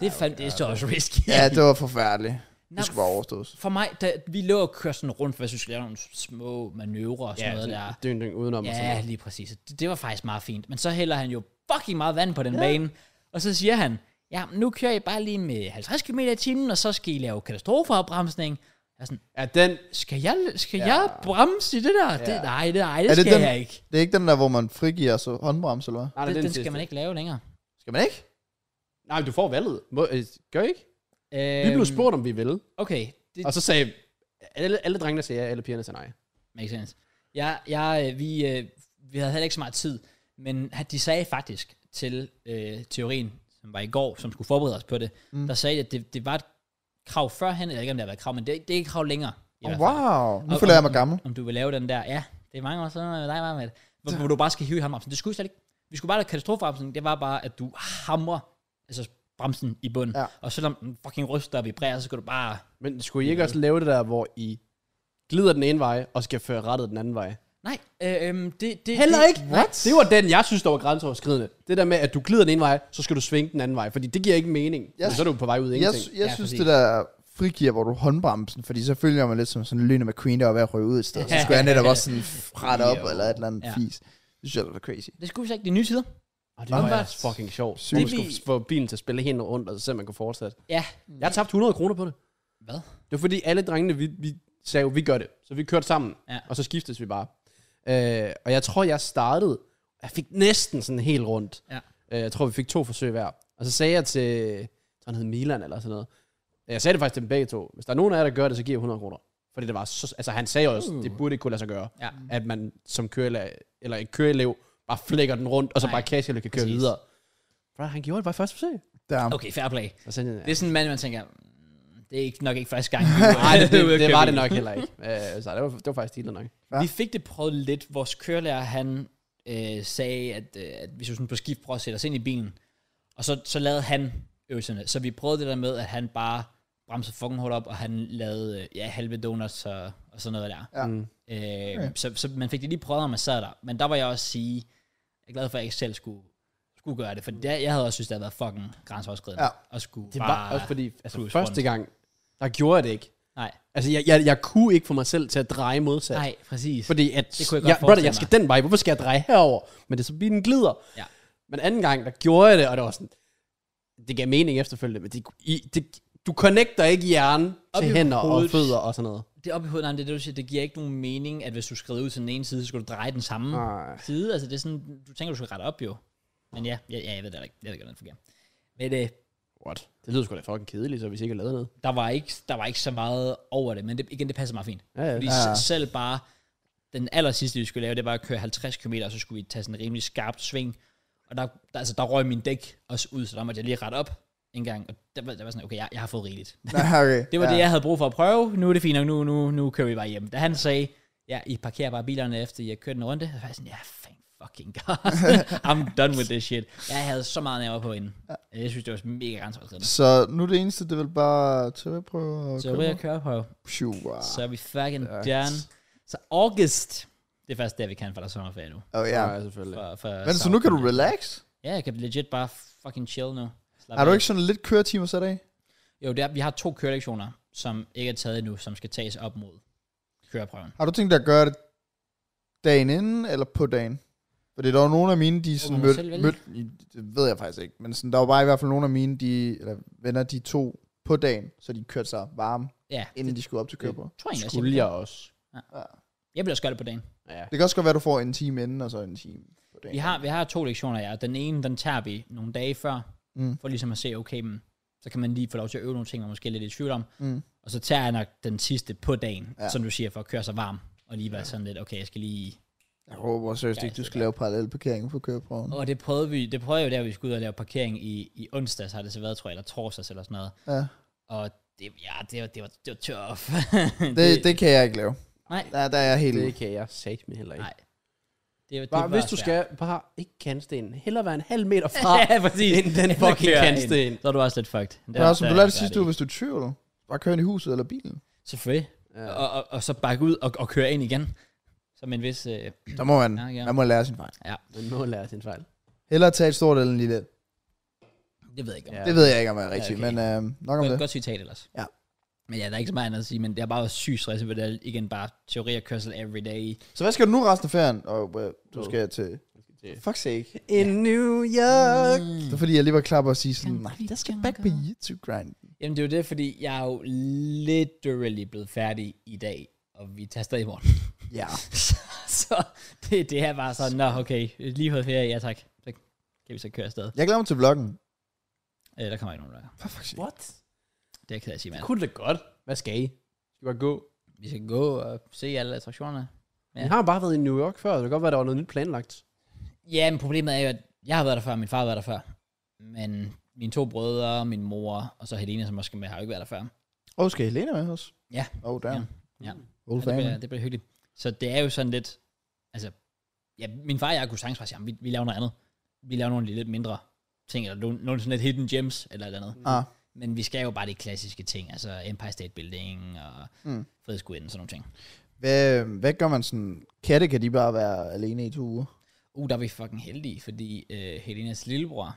Speaker 1: Det er fandme, det er så også risky.
Speaker 2: Ja, det var forfærdeligt.
Speaker 1: Nå,
Speaker 2: Det skulle bare overstås.
Speaker 1: For mig, da, vi lå og kørte sådan rundt, for jeg synes, vi skulle lave nogle små manøvrer og sådan
Speaker 3: Ja, altså,
Speaker 1: ja, noget
Speaker 3: sådan
Speaker 1: der.
Speaker 3: dyng, dyng udenom. og sådan
Speaker 1: Ja,
Speaker 3: noget.
Speaker 1: lige præcis. Det, det var faktisk meget fint. Men så hælder han jo fucking meget vand på den ja. bane. Og så siger han, ja, nu kører I bare lige med 50 km i timen, og så skal I lave katastrofeopbremsning. Jeg er sådan,
Speaker 3: Ja, den...
Speaker 1: skal jeg, skal ja. jeg bremse i det der? Ja. Det, nej, det, nej, det,
Speaker 2: Er
Speaker 1: det
Speaker 2: det
Speaker 1: skal den?
Speaker 2: den-
Speaker 1: jeg ikke.
Speaker 2: Det er ikke den der, hvor man frigiver så håndbremse, eller hvad?
Speaker 3: Nej,
Speaker 1: Det, den skal man ikke lave længere.
Speaker 2: Skal man ikke?
Speaker 3: Nej, men du får valget. Må, øh, gør I ikke?
Speaker 1: Øhm,
Speaker 3: Vi blev spurgt, om vi ville.
Speaker 1: Okay, det
Speaker 3: Og så sagde alle, alle drengene sagde ja, alle pigerne sagde nej.
Speaker 1: makes sense. Jeg, jeg, øh, vi, øh, vi havde heller ikke så meget tid, men han- de sagde faktisk til øh, teorien, som var i går, som skulle forberede os på det, mm. der sagde, de, at det, det var et krav førhen, eller ikke om det har været et krav, men det, det er ikke et krav længere. i
Speaker 2: Oh,
Speaker 1: hvert fald.
Speaker 2: wow. Nu
Speaker 1: Og-
Speaker 2: føler jeg
Speaker 1: om-
Speaker 2: mig gammel.
Speaker 1: Om du vil lave den der, ja, det er mange år siden, med dig var med hvor, hvor du bare skal hive i håndbremsen. Det skulle vi slet ikke. Vi skulle bare lave katastrofeopbremsning, det var bare, at du hamrer altså bremsen i bunden.
Speaker 2: Ja.
Speaker 1: Ja. Og selvom den fucking ryster og vibrerer, så skal du bare...
Speaker 3: Men skulle I ikke også lave det der, hvor I glider den ene vej, og skal føre rettet den anden vej?
Speaker 1: Nej, øh, øhm, det, det...
Speaker 3: Heller
Speaker 1: det,
Speaker 3: ikke. What? Det var den, jeg synes, der var grænseoverskridende. Det der med, at du glider den ene vej, så skal du svinge den anden vej. Fordi det giver ikke mening.
Speaker 2: Jeg-
Speaker 3: Yes. Så er du på vej ud i
Speaker 2: Jeg,
Speaker 3: ingenting.
Speaker 2: sy- jeg
Speaker 1: Ja,
Speaker 2: synes,
Speaker 1: præcis.
Speaker 2: det der frigiver, hvor du håndbremsen, fordi så følger man lidt som sådan Lyne McQueen, der var ved at ryge ud et sted. Så skulle jeg netop også sådan rette op,
Speaker 1: Jo.
Speaker 2: eller et eller andet
Speaker 1: Ja.
Speaker 2: fis. Det synes jeg, det var crazy.
Speaker 1: Det skulle vi slet ikke, de nye tider.
Speaker 3: Og det
Speaker 1: Nå,
Speaker 3: var
Speaker 1: ja.
Speaker 3: ellers fucking sjovt.
Speaker 2: Sygt.
Speaker 3: Sygt. Man skulle
Speaker 1: Det vi-
Speaker 3: få bilen til at spille helt rundt, og så selv man kunne fortsætte.
Speaker 1: Ja.
Speaker 3: Jeg tabte 100 kroner på det.
Speaker 1: Hvad?
Speaker 3: Det var fordi alle drengene, vi, vi sagde jo, vi gør det. Så vi kørte sammen,
Speaker 1: Ja.
Speaker 3: ja. og så skiftes vi bare. Øh, og jeg tror, jeg startede, jeg fik næsten sådan helt rundt.
Speaker 1: Ja.
Speaker 3: Øh, jeg tror, vi fik to forsøg hver. Og så sagde jeg til, jeg tror, han hed Milan eller sådan noget. Jeg sagde det faktisk til dem begge to. Hvis der er nogen af jer, der gør det, så giver jeg 100 kroner. Fordi det var så, altså han sagde også,
Speaker 1: Uh.
Speaker 3: det burde ikke kunne lade sig gøre.
Speaker 1: Ja.
Speaker 3: At man som kørelærer, eller et køreelev, bare flækker den rundt, og så
Speaker 1: Nej,
Speaker 3: bare casual kan køre
Speaker 1: præcis.
Speaker 3: videre. Bro, han gjorde det bare i første forsøg.
Speaker 2: Damn.
Speaker 1: Okay, fair play.
Speaker 3: Og så,
Speaker 1: Det er sådan en mand, man tænker, "Mm, det er ikke, nok ikke første gang.
Speaker 3: Nej, det, det, det, var det nok heller ikke. Øh, så det var, det var faktisk stilet nok.
Speaker 1: Vi fik det prøvet lidt. Vores kørelærer, han øh, sagde, at, øh, at hvis vi sådan på skift prøver at sætte os ind i bilen, og så, så lavede han øvelserne. Så vi prøvede det der med, at han bare bremsede fucking hårdt op, og han lavede øh, ja, halve donuts og, og sådan noget der.
Speaker 2: Ja.
Speaker 3: Mm.
Speaker 1: Øh, så, så man fik det lige prøvet, når man sad der. Men der var jeg også sige, jeg er glad for, at jeg ikke selv skulle, skulle gøre det, for det, jeg havde også synes, det havde været fucking grænseoverskridende.
Speaker 2: Ja.
Speaker 1: Og skulle
Speaker 3: Det var
Speaker 1: bare,
Speaker 3: også fordi, altså
Speaker 1: cruise
Speaker 3: første
Speaker 1: rundt.
Speaker 3: gang, der gjorde jeg det ikke.
Speaker 1: Nej,
Speaker 3: Altså, jeg, jeg, jeg kunne ikke få mig selv til at dreje modsat.
Speaker 1: nej, præcis.
Speaker 3: Fordi at,
Speaker 1: Det kunne jeg godt
Speaker 3: brother,
Speaker 1: forestille
Speaker 3: jeg skal den vej, hvorfor skal jeg dreje herover? Men det er så bilen glider.
Speaker 1: Ja.
Speaker 3: Men anden gang, der gjorde jeg det, og det var sådan, det gav mening efterfølgende, men det, i, det, du connecter ikke hjernen
Speaker 1: Op i
Speaker 3: til hænder og
Speaker 1: hovedet.
Speaker 3: fødder og sådan noget.
Speaker 1: det er op i hovedet, nej, det er det, du siger, det giver ikke nogen mening, at hvis du skrider ud til den ene side, så skal du dreje den samme
Speaker 3: Nej.
Speaker 1: side. Altså, det er sådan, du tænker, du skal rette op jo. Men ja, ja, ja jeg ved det da ikke. Jeg ved ikke, hvordan det fungerer. Men øh,
Speaker 3: What? Det lyder sgu da fucking kedeligt, så hvis I ikke har lavet noget.
Speaker 1: der, var ikke, der var ikke så meget over det, men det, igen, det passer meget fint.
Speaker 3: Ja, ja.
Speaker 1: Fordi ja. selv bare, den aller sidste, vi skulle lave, det var at køre 50 km, og så skulle vi tage sådan en rimelig skarpt sving. Og der, der, altså, der røg min dæk også ud, så der måtte jeg lige rette op en gang. Og der, var- der var sådan, okay, jeg, jeg har fået rigeligt.
Speaker 2: Nej, okay.
Speaker 1: Det var ja.
Speaker 2: ja.
Speaker 1: det, jeg havde brug for at prøve. Nu er det fint nok, nu, nu, nu kører vi bare hjem. Da han sagde, ja, I parkerer bare bilerne efter, I har kørt en runde, så var jeg sådan, ja, thank fucking god. I'm done with this shit. Jeg havde så meget nerver på hende. Jeg synes, det var mega grænseoverskridende.
Speaker 2: Så nu er det eneste, det er vel bare teoriprøve og
Speaker 1: Så vi at køre på.
Speaker 2: Phew, wow.
Speaker 1: Så er vi fucking done. Så august, det er faktisk det, vi kan for der er sommerferie nu.
Speaker 2: Oh, ja.
Speaker 3: ja. ja, selvfølgelig.
Speaker 1: For, for
Speaker 2: Men så nu kan du relax?
Speaker 1: Ja, jeg kan legit bare fucking chill nu. Slap
Speaker 2: Har du
Speaker 1: af.
Speaker 2: ikke sådan lidt køretimer sat af?
Speaker 1: Jo, det er, vi har to kørelektioner, som ikke er taget endnu, som skal tages op mod køreprøven.
Speaker 2: Har du tænkt dig at gøre det dagen inden, eller på dagen? Fordi der var nogle af mine, de sådan
Speaker 1: man
Speaker 2: mødte,
Speaker 1: selv vælge.
Speaker 2: mødte, det ved jeg faktisk ikke, men sådan, der var bare i hvert fald nogle af mine, de, eller venner, de to på dagen, så de kørte sig varme,
Speaker 1: Ja,
Speaker 2: inden de skulle op til køreprøve.
Speaker 1: tror jeg egentlig, også, jeg
Speaker 3: Skulle jeg også.
Speaker 1: vil. Jeg bliver også gøre det på dagen.
Speaker 3: Ja.
Speaker 2: Det kan også godt være, du får en time inden, og så en time på dagen.
Speaker 1: Vi har, vi har to lektioner, ja. Den ene, den tager vi nogle dage før,
Speaker 2: Mm.
Speaker 1: mm. for ligesom at se, okay, men, så kan man lige få lov til at øve nogle ting, man måske er lidt i tvivl om.
Speaker 2: Mm.
Speaker 1: Og så tager jeg nok den sidste på dagen,
Speaker 2: Ja.
Speaker 1: ja. som du siger, for at køre sig varm. Og lige være sådan lidt, okay, jeg skal lige...
Speaker 2: Jeg håber seriøst ikke, du skal lave parallelparkering på køreprøven.
Speaker 1: Og det prøvede vi, det prøvede jeg jo der, vi skulle ud og lave parkering i, i onsdags, har det så været, tror jeg, eller torsdags eller sådan noget.
Speaker 2: Ja.
Speaker 1: Og det, ja, det var, det var, det var tough.
Speaker 2: Det, det kan jeg ikke lave.
Speaker 1: nej,
Speaker 2: Der, der er jeg helt...
Speaker 3: Det kan jeg sagt med heller ikke.
Speaker 1: Mm. nej. Det, det
Speaker 3: Bare,
Speaker 1: var
Speaker 3: hvis du
Speaker 1: svært.
Speaker 3: skal, bare ikke kantstenen. Hellere være en halv meter fra.
Speaker 1: ja, præcis.
Speaker 3: end Ah, den fucking
Speaker 1: kører
Speaker 3: kantsten.
Speaker 1: ind. Så er du også lidt fucked. Det
Speaker 2: Men også, som
Speaker 1: så
Speaker 2: du lærte
Speaker 1: er det
Speaker 2: sidste uge, hvis du er i tvivl, bare kør ind i huset eller bilen.
Speaker 1: Selvfølgelig. Ja. Og, og, og så bakke ud og, og køre ind igen. Som en vis... Øh,
Speaker 2: Der må man,
Speaker 1: Ja, ja.
Speaker 2: man må lære sin fejl.
Speaker 1: ja.
Speaker 3: Man må lære sin fejl.
Speaker 2: Hellere tage et stort eller en lille.
Speaker 1: Det ved jeg ikke om.
Speaker 3: Ja.
Speaker 1: Ja.
Speaker 2: Det ved jeg ikke, om jeg er rigtig,
Speaker 1: okay.
Speaker 2: men øh, nok om
Speaker 1: Det var et
Speaker 2: det.
Speaker 1: godt citat ellers.
Speaker 2: Ja.
Speaker 1: Men ja, der er ikke så meget andet at sige, men det har bare været sygt stresset, for det er igen bare teori og kørsel every day.
Speaker 2: Så hvad skal du nu resten af ferien? Og øh, du skal til...
Speaker 1: Mm.
Speaker 2: Fuck sake.
Speaker 3: In New York.
Speaker 2: Det er fordi, jeg lige var klar på at sige sådan, nej,
Speaker 1: vi
Speaker 2: der skal
Speaker 1: gøre
Speaker 2: back på
Speaker 1: noget?"
Speaker 2: YouTube grind.
Speaker 1: Jamen det er jo det, fordi jeg er jo literally blevet færdig i dag, og vi tager stadig i morgen.
Speaker 2: Ja.
Speaker 1: så det, det er bare sådan, nå okay, lige holdt ferie, ja tak. Så kan vi så køre afsted.
Speaker 2: Jeg glæder mig til vloggen.
Speaker 1: Øh, der kommer ikke nogen der.
Speaker 2: For fuck sake.
Speaker 3: What?
Speaker 1: Det er jeg ked af at sige, mand.
Speaker 3: Kunne det godt. Hvad skal I? Skal I bare gå?
Speaker 1: Vi skal gå og se alle attraktionerne. Ja.
Speaker 3: Ja. Jeg har bare været i New York før, det kan godt være, der var noget nyt planlagt.
Speaker 1: Ja, men problemet er jo, at jeg har været der før, og min far har været der før. Men mine to brødre, min mor og så Helena, som også skal med, har jo ikke været der før.
Speaker 2: Åh, oh, skal Helena med os?
Speaker 1: Ja.
Speaker 2: Oh, damn.
Speaker 1: Ja. Ja,
Speaker 2: Old
Speaker 1: det, bliver,
Speaker 2: family.
Speaker 1: det bliver hyggeligt. Så det er jo sådan lidt, altså, ja, min far og jeg kunne sagtens bare sige, "Jamen, vi, vi laver noget andet. Vi laver nogle lidt mindre ting, eller nogle, nogle sådan lidt hidden gems, eller et eller
Speaker 3: Mm.
Speaker 1: andet.
Speaker 2: Ah,
Speaker 1: Men vi skal jo bare de klassiske ting, altså Empire State Building, og
Speaker 2: Mm.
Speaker 1: mm. Fredsguden, og sådan nogle ting.
Speaker 2: hvad, øhm, hvad gør man sådan? Katte kan de bare være alene i to uger?
Speaker 1: Uh, der er vi fucking heldige, fordi øh, Helenas lillebror,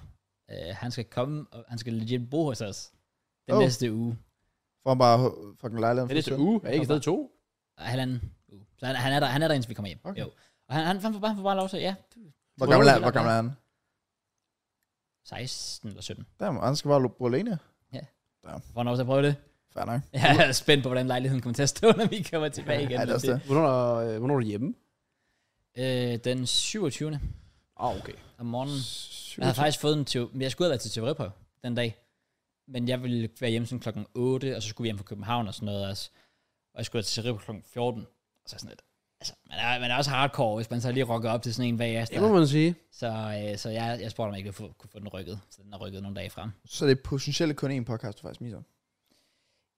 Speaker 1: øh, han skal komme, og han skal legit bo hos os den
Speaker 2: Oh.
Speaker 1: oh. næste uge.
Speaker 2: Får han bare h- fucking lejligheden?
Speaker 3: Er
Speaker 2: for
Speaker 3: det
Speaker 2: sig
Speaker 3: til
Speaker 2: selv?
Speaker 3: uge? Er I ikke stadig to?
Speaker 1: Og halvanden uge. uh, Så han, han, er der, han er der, indtil vi kommer hjem.
Speaker 2: Okay.
Speaker 1: Okay. Jo. Og han, han, han, får bare, han får bare lov til, ja,
Speaker 2: Hvor gammel er,
Speaker 1: Hvor
Speaker 2: hvor gammel er han?
Speaker 1: 16 eller 17.
Speaker 2: Damn, han skal bare bo alene.
Speaker 1: Får han lov til at prøve det?
Speaker 2: Fair nok.
Speaker 1: Jeg er spændt på, hvordan lejligheden kommer til at stå, når vi kommer tilbage igen.
Speaker 2: Uh. Ja, det er også det.
Speaker 3: Hvornår er, øh, hvornår er du hjemme?
Speaker 1: Øh, den 27.
Speaker 3: Ah, okay.
Speaker 1: om morgenen. Jeg havde
Speaker 2: Sygt.
Speaker 1: faktisk fået en teori, men jeg skulle have været til teoriprøve den dag. Men jeg ville være hjemme sådan klokken 8, og så skulle vi hjem fra København og sådan noget også. Og jeg skulle være til teoriprøve klokken 14. Og så sådan lidt. Altså, man er, man er også hardcore, hvis man så lige rocker op til sådan en bagefter.
Speaker 3: Det må man sige.
Speaker 1: Så, øh, så jeg, jeg spurgte, om jeg ikke ville få, kunne få den rykket. Så den er rykket nogle dage frem.
Speaker 2: Så det er potentielt kun én podcast, du faktisk misser.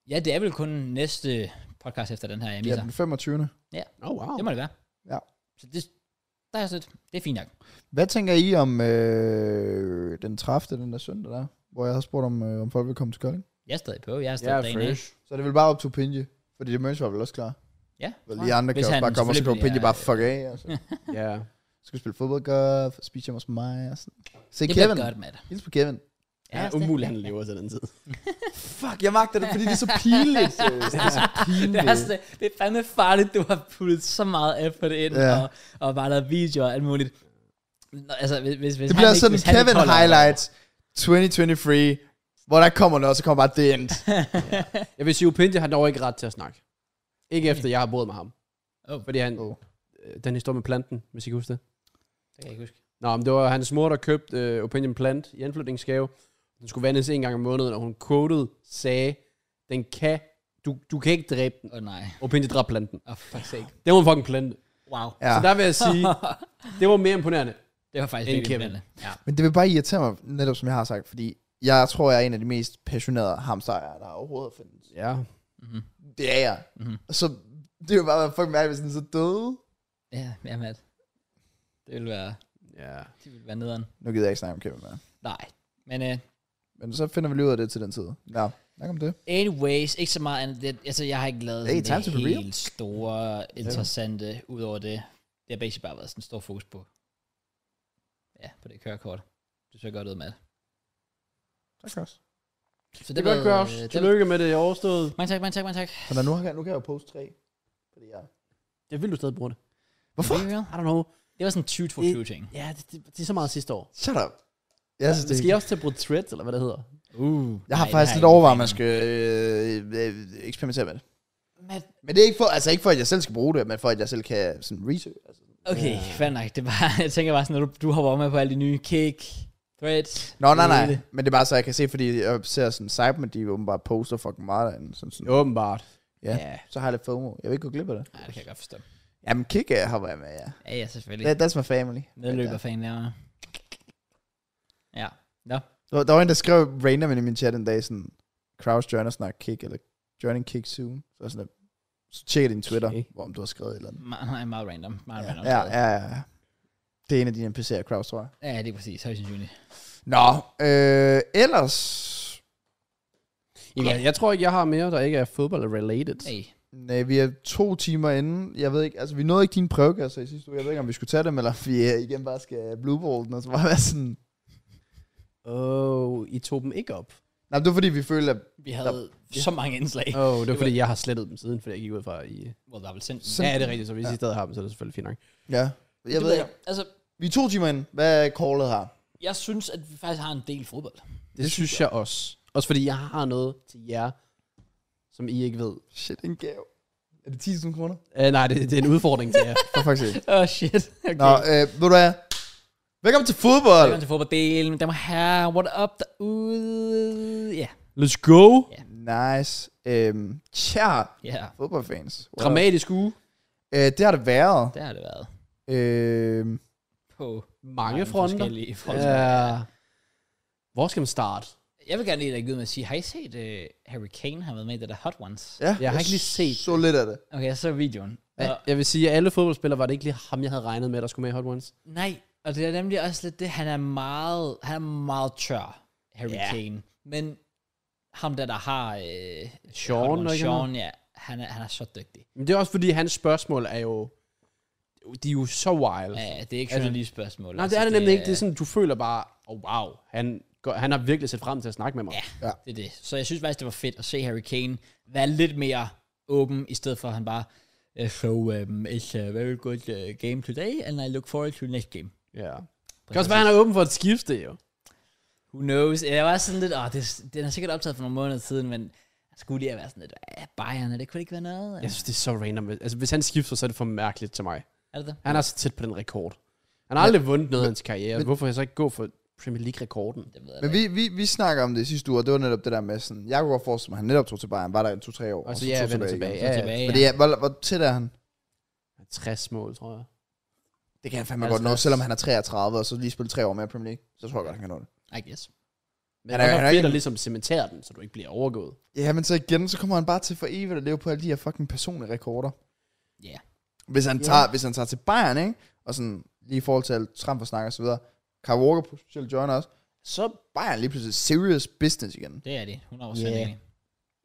Speaker 1: Ja, det er vel kun næste podcast efter den her, jeg
Speaker 2: Ja,
Speaker 1: misser.
Speaker 2: den 25.
Speaker 3: Oh, wow.
Speaker 1: Det må det være.
Speaker 2: Ja.
Speaker 1: Så det, der er jeg sådan lidt, det er fint nok.
Speaker 2: Hvad tænker I om øh, den 30. den der søndag der? Hvor jeg har spurgt, om, øh, om folk vil komme til Kolding.
Speaker 1: Jeg er stadig på, jeg er
Speaker 3: Ja,
Speaker 1: stadig yeah, dagen af.
Speaker 3: fresh.
Speaker 2: Så er det vel bare op til Pinje. Fordi det mønnes var vel også klar.
Speaker 1: Ja.
Speaker 2: Vel, de andre kan
Speaker 1: Hvis
Speaker 2: også
Speaker 1: han
Speaker 2: bare komme, og så
Speaker 1: selvfølgelig
Speaker 2: kommer Pinje
Speaker 1: bliver-
Speaker 2: bare fuck af. Altså.
Speaker 3: Ja.
Speaker 2: Så skal vi spille fodboldgolf, spise hjemme hos mig. Og sådan. Se
Speaker 1: Det
Speaker 2: Kevin.
Speaker 1: bliver godt, Matt.
Speaker 2: Hils på Kevin.
Speaker 3: Ja, umuligt, han lever til den tid.
Speaker 2: Fuck, jeg magter det, fordi det er så pinligt. seriøst. det er så
Speaker 1: Det
Speaker 2: pinligt.
Speaker 1: er, sådan, det er fandme farligt, du har puttet så meget effort ind,
Speaker 2: Ja.
Speaker 1: ja. og, og bare lavet videoer og alt muligt. Nå, altså, hvis, hvis, hvis han
Speaker 2: Det bliver
Speaker 1: ikke,
Speaker 2: sådan
Speaker 1: hvis han ikke
Speaker 2: Kevin
Speaker 1: holder-
Speaker 2: Highlights 2023, hvor der kommer noget, og så kommer bare det end.
Speaker 3: Jeg vil sige, Upinja har dog ikke ret til at snakke. Ikke efter, jeg har boet med ham.
Speaker 1: Åh.
Speaker 3: Fordi han,
Speaker 2: Åh.
Speaker 3: øh, den historie med planten, hvis I kan huske det.
Speaker 1: Det kan jeg ikke huske.
Speaker 3: Nå, men det var hans mor, der købte øh, Opinion Plant i anflytningsgave. Den skulle vandes en gang om måneden, og hun quoted sagde, den kan, du, du kan ikke dræbe den.
Speaker 1: Åh oh, nej.
Speaker 3: Opinion dræb planten.
Speaker 1: Åh, oh, fuck sake.
Speaker 3: Det var en fucking plante.
Speaker 1: Wow.
Speaker 2: Ja.
Speaker 3: Ja. Så der vil jeg sige, det var mere imponerende.
Speaker 1: Det var faktisk
Speaker 3: En
Speaker 1: virkelig
Speaker 3: Kevin.
Speaker 1: imponerende. Ja.
Speaker 2: Men det vil bare irritere mig, netop som jeg har sagt, fordi jeg tror, jeg er en af de mest passionerede hamsterejere, der overhovedet findes.
Speaker 3: Ja.
Speaker 1: Mm-hmm.
Speaker 2: Det er jeg.
Speaker 1: Mhm.
Speaker 2: Og så det er jo bare fucking mærkeligt, hvis den så døde.
Speaker 1: Ja, ja, Matt. Det ville være,
Speaker 3: Ja.
Speaker 1: det ville være nederen.
Speaker 2: Nu gider jeg ikke snakke om Kevin mere.
Speaker 1: Nej. Men øh,
Speaker 2: Men så finder vi lige ud af det til den tid. Ja, nok om det.
Speaker 1: anyways, ikke så meget andet. Det, altså, jeg har ikke lavet
Speaker 2: Hey, time
Speaker 1: sådan
Speaker 2: to
Speaker 1: det
Speaker 2: be real.
Speaker 1: helt store, interessante, yeah. udover det. Det har basically bare været sådan en stor fokus på, ja, på det kørekort. Du ser godt ud, Matt.
Speaker 2: Tak også.
Speaker 1: Så
Speaker 3: Det er godt, Kraus.
Speaker 1: øh, det-
Speaker 3: Tillykke med det jeg overstået.
Speaker 1: Mange tak, mange tak, mange tak.
Speaker 2: Så nu, kan, nu kan jeg jo poste tre. Fordi jeg...
Speaker 3: Jeg vil du stadig bruge det.
Speaker 2: Hvorfor?
Speaker 1: Det,
Speaker 3: I don't know.
Speaker 1: det var sådan 20 for
Speaker 3: Det-
Speaker 1: 20 ting.
Speaker 3: Ja, det, det, det er så meget sidste år.
Speaker 2: Shut up. Jeg, synes, det,
Speaker 3: Skal
Speaker 2: jeg,
Speaker 3: jeg også til at bruge threads, eller hvad det hedder?
Speaker 1: Uh,
Speaker 2: jeg har faktisk lidt overvejet, at man skal øh, øh, eksperimentere med det.
Speaker 1: Matt,
Speaker 2: Men det er ikke for, altså ikke for, at jeg selv skal bruge det, men for, at jeg selv kan sådan research. Altså.
Speaker 1: okay, fair nok. Det var, jeg tænker bare sådan, at du, du hopper med på alle de nye kick, threads.
Speaker 2: Nå, nej, nej.
Speaker 1: hele.
Speaker 2: Men det er bare så, jeg kan se, fordi jeg ser sådan Cyberman, de åbenbart poster fucking meget derinde. Sådan, sådan.
Speaker 3: Åbenbart.
Speaker 2: Ja.
Speaker 1: Ja,
Speaker 2: Så har jeg lidt FOMO. Jeg vil ikke gå glip af det.
Speaker 1: nej, det kan jeg godt forstå.
Speaker 2: Jamen, Kika har været med, ja.
Speaker 1: Ja, ja, selvfølgelig.
Speaker 2: That, that's my family.
Speaker 1: Medløber fan der. Ja. Nå.
Speaker 2: Der, var- der var en, der skrev random ind i min chat en dag, sådan, Kraus joiner snart Kik, eller joining Kik soon. Så var jeg sådan, lidt, så tjekker din Twitter,
Speaker 3: Okay.
Speaker 2: hvor om du har skrevet et eller andet.
Speaker 1: Me- Nej, meget random. Meget random.
Speaker 2: Ja, ja, ja, ja. Det er en af dine NPC'er, Kraus, tror jeg.
Speaker 1: ja, det er præcis. Højst sandsynligt.
Speaker 2: Nå, øh, ellers...
Speaker 3: Jamen, jeg, jeg tror ikke, jeg har mere, der ikke er fodbold-related.
Speaker 1: Hey.
Speaker 2: Nej, vi er to timer inde. Jeg ved ikke, altså vi nåede ikke din prøvekasser øh, i sidste uge. Jeg ved ikke, om vi skulle tage dem, eller om vi øh, igen bare skal blueball den, og så bare være sådan...
Speaker 3: Oh, I tog dem ikke op.
Speaker 2: Nej, men det var fordi, vi følte, at
Speaker 1: Vi havde ja. så mange indslag.
Speaker 3: Oh, det var fordi, jeg har slettet dem siden, fordi jeg gik ud fra I...
Speaker 1: Well, der er vel sendt.
Speaker 2: Så-
Speaker 3: Ja, det er rigtigt, så hvis I stadig har dem, så er det selvfølgelig fint nok.
Speaker 2: Ja. Jeg
Speaker 1: det
Speaker 2: ved ikke.
Speaker 1: Altså,
Speaker 2: Vi er to timer ind. Hvad er callet her?
Speaker 1: jeg synes, at vi faktisk har en del fodbold.
Speaker 3: Det, det synes jeg også. Også fordi jeg har noget til jer, som I ikke ved.
Speaker 2: Shit, en gave. Er det 10.000 kroner?
Speaker 3: Uh, nej, det, det er en udfordring til jer.
Speaker 2: Det er faktisk ikke.
Speaker 1: Åh, oh, shit. Okay.
Speaker 2: Nå, altså- øh, ved du hvad? Velkommen til fodbold!
Speaker 1: Velkommen til fodbolddelen. Dem her. What up derude? Ja.
Speaker 3: Let's go!
Speaker 2: Nice. Øhm, tja,
Speaker 1: Ja,
Speaker 2: fodboldfans. Wow.
Speaker 3: Dramatisk uge.
Speaker 2: Øh, det har det været.
Speaker 1: det har det været.
Speaker 2: Øhm,
Speaker 1: På
Speaker 3: Mange fronter.
Speaker 1: forskellige fronter.
Speaker 3: Ja. Hvor skal man starte?
Speaker 1: Jeg vil gerne lige lægge ud med at sige, har I set uh, Harry Kane har været med i det der Hot Ones?
Speaker 2: ja,
Speaker 3: Jeg har ikke lige set
Speaker 2: Så lidt af det.
Speaker 1: Okay, jeg så videoen.
Speaker 3: Ja.
Speaker 1: Og,
Speaker 3: Jeg vil sige, at alle fodboldspillere var det ikke lige ham, jeg havde regnet med, der skulle med i Hot Ones.
Speaker 1: nej, og det er nemlig også lidt det, han er meget, han er meget tør, Harry
Speaker 3: Ja.
Speaker 1: Kane. Men ham der, der har... Øh,
Speaker 3: Sean,
Speaker 1: Hot Ones,
Speaker 3: er det ikke
Speaker 1: Sean ja, han er, han er så dygtig.
Speaker 3: Men det er også fordi, hans spørgsmål er jo... De er jo så wild.
Speaker 1: Ja, det er ikke
Speaker 3: Altså-
Speaker 1: sådan lige spørgsmål.
Speaker 3: Nej, det er det nemlig ikke. Det er sådan, du føler bare, oh wow, han, går, han har virkelig set frem til at snakke med mig.
Speaker 1: Ja.
Speaker 3: Ja.
Speaker 1: Det er det. Så jeg synes faktisk, det var fedt at se Harry Kane være lidt mere åben, i stedet for at han bare, "Uh, so um, it's a very good uh, game today, and I look forward to next game.
Speaker 3: ja. Det kan også være, han er åben for et skifte, jo.
Speaker 1: Who knows? Jeg var sådan lidt, åh, det, den er sikkert optaget for nogle måneder siden, men jeg skulle lige have været sådan lidt, "Ah, Bayern, er det kunne det ikke være noget?
Speaker 3: Jeg synes, det er så random. Altså, hvis han skifter, så er det for mærkeligt til mig.
Speaker 1: Er det det?
Speaker 3: Han er så tæt på den rekord. Han har aldrig vundet noget i hans karriere. Hvorfor jeg så ikke gå for Premier League-rekorden?
Speaker 1: Det ved jeg men
Speaker 2: Men
Speaker 1: vi,
Speaker 2: vi, vi, vi snakker om det sidste uge, og det var netop det der med sådan, jeg kunne godt forestille mig, at han netop tog til Bayern, var der i to-tre år,
Speaker 3: Og så ja, jeg vender tilbage.
Speaker 2: igen.
Speaker 1: Så
Speaker 3: Ja,
Speaker 1: tilbage,
Speaker 3: ja.
Speaker 1: ja.
Speaker 2: Fordi, ja, hvor, hvor tæt er han?
Speaker 3: 60 mål, tror jeg.
Speaker 2: Det kan han fandme
Speaker 3: Altså,
Speaker 2: godt nå,
Speaker 3: altså-
Speaker 2: selvom han er 33, og så lige spille tre år mere i Premier League, så tror jeg godt, han kan nå det.
Speaker 1: I guess.
Speaker 3: Men
Speaker 2: Han
Speaker 3: han
Speaker 2: er-
Speaker 3: er,
Speaker 2: han er
Speaker 3: fedt
Speaker 2: ikke-
Speaker 3: at ligesom cementere den, så du ikke bliver overgået.
Speaker 2: Ja, men så igen, så kommer han bare til for evigt at leve på alle de her fucking personlige rekorder.
Speaker 1: Ja.
Speaker 2: Hvis han,
Speaker 3: Ja.
Speaker 2: tager, hvis han tager til Bayern, ikke? Og sådan, lige i forhold til alt Trump og snak og så videre, Kyle Walker potentielt joiner også, så er Bayern lige pludselig serious business igen.
Speaker 1: Det er det. 100 år
Speaker 3: Ja.
Speaker 1: yeah.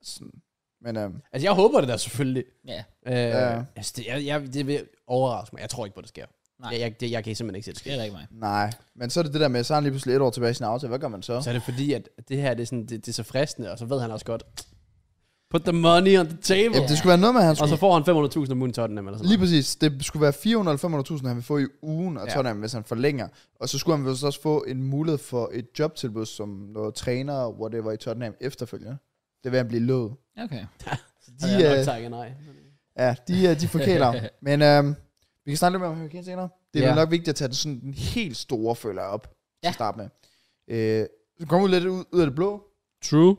Speaker 2: Sådan. Men øhm,
Speaker 3: Altså, jeg håber det der selvfølgelig.
Speaker 1: Ja.
Speaker 3: Øh,
Speaker 2: Ja.
Speaker 3: ja. altså, det, jeg, jeg, det vil overraske mig. Jeg tror ikke på, det sker.
Speaker 1: Nej.
Speaker 3: Nej. Jeg, jeg, det, jeg kan simpelthen ikke se, det
Speaker 1: Det
Speaker 3: sker.
Speaker 1: er da ikke mig.
Speaker 2: nej. Men så er det det der med, så er han lige pludselig et år tilbage i sin aftale. Hvad gør man så?
Speaker 3: Så er det fordi, at det her det er, sådan, det, det er så fristende, og så ved han også godt, put the money on the table.
Speaker 2: Ja, det skulle være noget med, at han
Speaker 3: Og så
Speaker 2: skulle...
Speaker 3: får han 500.000 om ugen Tottenham eller sådan
Speaker 2: Lige præcis. Det skulle være 400-500.000, han vil få i ugen af
Speaker 3: Ja.
Speaker 2: Tottenham, hvis han forlænger. Og så skulle han vist også få en mulighed for et jobtilbud som noget træner, whatever, i Tottenham efterfølgende. Det vil han blive lovet.
Speaker 1: Okay.
Speaker 3: noget.
Speaker 2: de,
Speaker 3: De, jeg
Speaker 2: øh,
Speaker 3: nok takker nej.
Speaker 2: Ja, de, øh, de forkæler. Men øhm, vi kan snakke lidt mere om Harry Kane senere. Det er
Speaker 3: Ja.
Speaker 2: ja. nok vigtigt at tage den, sådan, den helt store følger op ja.
Speaker 1: Ja.
Speaker 2: til start med. Øh, så kommer vi lidt ud, ud af det blå.
Speaker 3: True.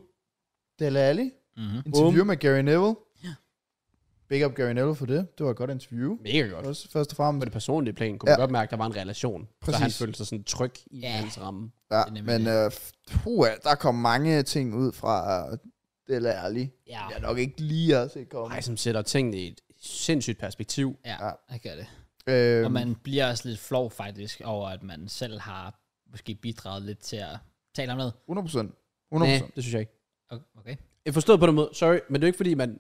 Speaker 2: Dele Alli.
Speaker 1: Mm-hmm.
Speaker 2: Interview med Gary Neville. Big up Gary Neville for det. Det var et godt interview.
Speaker 3: Mega godt.
Speaker 2: Også, først og fremmest.
Speaker 3: På det personlige plan kunne man
Speaker 2: Ja.
Speaker 3: godt mærke, at der var en relation. Præcis. Så
Speaker 2: Præcis.
Speaker 3: han følte sig sådan tryg i
Speaker 1: Ja.
Speaker 3: hans ramme.
Speaker 2: Ja,
Speaker 1: Det er nemlig
Speaker 2: men øh, puha, der kom mange ting ud fra øh, Dele Alli.
Speaker 1: Ja.
Speaker 2: Jeg nok ikke lige har set komme.
Speaker 3: Ej, som sætter tingene i et sindssygt perspektiv.
Speaker 1: Ja,
Speaker 2: Ja.
Speaker 1: jeg gør det.
Speaker 2: Øhm,
Speaker 1: Og man bliver også lidt flov faktisk over, at man selv har måske bidraget lidt til at tale om noget.
Speaker 2: 100 procent. 100
Speaker 3: Nej,
Speaker 2: procent.
Speaker 3: det synes jeg ikke.
Speaker 1: Okay. okay.
Speaker 3: Jeg forstod på den måde, sorry, men det er jo ikke fordi, man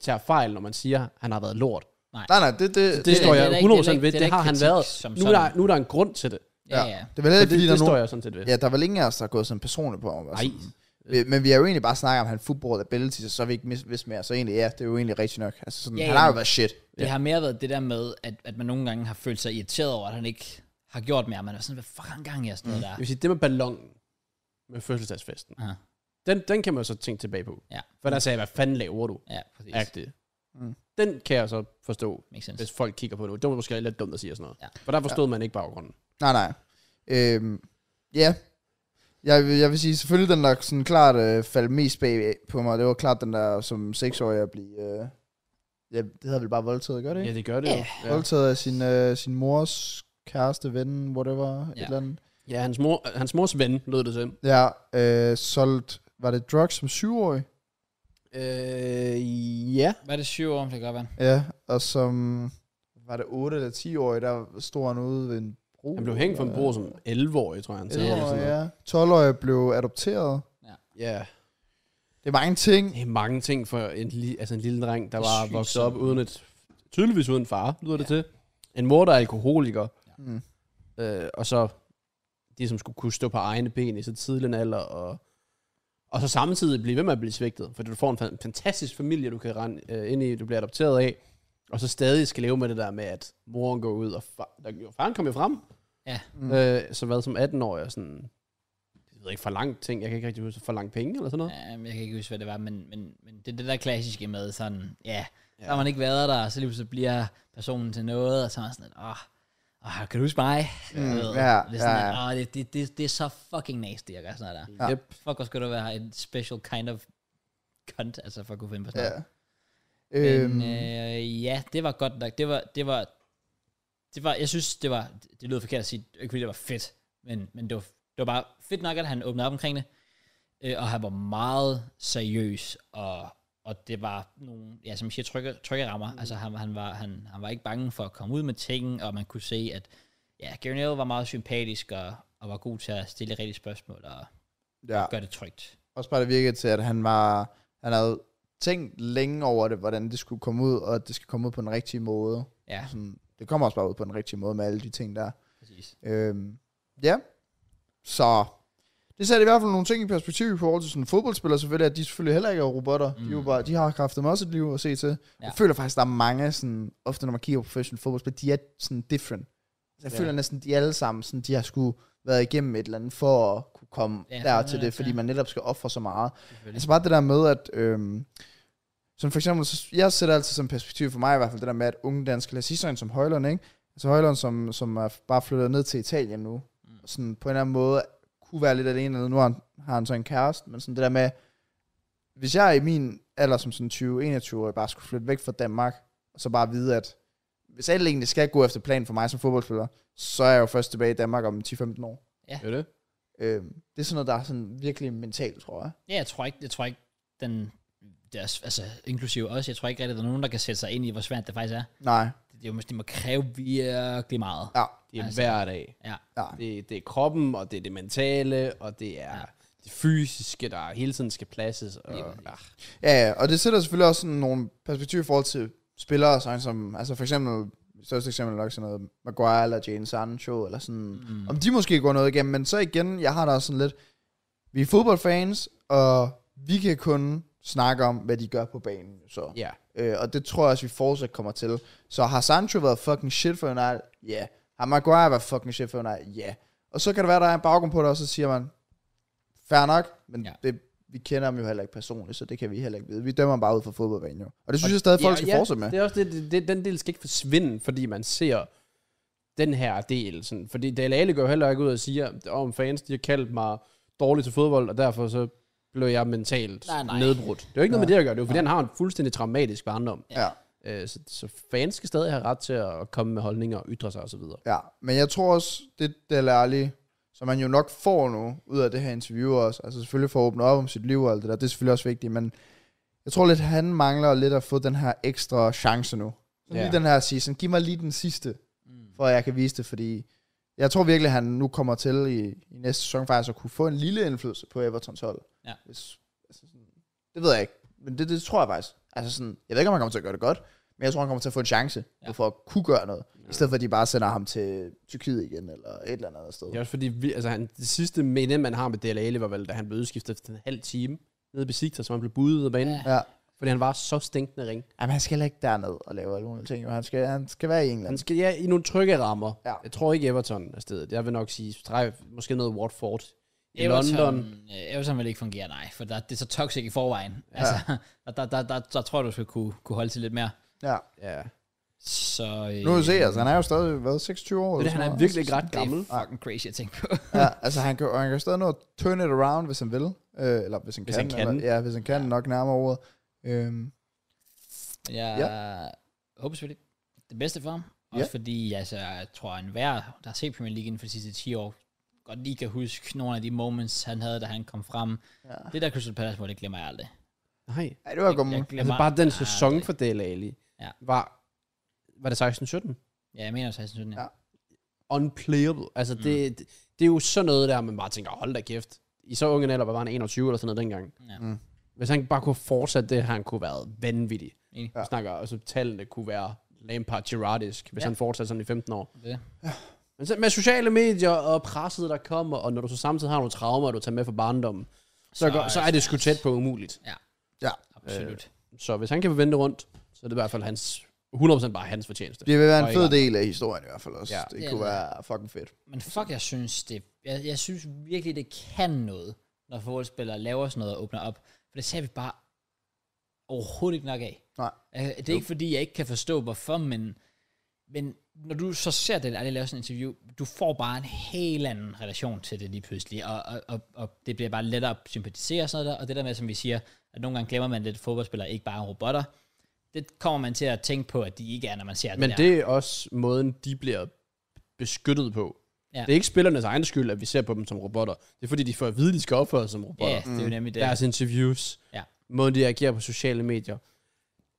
Speaker 3: tager fejl, når man siger, at han har været lort.
Speaker 2: Nej, nej, det, det,
Speaker 3: Det,
Speaker 1: det
Speaker 3: det
Speaker 1: er
Speaker 3: står jeg
Speaker 1: da ikke-
Speaker 3: 100%
Speaker 1: det er
Speaker 3: ved,
Speaker 1: da
Speaker 3: det,
Speaker 1: ikke
Speaker 3: har han
Speaker 1: kritik
Speaker 3: været.
Speaker 1: som
Speaker 3: Nu er, der,
Speaker 1: sådan.
Speaker 3: nu er der en grund til det.
Speaker 1: Ja, ja. ja.
Speaker 2: Det er vel
Speaker 3: Så
Speaker 2: heller
Speaker 3: det,
Speaker 2: ikke, fordi
Speaker 3: det,
Speaker 2: der er
Speaker 3: det står
Speaker 2: nogen,
Speaker 3: jeg sådan set ved.
Speaker 2: Ja, der er vel ingen af os, der er gået sådan personligt på ham. og
Speaker 3: Nej,
Speaker 2: sådan. Men- Men vi har jo egentlig bare snakket om, at han football abilities, og så har vi ikke mis- vidst mere. Så egentlig, ja, det er jo egentlig rigtigt nok. Altså, sådan,
Speaker 1: Ja,
Speaker 2: yeah, han
Speaker 1: ja,
Speaker 2: har jo
Speaker 1: men-
Speaker 2: været shit.
Speaker 1: Det har mere været det der med, at, at man nogle gange har følt sig irriteret over, at han ikke har gjort mere. Man er sådan, hvad fuck har han gang i og sådan noget der?
Speaker 3: jeg vil sige, det med ballonen med fødselsdagsfesten,
Speaker 1: Aha.
Speaker 3: den, den kan man jo så tænke tilbage på.
Speaker 1: Ja,
Speaker 3: For der sagde jeg, hvad fanden laver du?
Speaker 1: ja, præcis.
Speaker 3: Agtigt.
Speaker 2: Mm.
Speaker 3: Den kan jeg så forstå,
Speaker 1: Makes sense.
Speaker 3: hvis folk kigger på det. Det var måske lidt dumt at sige og sådan noget.
Speaker 1: Ja.
Speaker 3: For der forstod man ikke baggrunden.
Speaker 2: Nej, nej. Øhm, ja. Jeg, vil- jeg vil sige, selvfølgelig den, der sådan klart øh, faldt mest bag på mig, det var klart den der, som seksårig at blive... Øh, ja, det hedder vel bare voldtaget, gør det
Speaker 3: Ja,
Speaker 2: ikke?
Speaker 3: det gør det
Speaker 1: Ja.
Speaker 3: jo.
Speaker 2: Ja. Voldtaget af sin, øh, sin mors kæreste, ven, whatever, ja.
Speaker 1: Ja.
Speaker 2: et eller andet.
Speaker 3: Ja, hans, mor, hans mors ven lød det til.
Speaker 2: Ja, øh, solgt... Var det drugs som syvårig?
Speaker 3: Øh, ja.
Speaker 1: Var det syv år, det kan godt være?
Speaker 2: Ja, og som var det 8 eller 10 år, der stod han ude ved en bro.
Speaker 3: Han blev hængt for en bror som 11-årig, tror jeg, han sagde. eller sådan
Speaker 2: 11
Speaker 3: noget.
Speaker 2: ja. 12 år blev adopteret.
Speaker 3: ja.
Speaker 2: Det er mange ting.
Speaker 3: Det er mange ting for en, li- altså en lille dreng, der
Speaker 1: Det er
Speaker 3: var
Speaker 1: sygt
Speaker 3: vokset op
Speaker 1: sådan.
Speaker 3: uden et... Tydeligvis
Speaker 1: Mm.
Speaker 3: uden far, lyder det til. En mor, der er alkoholiker.
Speaker 2: Mm.
Speaker 3: Øh, og så de som skulle kunne stå på egne ben i så tidlig en alder, og, og så samtidig blive ved med at blive svigtet, fordi du får en fan- fantastisk familie, du kan rende øh, ind i, du bliver adopteret af, og så stadig skal leve med det der med, at moren går ud, og far, der, jo, faren kom jo frem,
Speaker 1: Ja.
Speaker 3: mm. øh, så hvad som 18-årig, og sådan, jeg ved ikke, for langt ting, jeg kan ikke rigtig huske, for langt penge, eller sådan noget.
Speaker 1: Ja, men jeg kan ikke huske, hvad det var, men, men, men det er det der klassiske med sådan, ja, ja. har man ikke været der, og så lige så bliver personen til noget, og så er man sådan lidt, åh, åh kan du huske mig? Mm, ja, det
Speaker 2: ja,
Speaker 1: er sådan,
Speaker 2: ja, Mm.
Speaker 1: lidt, Åh, det, det, det, det er så fucking nasty at gøre sådan noget der.
Speaker 2: Ja.
Speaker 1: Yep. Fuck, hvor skal du være en special kind of cunt, altså for at kunne finde på sådan noget.
Speaker 2: Ja.
Speaker 1: Øhm.
Speaker 2: Øhm,
Speaker 1: Men øh, ja, det var godt nok. Det var, det var, det var, jeg synes, det var, det lyder forkert at sige, ikke fordi det var fedt, men, men det, var, det var bare fedt nok, at han åbnede op omkring det, øh, og han var meget seriøs, og, og det var nogle, ja, som jeg siger, trygge, trygge rammer. Mm. Altså, han, han, var, han, han var ikke bange for at komme ud med ting, og man kunne se, at ja, Gary Neville var meget sympatisk, og, og var god til at stille rigtige spørgsmål, og
Speaker 2: ja.
Speaker 1: gøre det trygt.
Speaker 2: Også bare det virkede til, at han var, han havde tænkt længe over det, hvordan det skulle komme ud, og at det skal komme ud på den rigtige måde.
Speaker 1: Ja,
Speaker 2: Sådan, det kommer også bare ud på den rigtige måde med alle de ting der.
Speaker 1: præcis.
Speaker 2: Øhm, ja. Så det sætter i hvert fald nogle ting i perspektiv i forhold til sådan fodboldspillere selvfølgelig, at de selvfølgelig heller ikke er robotter. Mm. De, er jo bare, de har kraftet også et liv at se til. Ja.
Speaker 1: Ja.
Speaker 2: Jeg føler faktisk, der er mange, sådan, ofte når man kigger på professional fodboldspillere, de er sådan different. Altså, jeg
Speaker 3: Ja.
Speaker 2: ja. føler næsten, de alle sammen, sådan, de har skulle været igennem et eller andet for at kunne komme
Speaker 1: Ja,
Speaker 2: ja, der
Speaker 1: ja,
Speaker 2: til det, fordi
Speaker 1: ja.
Speaker 2: man netop skal ofre så meget.
Speaker 1: selvfølgelig.
Speaker 2: Altså bare det der med, at... Øhm, som for eksempel, så jeg sætter altid som perspektiv for mig i hvert fald, det der med, at unge danske, lad os sige sådan en som Højlund, ikke? Altså Højlund, som, som er f- bare flyttet ned til Italien nu, mm. sådan på en eller anden måde, kunne være lidt alene, eller nu har han, har han så en kæreste, men sådan det der med, hvis jeg i min alder som sådan 20-21-årig bare skulle flytte væk fra Danmark, og så bare vide, at hvis alt egentlig skal gå efter planen for mig som fodboldspiller, så er jeg jo først tilbage i Danmark om 10-15 år.
Speaker 3: Det er det.
Speaker 2: Øhm, det er sådan noget, der er sådan virkelig mentalt, tror jeg.
Speaker 1: Ja, jeg tror ikke, jeg tror ikke den, deres, altså inklusive også, jeg tror ikke rigtig, der er nogen, der kan sætte sig ind i, hvor svært det faktisk er.
Speaker 2: Nej,
Speaker 1: Det, det er jo, det må kræve virkelig meget.
Speaker 2: ja,
Speaker 3: Det er
Speaker 1: Altså-
Speaker 3: altså, hver dag.
Speaker 1: Ja.
Speaker 2: ja.
Speaker 3: Det, det er kroppen, og det er det mentale, og det er
Speaker 1: Ja.
Speaker 3: ja. det fysiske, der hele tiden skal plasses. Og,
Speaker 1: Lige
Speaker 3: ja.
Speaker 1: præcis.
Speaker 2: Ja, ja, og det sætter selvfølgelig også sådan nogle perspektiver i forhold til spillere, sådan som, altså for eksempel, største eksempel er nok sådan noget, Maguire eller Jane Sancho, eller sådan, mm. om de måske går noget igennem, men så igen, jeg har da også sådan lidt, vi er fodboldfans, og vi kan kun snakke om, hvad de gør på banen, så.
Speaker 3: ja.
Speaker 2: Øh, og det tror jeg også, vi fortsat kommer til. Så har Sancho været fucking shit for United? Ja. Yeah. Har Maguire været fucking shit for United? Ja. Yeah. Og så kan det være, der er en baggrund på det, og så siger man, fair nok, men
Speaker 1: Ja.
Speaker 2: ja. det, vi kender ham jo heller ikke personligt, så det kan vi heller ikke vide. Vi dømmer ham bare ud fra fodboldbanen jo. Og det synes jeg stadig, folk skal fortsætte med.
Speaker 3: Det er også det, det, det, den del skal ikke forsvinde, fordi man ser den her del. Sådan, fordi Dale Alli går jo heller ikke ud og siger, om fans de har kaldt mig dårlig til fodbold, og derfor så blev jeg mentalt
Speaker 1: Nej,
Speaker 3: nej,
Speaker 1: nej.
Speaker 3: nej. nedbrudt. Det er jo ikke noget med det at gøre, det er jo fordi, han har en fuldstændig traumatisk barndom.
Speaker 2: Ja.
Speaker 3: Øh, så, så fans skal stadig have ret til at komme med holdninger og ytre sig osv.
Speaker 2: Ja, men jeg tror også, det Dele Alli, som man jo nok får nu ud af det her interview også, altså selvfølgelig får åbnet op om sit liv og alt det der, det er selvfølgelig også vigtigt, men jeg tror lidt, han mangler lidt at få den her ekstra chance nu. Sådan
Speaker 3: Ja.
Speaker 2: lige den her season, giv mig lige den sidste, for at jeg kan vise det, fordi jeg tror virkelig, at han nu kommer til i, i næste sæson faktisk at kunne få en lille indflydelse på Evertons hold.
Speaker 1: Ja.
Speaker 2: Hvis, altså sådan, det ved jeg ikke, men det, det tror jeg faktisk. Altså sådan, jeg ved ikke, om han kommer til at gøre det godt, men jeg tror, han kommer til at få en chance
Speaker 1: Ja.
Speaker 2: ja. for at kunne gøre noget, ja. i stedet for, at de bare sender ham til Tyrkiet igen, eller et eller andet andet sted.
Speaker 3: Det er også fordi, vi, altså, han, det sidste minde, man har med Dele Alli, var vel, da han blev udskiftet efter en halv time nede i Besiktas, så han blev budet ud af banen, ja.
Speaker 2: Ja.
Speaker 3: fordi han var så stinkende ring.
Speaker 2: Jamen, han skal heller ikke derned og lave alle mulige ting, jo. han skal, han skal være i England.
Speaker 3: Han skal ja, i nogle trygge rammer.
Speaker 2: Ja.
Speaker 3: Ja. Jeg tror ikke Everton er stedet. Jeg vil nok sige, streg, måske noget Watford i
Speaker 1: Everton,
Speaker 3: London.
Speaker 1: øh, Everton vil ikke fungere, nej, for der, det er så toxic i forvejen. Ja. Altså, der, der, der, der, der, tror jeg, du skal kunne, kunne holde til lidt mere.
Speaker 2: Ja.
Speaker 3: Ja.
Speaker 1: Så, øh,
Speaker 2: Nu vil vi se, altså, han er jo stadig været 26 år.
Speaker 3: Det,
Speaker 2: eller
Speaker 3: han
Speaker 2: sådan
Speaker 3: er
Speaker 2: noget. Altså,
Speaker 3: virkelig ikke ret gammel.
Speaker 1: Det er fucking crazy at tænke på.
Speaker 2: Ja, altså han kan, og han kan stadig nå at turn it around, hvis han vil. Øh, eller hvis han
Speaker 3: Hvis
Speaker 2: kan.
Speaker 3: han kan.
Speaker 2: Eller, ja, hvis han kan ja. nok nærmere ordet. Øhm,
Speaker 1: Men Jeg ja. håber selvfølgelig det bedste for ham. Også ja. fordi, altså, jeg tror, en hver, der har set Premier League inden for de sidste 10 år, godt lige kan huske nogle af de moments, han havde, da han kom frem. Ja.
Speaker 2: Ja.
Speaker 1: Det der Crystal Palace, hvor det glemmer jeg aldrig.
Speaker 3: Nej.
Speaker 2: ej, det var godt.
Speaker 1: Jeg, jeg
Speaker 3: Altså
Speaker 1: glemmer
Speaker 3: bare den
Speaker 1: aldrig.
Speaker 3: sæson for Dele Alli
Speaker 1: Ah, Ja.
Speaker 3: ja. var, var det 16-17?
Speaker 1: Ja, jeg mener 16 ja.
Speaker 2: Ja.
Speaker 3: Unplayable. Altså det, det, det er jo sådan noget der, man bare tænker, hold da kæft. I så unge alder var han 21 eller sådan noget dengang.
Speaker 1: Ja.
Speaker 2: Mm.
Speaker 3: Hvis han bare kunne fortsætte det, han kunne være vanvittig.
Speaker 1: Enig.
Speaker 3: Ja. Snakker, altså tallene kunne være Lampard Girardisk, hvis
Speaker 1: Ja.
Speaker 3: ja. han fortsatte sådan i 15 år.
Speaker 1: Det.
Speaker 3: Men så med sociale medier og presset, der kommer, og når du så samtidig har nogle traumer, du tager med fra barndommen, så, så, så er det sgu tæt på umuligt.
Speaker 1: Absolut.
Speaker 3: Så hvis han kan vende rundt, så er det i hvert fald hans, 100% bare hans fortjeneste.
Speaker 2: Det vil være
Speaker 3: Og
Speaker 2: en
Speaker 3: ikke
Speaker 2: fed
Speaker 3: andre.
Speaker 2: del af historien i hvert fald også.
Speaker 3: Ja.
Speaker 2: Det
Speaker 1: Ja,
Speaker 2: kunne
Speaker 1: det er.
Speaker 2: være fucking fedt.
Speaker 1: Men fuck, jeg synes det... Jeg, jeg synes virkelig, det kan noget, når fodboldspillere laver sådan noget og åbner op. For det ser vi bare overhovedet ikke nok af.
Speaker 2: Nej.
Speaker 1: Øh, Det er ikke, fordi jeg ikke kan forstå, hvorfor, men, men når du så ser det, eller laver sådan et interview, du får bare en helt anden relation til det lige pludselig, og, og, og, og det bliver bare lettere at sympatisere og sådan noget der, og det der med, som vi siger, at nogle gange glemmer man lidt, at fodboldspillere ikke bare er robotter, det kommer man til at tænke på, at de ikke er, når man ser
Speaker 3: Men
Speaker 1: det der.
Speaker 3: det er også måden, de bliver beskyttet på.
Speaker 1: Ja.
Speaker 3: Ja. Det er ikke spillernes egen skyld, at vi ser på dem som robotter. Det er fordi, de får at vide, at de skal opføre sig som robotter.
Speaker 1: Ja, det er jo nemlig det.
Speaker 3: Deres interviews,
Speaker 1: Ja.
Speaker 3: måden de agerer på sociale medier.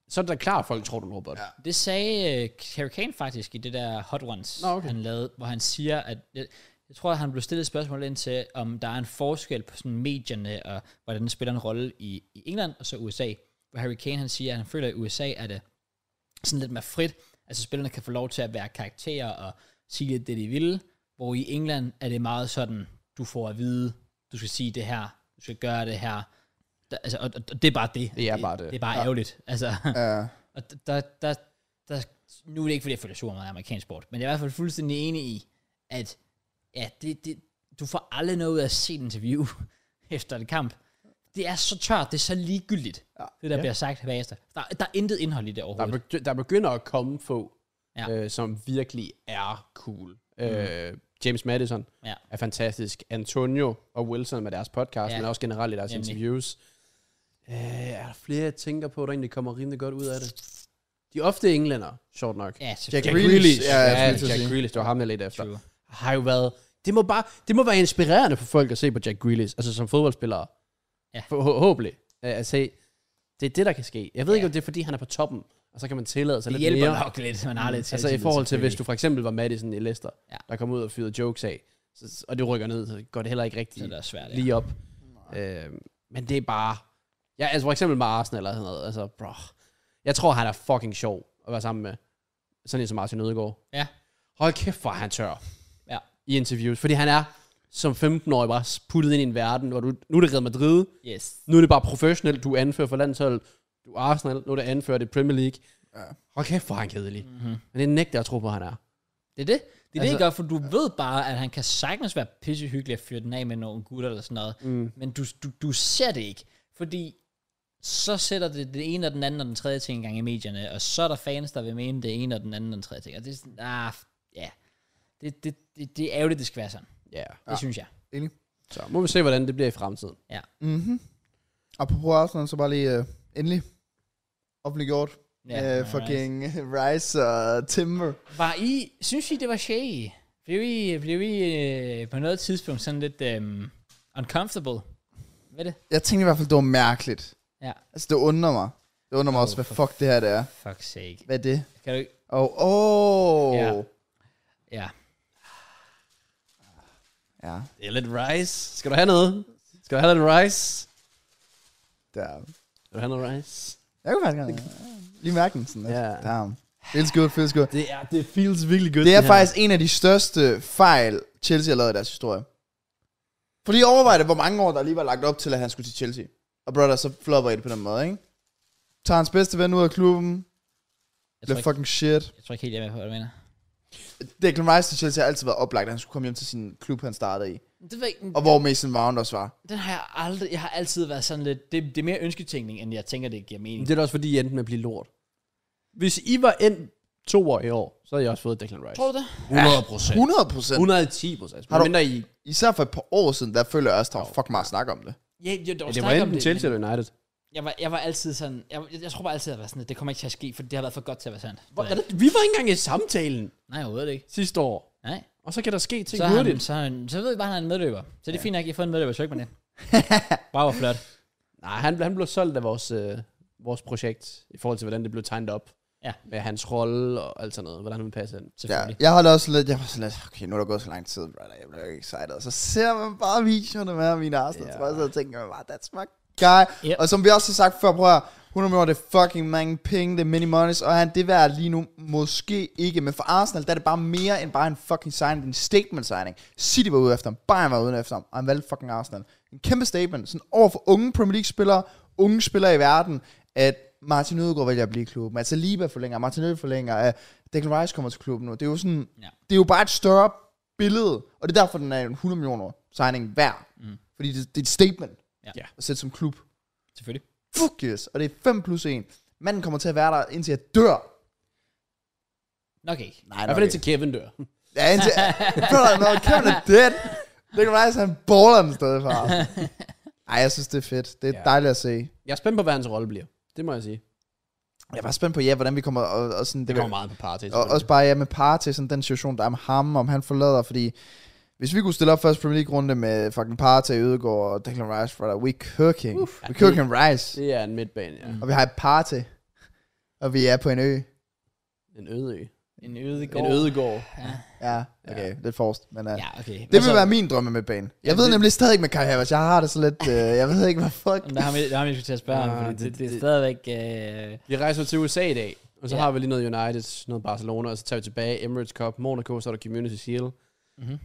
Speaker 3: Så er det da klart, at folk tror, du er en robot. Ja.
Speaker 1: Det sagde øh, Harry Kane faktisk i det der Hot Ones,
Speaker 3: Nå, okay.
Speaker 1: han lavede, hvor han siger, at jeg, jeg tror, at han blev stillet et spørgsmål ind til, om der er en forskel på sådan medierne, og hvordan det spiller en rolle i, i England og så USA. Hvor Harry Kane han siger, at han føler, at i USA er det sådan lidt mere frit. Altså spillerne kan få lov til at være karakterer og sige lidt det, de vil. Hvor i England er det meget sådan, du får at vide, du skal sige det her, du skal gøre det her. Der, altså, og, og, og det er bare det.
Speaker 3: Det er bare det.
Speaker 1: Det er bare ja. ærgerligt. Altså.
Speaker 2: Uh,
Speaker 1: Og d- der, der, der, nu er det ikke, fordi jeg følger super meget amerikansk sport, men jeg er i hvert fald fuldstændig enig i, at ja, det, det, du får aldrig noget ud af at se et interview efter en kamp. Det er så tørt, det er så ligegyldigt, ja. det der ja.
Speaker 3: Ja.
Speaker 1: bliver sagt bagefter. Der, der er intet indhold i det
Speaker 3: Der,
Speaker 1: overhovedet.
Speaker 3: begy- der begynder at komme få,
Speaker 1: Ja.
Speaker 3: ja. øh, som virkelig er cool. Mm. Øh, James Madison
Speaker 1: Ja.
Speaker 3: er fantastisk. Antonio og Wilson med deres podcast,
Speaker 1: Ja.
Speaker 3: ja. men også generelt i deres
Speaker 1: Nemlig.
Speaker 3: Jamen. interviews. Øh, er der flere, jeg tænker på, der egentlig kommer rimelig godt ud af det? De er ofte englænder, sjovt nok.
Speaker 1: Ja,
Speaker 3: Jack
Speaker 1: selvfølgelig.
Speaker 2: Grealish.
Speaker 3: Grealish.
Speaker 2: Ja, jeg
Speaker 3: ja
Speaker 2: skulle til at
Speaker 3: Jack
Speaker 2: sige.
Speaker 3: Grealish, det var ham, jeg lidt efter.
Speaker 1: True.
Speaker 3: Har jo været... Det må, bare, det må være inspirerende for folk at se på Jack Grealish, altså som fodboldspillere.
Speaker 1: Ja.
Speaker 3: Forhåbentlig. Øh, At se, det er det, der kan ske. Jeg ved
Speaker 1: Ja.
Speaker 3: ikke, om det er, fordi han er på toppen, og så kan man tillade sig
Speaker 1: Det
Speaker 3: lidt
Speaker 1: hjælper
Speaker 3: mere.
Speaker 1: nok lidt, man har lidt
Speaker 3: altså i
Speaker 1: selvtillid,
Speaker 3: forhold til, hvis
Speaker 1: selvfølgelig.
Speaker 3: du for eksempel var Madison i Leicester,
Speaker 1: Ja.
Speaker 3: ja. der kom ud og fyrede jokes af, så, og det rykker ned, så går det heller ikke
Speaker 1: Så er
Speaker 3: rigtig
Speaker 1: det også svært, ja.
Speaker 3: lige op. Øh, men det er bare... Ja, altså for eksempel med Arsenal eller sådan noget. Altså, bro. Jeg tror, han er fucking sjov at være sammen med. Sådan en som Martin Ødegaard.
Speaker 1: Ja.
Speaker 3: Hold kæft, hvor er han tør.
Speaker 1: Ja.
Speaker 3: I interviews. Fordi han er som 15-årig bare puttet ind i en verden, hvor du, nu er det Real Madrid,
Speaker 1: Yes.
Speaker 3: nu er det bare professionelt, du anfører for landsholdet, du er Arsenal, nu er det anført i Premier League.
Speaker 2: Ja.
Speaker 3: Hold kæft, hvor er han kedelig. Mm-hmm. Men det nægter jeg at tro på, han er.
Speaker 1: Det er det. Det er altså, det,
Speaker 3: Altså-
Speaker 1: jeg gør, for du ved bare, at han kan sagtens være pissehyggelig at fyre den af med nogle gutter eller sådan noget. Mm. Men du, du, du ser det ikke, fordi så sætter det det ene og den anden og den tredje ting engang i medierne, og så er der fans, der vil mene det ene og den anden og den tredje ting. Og det er sådan, ah, f- ja. Det, det, det, det er ærgerligt, det skal være sådan.
Speaker 3: Ja. Yeah.
Speaker 1: Ja. Det synes jeg.
Speaker 2: enig.
Speaker 3: Så må vi se, hvordan det bliver i fremtiden.
Speaker 1: Ja.
Speaker 2: Mm-hmm. Apropos Arsenal, så bare lige uh, endelig offentliggjort. Ja, uh, fucking Rice og Timber.
Speaker 1: Var I, synes I, det var shady? Blev I, blev I øh, på noget tidspunkt sådan lidt øh, uncomfortable ved det?
Speaker 2: Jeg tænkte i hvert fald, det var mærkeligt.
Speaker 1: Ja.
Speaker 2: Altså, det undrer mig. Det undrer mig
Speaker 1: Oh,
Speaker 2: også, hvad
Speaker 1: for
Speaker 2: fuck det her det er.
Speaker 1: Fuck sake.
Speaker 2: Hvad er det?
Speaker 1: Kan du ikke?
Speaker 2: Og åh! Oh,
Speaker 1: Ja.
Speaker 2: ja.
Speaker 1: Ja.
Speaker 2: ja.
Speaker 3: Det er lidt rice. Skal du have noget? Skal du have lidt rice?
Speaker 2: Der.
Speaker 3: Skal du have noget rice?
Speaker 2: Jeg kunne faktisk gerne lige mærke den sådan lidt.
Speaker 3: Ja.
Speaker 2: Damn. Feels good, feels good.
Speaker 3: Det, er, det feels virkelig godt.
Speaker 2: Det er faktisk en af de største fejl, Chelsea har lavet i deres historie. Fordi overvej det, hvor mange år der lige var lagt op til, at han skulle til Chelsea. Og brother, så flopper I det på den måde, ikke? Tager hans bedste ven ud af klubben.
Speaker 1: Jeg tror,
Speaker 2: Bliver
Speaker 1: ikke,
Speaker 2: fucking shit.
Speaker 1: jeg tror ikke helt, jeg er med på, hvad du mener.
Speaker 2: Declan Rice til Chelsea har altid været oplagt, at han skulle komme hjem til sin klub, han startede i.
Speaker 1: Det ved jeg, ikke.
Speaker 2: Og hvor Mason Mount også var.
Speaker 1: den har jeg aldrig, jeg har altid været sådan lidt, det, det er mere ønsketænkning, end jeg tænker, det giver mening.
Speaker 3: Det er da også fordi, I endte med at blive lort. Hvis I var endt to år i år, så havde jeg også fået Declan Rice.
Speaker 1: Tror du det?
Speaker 3: 100 procent.
Speaker 2: 100 procent.
Speaker 3: 110 procent.
Speaker 2: Har du-
Speaker 3: Mindre I...
Speaker 2: Især for et par år siden, der føler jeg også, der var fuck meget snak om det.
Speaker 1: Ja, jeg, der
Speaker 3: Ja,
Speaker 1: var
Speaker 3: det var
Speaker 1: snak om
Speaker 3: enten Chelsea
Speaker 1: men
Speaker 3: eller United.
Speaker 1: Jeg var, jeg var altid sådan, jeg, jeg, jeg tror bare altid, at jeg var sådan, at det kommer ikke til at ske, for det har været for godt til at være sandt.
Speaker 3: Hvor, er det, vi var ikke engang i samtalen
Speaker 1: Nej, overhovedet ikke.
Speaker 3: sidste år.
Speaker 1: Nej.
Speaker 3: Og så kan der ske ting
Speaker 1: Så, har han,
Speaker 3: hurtigt.
Speaker 1: så, har han, så ved vi bare, at han er en medløber. Så det er fint nok, at I har fået en medløber, så ikke med det. Bravo, flot.
Speaker 3: Nej, han, han blev solgt af vores, øh, vores projekt, i forhold til, hvordan det blev tegnet op.
Speaker 1: Ja.
Speaker 3: Med hans rolle og alt sådan noget, hvordan han ville passe ind.
Speaker 2: Ja,
Speaker 1: Selvfølgelig.
Speaker 2: jeg holdt også lidt, jeg var sådan lidt, okay, nu er der gået så lang tid, brother, jeg bliver ikke excited. Så ser man bare videoerne med mine Arsenal, yeah.
Speaker 3: Ja.
Speaker 2: tror jeg, så tænker man bare, that's my guy.
Speaker 1: Ja.
Speaker 2: Yeah. Og som vi også har sagt før, prøv at høre, 100 millioner, det er fucking mange penge, det er many monies, og er han det værd lige nu? Måske ikke, men for Arsenal, der er det bare mere end bare en fucking signing, det er en statement signing. City var ude efter ham, Bayern var ude efter ham, og han valgte fucking Arsenal. En kæmpe statement, sådan over for unge Premier League-spillere, unge spillere i verden, at Martin Ødegaard vælger at blive i klubben, altså Liba forlænger, Martin Ødegaard forlænger, uh, Declan Rice kommer til klubben nu. Det er jo sådan,
Speaker 1: Ja.
Speaker 2: det er jo bare et større billede, og det er derfor, den er en 100 millioner signing værd. Mm. Fordi det, det, er et statement
Speaker 1: Ja.
Speaker 3: Ja.
Speaker 2: at sætte som klub
Speaker 1: Selvfølgelig.
Speaker 2: fuck yes, og det er 5 plus 1. Manden kommer til at være der, indtil jeg dør.
Speaker 1: Nok ikke.
Speaker 2: Nej,
Speaker 3: I hvert fald indtil Kevin dør.
Speaker 2: Ja, indtil... Brother, når Kevin er dead, det kan rejse, han baller den stadig fra. Ej, jeg synes, det er fedt. Det er
Speaker 3: Ja.
Speaker 2: dejligt at se.
Speaker 3: Jeg er spændt på, hvad hans rolle bliver. Det må jeg sige.
Speaker 2: Jeg er bare spændt på, ja, hvordan vi kommer... Og, og sådan,
Speaker 3: Det kommer meget på party.
Speaker 2: Og også bare ja, med par til sådan den situation, der er med ham, om han forlader, fordi hvis vi kunne stille op første Premier League-runde med fucking par til Ødegaard og Declan Rice, brother, we cooking. Uff, we cooking rice.
Speaker 3: Det er en midtbane, ja.
Speaker 2: Og vi har et par til. Og vi er på en ø.
Speaker 3: En øde ø.
Speaker 1: En øde
Speaker 3: En ødegård.
Speaker 2: Ja, okay, ja. lidt forrest, men uh,
Speaker 1: Ja, Altså- okay.
Speaker 2: Det vil være min drømme med banen. Jeg ved nemlig stadig ikke med Kai Havertz. Jeg har det så lidt... Øh, jeg ved ikke, hvad fuck...
Speaker 1: Jamen, Der har vi, der har vi sgu til at spørge ham,
Speaker 3: Ah,
Speaker 1: fordi
Speaker 3: det-
Speaker 1: det, det, er
Speaker 3: det-
Speaker 1: stadigvæk... Øh,
Speaker 3: Vi rejser til USA i dag, og så
Speaker 1: Ja.
Speaker 3: har vi lige noget United, noget Barcelona, og så tager vi tilbage Emirates Cup, Monaco, så er der Community Shield.
Speaker 1: Mhm.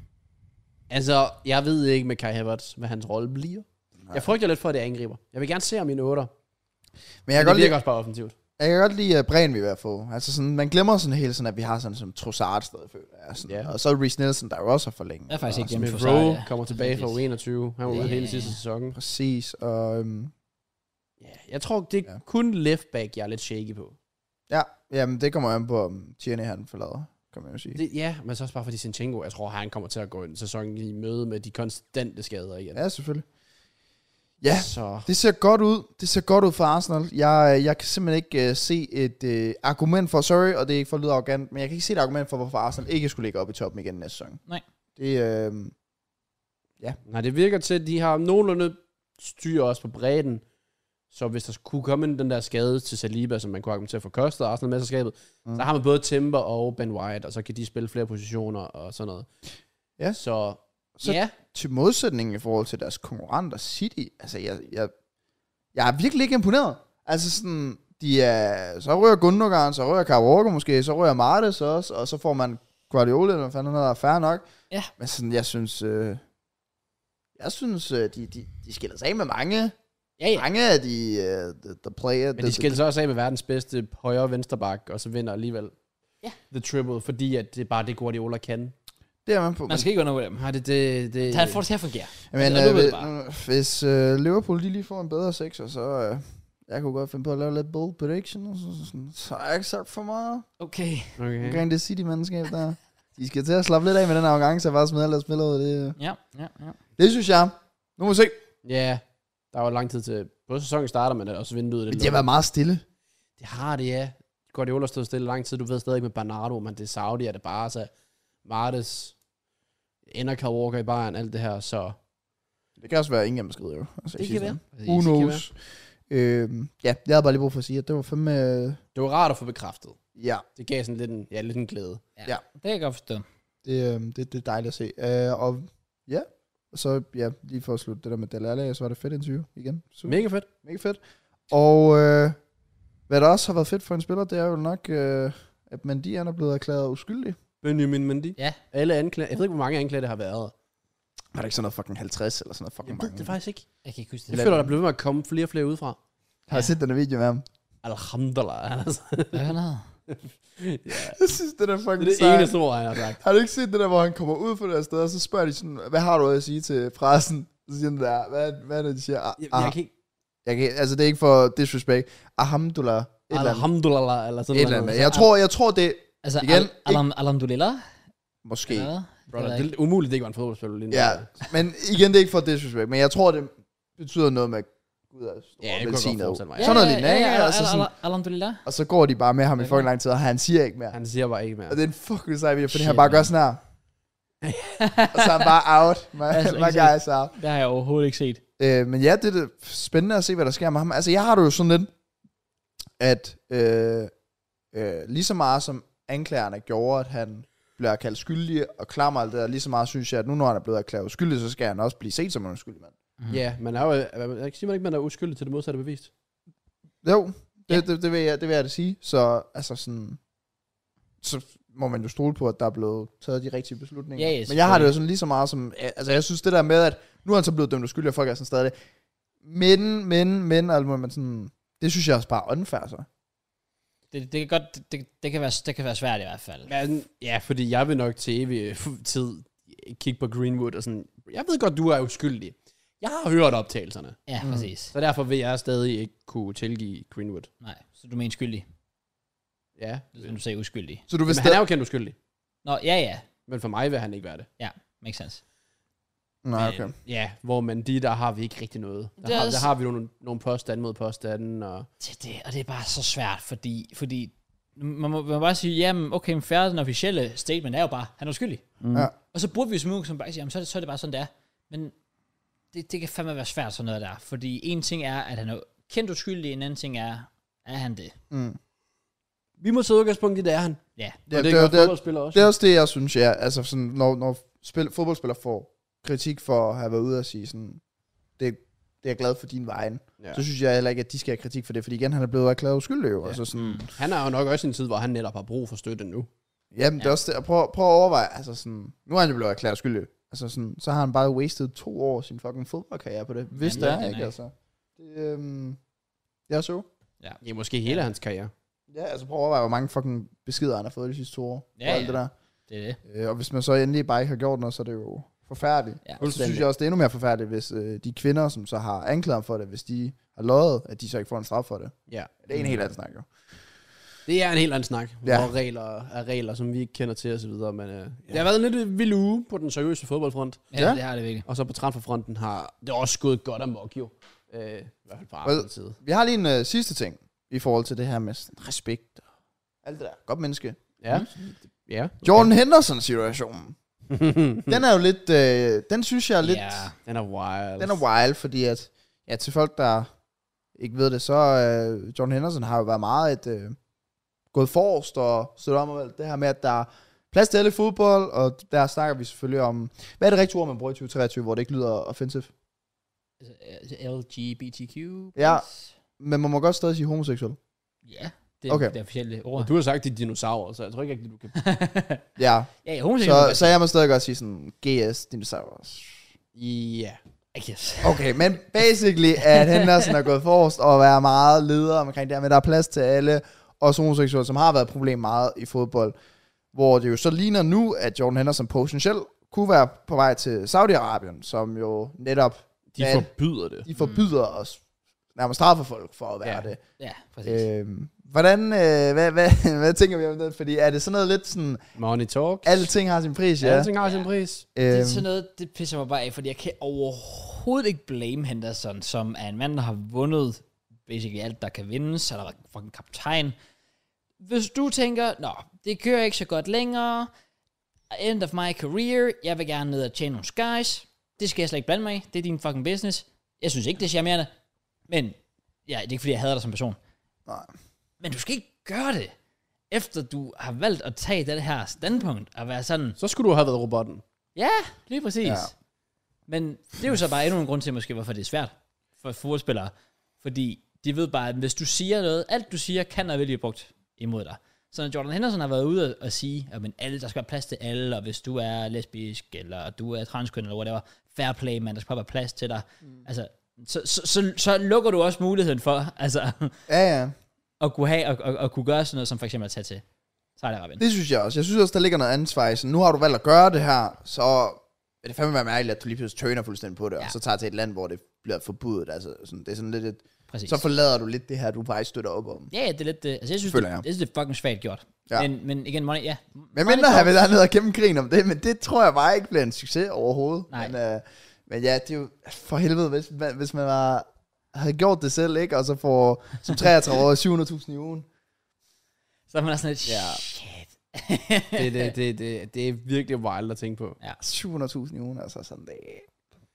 Speaker 3: Altså, jeg ved ikke med Kai Havertz, hvad hans rolle bliver. Nej. Jeg frygter lidt for, at det er angriber. Jeg vil gerne se ham i en 8'er.
Speaker 2: Men jeg
Speaker 3: Jeg
Speaker 2: kan
Speaker 3: det
Speaker 2: godt
Speaker 3: virker
Speaker 2: lide,
Speaker 3: også bare offensivt.
Speaker 2: jeg kan godt lide uh, Bræn, vi er ved at få. Altså sådan, man glemmer sådan hele sådan, at vi har sådan som Trossard stadig, føler jeg. Sådan.
Speaker 3: Ja.
Speaker 2: Og så er Reece Nielsen, der jo også har forlænget.
Speaker 1: jeg er faktisk ikke hjemme
Speaker 3: Smith
Speaker 1: for
Speaker 3: Altså, Rowe
Speaker 1: sig.
Speaker 3: kommer tilbage fra U21. Han var ude
Speaker 1: Ja.
Speaker 3: hele sidste sæson.
Speaker 2: Præcis, og øhm,
Speaker 3: Ja, jeg tror, det er
Speaker 2: Ja.
Speaker 3: kun left back, jeg er lidt shaky på.
Speaker 2: ja, jamen det kommer an på, om Tierney han forlader, kan man jo sige.
Speaker 3: Det, ja, men så også bare fordi Sinchenko, jeg tror, han kommer til at gå en sæson i møde med de konstante skader igen.
Speaker 2: Ja, selvfølgelig. Ja,
Speaker 3: Så
Speaker 2: Det ser godt ud. Det ser godt ud for Arsenal. Jeg, jeg kan simpelthen ikke uh, se et uh, argument for, sorry, og det er ikke for at lyde arrogant, men jeg kan ikke se et argument for, hvorfor Arsenal ikke skulle ligge op i toppen igen næste sæson.
Speaker 1: Nej.
Speaker 2: Det, øh,
Speaker 3: Nej, det virker til, at de har nogenlunde styr også på bredden. Så hvis der kunne komme en- den der skade til Saliba, som man kunne argumentere for kostet Arsenal-mesterskabet, mm. så har man både Timber og Ben White, og så kan de spille flere positioner og sådan noget.
Speaker 2: Ja.
Speaker 3: Så,
Speaker 2: Så-
Speaker 3: så ja,
Speaker 2: til modsætning i forhold til deres konkurrenter City, altså jeg, jeg, jeg er virkelig ikke imponeret. Altså sådan, de er, så rører Gundogan, så rører Carvalho måske, så rører Martes også, og så får man Guardiola, eller hvad fanden han hedder, fair nok.
Speaker 1: Ja.
Speaker 2: Men sådan, jeg synes, øh, jeg synes, øh, de, de, de skiller sig af med mange.
Speaker 1: Ja, ja.
Speaker 2: Mange af de, uh, the, the player...
Speaker 3: men de skiller sig også af med verdens bedste højre og venstre bak, og så vinder alligevel
Speaker 1: Ja.
Speaker 3: the triple, fordi at det er bare det, Guardiola kan.
Speaker 2: Det er man på.
Speaker 1: Man skal ikke undervurdere dem.
Speaker 3: Har det, det, det,
Speaker 1: Han får det til at fungere.
Speaker 2: Men
Speaker 1: Altså,
Speaker 2: øh,
Speaker 1: alligevel
Speaker 2: hvis,
Speaker 1: bare.
Speaker 2: øh, hvis øh, Liverpool de lige får en bedre sekser, så... Øh, jeg kunne godt finde på at lave lidt bold prediction, og så, sådan, så har jeg ikke sagt for meget
Speaker 1: Okay.
Speaker 3: okay.
Speaker 2: omkring det City-mandskab der. De skal til at slappe lidt af med den arrogance, så bare smide alle deres spillere ud. Det,
Speaker 1: Ja, ja, ja.
Speaker 2: det synes jeg. Nu må vi se.
Speaker 3: Ja, der er jo lang tid til. Både sæsonen starter, men også vinduet.
Speaker 2: Men
Speaker 3: det
Speaker 2: det har
Speaker 3: lukker.
Speaker 2: været meget stille.
Speaker 3: Det har det, ja. Guardiola stod stille lang tid. Du ved stadig ikke med Bernardo, men det er Saudi, er det bare så Martes, ender Kyle Walker i Bayern, alt det her, så...
Speaker 2: Det kan også være, at ingen af dem skrider jo. Altså, i sidste ende.
Speaker 1: Præcis.
Speaker 2: Who
Speaker 3: Det kan
Speaker 2: knows? Øhm, ja, jeg havde bare lige brug for at sige, at det var fem... Øh,
Speaker 3: Det var rart at få bekræftet.
Speaker 2: ja,
Speaker 3: Det gav sådan lidt en, ja, lidt en glæde.
Speaker 1: Det kan jeg godt forstå.
Speaker 2: Det, øh, det, det er dejligt at se. Øh, og ja, og så ja, lige for at slutte det der med Dalala, så var det fedt interview igen. Super,
Speaker 3: Mega fedt.
Speaker 2: mega fedt. Og øh, hvad der også har været fedt for en spiller, det er jo nok, øh, at Mandy han er blevet erklæret uskyldig.
Speaker 3: Benjamin Mendy.
Speaker 1: Ja.
Speaker 3: Alle anklager. Jeg ved ikke, hvor mange anklager det har været.
Speaker 2: Var det ikke sådan noget fucking 50 eller sådan noget
Speaker 3: Jeg
Speaker 2: fucking
Speaker 3: ved det faktisk ikke.
Speaker 1: Jeg kan ikke huske det.
Speaker 3: Jeg føler, der blev ved med at komme flere og flere udefra.
Speaker 2: Har jeg set den her video med ham?
Speaker 3: Alhamdulillah. Altså.
Speaker 1: Hvad han havde?
Speaker 2: Jeg synes, den er
Speaker 3: Det
Speaker 2: fucking
Speaker 3: er det eneste ord, han har sagt.
Speaker 2: Har du ikke set det der, hvor han kommer ud fra det der sted, og så spørger de sådan, hvad har du at sige til pressen? Så siger han der, hvad, hvad er det, de siger? Ah,
Speaker 3: Jeg,
Speaker 2: ah,
Speaker 3: jeg kan ikke...
Speaker 2: jeg kan, altså, det er ikke for disrespect. Alhamdulillah. Et eller andet.
Speaker 3: Alhamdulillah, eller sådan
Speaker 2: Et eller andet. Jeg tror, jeg tror det...
Speaker 1: Altså,
Speaker 2: Igen,
Speaker 1: Igen, al- alam, alhamdulillah?
Speaker 2: Måske.
Speaker 1: eller hvad?
Speaker 3: Brother,
Speaker 1: Jeg ved
Speaker 3: det er umuligt, det ikke var en fodboldspiller lige nu.
Speaker 2: Ja, men igen, det er ikke for disrespect, men jeg tror, det betyder noget med Gud er stor
Speaker 3: Ja,
Speaker 2: og
Speaker 3: jeg kunne
Speaker 2: velsignet.
Speaker 3: godt forestille mig.
Speaker 1: ikke.
Speaker 2: Sådan noget lignende,
Speaker 1: ja,
Speaker 2: ikke?
Speaker 1: al-
Speaker 2: Altså
Speaker 1: al-
Speaker 2: sådan-
Speaker 1: al- Alhamdulillah?
Speaker 2: Og så går de bare med ham i
Speaker 1: Ja.
Speaker 2: fucking lang tid, og han siger ikke mere.
Speaker 3: Han siger bare ikke mere.
Speaker 2: Og det er en fucking sej video, fordi han
Speaker 1: Shit,
Speaker 2: bare gør sådan her. og så er han bare out. My,
Speaker 1: Altså,
Speaker 2: my
Speaker 1: ikke
Speaker 2: guy is out.
Speaker 1: Det har jeg overhovedet ikke set.
Speaker 2: Øh, men ja, det er det spændende at se, hvad der sker med ham. Altså, jeg har det jo sådan lidt, at øh, øh, lige så meget som anklagerne gjorde, at han bliver kaldt skyldig og klammer alt det der, lige så meget synes jeg, at nu når han er blevet erklæret uskyldig, så skal han
Speaker 3: Mm.
Speaker 2: også blive set som en uskyldig mand.
Speaker 3: Ja, man er jo, man, jeg kan sige, man ikke man er uskyldig til det modsatte er bevist.
Speaker 2: Jo, det,
Speaker 1: Ja.
Speaker 2: ja. det, det, vil jeg, det vil jeg da sige. Så, altså sådan, så må man jo stole på, at der er blevet taget de rigtige beslutninger.
Speaker 1: Ja, ja,
Speaker 2: Men jeg har det
Speaker 1: selvfølgelig.
Speaker 2: jo sådan lige så meget som, altså jeg synes det der med, at nu er han så blevet dømt uskyldig, og folk er sådan stadig, men, men, men, og alt muligt, men sådan, det synes jeg også bare er unfair, så.
Speaker 1: Det, det, kan godt, det- det, det, kan være, det kan være svært i hvert fald.
Speaker 3: Men, ja, fordi jeg vil nok til evig øh, tid kigge på Greenwood og sådan, jeg ved godt, du er uskyldig. Jeg har hørt optagelserne,
Speaker 1: Ja,
Speaker 2: Mhm.
Speaker 1: mm. præcis.
Speaker 3: så derfor vil jeg stadig ikke kunne tilgive Greenwood.
Speaker 1: Nej, så du mener skyldig.
Speaker 3: Ja,
Speaker 1: Det er sådan, du sagde uskyldig.
Speaker 2: Så du vil
Speaker 3: men han er
Speaker 2: stadig...
Speaker 3: jo kendt uskyldig.
Speaker 1: Nå, ja, ja.
Speaker 3: Men for mig vil han ikke være det.
Speaker 1: Ja, makes sense.
Speaker 2: Nej, Ah, okay.
Speaker 3: Men, Ja, hvor man de, der har vi ikke rigtig noget. Der,
Speaker 1: Det er
Speaker 3: har,
Speaker 1: også-
Speaker 3: der har vi nogle, nogle påstande mod påstanden, og
Speaker 1: Det, det, og det er bare så svært, fordi, fordi man må, man må bare sige, jamen okay, men færre den officielle statement er jo bare, han er uskyldig. Mm.
Speaker 2: Ja.
Speaker 1: Og så burde vi som udgangspunkt bare sige, jamen så er, det, så er det bare sådan, det er. Men det, det kan fandme være svært sådan noget der, fordi en ting er, at han er kendt uskyldig, en anden ting er, er han det?
Speaker 2: Mm.
Speaker 3: vi må tage udgangspunkt i, det er han.
Speaker 1: Ja,
Speaker 2: Ja, det,
Speaker 3: og det, gør
Speaker 2: det, det,
Speaker 3: fodboldspillere også.
Speaker 2: det, er også det, jeg synes, ja. Altså sådan, når, når spil, fodboldspillere får kritik for at have været ude og sige sådan, det, det er jeg glad for din vejen.
Speaker 3: Ja.
Speaker 2: Ja. Så synes jeg heller ikke, at de skal have kritik for det, fordi igen, han er blevet erklæret uskyldig jo. Ja. Altså sådan,
Speaker 3: Han er jo nok også i en tid, hvor han netop har brug for støtte nu.
Speaker 2: Jamen, ja. det er også det. Og prøv, prøv at overveje, altså sådan, nu er han jo blevet erklæret skyldig. Altså sådan, så har han bare wasted to år af sin fucking fodboldkarriere på det. Hvis
Speaker 1: Ja,
Speaker 2: ja, det
Speaker 1: det
Speaker 2: er,
Speaker 1: er
Speaker 2: ikke
Speaker 1: nok.
Speaker 2: altså. Det, øhm, jeg så.
Speaker 3: Ja, måske hele hans karriere.
Speaker 2: Ja, altså prøv at overveje, hvor mange fucking beskeder han har fået de sidste to år.
Speaker 1: Ja,
Speaker 2: Ja, alt
Speaker 1: ja.
Speaker 2: det der.
Speaker 1: det er det.
Speaker 2: Øh, og hvis man så endelig bare ikke har gjort noget, så er det jo forfærdeligt.
Speaker 1: Ja.
Speaker 2: Ja, og så synes jeg også, det er endnu mere forfærdeligt, hvis øh, de kvinder, som så har anklaget ham for det, hvis de har løjet, at de så ikke får en straf for det.
Speaker 3: Ja.
Speaker 2: Det er en helt anden snak jo.
Speaker 3: Det er en helt anden snak, ja.
Speaker 2: Ja.
Speaker 3: hvor regler er regler, som vi ikke kender til osv. Men øh, det har været en lidt vild uge på den seriøse fodboldfront,
Speaker 1: Ja,
Speaker 2: Ja.
Speaker 1: det har det virkelig.
Speaker 3: og så på transferfronten har det også gået godt amok jo. Øh, I hvert fald på Arsenal's side.
Speaker 2: Vi har lige en øh, sidste ting i forhold til det her med sådan, respekt og alt det der. Godt menneske.
Speaker 3: Ja. ja.
Speaker 2: Hmm? Jordan Henderson-situationen. den er jo lidt, øh, den synes jeg er lidt,
Speaker 1: Ja,
Speaker 3: Den er wild.
Speaker 2: den er wild, fordi at, ja, til folk, der ikke ved det, så øh, Jordan Henderson har jo været meget et, øh, gået forrest og støttet om og alt det her med, at der er plads til alle i fodbold, og der snakker vi selvfølgelig om, hvad er det rigtige ord, man bruger i 2023, hvor det ikke lyder offensive?
Speaker 1: altså, altså, LGBTQ.
Speaker 2: Ja.
Speaker 1: plus.
Speaker 2: Men man må godt stadig sige homoseksuel.
Speaker 1: Ja, det er
Speaker 2: Okay.
Speaker 1: det officielle ord.
Speaker 3: Du har sagt, de er dinosaurer, så jeg tror ikke, rigtig, du kan...
Speaker 2: Ja,
Speaker 1: ja, ja, hun
Speaker 2: så, så jeg må stadig godt sige sådan, GS, dinosaurus.
Speaker 3: Ja.
Speaker 1: yes.
Speaker 2: Okay, men basically, at Henderson er gået forrest og er meget leder omkring det her, men der er plads til alle, også homoseksuelle, som har været et problem meget i fodbold, hvor det jo så ligner nu, at Jordan Henderson potentielt kunne være på vej til Saudi-Arabien, som jo netop
Speaker 3: De
Speaker 2: Ja.
Speaker 3: forbyder det.
Speaker 2: de forbyder mm. os nærmest straffer folk for at være
Speaker 3: Ja,
Speaker 2: ja, det.
Speaker 1: Ja, præcis. Øh,
Speaker 2: Øhm, hvordan, øh, hvad, hvad, hvad tænker vi om det? Fordi er det sådan noget lidt sådan,
Speaker 3: Money talk.
Speaker 2: alting har sin pris, ja?
Speaker 3: Alting har sin pris.
Speaker 1: det er
Speaker 2: Øhm,
Speaker 1: sådan noget, det pisser mig bare af, fordi jeg kan overhovedet ikke blame Henderson, som er en mand, der har vundet basically alt, der kan vindes. Han er fucking kaptajn. Hvis du tænker, nå, det kører ikke så godt længere. End of my career. Jeg vil gerne ned og tjene nogle skies. Det skal jeg slet ikke blande mig i. Det er din fucking business. Jeg synes ikke, det er charmerende. Men ja, det er ikke, fordi jeg hader dig som person.
Speaker 2: nej.
Speaker 1: Men du skal ikke gøre det, efter du har valgt at tage det her standpunkt og være sådan,
Speaker 3: Så skulle du have været robotten.
Speaker 1: ja, lige præcis. Ja.
Speaker 2: Ja.
Speaker 1: Men det er jo så bare endnu en grund til, måske, hvorfor det er svært for fodboldspillere. Fordi de ved bare, at hvis du siger noget, alt du siger, kan og vil blive brugt imod dig. Så når Jordan Henderson har været ude og sige, at men alle, der skal være plads til alle, og hvis du er lesbisk, eller du er transkøn, eller whatever, fair play, man, der skal bare være plads til dig. Mm. Altså, så, så, så, så, lukker du også muligheden for, altså,
Speaker 2: Ja, ja.
Speaker 1: at kunne have, og, og, og kunne gøre sådan noget, som for eksempel at tage til Saudi-Arabien.
Speaker 2: Det synes jeg også. Jeg synes også, der ligger noget ansvar i sådan, nu har du valgt at gøre det her, så vil det fandme være mærkeligt, at du lige pludselig tøner fuldstændig på det, ja.
Speaker 1: Ja.
Speaker 2: og så tager til et land, hvor det bliver forbudt. Altså, sådan, det er sådan lidt, et,
Speaker 1: Præcis.
Speaker 2: så forlader du lidt det her, du faktisk støtter op om.
Speaker 1: Ja, ja, det er lidt det. Altså, jeg synes, det,
Speaker 2: Føler jeg.
Speaker 1: jeg. synes, det er fucking svagt gjort. Ja.
Speaker 2: Ja.
Speaker 1: Men, men igen, money, ja.
Speaker 2: Men mindre har vi der nede og kæmpe grin om det, men det tror jeg bare ikke bliver en succes overhovedet.
Speaker 1: Nej.
Speaker 2: Men, øh, men ja, det er jo for helvede, hvis man, hvis man var, havde gjort det selv, ikke? Og så får som 33 år 700.000 i ugen.
Speaker 1: Så er man også sådan lidt,
Speaker 2: Ja.
Speaker 1: shit.
Speaker 3: Det, det, det, det, det er virkelig wild at tænke på.
Speaker 2: 700.000 i ugen, altså sådan det.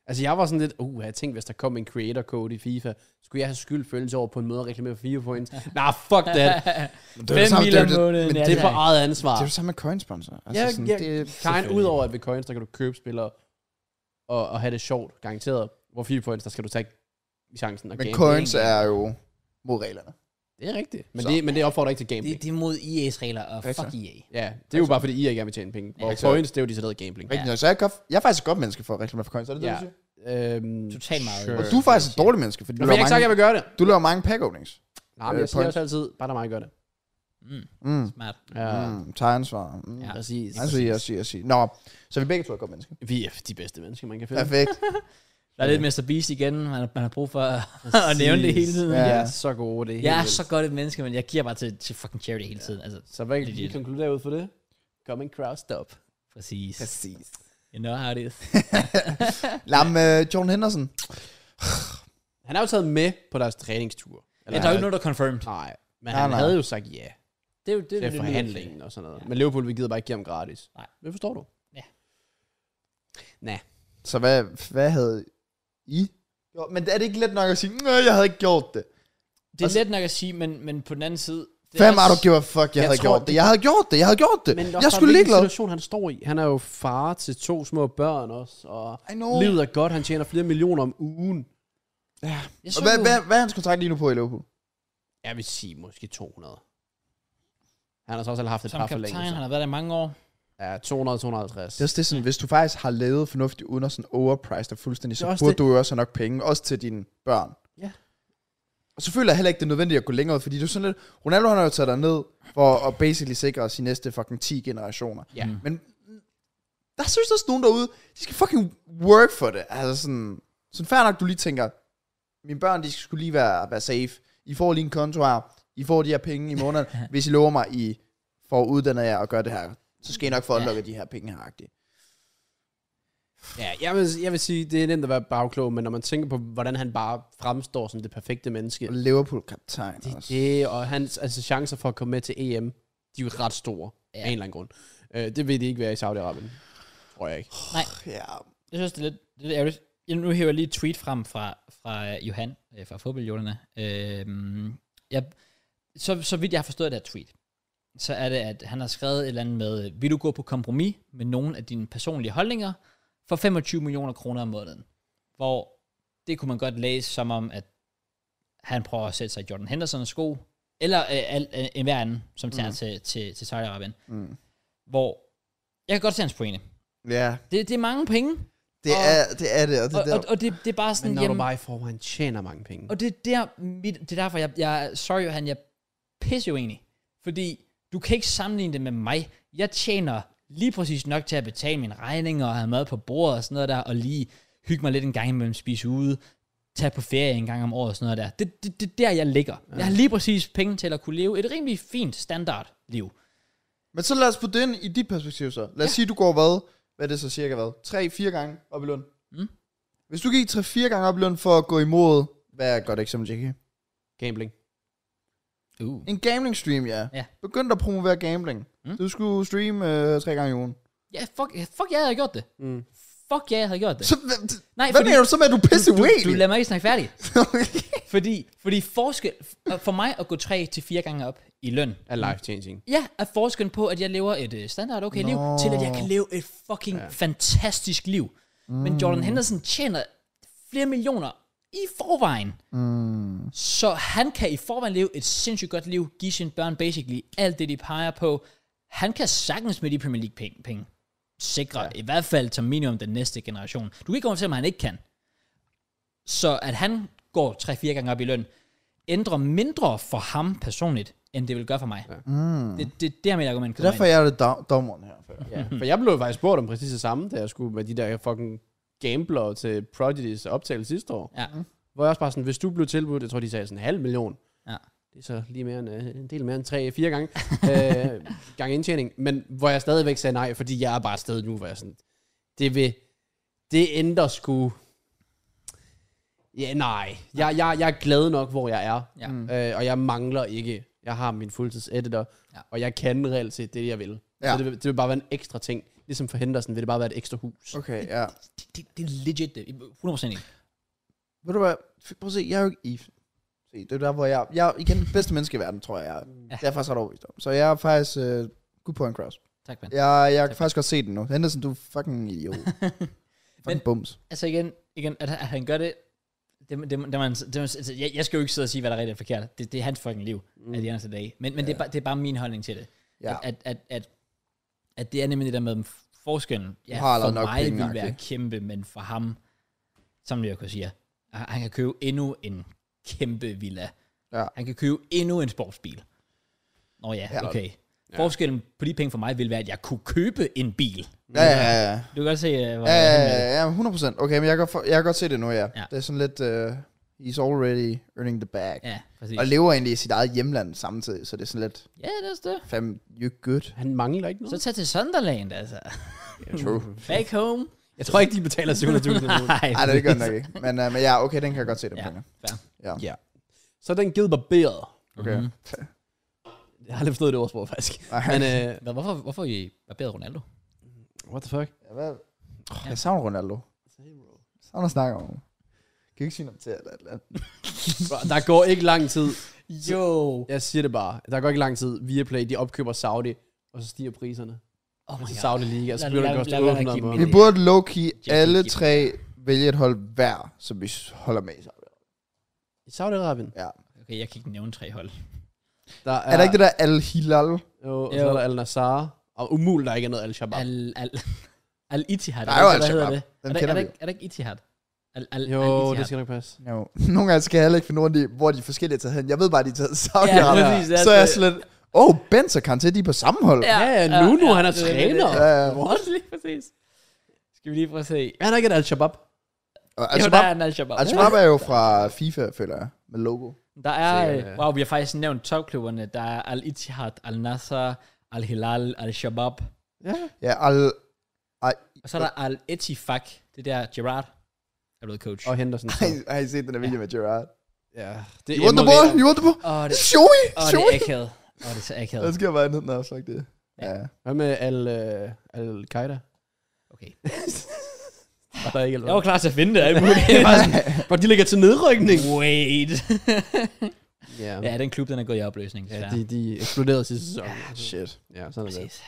Speaker 3: Altså, jeg var sådan lidt, uh, jeg tænkte, hvis der kom en creator code i FIFA, skulle jeg have skyldfølelse over på en måde at reklamere for FIFA points? Nej, fuck that.
Speaker 2: Men
Speaker 1: Fem mil om måneden,
Speaker 2: men
Speaker 1: ja,
Speaker 2: det,
Speaker 3: Det
Speaker 2: det,
Speaker 3: er
Speaker 2: det,
Speaker 3: for
Speaker 1: nej.
Speaker 3: eget ansvar.
Speaker 2: er jo samme med Altså coinsponsor.
Speaker 3: Ja, ja, Kind,
Speaker 1: selvfølgelig.
Speaker 3: udover at ved coins, der kan du købe spillere og, og have det sjovt, garanteret. Hvor FIFA points, der skal du tage chancen og
Speaker 2: Men
Speaker 3: game.
Speaker 2: coins
Speaker 1: det er
Speaker 2: er jo mod reglerne.
Speaker 3: Det er rigtigt. Men,
Speaker 2: Så.
Speaker 3: det, men det opfordrer ikke til gameplay.
Speaker 1: Det, det er mod EA's regler, og
Speaker 2: Rigtig.
Speaker 1: fuck EA.
Speaker 3: Ja, det er
Speaker 2: Altså-
Speaker 3: jo bare fordi, I ikke gerne vil tjene penge. Og
Speaker 2: Exakt.
Speaker 3: points, det er jo de sådan noget gambling.
Speaker 2: Rigtig, ja. så jeg, er godt- jeg er faktisk et godt menneske for at reklamere for coins, er det det,
Speaker 3: Ja.
Speaker 2: du siger?
Speaker 3: Øhm,
Speaker 1: Totalt meget.
Speaker 3: Sure.
Speaker 2: Og du er faktisk et dårligt menneske, fordi du
Speaker 3: Men jeg har
Speaker 2: laver,
Speaker 3: ikke sagt,
Speaker 2: mange,
Speaker 3: jeg vil gøre det.
Speaker 2: du laver mange pack openings.
Speaker 3: Nej, men
Speaker 2: Øh,
Speaker 3: jeg siger
Speaker 2: points.
Speaker 3: også altid, bare der er mig, der gør det.
Speaker 1: Mm,
Speaker 2: Mm.
Speaker 1: smart.
Speaker 3: Ja,
Speaker 2: Mm, tager ansvar. Mm.
Speaker 1: Ja.
Speaker 2: Ja.
Speaker 3: præcis.
Speaker 2: Altså, jeg siger, jeg siger. Nå, så vi begge to er et godt menneske.
Speaker 3: Vi er de bedste mennesker, man kan finde.
Speaker 2: Perfekt.
Speaker 1: Der er lidt Mr. Beast igen, man, man har brug for at- at nævne det hele tiden.
Speaker 3: Ja.
Speaker 2: Ja.
Speaker 3: Jeg er så gode, det er
Speaker 1: Jeg
Speaker 3: helt
Speaker 1: er
Speaker 3: vildt.
Speaker 1: så godt et menneske, men jeg giver bare til, til fucking charity hele tiden. Altså,
Speaker 3: Så hvad kan vi
Speaker 1: Legit.
Speaker 3: konkludere ud for det? Coming crowd stop.
Speaker 1: præcis.
Speaker 2: Præcis.
Speaker 1: You know how it is.
Speaker 2: Lam, uh, John Henderson.
Speaker 3: Han er jo taget med på deres træningstur.
Speaker 1: Ja, der er jo ikke noget, der er confirmed.
Speaker 3: Nej, men
Speaker 2: Nej,
Speaker 3: han
Speaker 2: nej.
Speaker 3: havde jo sagt ja
Speaker 1: Det er jo det,
Speaker 3: til
Speaker 1: det,
Speaker 3: forhandlingen og sådan noget.
Speaker 1: Ja.
Speaker 3: Men Liverpool, vi gider bare ikke give ham gratis.
Speaker 1: Nej.
Speaker 3: Det forstår du.
Speaker 2: Så hvad, hvad havde I gjort? Men er det ikke let nok at sige, nej, jeg havde ikke gjort det?
Speaker 1: Det er
Speaker 2: Altså-
Speaker 1: let nok at sige, men, men på den anden side... det er
Speaker 2: Fem
Speaker 1: også-
Speaker 2: out of give a fuck, jeg,
Speaker 3: Jeg
Speaker 2: jeg havde
Speaker 3: tror,
Speaker 2: gjort det. Jeg havde gjort det, jeg havde gjort det.
Speaker 3: Men
Speaker 2: Jeg
Speaker 3: også
Speaker 2: skulle
Speaker 3: bare,
Speaker 2: ligeglad.
Speaker 3: hvilken situation han står i. Han er jo far til to små børn også, og
Speaker 2: I
Speaker 1: Oh.
Speaker 2: know.
Speaker 3: livet er godt. Han tjener flere millioner om ugen.
Speaker 1: Jeg
Speaker 2: Og
Speaker 1: så
Speaker 2: hvad,
Speaker 1: jo-
Speaker 2: hvad, hvad er hans kontrakt lige nu på i Liverpool?
Speaker 3: Jeg vil sige måske 200. Han har så også selv haft et
Speaker 1: Som
Speaker 3: par
Speaker 1: kaptajn,
Speaker 3: forlængelser.
Speaker 1: han har været der i mange år.
Speaker 3: Ja, 200-250.
Speaker 2: Det er også det, sådan, hvis du faktisk har levet fornuftigt uden at sådan overprice dig fuldstændig,
Speaker 3: Det er
Speaker 2: så
Speaker 3: også
Speaker 2: burde
Speaker 3: det.
Speaker 2: det. du jo også have nok penge, også til dine børn.
Speaker 3: Ja.
Speaker 2: Og så føler jeg heller ikke, det er nødvendigt at gå længere ud, fordi det er sådan lidt, Ronaldo han har jo taget dig ned for at basically sikre sine næste fucking 10 generationer.
Speaker 3: Ja.
Speaker 1: Mm.
Speaker 2: Men der synes også nogen derude, de skal fucking work for det. Altså sådan, sådan fair nok, du lige tænker, mine børn, de skulle lige være, være safe. I får lige en konto her. I får de her penge i måneden. Hvis I lover mig, I får uddannet jer og gør det her, så skal I nok få
Speaker 1: Ja.
Speaker 2: unlocket de her penge her. -agtigt.
Speaker 3: Ja, jeg vil, jeg vil sige, det er nemt at være bagklog, men når man tænker på, hvordan han bare fremstår som det perfekte menneske,
Speaker 2: Og Liverpool-kaptajn
Speaker 3: det, er
Speaker 2: også.
Speaker 3: det og hans altså, chancer for at komme med til EM, de er jo ret store, ja.
Speaker 1: Ja.
Speaker 3: af en eller anden grund. Øh, det vil de ikke være i Saudi-Arabien. Tror jeg ikke.
Speaker 2: Ja.
Speaker 1: Jeg synes, det er lidt, det er lidt ærgerligt. Jeg, nu hæver jeg lige et tweet frem fra, fra øh, Johan, øh, fra fodboldjorderne. Øhm, jeg, så, så vidt jeg har forstået det her tweet, så er det, at han har skrevet et eller andet med, "Øh, vil du gå på kompromis med nogle af dine personlige holdninger for 25 millioner kroner om måneden? Hvor det kunne man godt læse som om, at han prøver at sætte sig i Jordan Hendersons sko, eller øh, al, øh, en hver anden, som tager mm. til, til, til Saudi-Arabien.
Speaker 2: Mm.
Speaker 1: Hvor jeg kan godt se hans pointe.
Speaker 2: ja,
Speaker 1: Det, det er mange penge,
Speaker 2: det
Speaker 1: Og-
Speaker 2: er det. Er det, og det,
Speaker 1: og,
Speaker 2: der,
Speaker 1: og, og det, det er bare
Speaker 3: Men
Speaker 1: sådan,
Speaker 3: når
Speaker 1: jamen,
Speaker 3: du bare i forvejen tjener mange penge.
Speaker 1: og det er, der, mit, det er derfor, jeg, jeg sorry Johan, jeg pisser jo egentlig, fordi du kan ikke sammenligne det med mig. Jeg tjener lige præcis nok til at betale mine regninger og have mad på bordet og sådan noget der, og lige hygge mig lidt en gang imellem, spise ude, tage på ferie en gang om året og sådan noget der. Det, det, det er der, jeg ligger. Ja. Jeg har lige præcis penge til at kunne leve et rimelig fint standardliv.
Speaker 2: Men så lad os putte det ind i dit perspektiv så. Lad os ja. sige, du går hvad? Hvad er det så cirka hvad? 3-4 gange op i løn.
Speaker 1: Mm.
Speaker 2: Hvis du gik 3-4 gange op i løn for at gå imod, hvad er et godt eksempel, Jackie?
Speaker 3: Gambling.
Speaker 1: Uh.
Speaker 2: En gambling stream, ja.
Speaker 1: Ja.
Speaker 2: Begyndte at promovere gambling.
Speaker 1: Mm.
Speaker 2: Mm. Du skulle streame øh, tre gange i ugen.
Speaker 1: Ja, fuck, fuck ja, jeg havde gjort det.
Speaker 3: Mm.
Speaker 1: Fuck ja, jeg havde gjort det.
Speaker 2: Så, hvad hvad
Speaker 1: Nej,
Speaker 2: mener du så med, at du er pisse
Speaker 1: du, du
Speaker 2: uenig?
Speaker 1: lader mig ikke snakke færdig. Fordi, fordi forskel, for mig at gå 3 til fire gange op i løn,
Speaker 3: Er life changing.
Speaker 1: ja, er forskellen på, at jeg lever et øh, standard okay
Speaker 2: Nå.
Speaker 1: liv, til at jeg kan leve et fucking ja. fantastisk liv. Mm. Men Jordan Henderson tjener flere millioner i forvejen.
Speaker 2: mm.
Speaker 1: Så han kan i forvejen leve et sindssygt godt liv, give sine børn basically alt det, de peger på. Han kan sagtens med de Premier League penge, penge sikre ja. i hvert fald som minimum den næste generation. Du kan ikke komme til, at han ikke kan. Så at han går 3-4 gange op i løn, ændrer mindre for ham personligt, end det vil gøre for mig. Ja. Mm. Det, det, det er mit argument.
Speaker 2: Det er derfor, jeg er lidt dom- dommeren her. føler jeg.
Speaker 3: Ja. For jeg blev faktisk spurgt om præcis det samme, da jeg skulle med de der fucking gambler til Prodigy's optagelse sidste år.
Speaker 1: Ja.
Speaker 3: Hvor jeg også bare sådan, hvis du blev tilbudt, jeg tror de sagde sådan en halv million.
Speaker 1: Ja.
Speaker 3: Det er så lige mere end, øh, en del mere end tre, fire gange, øh, gange indtjening. Men hvor jeg stadigvæk sagde nej, fordi jeg er bare et sted nu, hvor jeg sådan, det vil, det ændrer sgu, ja nej, jeg, jeg, jeg er glad nok, hvor jeg er.
Speaker 1: Ja.
Speaker 3: Mm. Øh, og jeg mangler ikke, jeg har min fuldtidseditor,
Speaker 1: Ja.
Speaker 3: ja. og jeg kan reelt set det, jeg vil. Ja.
Speaker 2: Ja.
Speaker 3: Så det, vil- det vil bare være en ekstra ting. Ligesom for Henderson vil det bare være et ekstra hus.
Speaker 2: Okay, ja.
Speaker 1: Det, det, det er legit det. 100% ikke.
Speaker 2: Ved du hvad? F- Prøv at se, jeg er jo ikke i... Se, det er der, hvor jeg er. Jeg er igen det bedste menneske i verden, tror jeg, jeg er. Det er jeg faktisk ret overbevist om. Så jeg er faktisk... Uh, good point, Kraus.
Speaker 1: Tak, man.
Speaker 2: Jeg, jeg kan faktisk godt se den nu. Henderson, du er fucking idiot. fucking
Speaker 1: Men-
Speaker 2: bums.
Speaker 1: altså igen, igen at, at han gør det Det, det, det, det, man, det, altså, jeg, jeg skal jo ikke sidde og sige, hvad der er rigtigt og forkert. Det, det er hans fucking liv, mm. at det er dag. Men, men ja. det, er bare, det er bare min holdning til det.
Speaker 2: Ja.
Speaker 1: At, at, at, at, at det er nemlig det der med f- forskellen. Ja,
Speaker 2: har allerede
Speaker 1: for
Speaker 2: nok
Speaker 1: mig
Speaker 2: penge,
Speaker 1: vil være
Speaker 2: agtigt.
Speaker 1: kæmpe, men for ham, som jeg kunne sige, han han kan købe endnu en kæmpe villa.
Speaker 2: Ja.
Speaker 1: Han kan købe endnu en sportsbil. Nå ja,
Speaker 2: Ja.
Speaker 1: okay. Forskellen på de penge for mig vil være, at jeg kunne købe en bil.
Speaker 2: Ja, ja, ja. ja.
Speaker 1: Du kan godt se, øh, hvor
Speaker 2: Ja,
Speaker 1: han
Speaker 2: ja,
Speaker 1: er.
Speaker 2: ja, ja, 100%. Okay, men jeg kan, godt for, jeg kan godt se det nu, ja.
Speaker 1: Ja.
Speaker 2: ja. Det er sådan lidt, uh, he's already earning the bag. Ja.
Speaker 1: Ja, præcis.
Speaker 2: Og lever egentlig i sit eget hjemland samtidig, så det er sådan lidt,
Speaker 1: Ja, det er det.
Speaker 2: fam, you good.
Speaker 3: Han mangler ikke
Speaker 1: Så
Speaker 3: noget.
Speaker 1: tag til Sunderland, altså.
Speaker 2: True.
Speaker 1: Back home.
Speaker 3: Jeg tror ikke, de betaler 700.000 om måneden.
Speaker 1: Nej,
Speaker 2: Ej, det gør den nok ikke. Men, uh, men ja, okay, den kan jeg godt se det
Speaker 1: Ja,
Speaker 2: ja. på.
Speaker 1: fair.
Speaker 2: Ja.
Speaker 3: Ja. Så er den givet barberet.
Speaker 2: Okay.
Speaker 1: Mhm.
Speaker 3: Jeg har aldrig forstået det ordsprog, faktisk.
Speaker 2: Nej.
Speaker 3: Men, øh,
Speaker 1: Hvad, hvorfor, hvorfor har I barberet Ronaldo?
Speaker 3: what the fuck?
Speaker 2: Ja, hvad? Oh, jeg savner Ronaldo. Jeg savner at snakke om ham. Kan vi ikke sige noget til eller et eller andet?
Speaker 3: Bro, Der går ikke lang tid.
Speaker 1: Jo.
Speaker 3: Jeg siger det bare. Der går ikke lang tid. Viaplay, de opkøber Saudi, og så stiger priserne.
Speaker 1: Oh my
Speaker 3: Og så
Speaker 1: god.
Speaker 3: Saudi Liga, og så
Speaker 1: Lad-
Speaker 3: bliver det
Speaker 1: lad-
Speaker 3: koste
Speaker 1: lad være med at
Speaker 3: 800
Speaker 1: give
Speaker 3: om
Speaker 1: dem
Speaker 2: Vi
Speaker 1: ind.
Speaker 3: måneden.
Speaker 2: burde low-key
Speaker 1: Jeg
Speaker 2: alle
Speaker 1: kan ikke-
Speaker 2: tre vælge et hold hver, som vi holder med i sig.
Speaker 3: I Saudi-Arabien,
Speaker 2: Ja.
Speaker 1: Okay, jeg kan ikke nævne tre hold.
Speaker 3: der
Speaker 2: Er der ikke det der Al-Hilal?
Speaker 3: Jo, og så
Speaker 1: Jo.
Speaker 3: er der Al-Nassar. Og umuligt, der ikke er noget Al-Shabaab.
Speaker 1: Al, al, al Ittihad.
Speaker 2: Der
Speaker 1: er
Speaker 2: er jo
Speaker 1: det, hvad
Speaker 2: Al-Shabaab.
Speaker 1: hedder det?
Speaker 2: Den
Speaker 1: er, der,
Speaker 2: kender
Speaker 1: er, der,
Speaker 2: vi
Speaker 1: ikke- er der ikke Ittihad? Al, al,
Speaker 3: jo,
Speaker 1: al Ittihad.
Speaker 3: det skal nok passe.
Speaker 2: No. Nogle gange skal jeg heller ikke finde ud af, hvor de forskellige er taget hen. Jeg ved bare, at de er taget til saudi
Speaker 1: Ja,
Speaker 2: ja,
Speaker 1: præcis. det
Speaker 2: Så er jeg
Speaker 1: det.
Speaker 2: sådan lidt, åh, oh, Benz og Kanté, de er på samme hold.
Speaker 3: Ja, ja, nu, nu, han er
Speaker 1: det det,
Speaker 3: træner.
Speaker 1: det
Speaker 2: Ja, ja.
Speaker 1: er det. What? Lige præcis. Skal vi lige prøve at se.
Speaker 3: Er der ikke et Al-Shabaab?
Speaker 2: Og
Speaker 1: Jo, der
Speaker 2: Al-Shabaab
Speaker 1: er en Al-Shabaab.
Speaker 2: Al-Shabaab er jo fra FIFA, føler jeg, med logo.
Speaker 1: Der er,
Speaker 3: Sikkert,
Speaker 2: øh.
Speaker 3: ja.
Speaker 1: wow, vi har faktisk nævnt topklubberne. Der er Al-Ittihad, Al-Nasser, Al-Hilal, Al-Shabaab.
Speaker 3: Ja.
Speaker 2: Ja, Al... Ej,
Speaker 1: Og så er der Al-Etifak, det der Gerard, der er blevet coach.
Speaker 3: Og Henderson. så.
Speaker 2: har I- har I set den der video med Gerard?
Speaker 3: Ja. Det
Speaker 2: You want the ball? You want the ball?
Speaker 1: Åh, det,
Speaker 2: Showy!
Speaker 1: åh, det er
Speaker 2: Showy!
Speaker 1: akavet. Åh, det er så akavet.
Speaker 2: Der
Speaker 3: Altså,
Speaker 2: sker bare ned, når fuck det.
Speaker 1: Ja.
Speaker 2: Ja.
Speaker 3: Hvad med Al- øh, Al-Qaida?
Speaker 1: Okay.
Speaker 3: Var der ikke
Speaker 1: Jeg
Speaker 3: eller
Speaker 1: var klar til at finde det, alt muligt.
Speaker 3: Hvor de ligger til nedrykning.
Speaker 1: Wait.
Speaker 3: Ja,
Speaker 1: ja, den klub, den er gået i opløsning.
Speaker 3: ja
Speaker 1: Ja,
Speaker 3: de, de eksploderede sidste sæson.
Speaker 2: Shit.
Speaker 3: Ja, sådan er det.
Speaker 1: Præcis.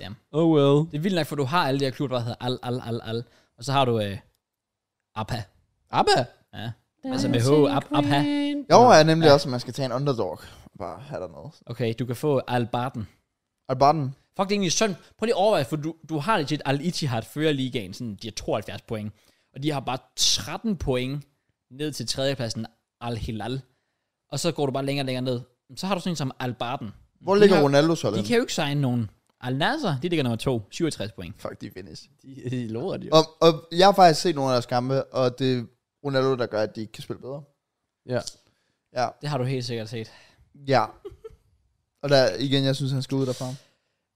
Speaker 1: Damn.
Speaker 3: Oh well.
Speaker 1: Det er vildt nok, for du har alle de her klubber, der hedder Al, Al, Al, Al. Og så har du øh, APA.
Speaker 3: Abba!
Speaker 1: Ja. Altså med H, Ab, APA.
Speaker 2: Jo, er nemlig også, at man skal tage en underdog. Bare have der noget.
Speaker 1: Okay, du kan få Al Barton.
Speaker 2: Al-Barton.
Speaker 1: Fuck, det er egentlig synd. Prøv lige at overveje, for du, du har legit Al Ittihad fører ligaen, sådan, de har 72 point. Og de har bare 13 point ned til tredjepladsen Al Hilal. Og så går du bare længere og længere ned. Så har du sådan en som Al Barton.
Speaker 2: Hvor ligger
Speaker 1: har-
Speaker 2: Ronaldos hold?
Speaker 1: De
Speaker 2: henne?
Speaker 1: kan jo ikke signe nogen. Al Nasser, de ligger nummer 2, 67 point.
Speaker 2: Fuck, de er finish.
Speaker 3: De, de lover det jo.
Speaker 2: Og, og jeg har faktisk set nogle af deres kampe, og det er Ronaldo, der gør, at de ikke kan spille bedre.
Speaker 3: Ja.
Speaker 2: Ja.
Speaker 1: Det har du helt sikkert set.
Speaker 2: Ja. Og der, igen, jeg synes, han skal ud derfra.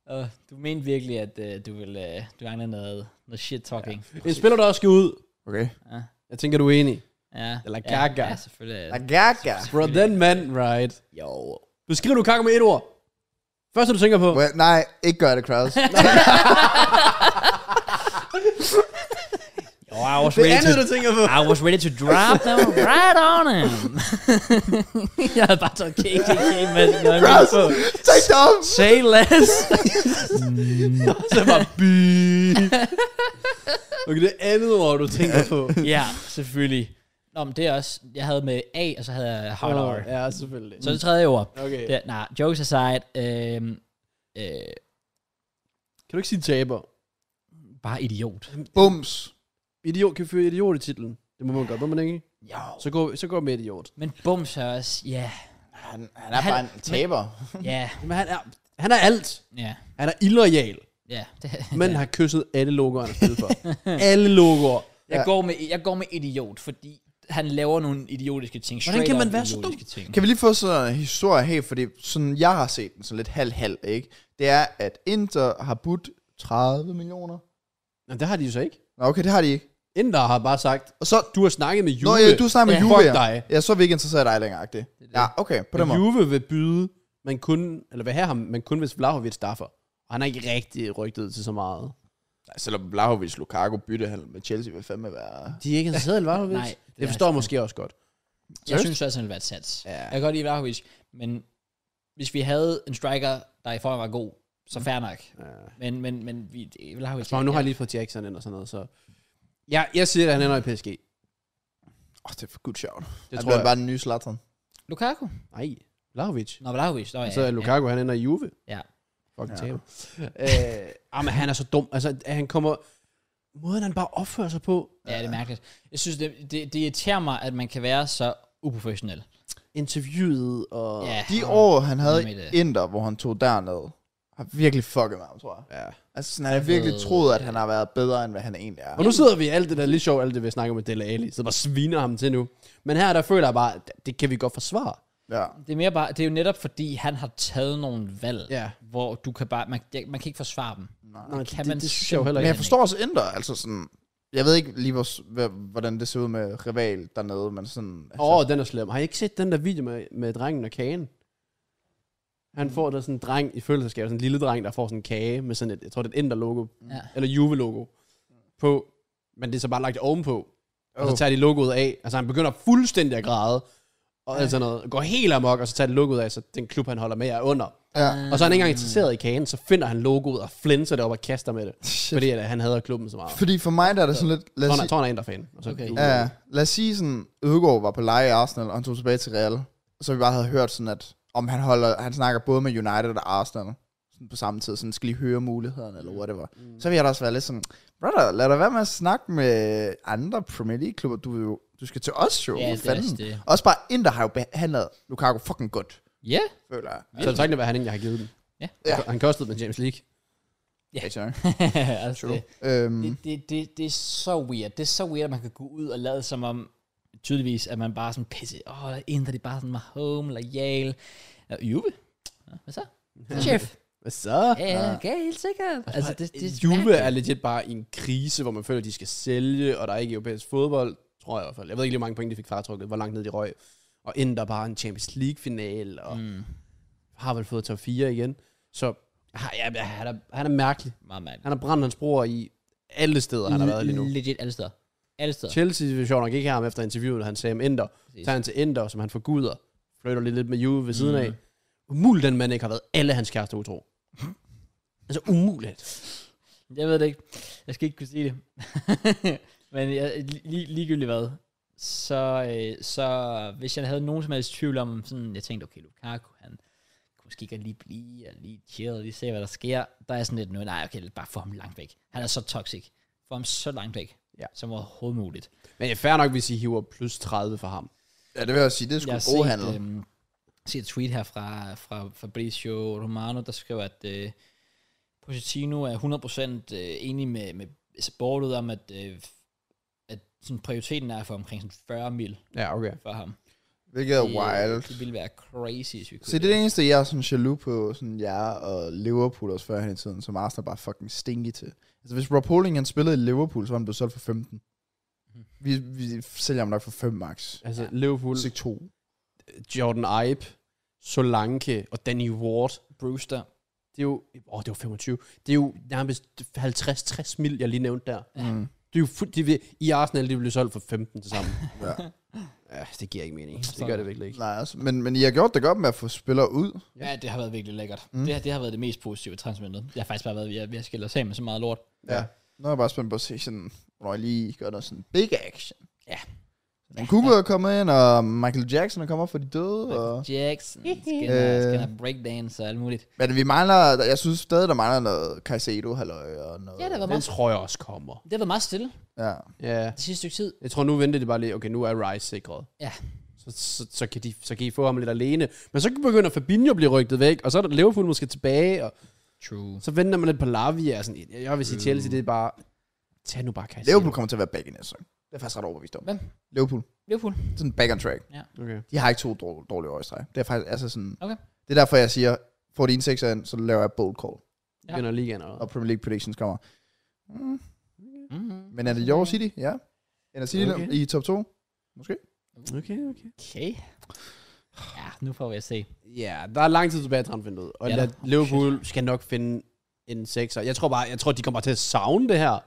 Speaker 1: Og du mente virkelig, at øh, du ville øh, du egnede noget, noget shit-talking. Ja.
Speaker 3: En spiller, der også skal ud.
Speaker 2: Okay.
Speaker 3: Jeg tænker, du er enig.
Speaker 1: ja.
Speaker 3: Eller
Speaker 1: ja,
Speaker 3: Gaga.
Speaker 1: Ja, selvfølgelig.
Speaker 2: Gaga.
Speaker 3: Bro, den mand, right.
Speaker 1: Jo.
Speaker 3: Beskriver du Kaka med et ord. Første, du tænker på.
Speaker 2: Well, nej, ikke gør det, Kraus.
Speaker 1: Jo, I was
Speaker 3: Det
Speaker 1: ready
Speaker 3: andet,
Speaker 1: to,
Speaker 3: du tænker på.
Speaker 1: I was ready to drop them right on him. jeg havde bare taget KKK med den øje
Speaker 2: Kraus,
Speaker 1: på.
Speaker 2: tak dog.
Speaker 1: Say less.
Speaker 3: Så bare bi. Okay, det andet ord, du tænker på.
Speaker 1: ja, selvfølgelig. Nå, men det er også, jeg havde med A, og så havde jeg hard R.
Speaker 3: Ja, selvfølgelig.
Speaker 1: Så det tredje ord.
Speaker 3: Okay.
Speaker 1: Det, nej, jokes aside, øhm, øh,
Speaker 3: Kan du ikke sige taber?
Speaker 1: bare idiot.
Speaker 2: Bums.
Speaker 3: Idiot kan føre idiot i titlen. Det må man godt, må man ikke?
Speaker 1: Jo.
Speaker 3: Så går, så går med idiot.
Speaker 1: Men bums er også, ja,
Speaker 2: Han, han
Speaker 1: er bare
Speaker 2: en taber.
Speaker 1: ja,
Speaker 3: Men han er, han er alt.
Speaker 1: ja,
Speaker 3: Han er illoyal.
Speaker 1: ja. det-
Speaker 3: Men har kysset alle logoer, han har spillet for. alle logoer.
Speaker 1: Jeg,
Speaker 2: Ja.
Speaker 1: går med, jeg går med idiot, fordi han laver nogle idiotiske ting.
Speaker 3: Hvordan
Speaker 1: Straight
Speaker 3: kan
Speaker 1: up
Speaker 3: man være så
Speaker 1: idiotiske
Speaker 3: dum?
Speaker 1: Ting.
Speaker 2: Kan vi lige få sådan en historie her, fordi sådan jeg har set den sådan lidt halv-halv, ikke? Det er, at Inter har budt 30 millioner.
Speaker 3: Men det har de jo så ikke.
Speaker 2: Nå, okay, det har de ikke.
Speaker 3: Inder har bare sagt,
Speaker 2: Og så...
Speaker 3: du har snakket med Juve.
Speaker 2: Nå, ja, du snakker med
Speaker 3: Ja,
Speaker 2: Juve.
Speaker 3: fuck dig.
Speaker 2: Ja, så er vi ikke interesseret i dig længere, agtig. Ja, okay, på den
Speaker 3: Men
Speaker 2: måde.
Speaker 3: Juve vil byde, men kun, eller vil have ham, men kun hvis Vlahovic staffer. Og han er ikke rigtig rygtet til så meget.
Speaker 2: Nej, selvom Blahovic Lukaku byttehandel med Chelsea vil fandme være...
Speaker 3: De er ikke interesseret i Vlahovic.
Speaker 1: Nej, det
Speaker 3: det,
Speaker 1: er
Speaker 3: det forstår jeg måske også godt.
Speaker 1: Jeg synes også, han vil være et sats. Ja. Jeg kan godt lide Vlahovic, men hvis vi havde en striker, der i forvejen var god, så
Speaker 3: Mm.
Speaker 1: fair nok.
Speaker 3: Ja.
Speaker 1: Men, men, men vi, det-
Speaker 3: Altså,
Speaker 1: Vlahovic...
Speaker 3: Så nu har jeg lige fået Jackson ind og sådan noget, så... Jeg, jeg siger, at han ender i PSG.
Speaker 2: Åh, det er for good shout.
Speaker 3: Det
Speaker 2: Det
Speaker 3: tror jeg.
Speaker 2: bare den nye Zlatan.
Speaker 1: Lukaku?
Speaker 3: Nej, Vlahovic.
Speaker 1: Nå, Vlahovic. Nå, ja,
Speaker 3: Så er Lukaku, han ender i Juve.
Speaker 1: Ja.
Speaker 3: Fuck
Speaker 2: Ja.
Speaker 3: ja. taber. Øh, ah, men han er så dum. Altså, at han kommer... Måden, han bare opfører sig på,
Speaker 1: Ja, ja, det er mærkeligt. Jeg synes, det, det, det irriterer mig, at man kan være så uprofessionel.
Speaker 3: interviewet og...
Speaker 1: Ja.
Speaker 2: De år, han havde
Speaker 1: Jamen, det-
Speaker 2: i Inter, hvor han tog derned, har virkelig fucket med ham, tror jeg.
Speaker 3: ja.
Speaker 2: Altså, sådan, han har virkelig
Speaker 1: ved-
Speaker 2: troet, at han har været bedre, end hvad han egentlig er.
Speaker 3: Og nu sidder vi i alt det der lidt sjovt, alt det vi snakker med Dele Alli, så bare sviner ham til nu. Men her, der føler jeg bare, at det kan vi godt forsvare.
Speaker 2: Ja.
Speaker 1: Det er, mere bare, det er jo netop fordi, han har taget nogle valg,
Speaker 3: Ja.
Speaker 1: hvor du kan bare, man, det- man kan ikke forsvare dem. kan
Speaker 3: Nej, det,
Speaker 1: man
Speaker 3: det, det, synes jeg jo
Speaker 1: simpelthen
Speaker 3: heller
Speaker 2: Men
Speaker 3: ikke.
Speaker 2: jeg forstår også Inter, altså sådan... Jeg ved ikke lige, hvor, hvad- hvordan det ser ud med rival dernede, men sådan... Altså,
Speaker 3: Åh, oh, den er slem. Har I ikke set den der video med, med drengen og kagen? Han får der sådan en dreng i følelsesgave, sådan en lille dreng, der får sådan en kage med sådan et, jeg tror det er et Inter-logo,
Speaker 1: Ja.
Speaker 3: eller Juve-logo, på, men det er så bare lagt ovenpå. Og så
Speaker 2: Åh.
Speaker 3: tager de logoet af, altså han begynder fuldstændig at græde, og alt sådan noget, går helt amok, og så tager de logoet af, så den klub, han holder med, er under.
Speaker 2: Ja.
Speaker 3: Og så er han ikke engang interesseret i kagen, så finder han logoet og flænser det op og kaster med det, fordi at øh, han hader klubben så meget.
Speaker 2: Fordi for mig der er det sådan lidt... Lad
Speaker 3: Jeg
Speaker 2: os
Speaker 3: tror,
Speaker 2: sige,
Speaker 3: han- tror, han er Inter-fan. og så-
Speaker 1: Okay.
Speaker 2: ja, lad os sige sådan, Ødegaard var på leje i Arsenal, og han tog tilbage til Real. Så vi bare havde hørt sådan, at om han, holder, han snakker både med United og Arsenal sådan på samme tid, sådan skal lige høre mulighederne, eller whatever. Mm. Så vil jeg da også være lidt sådan, brother, lad dig være med at snakke med andre Premier League-klubber. Du, vil jo- du skal til os jo.
Speaker 1: Ja,
Speaker 2: for
Speaker 1: det er også
Speaker 2: fanden.
Speaker 1: det.
Speaker 2: Også bare Inter har jo behandlet Lukaku fucking godt,
Speaker 1: Ja.
Speaker 2: føler jeg.
Speaker 3: Så tak, det var han egentlig har givet dem.
Speaker 1: Ja.
Speaker 3: Han- Han kostede dem James League.
Speaker 1: Ja.
Speaker 2: Yeah.
Speaker 1: altså, det,
Speaker 2: Øhm,
Speaker 3: Mm.
Speaker 1: det, det, det, det, er så weird. Det er så weird, at man kan gå ud og lade som om, tydeligvis, at man bare er sådan pisse. Åh, oh, Inter, det er bare sådan my home, lojal. Ja, Juve? Ja, Hvad så? Chef.
Speaker 3: Hvad så?
Speaker 1: Ja, ja, okay, helt sikkert. Altså, det, det er
Speaker 3: Juve
Speaker 1: mærkeligt.
Speaker 3: er legit bare i en krise, hvor man føler, at de skal sælge, og der er ikke europæisk fodbold, tror jeg i hvert fald. Jeg ved ikke lige, hvor mange point de fik fratrukket, hvor langt ned de røg. Og ender bare en Champions League-final, og mm. har vel fået top 4 igen. Så ah, ja, men han, er, han er mærkelig.
Speaker 1: Meget mærkeligt.
Speaker 3: Han har brændt hans bror i alle steder, han har været lige nu.
Speaker 1: Legit alle steder. Alle steder.
Speaker 3: Chelsea vil sjovt nok ikke have ham efter interviewet, han sagde om Inter.
Speaker 1: Præcis.
Speaker 3: Tager han til Inter, som han forguder. Flytter lidt, lidt med Juve ved siden
Speaker 1: Mm.
Speaker 3: af. Umuligt, den mand ikke har været alle hans kærester utro. altså umuligt.
Speaker 1: Jeg ved det ikke. Jeg skal ikke kunne sige det. Men jeg, lige, ligegyldigt hvad, så, øh, så hvis jeg havde nogen som helst tvivl om, sådan, jeg tænkte, okay, Lukaku, han kunne måske godt lige blive, og lige chill, og lige se, hvad der sker. Der er sådan lidt noget, nej, okay, lad bare få ham langt væk. Han er så toxic. Få ham så langt væk,
Speaker 3: Ja.
Speaker 1: som overhovedet muligt.
Speaker 3: Men det er fair nok, hvis I hiver plus 30 for ham.
Speaker 2: ja, det vil jeg også sige, det er sgu
Speaker 1: Jeg
Speaker 2: en god handel.
Speaker 1: har set, øhm, set et tweet her fra, fra Fabrizio Romano, der skriver, at øh, Pochettino er 100% øh, enig med, med altså bordet om, at, øh, at sådan, prioriteten er for omkring sådan 40 mil
Speaker 3: Ja, okay.
Speaker 1: for ham.
Speaker 2: Hvilket er
Speaker 1: Det, øh,
Speaker 2: wild.
Speaker 1: Det ville være crazy, hvis vi kunne.
Speaker 2: Så det er det eneste, jeg er sådan jaloux på, sådan jer og Liverpool også før i tiden, som Arsenal bare fucking stinky til. Altså hvis Rob Holding han spillede i Liverpool, så var han blevet solgt for 15. Vi, vi sælger ham nok for 5 max.
Speaker 3: Altså ja. Liverpool,
Speaker 2: Sigt 2.
Speaker 3: Jordan Ibe, Solanke og Danny Ward.
Speaker 1: Brewster.
Speaker 3: Det er jo... Åh, det var 25. Det er jo nærmest 50-60 mil, jeg lige nævnte der.
Speaker 2: Mm.
Speaker 3: Det er jo fu- de vil, I Arsenal, de blev solgt for 15 til sammen.
Speaker 2: Ja.
Speaker 3: ja, det giver ikke mening. Det gør det virkelig ikke.
Speaker 2: Nej, altså, men, men I har gjort det godt med at få spillere ud.
Speaker 1: Ja. ja, det har været virkelig lækkert. Mm. Det, har- det har været det mest positive i transfervinduet. Jeg har faktisk bare været, vi har, vi har skilt os af med så meget lort.
Speaker 2: Ja. Nu er jeg bare spændt på at se sådan, hvornår jeg lige gør noget sådan big action.
Speaker 1: Ja.
Speaker 2: Men Kubo er kommet ind, og Michael Jackson er kommet op for de døde, og...
Speaker 1: Jackson,
Speaker 2: Øh.
Speaker 1: skal have breakdance og alt muligt.
Speaker 2: Men vi mangler, jeg synes stadig, der mangler noget Caicedo, halløj, og noget...
Speaker 1: Ja, det var
Speaker 3: Den
Speaker 1: meget,
Speaker 3: tror jeg også kommer.
Speaker 1: det var meget stille
Speaker 2: Ja.
Speaker 3: Ja.
Speaker 1: det sidste stykke tid.
Speaker 3: Jeg tror, nu venter de bare lige, okay, nu er Rice sikret.
Speaker 1: Ja.
Speaker 3: Så, så, så, kan de, så kan I få ham lidt alene. Men så begynder Fabinho at blive rygtet væk, og så er der Liverpool måske tilbage, og
Speaker 1: True.
Speaker 3: så venter man lidt på Lavia. og Sådan, jeg vil sige, Chelsea, det er bare... Tag nu bare Kajs.
Speaker 2: Liverpool kommer til at være back i næste sæson. Det er faktisk ret overbevist om.
Speaker 1: Hvem?
Speaker 2: Liverpool.
Speaker 1: Liverpool.
Speaker 2: Sådan back on track.
Speaker 3: Okay.
Speaker 2: De har ikke to dår- dårlige år i streg. Det er faktisk altså sådan...
Speaker 1: Okay.
Speaker 2: Det er derfor, jeg siger, får de en sekser ind, så laver jeg bold call.
Speaker 1: Ja.
Speaker 3: Begynder ligaen og...
Speaker 2: Og Premier League predictions kommer. Mm.
Speaker 1: Mm-hmm.
Speaker 2: Men er det York City? Ja. Ender City
Speaker 3: Okay.
Speaker 2: okay. i top 2? Måske.
Speaker 3: Okay, okay.
Speaker 1: Okay. Ja, nu får vi at se.
Speaker 3: Ja, yeah, der er lang tid tilbage i transfervinduet, og
Speaker 1: Ja,
Speaker 3: ja,
Speaker 1: der-
Speaker 3: Liverpool skal nok finde en sekser. Jeg tror bare, jeg tror, de kommer til at savne det her.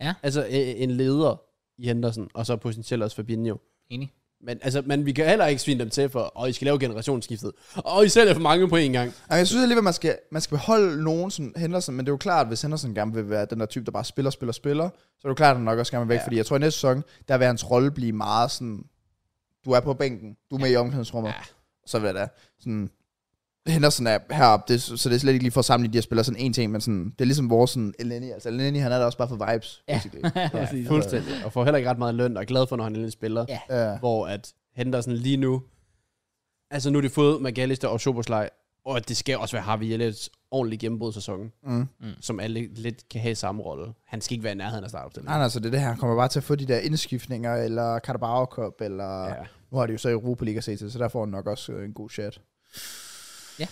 Speaker 1: Ja.
Speaker 3: Altså øh, en leder i Henderson, og så potentielt også Fabinho.
Speaker 1: Enig.
Speaker 3: Men, altså, men vi kan heller ikke svine dem til for, og I skal lave generationsskiftet. Og I sælger for mange på en gang.
Speaker 2: Ej, Jeg synes alligevel, man skal, man skal beholde nogen som Henderson, men det er jo klart, hvis Henderson gerne vil være den der type, der bare spiller, spiller, spiller, så er det jo klart, at han nok også gerne vil væk, ja. fordi jeg tror, at næste sæson, der vil hans rolle blive meget sådan, Du er på bænken. Du er med i omklædningsrummet.
Speaker 3: Ja.
Speaker 2: Ja. Så vil jeg da sådan... Henderson er heroppe, det, er- så det er slet ikke lige for at sammenligne de her spillere sådan en ting, men sådan, det er ligesom vores sådan Eleni. Altså Eleni, han er der også bare for vibes,
Speaker 1: Ja.
Speaker 2: basically.
Speaker 1: Præcis.
Speaker 3: Fuldstændig. Og får heller ikke ret meget løn, og er glad for, når han endelig spiller.
Speaker 1: Ja.
Speaker 2: Ja.
Speaker 3: Hvor at Henderson lige nu... Altså nu er det fået McAllister og Soboslej, og det skal også være Harvey Elliots ordentlig gennembrud i sæsonen,
Speaker 2: Mm.
Speaker 3: som alle lidt kan have i samme rolle. Han skal ikke være i nærheden af startopstillingen.
Speaker 2: Nej, nej, så det er det her. Han kommer bare til at få de der indskiftninger, eller Carabao Cup, eller... Ja.
Speaker 3: Ja.
Speaker 2: Nu har de jo så Europa League at se til, så der får han nok også øh, en god chat.
Speaker 1: Ja.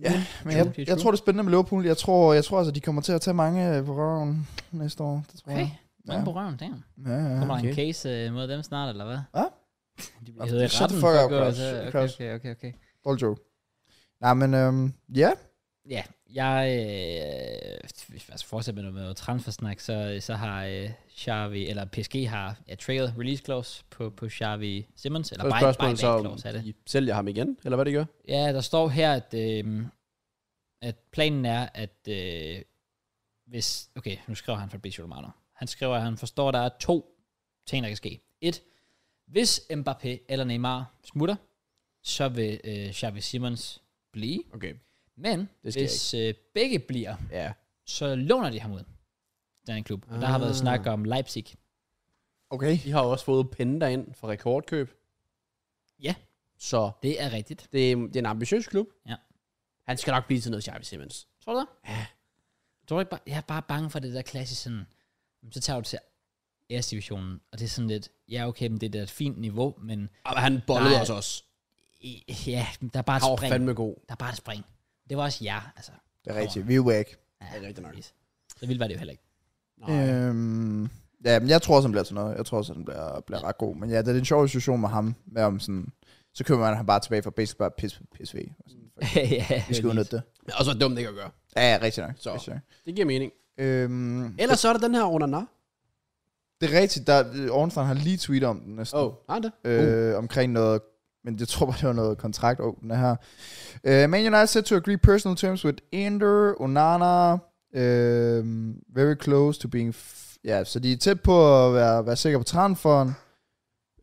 Speaker 2: Ja, men
Speaker 1: True,
Speaker 2: jeg,
Speaker 1: det er
Speaker 2: jeg
Speaker 1: true.
Speaker 2: tror, det er spændende med Liverpool. Jeg tror, jeg tror altså, de kommer til at tage mange øh, på røven næste år. Det tror
Speaker 1: Okay.
Speaker 2: jeg.
Speaker 1: Mange på røven, damn.
Speaker 2: Ja, ja,
Speaker 1: Kommer
Speaker 2: ja.
Speaker 1: der en case uh, mod dem snart, eller hvad?
Speaker 2: Hvad?
Speaker 1: De bliver hedder
Speaker 2: Shut the
Speaker 1: retten.
Speaker 2: fuck
Speaker 1: for
Speaker 2: up,
Speaker 1: at gå-
Speaker 2: Kraus.
Speaker 1: så- Okay,
Speaker 2: Kraus.
Speaker 1: okay, okay, okay.
Speaker 2: Dårlig joke. Nej, men øhm, ja.
Speaker 1: Ja, jeg... Øh, hvis jeg skal fortsætte med noget med transfersnak, så, så har øh, Xavi, eller PSG har ja, trail release clause på, på Xavi Simmons,
Speaker 3: Så er
Speaker 1: eller
Speaker 3: det
Speaker 1: buy,
Speaker 3: spørgsmålet
Speaker 1: buyback
Speaker 3: så, om
Speaker 1: clause er det.
Speaker 3: de sælger ham igen, eller hvad det gør?
Speaker 1: Ja, der står her, at, øh, at planen er, at øh, hvis... Okay, nu skriver han Fabrizio Romano. Han skriver, at han forstår, at der er to ting, der kan ske. Et, hvis Mbappé eller Neymar smutter, så vil øh, Xavi Simons blive.
Speaker 3: Okay.
Speaker 1: Men
Speaker 3: Det sker
Speaker 1: hvis øh, begge bliver,
Speaker 3: Ja.
Speaker 1: så låner de ham ud. Der er en klub. Og der har været
Speaker 3: Ah.
Speaker 1: snak om Leipzig.
Speaker 2: Okay.
Speaker 3: De har jo også fået penge derind for rekordkøb.
Speaker 1: Ja.
Speaker 3: Så
Speaker 1: Det er rigtigt.
Speaker 3: det er, det er en ambitiøs klub.
Speaker 1: Ja.
Speaker 3: Han skal nok blive til noget, Xavi Simmons.
Speaker 1: Tror du det? Ja. Tror du ikke bare, jeg er bare bange for det der klassisk sådan, "Jamen, så tager du til æresdivisionen, og det er sådan lidt, ja okay, men det er da et fint niveau, men
Speaker 3: Og han bollede
Speaker 1: Nej.
Speaker 3: os også.
Speaker 1: i- ja, men der er bare
Speaker 3: Han
Speaker 1: et
Speaker 3: var
Speaker 1: spring.
Speaker 3: fandme god.
Speaker 1: Der er bare et spring. Det var også jer, altså.
Speaker 2: Det er rigtigt. Vi er wack.
Speaker 1: Ja,
Speaker 3: Det er rigtigt nok.
Speaker 1: præcis. Så vildt var det jo heller ikke.
Speaker 3: Øh.
Speaker 2: Øhm, ja, men jeg tror også, han bliver til noget. Jeg tror også, han bliver, bliver ret god. Men ja, det er en sjov situation med ham. Med om sådan, så køber man ham bare tilbage for basically bare pis, PSV. Og sådan, fuck,
Speaker 1: ja,
Speaker 2: Vi skal udnytte det.
Speaker 3: Men også var dumt ikke at gøre.
Speaker 2: Ja, ja, rigtig nok.
Speaker 3: Så.
Speaker 2: Rigtig nok.
Speaker 3: Det giver mening.
Speaker 2: Øhm,
Speaker 3: Ellers så er der den her under nar.
Speaker 2: det er rigtigt. Der, øh, Ornstein har lige tweetet om den næsten.
Speaker 3: Åh, oh, nej det.
Speaker 2: øh, omkring noget, men jeg tror bare, det var noget kontrakt, oh, den er her. Uh, Man United said to agree personal terms with Ender, Onana, um, very close to being, f- ja, så de er tæt på at være, være sikre på transferen.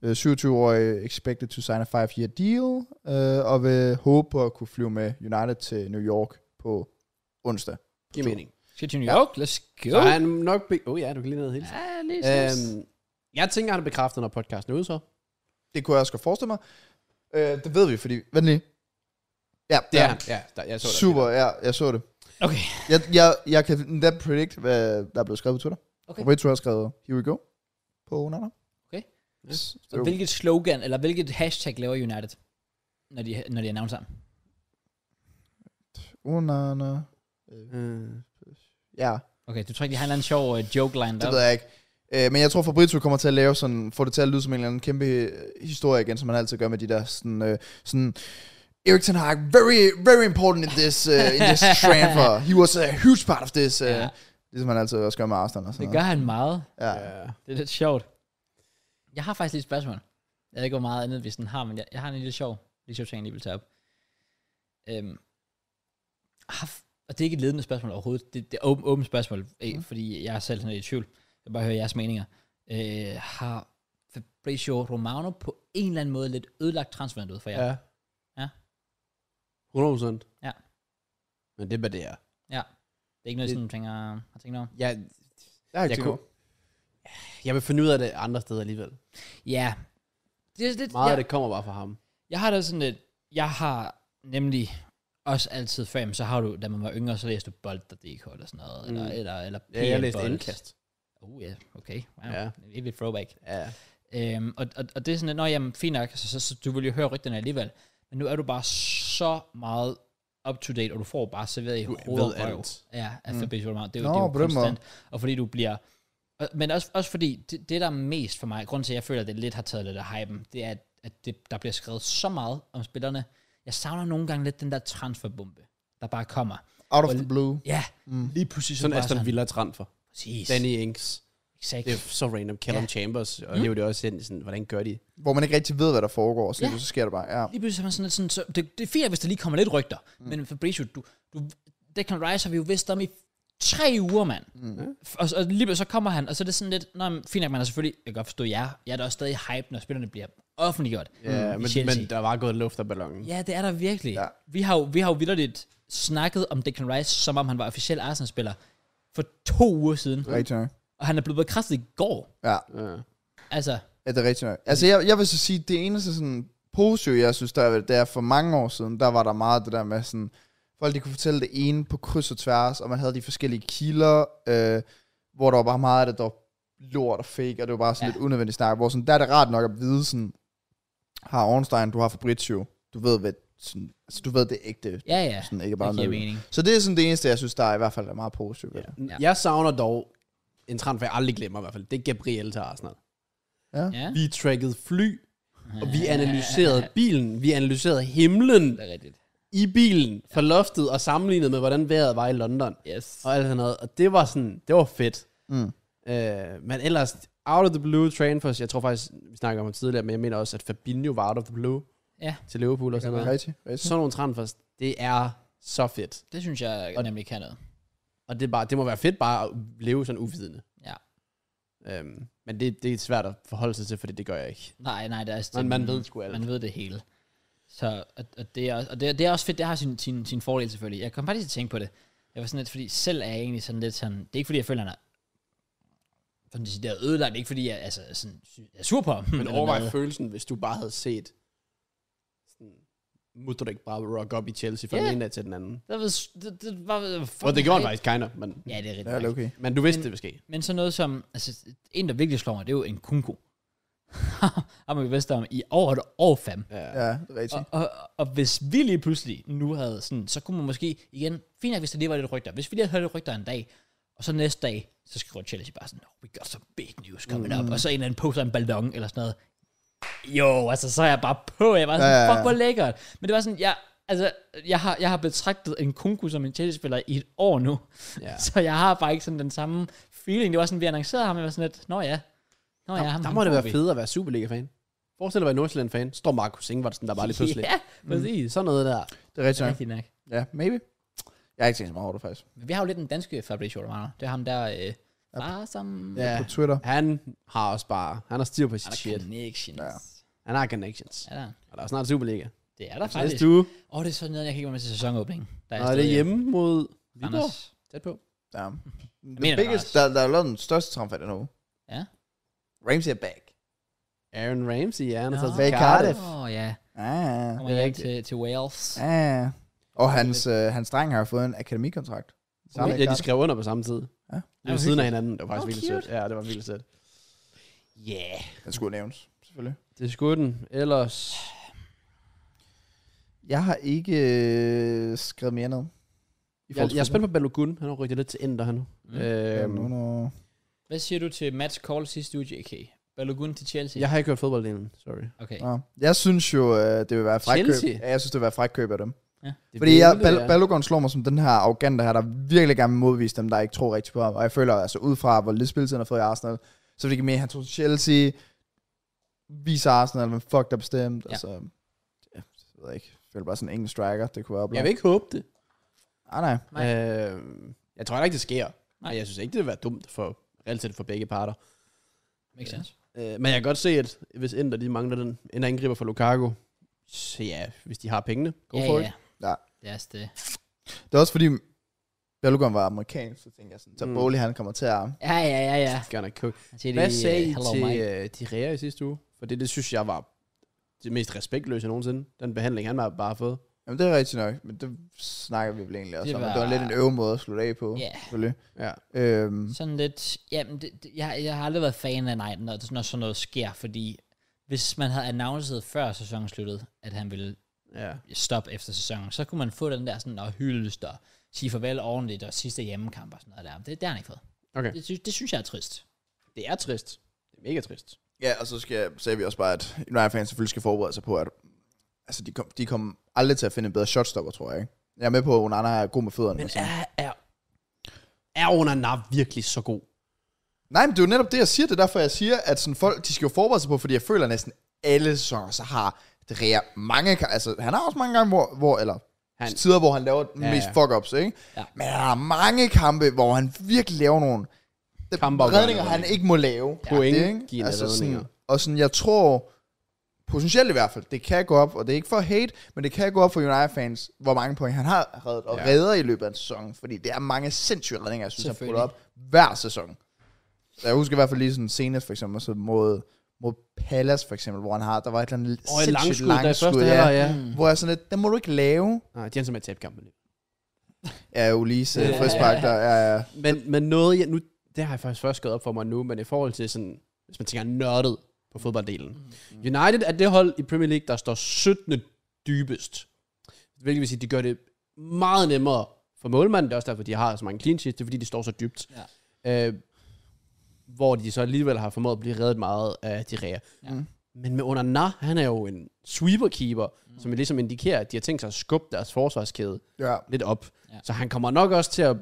Speaker 2: Uh, 27-årig expected to sign a 5-year deal, uh, og vil håbe på at kunne flyve med United til New York på onsdag.
Speaker 3: Giver mening.
Speaker 1: Skal til New York, let's go.
Speaker 3: Så er han nok... Be- oh ja, du kan lige ned hele tiden.
Speaker 1: Ja, lige øhm,
Speaker 3: Øhm, jeg tænker, at han bekræfter, når podcasten er ude så.
Speaker 2: Det kunne jeg også godt forestille mig. Uh, det ved vi, fordi... Vent lige. Ja,
Speaker 3: Det
Speaker 2: ja.
Speaker 3: er han. Ja, der, jeg så det.
Speaker 2: Super, ja, jeg så det.
Speaker 1: Okay.
Speaker 2: Jeg, jeg, jeg kan endda predict, hvad der er blevet skrevet på Twitter.
Speaker 1: Okay.
Speaker 2: Okay. Roberto har skrevet, here we go, på Onana.
Speaker 1: Okay.
Speaker 3: Ja.
Speaker 2: S-
Speaker 1: Så hvilket slogan, eller hvilket hashtag laver United, når de, når de announcer ham?
Speaker 2: Onana.
Speaker 3: Øh,
Speaker 2: Ja,
Speaker 1: Okay, du tror ikke, de har en eller anden sjov uh, joke line
Speaker 2: det
Speaker 1: der?
Speaker 2: ved jeg ikke. Øh, men jeg tror, Fabrizio kommer til at lave sådan, få det til at lyde som en eller anden kæmpe øh, historie igen, som han altid gør med de der sådan, øh, sådan Erik Ten Hag, very, very important in this, uh, in this transfer. He was a huge part of this. Uh,
Speaker 1: Ja.
Speaker 2: ja. Ligesom han altid også gør med Arsenal og sådan
Speaker 1: Det gør han meget.
Speaker 2: noget. Ja.
Speaker 3: ja.
Speaker 1: Det er lidt sjovt. Jeg har faktisk lige et spørgsmål. Jeg ved ikke, hvor meget andet vi sådan har, men jeg, jeg har en lille sjov, lille sjov ting, jeg lige vil tage op. Øhm, har, f- og det er ikke et ledende spørgsmål overhovedet. Det, det er åbent åben spørgsmål,
Speaker 3: Mhm.
Speaker 1: mm. fordi jeg er selv sådan lidt i tvivl. Jeg vil bare høre jeres meninger. Øh, har Fabrizio Romano på en eller anden måde lidt ødelagt transfervinduet for jer?
Speaker 3: Ja.
Speaker 1: Ja.
Speaker 3: 100 procent.
Speaker 1: Ja.
Speaker 3: Men det er, hvad det er.
Speaker 1: Det er ikke noget,
Speaker 3: Det-
Speaker 1: sådan, du tænker, har tænkt over?
Speaker 3: Jeg,
Speaker 2: Jeg har ikke
Speaker 3: jeg,
Speaker 2: tænkt
Speaker 3: kunne, jeg vil finde ud af det andre steder alligevel.
Speaker 1: Ja. Det er lidt,
Speaker 3: Meget
Speaker 1: ja.
Speaker 3: af det kommer bare fra ham.
Speaker 1: Jeg har da sådan lidt, jeg har nemlig også altid før, jamen, så har du, da man var yngre, så læste du bold.dk eller sådan noget,
Speaker 3: Mm.
Speaker 1: eller, eller, eller
Speaker 3: Ja, jeg
Speaker 1: PL
Speaker 3: læste
Speaker 1: Bold.
Speaker 3: indkast.
Speaker 1: Oh ja, yeah. okay. Wow.
Speaker 3: Ja.
Speaker 1: Ja. Det er throwback.
Speaker 3: Ja.
Speaker 1: Øhm, og, og, og det er sådan lidt, nå jamen, fint nok, altså, så, så, så du vil jo høre rygterne alligevel, men nu er du bare så meget up-to-date, og du får bare serveret i
Speaker 3: Du
Speaker 1: hovedet
Speaker 3: ved
Speaker 1: og røv.
Speaker 3: alt.
Speaker 1: Ja, af
Speaker 2: Mm.
Speaker 1: Fabrizio Romano. Det er jo,
Speaker 2: Nå,
Speaker 1: det er jo
Speaker 2: på den måde.
Speaker 1: konstant. Og fordi du bliver... og- Men også, også fordi, det, det der er mest for mig, grunden til, at jeg føler, at det lidt har taget lidt af hypen, det er, at- at det, der bliver skrevet så meget om spillerne. Jeg savner nogle gange lidt den der transferbombe, der bare kommer.
Speaker 2: Out of
Speaker 1: Og-
Speaker 2: the blue.
Speaker 1: Ja,
Speaker 2: Mm.
Speaker 1: lige pludselig så
Speaker 3: Sådan
Speaker 1: bare
Speaker 3: Aston Villa transfer.
Speaker 1: Præcis.
Speaker 3: Danny Ings.
Speaker 1: Exakt.
Speaker 3: Det er så random. Callum Chambers. Og
Speaker 1: Mm.
Speaker 3: det er jo det også ind, sådan, hvordan gør de?
Speaker 2: Hvor man ikke rigtig ved, hvad der foregår, og så,
Speaker 1: Ja.
Speaker 2: ja. så sker det bare. Ja.
Speaker 1: Lige pludselig er man sådan lidt sådan, så det, det er fint, hvis der lige kommer lidt rygter, mm. men Fabrizio, du, du, Declan Rice har vi jo vidst om i tre uger, mand. Mm. Og, så- og lige pludselig så kommer han, og så er det sådan lidt, nå, men fint nok, man er selvfølgelig, jeg kan godt forstå jer, jeg er da også stadig hype, når spillerne bliver offentliggjort
Speaker 3: Ja, men,
Speaker 1: Chelsea.
Speaker 3: men der var gået luft af ballonen.
Speaker 1: Ja, det er der virkelig.
Speaker 2: Ja.
Speaker 1: Ja. Vi har jo, vi har jo vidderligt snakket om Declan Rice, som om han var officiel Arsenal-spiller for to uger siden.
Speaker 2: Rigtig nok.
Speaker 1: Og han er blevet bekræftet i går.
Speaker 2: Ja,
Speaker 3: Ja.
Speaker 1: Altså,
Speaker 2: ja, det er rigtig nok. Altså, jeg, jeg vil så sige, det eneste sådan positive, jeg synes, der er, ved- det er for mange år siden, der var der meget det der med sådan, folk de kunne fortælle det ene på kryds og tværs, og man havde de forskellige kilder, øh, hvor der var bare meget af det, der var lort og fake, og det var bare sådan
Speaker 1: Ja.
Speaker 2: ja. lidt unødvendigt snak, hvor sådan, der er det rart nok at vide sådan, har Ornstein, du har Fabrizio, du ved, hvad, sådan, altså, du ved det er ægte,
Speaker 1: ja, ja.
Speaker 2: sådan, ikke bare
Speaker 1: Det giver
Speaker 2: noget.
Speaker 1: mening.
Speaker 2: Så det er sådan det eneste, jeg synes, der er i hvert fald er meget positivt. ved det.
Speaker 3: Ja. Jeg savner dog en transfer, jeg aldrig glemmer i hvert fald. Det er Gabriel til Arsenal.
Speaker 1: Ja,
Speaker 3: Vi trackede fly, og vi analyserede bilen. Vi analyserede himlen
Speaker 1: det er rigtigt.
Speaker 3: i bilen fra loftet og sammenlignet med, hvordan vejret var i London.
Speaker 1: Yes.
Speaker 3: Og alt sådan noget. Og det var sådan, det var fedt.
Speaker 2: Mm.
Speaker 3: Øh, men ellers, out of the blue train for os. Jeg tror faktisk, vi snakker om det tidligere, men jeg mener også, at Fabinho var out of the blue
Speaker 1: Ja.
Speaker 3: til Liverpool og sådan noget.
Speaker 2: Rigtig, rigtig.
Speaker 3: Sådan nogle transfers, det er så fedt.
Speaker 1: Det synes jeg og nemlig kan noget.
Speaker 3: Og det, er bare, det må være fedt bare at leve sådan uvidende.
Speaker 1: Ja.
Speaker 3: Øhm, men det, det er svært at forholde sig til, fordi det gør jeg ikke.
Speaker 1: Nej, nej, det er altså...
Speaker 3: Man- man ved sgu alt.
Speaker 1: Man ved det hele. Så, og, og, det, er, også- og det, er- det er også fedt, det har sin, sin, sin fordel selvfølgelig. Jeg kom faktisk til at tænke på det. Jeg var sådan lidt, fordi selv er jeg egentlig sådan lidt sådan... Det er ikke fordi, jeg føler, han er sådan decideret ødelagt. Det er ikke fordi, jeg altså, sådan, sy- jeg er sur på ham.
Speaker 3: Men
Speaker 1: eller
Speaker 3: overvej
Speaker 1: noget.
Speaker 3: følelsen, hvis du bare havde set sådan, Mudrik bare rock op i Chelsea fra
Speaker 1: Ja.
Speaker 3: den ene dag til den anden.
Speaker 1: Det, var, det, det var...
Speaker 3: Og det gjorde han faktisk, kinder, men,
Speaker 1: Ja, det er rigtigt.
Speaker 2: Ja, det er okay.
Speaker 3: men du vidste,
Speaker 1: Men-
Speaker 3: det ville ske.
Speaker 1: Men sådan noget som, altså, en der virkelig slår mig, det er jo en kunko. Ham har vi vidst om i over et år, fam.
Speaker 3: Ja.
Speaker 2: Ja, det er rigtigt.
Speaker 1: Og, og, og, hvis vi lige pludselig nu havde sådan, så kunne man måske igen, fint nok, hvis der lige var lidt rygter. Hvis vi lige havde hørt lidt rygter en dag, og så næste dag, så skriver Chelsea bare sådan, "Oh, we got some big news coming mm. up, og så en eller anden poster en ballon eller sådan noget. Jo, altså, så er jeg bare på. Jeg var sådan,
Speaker 2: Ja, ja, ja.
Speaker 1: fuck, hvor lækkert. Men det var sådan, jeg, altså, jeg har, jeg har betragtet en kunku som en Chelsea-spiller i et år nu.
Speaker 3: Ja.
Speaker 1: Så jeg har bare ikke sådan den samme feeling. Det var sådan, vi annoncerede ham, og jeg var sådan lidt, nå ja. Nå ja,
Speaker 3: Der,
Speaker 1: ham,
Speaker 3: der
Speaker 1: ham
Speaker 3: må det
Speaker 1: får
Speaker 3: være
Speaker 1: vi."
Speaker 3: fedt at være Superliga-fan. Forestil dig at være Nordsjælland-fan. Står Markus Ingvartsen der bare lige pludselig. Mm.
Speaker 1: Ja, præcis.
Speaker 3: Sådan noget der.
Speaker 2: Det er rigtig
Speaker 1: Så
Speaker 2: nok.
Speaker 1: rigtigt nok.
Speaker 2: Ja, maybe. Jeg har ikke tænkt så meget over det, faktisk.
Speaker 1: Men vi har jo lidt den danske Fabrizio Romano. Det er ham der, øh, bare som...
Speaker 3: Ja.
Speaker 2: På Twitter.
Speaker 3: Han har også bare, han har styr på
Speaker 1: Er
Speaker 3: sit
Speaker 1: der
Speaker 3: shit.
Speaker 1: connections?
Speaker 2: Ja.
Speaker 3: Han har connections.
Speaker 1: Er der?
Speaker 3: Og der er snart Superliga.
Speaker 1: Det er der
Speaker 3: Hvis
Speaker 1: faktisk.
Speaker 3: du,
Speaker 1: Åh, oh, det er sådan noget, jeg kan ikke være med til sæsonåbningen. Der
Speaker 3: når det
Speaker 1: stadig
Speaker 3: er hjemme mod Viborg.
Speaker 1: Anders.
Speaker 3: Tæt på.
Speaker 2: Ja.
Speaker 1: mener
Speaker 2: The
Speaker 1: det
Speaker 2: biggest,
Speaker 1: også.
Speaker 2: der, der er lavet den største transfer den uge.
Speaker 1: Ja.
Speaker 2: Ramsey er back.
Speaker 3: Aaron Ramsey, ja, han har
Speaker 1: Nå.
Speaker 3: taget
Speaker 2: Væk
Speaker 3: til
Speaker 2: Cardiff.
Speaker 3: Cardiff.
Speaker 1: Åh, oh, ja.
Speaker 2: Ah,
Speaker 1: Kommer hjem til, til Wales. Ja.
Speaker 2: ah. Og hans, øh, hans dreng har fået en akademikontrakt. Samme
Speaker 3: Ja, de
Speaker 2: Cardiff.
Speaker 3: skrev under på samme tid.
Speaker 2: Ja.
Speaker 3: Det var ved siden af hinanden. Det var faktisk
Speaker 1: Åh,
Speaker 3: vildt
Speaker 1: cute.
Speaker 3: sødt. Ja, det var vildt sødt.
Speaker 1: Yeah.
Speaker 2: Den skulle nævnes, selvfølgelig.
Speaker 3: Det skulle den. Ellers...
Speaker 2: Jeg har ikke øh, skrevet mere ned. I
Speaker 3: Jeg, jeg er spændt på Balogun. Han har rykket lidt til Inter, han nu.
Speaker 1: Mm.
Speaker 3: Mm.
Speaker 2: Øhm.
Speaker 3: Øhm,
Speaker 1: Hvad siger du til Mats Call sidste uge, JK? Balogun til Chelsea?
Speaker 3: jeg har ikke hørt fodbold endnu. Sorry.
Speaker 1: Okay.
Speaker 2: Ja. Jeg synes jo, øh, det vil være fræk køb.
Speaker 3: Chelsea?
Speaker 2: Ja, jeg synes, det vil være fræk køb af dem.
Speaker 3: Det
Speaker 2: Fordi jeg,
Speaker 3: ville
Speaker 2: Bal-
Speaker 3: være-
Speaker 2: Balogun slår mig som den her arrogante her, der virkelig gerne vil modvise dem, der ikke tror rigtigt på ham. Og jeg føler altså, ud fra hvor lidt spilletid han har fået i Arsenal, så vil det ikke mere, han tog til Chelsea, viser Arsenal, men fuck, der bestemt.
Speaker 1: Ja.
Speaker 2: Ja. Altså, ja, jeg ved ikke. Jeg føler bare sådan en engelsk striker, det kunne være
Speaker 3: jeg
Speaker 2: oplagt.
Speaker 3: vil ikke håbe det.
Speaker 2: Ah, nej.
Speaker 1: Nej.
Speaker 3: Øhm, jeg tror heller ikke, det sker.
Speaker 1: Nej.
Speaker 3: Nej. Jeg synes ikke, det vil være dumt for reelt set for begge parter.
Speaker 1: Makes sense.
Speaker 3: Øh, men jeg kan godt se, at hvis Inter de mangler den, en angriber for Lukaku, så ja, hvis de har pengene, go
Speaker 1: ja,
Speaker 3: for
Speaker 1: ja.
Speaker 3: it.
Speaker 2: Ja.
Speaker 1: Det er også det.
Speaker 2: Det er også fordi, Balogun var amerikansk, så tænkte jeg sådan, så
Speaker 3: Mm.
Speaker 2: Bowley, han kommer til at...
Speaker 1: Ja, ja, ja, ja.
Speaker 3: Gerne cook.
Speaker 1: Han siger
Speaker 3: Hvad
Speaker 1: lige,
Speaker 3: sagde I
Speaker 1: øh, hello,
Speaker 3: til
Speaker 1: Mike.
Speaker 3: uh, Direa i sidste uge? For det, det synes jeg var det mest respektløse nogensinde. Den behandling, han har bare fået.
Speaker 2: Jamen, det er rigtigt nok, men det snakker vi vel egentlig også
Speaker 1: Det
Speaker 2: det om. Var...
Speaker 1: var-
Speaker 2: Det var lidt en øvemåde at slutte af
Speaker 3: øh,
Speaker 2: på,
Speaker 1: Ja.
Speaker 2: selvfølgelig.
Speaker 3: Ja.
Speaker 2: Øhm,
Speaker 3: Mm.
Speaker 1: Sådan lidt, jamen, det, det, jeg, jeg har aldrig været fan af Knight, når, når sådan noget sker, fordi hvis man havde annonceret før sæsonen sluttede, at han ville
Speaker 3: ja.
Speaker 1: stoppe efter sæsonen, så kunne man få den der sådan og hyldest og sige farvel ordentligt og sidste hjemmekamp og sådan noget der. Det, det har han ikke fået.
Speaker 3: Okay.
Speaker 1: Det, synes- det synes jeg er trist.
Speaker 3: Det er trist. Det er mega trist.
Speaker 2: Ja, og så skal, sagde vi også bare, at United-fans selvfølgelig skal forberede sig på, at altså, de kommer de kom aldrig til at finde en bedre shotstopper, tror jeg. Ikke? Jeg er med på, at Onana er god med fødderne. Men,
Speaker 3: Men
Speaker 2: og
Speaker 3: er, er, er Onana virkelig så god?
Speaker 2: Nej, men det er jo netop det, jeg siger. Det er derfor, jeg siger, at sådan folk de skal jo forberede sig på, fordi jeg føler at næsten alle sæsoner, så har Drea mange ka- Altså, han har også mange gange, hvor, hvor eller
Speaker 3: Han-
Speaker 2: han, tider, hvor han laver den
Speaker 3: Ja,
Speaker 2: ja, mest
Speaker 3: ja.
Speaker 2: fuck-ups, ikke?
Speaker 1: Ja.
Speaker 2: Men han har mange kampe, hvor han virkelig laver nogle
Speaker 3: Kampe, hvor han
Speaker 2: redninger,
Speaker 3: laver
Speaker 2: han
Speaker 3: redninger.
Speaker 2: ikke må lave.
Speaker 3: Point
Speaker 2: det, ikke?
Speaker 3: giver
Speaker 2: altså, sådan,
Speaker 3: redninger.
Speaker 2: og sådan, jeg tror potentielt i hvert fald, det kan gå op, og det er ikke for hate, men det kan gå op for United-fans, hvor mange point han har reddet, og
Speaker 3: Ja.
Speaker 2: ja. redder i løbet af en sæson, fordi det er mange sindssyge redninger, jeg synes, han putter
Speaker 1: Selvfølgelig.
Speaker 2: op hver sæson. Så jeg husker i hvert fald lige sådan senest, for eksempel, så mod, mod Palace, for eksempel, hvor han har, der var et eller andet
Speaker 3: Og et
Speaker 2: sindssygt
Speaker 3: langskud, der i
Speaker 2: langskud,
Speaker 3: første
Speaker 2: ja,
Speaker 3: halvleg, ja.
Speaker 2: hvor jeg sådan lidt, den må du ikke lave.
Speaker 3: Nej, de er altså simpelthen tabt kampen.
Speaker 2: Ja, Ulise,
Speaker 3: Ja.
Speaker 2: ja, frispark, der er... Ja.
Speaker 3: Men, men noget, jeg, nu, det har jeg faktisk først gået op for mig nu, men i forhold til sådan, hvis man tænker nørdet på fodbolddelen. United er det hold i Premier League, der står 17. dybest. Hvilket vil sige, at de gør det meget nemmere for målmanden. Det er også derfor, de har så mange clean sheets. Det er fordi, de står så dybt. Ja. Øh, hvor de så alligevel har formået at blive reddet meget af de ræger.
Speaker 1: Ja.
Speaker 3: Men med under Nah, han er jo en sweeper-keeper, mm. som ligesom indikerer, at de har tænkt sig at skubbe deres forsvarskæde
Speaker 2: ja.
Speaker 3: lidt op. Ja.
Speaker 1: Ja.
Speaker 3: Så han kommer nok også til at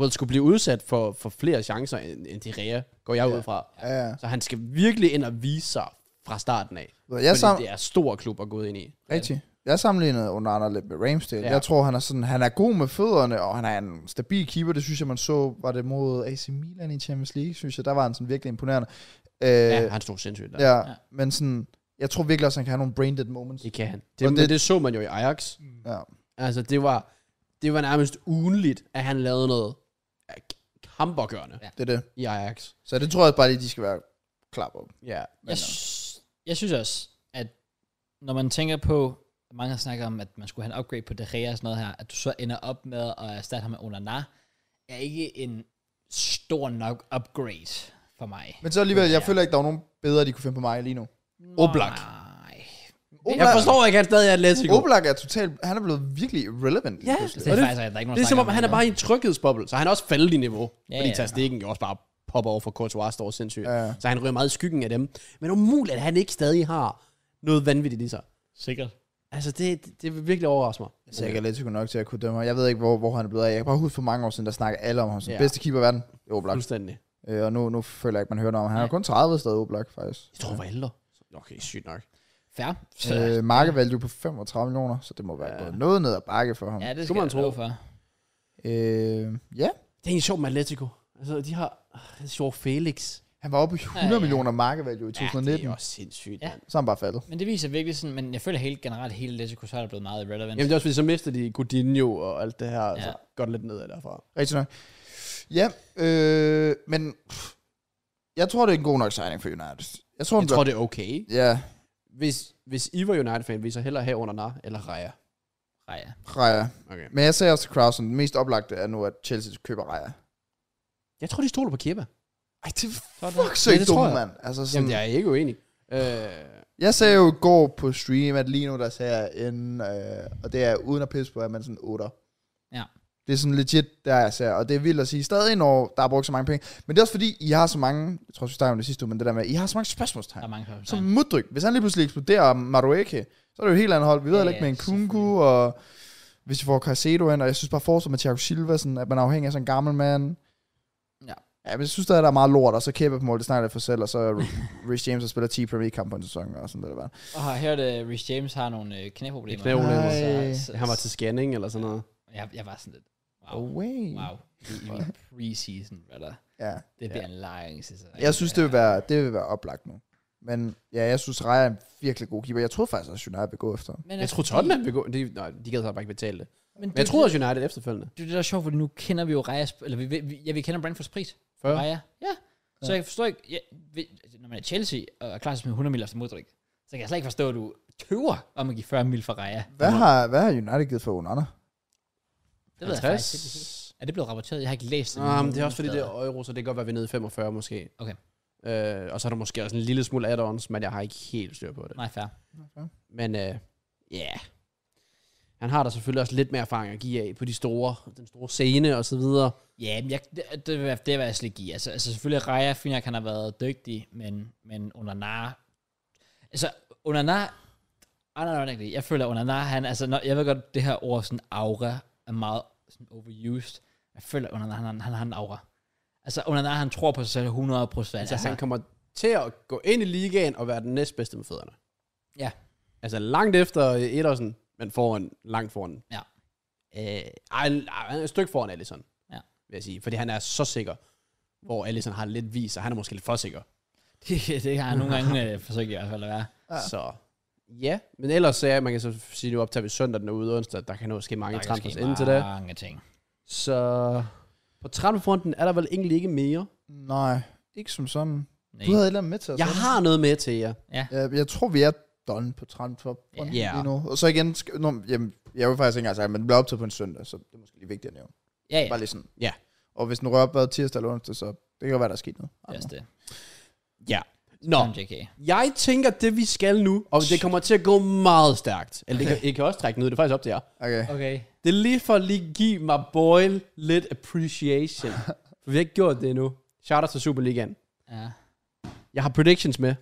Speaker 3: well, skulle blive udsat for, for flere chancer, end, end de ræger, går jeg ja. ud fra.
Speaker 2: Ja.
Speaker 3: Så han skal virkelig ind og vise sig fra starten af.
Speaker 2: Jeg, sam,
Speaker 3: fordi det er stor klub at gå ind i.
Speaker 2: Rigtig. Jeg sammenlignede under andre lidt med Ramsdale.
Speaker 3: Ja.
Speaker 2: Ja. Jeg tror, han er, sådan, han er god med fødderne, og han er en stabil keeper. Det synes jeg, man så, var det mod AC Milan i Champions League, synes jeg. Der var han sådan virkelig imponerende. Øh,
Speaker 3: Ja,
Speaker 2: ja,
Speaker 3: han stod sindssygt der. Ja.
Speaker 2: ja,
Speaker 1: Ja.
Speaker 2: men sådan, jeg tror virkelig også, han kan have nogle brain dead moments.
Speaker 3: Det kan han. Det,
Speaker 2: Og
Speaker 3: det,
Speaker 2: det-
Speaker 3: det så man jo i Ajax.
Speaker 2: Ja.
Speaker 3: Altså, det var, det var nærmest ugenligt, at han lavede noget ja, kampergørende ja.
Speaker 1: Ja.
Speaker 2: Det er det.
Speaker 3: i Ajax.
Speaker 2: Så det tror jeg bare lige, de skal være klar på. øh.
Speaker 3: Ja.
Speaker 1: Jeg,
Speaker 3: altså-
Speaker 1: sy- jeg synes også, at når man tænker på, mange har snakket om, at man skulle have en upgrade på Derea og sådan noget her, at du så ender op med at erstatte ham med Onana, er ikke en stor nok upgrade for mig.
Speaker 2: Men så alligevel, jeg
Speaker 1: Ja.
Speaker 2: føler ikke, der var nogen bedre, de kunne finde på mig lige nu.
Speaker 3: Oblak.
Speaker 1: Nej.
Speaker 3: Jeg forstår ikke, at han stadig er Atletico.
Speaker 2: Oblak er totalt, han er blevet virkelig irrelevant lige
Speaker 3: Ja.
Speaker 2: pludselig.
Speaker 1: Det
Speaker 3: Og
Speaker 1: er
Speaker 3: det-
Speaker 1: faktisk, at der er ikke nogen
Speaker 3: Det er som om,
Speaker 1: der
Speaker 3: han er
Speaker 1: snakker
Speaker 3: bare i en tryghedsboble, så han er også faldet i niveau. Ja,
Speaker 1: Ja,
Speaker 3: fordi
Speaker 1: ja, ja.
Speaker 3: Tastikken jo også bare popper over for Courtois, står sindssygt. Ja.
Speaker 2: Ja.
Speaker 3: Så han ryger meget i skyggen af dem. Men umuligt, at han ikke stadig har noget vanvittigt i sig.
Speaker 1: Sikkert.
Speaker 3: Altså, det, det, det vil virkelig overraske mig.
Speaker 2: Så jeg er lidt nok til at kunne dømme ham. Jeg ved ikke, hvor, hvor han er blevet af. Jeg kan bare huske for mange år siden, der snakkede alle om ham som
Speaker 3: Ja.
Speaker 2: ja. bedste keeper i verden. Det er Oblak.
Speaker 3: Fuldstændig.
Speaker 2: Øh, og nu, nu føler jeg ikke, man hører noget om. ham. Han er kun 30 stadig Oblak, faktisk.
Speaker 3: Jeg tror, han var ældre. Okay, sygt nok.
Speaker 1: Fair. Så,
Speaker 2: Øh, market value på 35 millioner, så det må være
Speaker 3: Ja.
Speaker 2: ja. gået noget ned ad bakke for ham.
Speaker 1: ja,
Speaker 2: Ja.
Speaker 1: det skal
Speaker 3: skulle man
Speaker 1: man
Speaker 3: tro.
Speaker 1: tro for.
Speaker 2: Øh, ja,
Speaker 3: Det er en sjov med Atletico. Altså, de har... ah, Det er sjov Felix.
Speaker 2: han var oppe i 100 ja,
Speaker 1: Ja,
Speaker 2: ja.
Speaker 1: ja.
Speaker 2: millioner market value i 2019,
Speaker 3: det er
Speaker 2: ja,
Speaker 3: også sindssygt, ja.
Speaker 1: Ja.
Speaker 3: mand.
Speaker 2: så er han bare faldet.
Speaker 1: Men det viser virkelig sådan, men jeg føler helt generelt, hele Atletico, så er der blevet meget irrelevant.
Speaker 3: Jamen, det er også fordi, så mister de Godinho og alt det her. Ja.
Speaker 1: Ja.
Speaker 3: Så godt lidt ned derfra.
Speaker 2: Rigtig nok. Ja, øh, men pff, jeg tror, det er en god nok signing for United. Jeg tror,
Speaker 3: Jeg
Speaker 2: jeg
Speaker 3: tror, det er okay.
Speaker 2: Ja,
Speaker 3: Hvis, hvis I var United-fan, ville I så hellere have under Nar eller Raja.
Speaker 1: Nej, ja.
Speaker 2: Raja.
Speaker 3: Okay.
Speaker 2: Men jeg sagde også til Krausen, den mest oplagte er nu, at Chelsea køber Raja.
Speaker 3: Jeg tror, de stoler på Kepa.
Speaker 2: Ej, det
Speaker 1: Sådan.
Speaker 2: er fuck så
Speaker 3: Ja,
Speaker 2: ikke
Speaker 3: det tror
Speaker 2: dumt,
Speaker 3: jeg.
Speaker 2: mand. Altså, sådan,
Speaker 3: Jamen, det er jeg ikke uenig. Øh,
Speaker 2: Jeg sagde jo i går på stream, at lige nu der sagde jeg inden, øh, og det er uden at pisse på, at man sådan 8.
Speaker 1: Ja.
Speaker 2: Det er sådan legit, der jeg ser, og det er vildt at sige stadig, når der er brugt så mange penge. Men det er også fordi, I har så mange, jeg tror, vi snakkede om det sidste uge, men det der med, I har så mange
Speaker 1: der er
Speaker 2: spørgsmålstegn.
Speaker 1: mange
Speaker 2: Som
Speaker 1: spørgsmål.
Speaker 2: muddryk. Hvis han lige pludselig eksploderer og Marueke, så er det jo et helt andet hold. Vi ved
Speaker 1: Ja,
Speaker 2: heller ikke med en
Speaker 1: ja, selvfølgelig.
Speaker 2: Kunku, og hvis vi får Caicedo ind, og jeg synes bare fortsat med Thiago Silva, sådan, at man er afhængig af sådan en gammel mand.
Speaker 1: Ja.
Speaker 2: Ja, men jeg synes stadig, der er meget lort, og så kæmpe på mål, det snakker jeg for selv, og så Rich James, der spiller 10 Premier League-kampe på en sæson, og sådan det der.
Speaker 1: Og har hørt, at Rich James har nogle øh, knæproblemer.
Speaker 3: Knæproblemer.
Speaker 2: Ej.
Speaker 3: han var Oh. til scanning eller sådan noget.
Speaker 1: Jeg, jeg var sådan lidt, wow,
Speaker 2: Wow. Away.
Speaker 1: wow. I, i min preseason, hvad der?
Speaker 2: Ja.
Speaker 1: Det bliver en lang sæson.
Speaker 2: Jeg synes, det vil være, det vil være oplagt nu. Men ja, jeg synes, Raja er en virkelig god keeper. Jeg troede faktisk også, United ville gå efter ham.
Speaker 1: Men
Speaker 3: Jeg
Speaker 1: altså,
Speaker 3: tror
Speaker 1: det-
Speaker 3: Tottenham vil gå. De, nej, de gad så bare ikke betale det.
Speaker 1: Men,
Speaker 3: Men jeg troede også United efterfølgende.
Speaker 1: Det er det, der er sjovt, fordi nu kender vi jo Rajas, eller vi, vi, ja, vi kender Brentfords pris.
Speaker 3: 40.
Speaker 1: Raja. Ja. Så
Speaker 2: Ja.
Speaker 1: jeg forstår ikke, ja, vi, når man er Chelsea og er klar til at smide 100 mil efter modrik, så kan jeg slet ikke forstå, at du tøver om at give 40 mil for Raja.
Speaker 2: Hvad har, hvad har United givet for Onana?
Speaker 1: Det ved jeg faktisk ikke. helt. Er det blevet rapporteret? Jeg har ikke læst det.
Speaker 3: Ah, men det er
Speaker 1: nogen
Speaker 3: også fordi, det
Speaker 1: steder.
Speaker 3: er euro, så det kan godt være, vi er nede i 45 måske.
Speaker 1: Okay.
Speaker 3: Øh, og så er der måske også en lille smule add-ons, men jeg har ikke helt styr på det.
Speaker 1: Nej, fair.
Speaker 3: Men ja, øh, yeah. han har da selvfølgelig også lidt mere erfaring at give af på de store, den store scene og så videre.
Speaker 1: Ja, men jeg, det, det, vil jeg- det vil jeg slet ikke give. Altså, altså selvfølgelig, Raja finder, at han har været dygtig, men, men Onana... Altså, Onana... Ironically, jeg føler, at Onana, han... Altså, når, jeg ved godt, det her ord, sådan aura, er meget sådan overused. Jeg føler, at Onana, han, han, han har en aura. Altså, Onana, han tror på sig selv 100 procent.
Speaker 3: Altså, han kommer til at gå ind i ligaen og være den næstbedste med fødderne.
Speaker 1: Ja.
Speaker 3: Altså langt efter Ederson, men foran, langt foran.
Speaker 1: Ja.
Speaker 3: Øh, ej, ej, han er et stykke foran Allison.
Speaker 1: Ja.
Speaker 3: Vil jeg sige. Fordi han er så sikker. Hvor Allison har lidt vis, og han er måske lidt for sikker.
Speaker 1: det, det har han nogle gange øh, forsøgt i hvert fald at være.
Speaker 2: Ja.
Speaker 3: Ja. Så ja, men ellers så ja, man kan så sige, nu optager vi søndag, den er ude onsdag, der kan nå at ske mange
Speaker 1: Der kan
Speaker 3: transfers
Speaker 1: ske
Speaker 3: indtil da.
Speaker 1: Mange ting.
Speaker 3: Så på transferfronten er der vel egentlig ikke mere.
Speaker 2: Nej, ikke som sådan.
Speaker 1: Nej.
Speaker 2: Du havde et eller andet med til os.
Speaker 3: Jeg
Speaker 2: havde
Speaker 3: har noget med til jer.
Speaker 2: du? Øh, Jeg, jeg tror, vi er done på transfer yeah.
Speaker 3: Ja.
Speaker 2: lige nu. Og så igen, sk- nå, jamen, jeg vil faktisk ikke engang sige, men den bliver optaget på en søndag, så det er måske lige vigtigt at nævne.
Speaker 1: Ja, ja.
Speaker 2: Bare lige sådan.
Speaker 3: Ja.
Speaker 2: Og hvis den rører opad tirsdag eller onsdag, så det kan være, der er sket noget. I don't
Speaker 1: Just det.
Speaker 3: Ja. Nå,
Speaker 1: Jamen, JK.
Speaker 3: jeg tænker, det vi skal nu, og det kommer til at gå meget stærkt. Eller det kan, I kan også trække den ud, det er faktisk op til jer.
Speaker 2: know. Okay.
Speaker 1: Okay.
Speaker 3: Det er lige for at lige give mig Boyle lidt appreciation. For vi har ikke gjort det endnu. Shout out til Superligaen.
Speaker 1: Ja.
Speaker 3: Jeg har predictions med.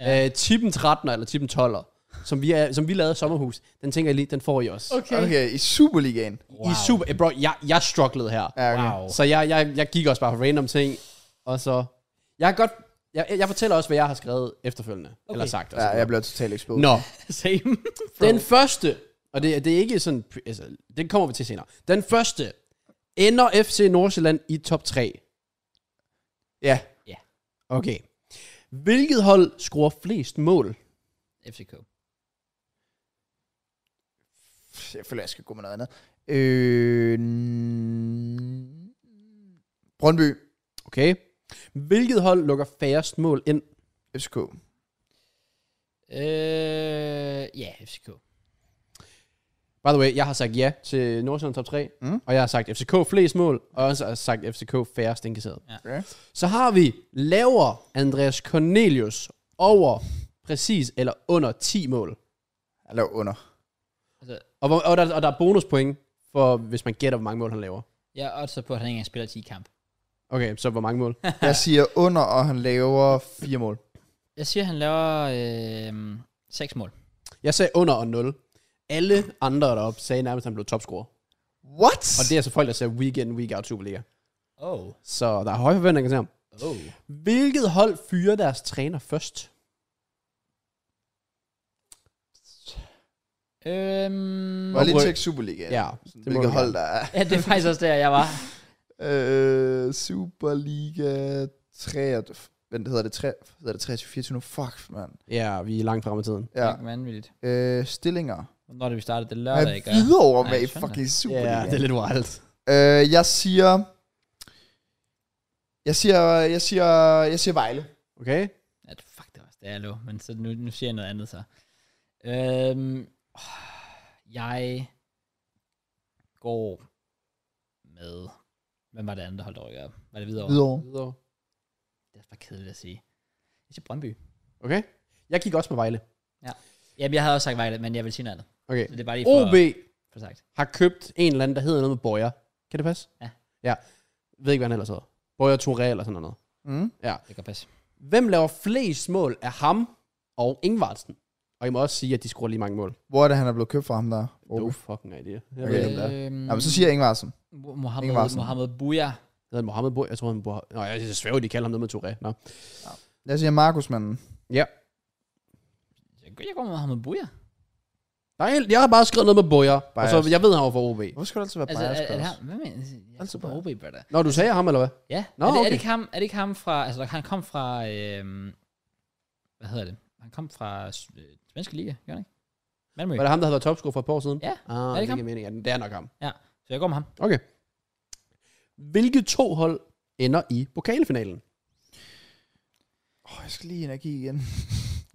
Speaker 1: Ja.
Speaker 3: Ja. Øh, tippen 13'er eller tippen 12'er, som vi, er, som vi lavede i sommerhus, den tænker jeg lige, den får I også.
Speaker 2: Okay. okay, i Superligaen.
Speaker 1: Wow.
Speaker 3: I super, eh, bro, jeg, jeg strugglede her.
Speaker 2: Ja, okay.
Speaker 1: Wow.
Speaker 3: Så jeg, jeg, jeg gik også bare for random ting. Og så... Jeg er godt... Jeg, jeg fortæller også, hvad jeg har skrevet efterfølgende. Okay. Eller sagt. og
Speaker 2: Ja,
Speaker 3: sådan
Speaker 2: jeg blev totalt
Speaker 3: noget.
Speaker 2: exposed.
Speaker 3: Nå.
Speaker 1: Same.
Speaker 3: Den første... Og det, det er ikke sådan... pre- Altså, den kommer vi til senere. Den første ender FC Nordsjælland i top 3.
Speaker 2: Ja.
Speaker 3: Okay. Hvilket hold scorer flest mål?
Speaker 1: FCK.
Speaker 2: Jeg føler, jeg skal gå med noget andet. Øh... n- Brøndby,
Speaker 3: Okay. Hvilket hold lukker færrest mål ind?
Speaker 2: FCK.
Speaker 1: Øh, ja, FCK.
Speaker 3: By the way, jeg har sagt ja til Nordsjælland top 3,
Speaker 2: Mm.
Speaker 3: mm. og jeg har sagt FCK flest mål, og også har sagt FCK færrest indkasseret.
Speaker 2: Okay.
Speaker 3: Så har vi, laver Andreas Cornelius over præcis eller under 10 mål.
Speaker 2: Eller under.
Speaker 1: Altså,
Speaker 3: Og, hvor- og, der, og der er bonuspoint, for hvis man gætter, hvor mange mål han laver.
Speaker 1: jeg er også på, at han ikke engang spiller 10 kamp.
Speaker 3: Okay, så hvor mange mål?
Speaker 2: Jeg siger under, og han laver fire mål.
Speaker 1: Jeg siger, han laver øh, 6 mål.
Speaker 3: Jeg sagde under og 0. Alle andre deroppe sagde nærmest, at han blev topscorer.
Speaker 2: What?
Speaker 3: Og det er altså folk, der ser week in, week out Superliga.
Speaker 1: Oh.
Speaker 3: Så der er høje forventninger til ham.
Speaker 1: Oh.
Speaker 3: Hvilket hold fyrer deres træner først?
Speaker 1: Øhm,
Speaker 2: Må jeg lige
Speaker 3: Oprø-
Speaker 2: tjekke Superligaen?
Speaker 3: Ja,
Speaker 2: Sådan,
Speaker 3: det må
Speaker 2: Hvilket
Speaker 3: du
Speaker 2: hold
Speaker 3: gerne.
Speaker 2: der er?
Speaker 1: ja, det er faktisk også der, jeg var.
Speaker 2: Øh, Superliga 3... Vent, hedder det 3... Hedder det 23, 24 nu? Fuck, mand.
Speaker 3: Ja, vi er langt frem i tiden.
Speaker 2: Ja.
Speaker 1: Ja. Vanvittigt.
Speaker 2: Øh, stillinger.
Speaker 1: Hvornår er det, vi startede? Det er
Speaker 2: Jeg
Speaker 1: lørdag,
Speaker 2: er
Speaker 1: ikke?
Speaker 2: videre over
Speaker 1: Nej,
Speaker 2: med i
Speaker 1: jeg skønner.
Speaker 2: fucking
Speaker 3: Ja,
Speaker 2: Superligaen.
Speaker 3: det er lidt wild.
Speaker 2: Øh, jeg siger... Jeg siger, jeg siger, jeg siger Vejle.
Speaker 3: Okay?
Speaker 1: Ja, det- fuck, det var også det, jeg lå. Men så nu, nu siger jeg noget andet, så. Øhm, jeg går med... Hvem var det andet, der holdt rykker op? Var det Hvidovre?
Speaker 2: Hvidovre.
Speaker 3: Videre.
Speaker 1: Det er bare kedeligt at sige. Jeg siger Brøndby.
Speaker 3: Okay? Jeg gik også på Vejle.
Speaker 1: Jamen, jeg havde også sagt Vejle, men jeg vil sige noget andet.
Speaker 3: Okay.
Speaker 1: Så det er bare lige for,
Speaker 3: OB
Speaker 1: for sagt.
Speaker 3: har købt en eller anden, der hedder noget med Bøjer. Kan det passe?
Speaker 1: Ja.
Speaker 3: Ja. Jeg ved ikke, hvad han ellers hedder. Bøjer Touré eller sådan noget.
Speaker 2: Mm.
Speaker 1: Det kan passe.
Speaker 3: Hvem laver flest mål af ham og Ingvartsen? Og I må også sige, at de scorer lige mange mål.
Speaker 2: Hvor er det, han er blevet købt fra ham der?
Speaker 3: Oh. No
Speaker 2: Oh.
Speaker 3: fucking idea. Jeg
Speaker 2: Okay.
Speaker 3: ved ikke, om det er.
Speaker 1: Øhm,
Speaker 2: Jamen, så siger jeg Ingvarsen.
Speaker 1: Mo- Mohamed,
Speaker 2: Ingvarsen.
Speaker 1: Mohamed Buja.
Speaker 3: Det hedder Mohamed Bøjer. Jeg tror, han bor... Nå, jeg er svært, de kalder ham noget med Touré. Nå.
Speaker 2: Jeg siger Markus, manden.
Speaker 1: Jeg går med Mohamed Buja.
Speaker 3: Nej, jeg har bare skrevet noget med Bøjer. Og så,
Speaker 2: Bias.
Speaker 3: jeg ved, han var for OB.
Speaker 2: Hvorfor skal du altid være
Speaker 1: Altså,
Speaker 2: altså,
Speaker 1: er,
Speaker 2: biased,
Speaker 1: er det
Speaker 2: Claus?
Speaker 1: ham? Hvad mener jeg?
Speaker 2: Altså
Speaker 1: Altså på
Speaker 2: bare-
Speaker 1: OB, brother.
Speaker 3: Nå, du sagde ham, eller hvad?
Speaker 1: Ja.
Speaker 3: Nå,
Speaker 1: er, det, er,
Speaker 3: okay.
Speaker 1: det ikke ham, er det ikke ham fra... Altså, han kom fra... Øhm, hvad hedder det? Han kom fra s- øh, den svenske liga, gør han ikke? Malmø.
Speaker 3: Var det ham, der havde været topscorer for et par år siden?
Speaker 1: Ja,
Speaker 3: Ah,
Speaker 1: det
Speaker 3: det,
Speaker 1: ham?
Speaker 3: giver mening. Ja, det er nok ham.
Speaker 1: Så jeg går med ham.
Speaker 3: Okay. Hvilke to hold ender i pokalfinalen?
Speaker 2: Åh, jeg skal lige energi igen.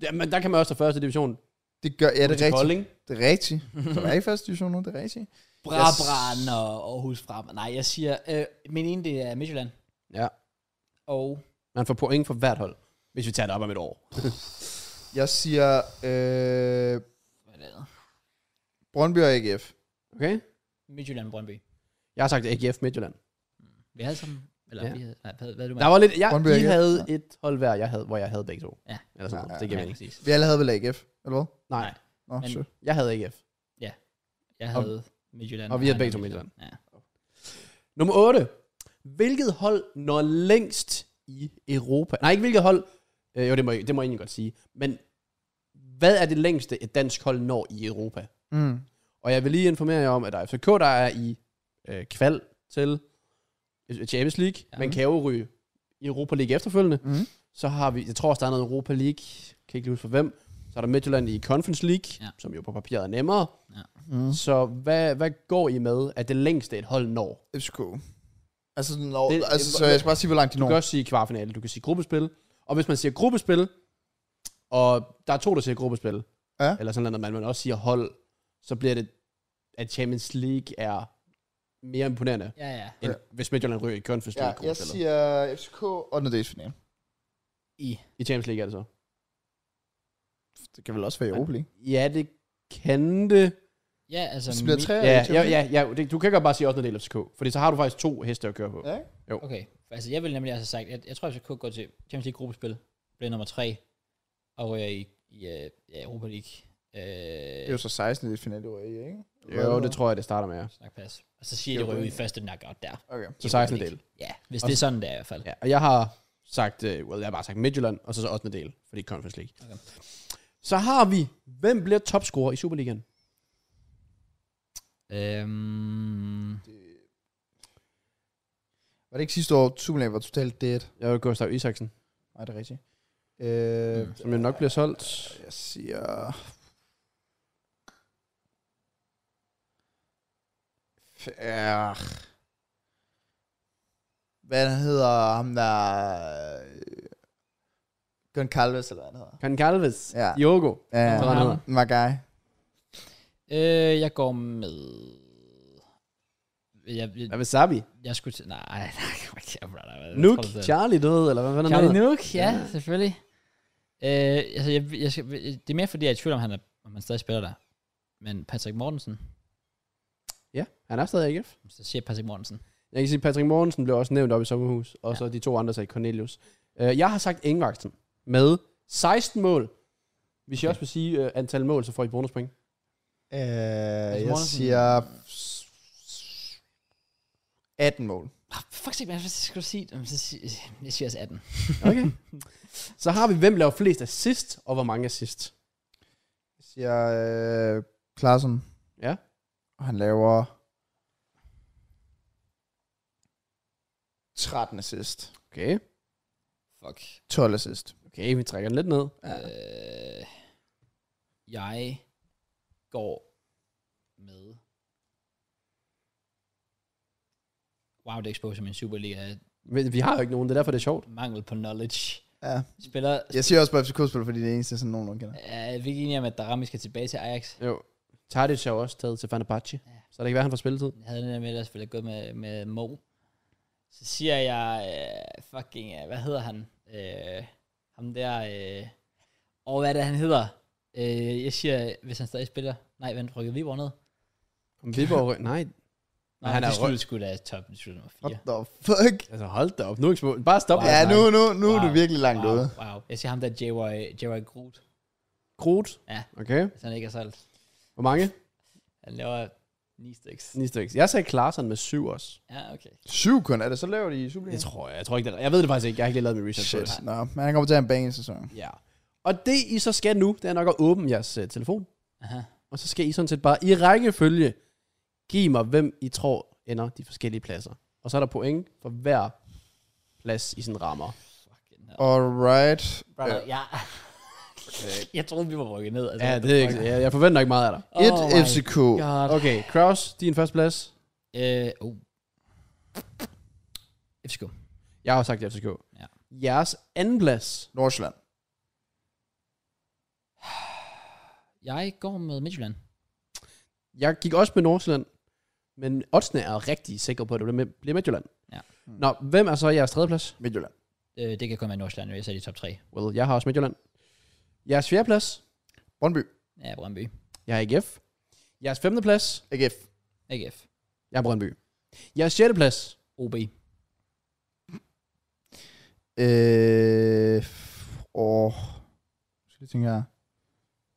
Speaker 3: Jamen, der kan man også tage første division.
Speaker 2: Det gør, ja, det er
Speaker 3: Til
Speaker 2: rigtigt.
Speaker 3: Kolding.
Speaker 2: Det er rigtigt. Så der er ikke første division nu, det er rigtigt.
Speaker 1: Brabrand og Aarhus frem. Nej, jeg siger... Øh, min ene, det er Midtjylland.
Speaker 3: Ja.
Speaker 1: Og...
Speaker 3: Man får point for hvert hold, hvis vi tager det op om et år.
Speaker 2: Jeg siger øh,
Speaker 1: Hvad er det? andet?
Speaker 2: Brøndby og AGF.
Speaker 3: Okay?
Speaker 1: Midtjylland Brøndby.
Speaker 3: Jeg har sagt AGF Midtjylland.
Speaker 1: Vi havde sammen... Eller
Speaker 3: Ja.
Speaker 1: vi havde... Nej, hvad, hvad er du med?
Speaker 3: Der var lidt... Jeg,
Speaker 2: Brøndby
Speaker 3: I
Speaker 2: AGF.
Speaker 3: havde
Speaker 2: Ja.
Speaker 3: et hold hver, jeg havde, hvor jeg havde begge to.
Speaker 1: Ja.
Speaker 3: Eller sådan
Speaker 2: Ja,
Speaker 3: noget. Det giver
Speaker 1: ja,
Speaker 3: mening.
Speaker 1: præcis.
Speaker 2: Vi alle havde vel AGF, eller hvad?
Speaker 3: Nej,
Speaker 1: Nej.
Speaker 2: Nå,
Speaker 1: Men-
Speaker 2: shit.
Speaker 3: jeg havde AGF.
Speaker 1: Jeg
Speaker 3: Og-
Speaker 1: havde Midtjylland.
Speaker 3: og vi
Speaker 1: han
Speaker 3: havde begge to
Speaker 1: Ja.
Speaker 3: Nummer 8. Hvilket hold når længst i Europa? Nej, ikke hvilket hold. Øh, jo, det må, I- det må jeg egentlig godt sige. Men hvad er det længste, et dansk hold når i Europa?
Speaker 2: Mm.
Speaker 3: Og jeg vil lige informere jer om, at der er FCK, der er i øh, kval til Champions League.
Speaker 1: Ja. Mhm.
Speaker 3: Man kan jo ryge i Europa League efterfølgende.
Speaker 2: Mm.
Speaker 3: Så har vi, jeg tror også, der er noget Europa League. Kan ikke lige huske for hvem. Så er der Midtjylland i Conference League,
Speaker 1: Ja.
Speaker 3: ja. som jo på papiret er nemmere.
Speaker 2: Mm.
Speaker 3: Så hvad, hvad går I med, at det længste et hold når?
Speaker 2: FCK. Altså, sådan, når,
Speaker 3: Det-
Speaker 2: det, altså
Speaker 3: det-
Speaker 2: så jeg skal bare sige, hvor langt de
Speaker 3: Du
Speaker 2: når.
Speaker 3: kan også sige kvartfinale, du kan sige gruppespil. Og hvis man siger gruppespil, og der er to, der siger gruppespil,
Speaker 2: Ja.
Speaker 3: eller sådan noget, man, man også siger hold, så bliver det, at Champions League er mere imponerende,
Speaker 1: Ja, ja.
Speaker 3: end hvis Midtjylland ryger i Conference
Speaker 2: Ja,
Speaker 3: League
Speaker 2: jeg
Speaker 3: gruppespillet.
Speaker 2: siger FCK 8. delsfinale.
Speaker 1: I.
Speaker 3: I Champions League er det så.
Speaker 2: Det kan vel også være i Europa League.
Speaker 3: Ja, det kan det.
Speaker 1: Ja, altså...
Speaker 2: Så det bliver
Speaker 1: mit-
Speaker 2: 3
Speaker 3: Ja, ja, ja, ja det, du kan godt bare sige 8. del af FCK, fordi så har du faktisk to heste at køre på.
Speaker 2: ja.
Speaker 1: Okay, altså jeg vil nemlig altså sagt, jeg, jeg tror, jeg skal gå til Champions League gruppespil, bliver nummer 3, og ryger i, i øh, ja, Europa League.
Speaker 2: Det
Speaker 1: Øh,
Speaker 2: er jo så 16. delsfinale, du er i, ikke?
Speaker 3: Jo, det tror jeg, det starter med.
Speaker 1: snak pas. Og så siger jeg, de ryger ud i første knockout der.
Speaker 2: Okay.
Speaker 3: Så
Speaker 1: I
Speaker 3: 16.
Speaker 1: Europa
Speaker 3: del.
Speaker 1: League. Ja, hvis
Speaker 3: Og
Speaker 1: det er sådan, det er i hvert fald.
Speaker 3: Ja, og jeg har sagt, øh, well, jeg har bare sagt Midtjylland, og så så 8. del, fordi Conference League.
Speaker 1: Okay.
Speaker 3: Okay. Så har vi, hvem bliver topscorer i Superligaen?
Speaker 1: Øhm,
Speaker 2: Var det ikke sidste år, Superligan var totalt dead?
Speaker 3: Jeg vil Gustav Isaksen,
Speaker 2: Nej, det er rigtigt. Øh,
Speaker 1: Mm.
Speaker 3: som jo nok bliver solgt.
Speaker 2: Jeg siger... 4. Hvad hedder ham der... Goncalves, eller hvad han hedder?
Speaker 3: Kan Galvez,
Speaker 2: Ja.
Speaker 3: ja. Diogo.
Speaker 2: Ja,
Speaker 1: Hvad var han
Speaker 2: ja.
Speaker 1: hedder?
Speaker 2: my guy.
Speaker 1: øh, jeg går med... Jeg, jeg,
Speaker 3: Hvad med Sabi?
Speaker 1: jeg skulle til... Nej, nej, okay, jeg tror, der er-
Speaker 3: Nuke,
Speaker 1: jeg tror, det er-
Speaker 3: Charlie døde, eller hvad fanden han
Speaker 1: Charlie
Speaker 3: hedder?
Speaker 1: Nuke, ja, selvfølgelig. Øh, altså, jeg, jeg skal, det er mere fordi, jeg er i tvivl om, han er, om han stadig spiller der. Men Patrick Mortensen,
Speaker 3: Ja, han er stadig i AGF.
Speaker 1: så siger Patrick Mortensen.
Speaker 3: Jeg kan sige, Patrick Mortensen blev også nævnt op i sommerhus, og så de to andre sagde Cornelius. Øh, Jeg har sagt Ingvartsen med 16 mål. Hvis okay. jeg også vil sige uh, antal mål, så får I bonuspoint.
Speaker 2: Øh, jeg
Speaker 1: Mortensen.
Speaker 2: siger... 18 mål.
Speaker 1: Oh, fuck sig, hvad skal du sige? Jamen, så sig- Jeg siger altså 18.
Speaker 3: Okay. så har vi, hvem laver flest assist, og hvor mange assist.
Speaker 2: Jeg siger... Øh, Klaassen.
Speaker 3: Ja.
Speaker 2: Og han laver... 13 assist.
Speaker 3: Okay.
Speaker 1: Fuck.
Speaker 2: 12 assist.
Speaker 3: Okay, vi trækker den lidt ned.
Speaker 1: Ja. Øh, jeg går med... Wow, det exposure min Superliga er
Speaker 3: Men vi har jo ikke nogen, det er derfor, det er sjovt.
Speaker 1: mangel på knowledge.
Speaker 2: Ja.
Speaker 1: Spiller...
Speaker 2: Jeg siger også på FCK-spil, fordi det er det eneste, sådan nogen, nogen kender.
Speaker 1: Er vi ikke enige om, at Darami skal tilbage til Ajax?
Speaker 3: Jo. Tadic er jo også taget til Fenerbahce,
Speaker 1: Ja.
Speaker 3: ja. så det kan være, han får spilletid.
Speaker 1: Jeg havde den der med, at jeg ville gå med, med Mo. Så siger jeg, øh, fucking, øh, hvad hedder han? Øh, ham der, øh, og hvad er det, han hedder? Øh, jeg siger, hvis han stadig spiller. Nej, vent, rykker Viborg ned?
Speaker 3: Om Viborg, rø- nej.
Speaker 1: Nej, han
Speaker 3: han
Speaker 1: er
Speaker 3: er rød.
Speaker 1: slutte skulle da top, de sluttede nummer 4.
Speaker 2: What the fuck?
Speaker 3: Altså hold da op, nu er ikke spurgt. Bare stop.
Speaker 1: Wow.
Speaker 2: Ja, nu,
Speaker 3: Ja.
Speaker 2: nu, nu wow. er du
Speaker 1: Wow.
Speaker 2: virkelig langt wow.
Speaker 1: wow,
Speaker 2: ude.
Speaker 1: wow. Jeg siger ham der, J.Y. J.Y. Groot,
Speaker 3: Krut.
Speaker 1: Ja.
Speaker 3: Okay.
Speaker 1: hvis han ikke er solgt.
Speaker 3: Hvor mange?
Speaker 1: Han laver 9 styks.
Speaker 3: 9 stykker. Jeg sagde Klaarsson med 7 også.
Speaker 1: Ja, okay.
Speaker 2: Syv kun, er det så lavt i Superligaen?
Speaker 3: Det tror jeg. Jeg tror ikke, det er, Jeg ved det faktisk ikke. Jeg har ikke lige lavet min research på
Speaker 2: Shit.
Speaker 3: det.
Speaker 2: Nå, men han kommer til at have en bang sæson.
Speaker 3: Ja. Og det, I så skal nu, det er nok at åbne jeres uh, telefon.
Speaker 1: Aha.
Speaker 3: Og så skal I sådan set bare i rækkefølge give mig, hvem I tror ender de forskellige pladser. Og så er der point for hver plads i sådan rammer. Altså,
Speaker 1: Fucking hell.
Speaker 2: Alright.
Speaker 1: Brother, ja. jeg troede, vi var rykket ned. Altså,
Speaker 3: Ja, det er ikke, jeg, jeg forventer ikke meget af dig.
Speaker 1: Oh
Speaker 2: Et
Speaker 1: my
Speaker 2: FCK.
Speaker 1: God.
Speaker 3: Okay, Kraus, din første plads.
Speaker 1: Øh, oh. FCK.
Speaker 3: Jeg har sagt FCK.
Speaker 1: Ja.
Speaker 3: Jeres anden plads.
Speaker 2: Nordsjælland.
Speaker 1: Jeg går med Midtjylland.
Speaker 3: Jeg gik også med Nordsjælland, men oddsene er rigtig sikre på, at det bliver Mid- bliver Midtjylland. Hmm.
Speaker 1: Ja.
Speaker 3: Nå, hvem er så jeres tredje plads?
Speaker 2: Midtjylland.
Speaker 1: Øh, det kan kun være Nordsjælland, jeg er i top 3.
Speaker 3: Well, jeg har også Midtjylland. Jeres fjerde plads.
Speaker 2: Brøndby.
Speaker 1: Ja, Brøndby.
Speaker 3: Jeg har AGF. Jeres femte plads.
Speaker 2: AGF.
Speaker 1: AGF.
Speaker 3: Jeg har Brøndby. Jeres sjette plads.
Speaker 1: OB.
Speaker 2: Øh, f- åh. Nu Skal jeg tænke her.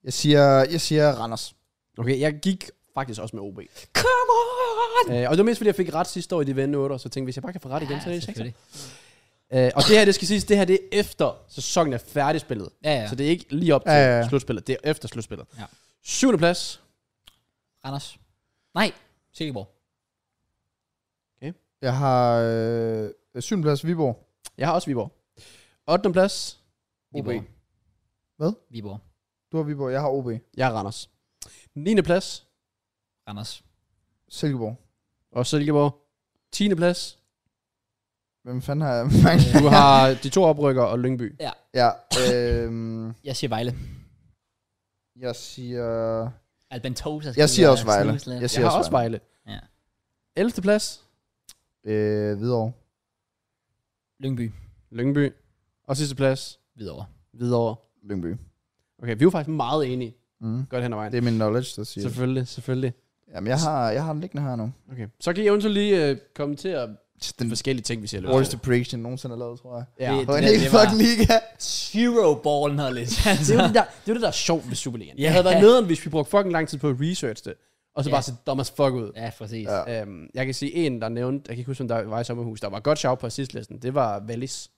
Speaker 2: Jeg siger, jeg siger Randers.
Speaker 3: Okay, jeg gik faktisk også med OB.
Speaker 1: Come on!
Speaker 3: Øh, og det var mest fordi, jeg fik ret sidste år i de vende 8, så tænkte hvis jeg bare kan få ret igen, så er det 6.
Speaker 1: selvfølgelig.
Speaker 3: Øh, og det her, det skal siges, det her det er efter sæsonen er færdigspillet.
Speaker 1: Ja, ja.
Speaker 3: Ja. Så det er ikke lige op til
Speaker 2: Ja,
Speaker 3: ja,
Speaker 2: ja,
Speaker 3: ja,
Speaker 2: ja.
Speaker 3: slutspillet, det er efter slutspillet.
Speaker 1: Ja.
Speaker 3: Syvende plads.
Speaker 1: Randers. Nej, Silkeborg.
Speaker 2: Jeg har øh, syvende plads Viborg.
Speaker 3: Jeg har også Viborg. 8. plads. OB.
Speaker 1: Viborg.
Speaker 2: Hvad?
Speaker 1: Viborg.
Speaker 2: Du har Viborg, jeg har OB.
Speaker 3: Jeg er Randers. 9. plads.
Speaker 1: Anders.
Speaker 2: Silkeborg.
Speaker 3: Og Silkeborg. 10. plads.
Speaker 2: Hvem fanden har jeg?
Speaker 3: Du har de to oprykker og Lyngby.
Speaker 2: ja, øhm,
Speaker 1: Jeg siger Vejle.
Speaker 2: jeg siger...
Speaker 1: Alban Tosa skal
Speaker 2: Jeg
Speaker 1: lige
Speaker 2: siger
Speaker 1: være
Speaker 2: også Vejle.
Speaker 1: snuslet.
Speaker 2: Jeg
Speaker 3: Jeg
Speaker 2: siger
Speaker 3: har også
Speaker 2: også Vejle.
Speaker 3: Vejle.
Speaker 1: Ja.
Speaker 3: 11. plads.
Speaker 2: Øh, Hvidovre.
Speaker 1: Lyngby.
Speaker 3: Lyngby. Og sidste plads.
Speaker 1: Hvidovre.
Speaker 3: Hvidovre.
Speaker 2: Lyngby.
Speaker 3: Okay, vi er jo faktisk meget enige.
Speaker 2: Mm.
Speaker 3: Godt hen ad vejen.
Speaker 2: Det er min knowledge, der siger det.
Speaker 3: Selvfølgelig, selvfølgelig.
Speaker 2: Jamen, jeg har, jeg har den liggende her nu.
Speaker 3: Okay. Så kan I eventuelt lige øh, kommentere
Speaker 2: Den
Speaker 3: forskellige ting, vi siger. i løbet af
Speaker 2: worst prediction nogensinde har lavet, tror jeg.
Speaker 3: Ja.
Speaker 1: Det-
Speaker 2: På en
Speaker 1: der-
Speaker 2: helt
Speaker 1: det var-
Speaker 2: fucking liga.
Speaker 1: Zero ballen her lidt.
Speaker 3: Det
Speaker 1: Altså.
Speaker 3: er jo det der, det, er jo det, der er sjovt ved Superligaen.
Speaker 1: Ja.
Speaker 3: Det havde været nederen, hvis vi brugte fucking lang tid på at research det, og så
Speaker 1: Ja.
Speaker 3: bare se dumb as fuck ud.
Speaker 1: ja, præcis.
Speaker 2: Ja.
Speaker 3: Øhm, jeg kan sige en, der nævnte, jeg kan ikke huske, om der var i sommerhus, der var godt sjov på assistlisten, det var Wallis.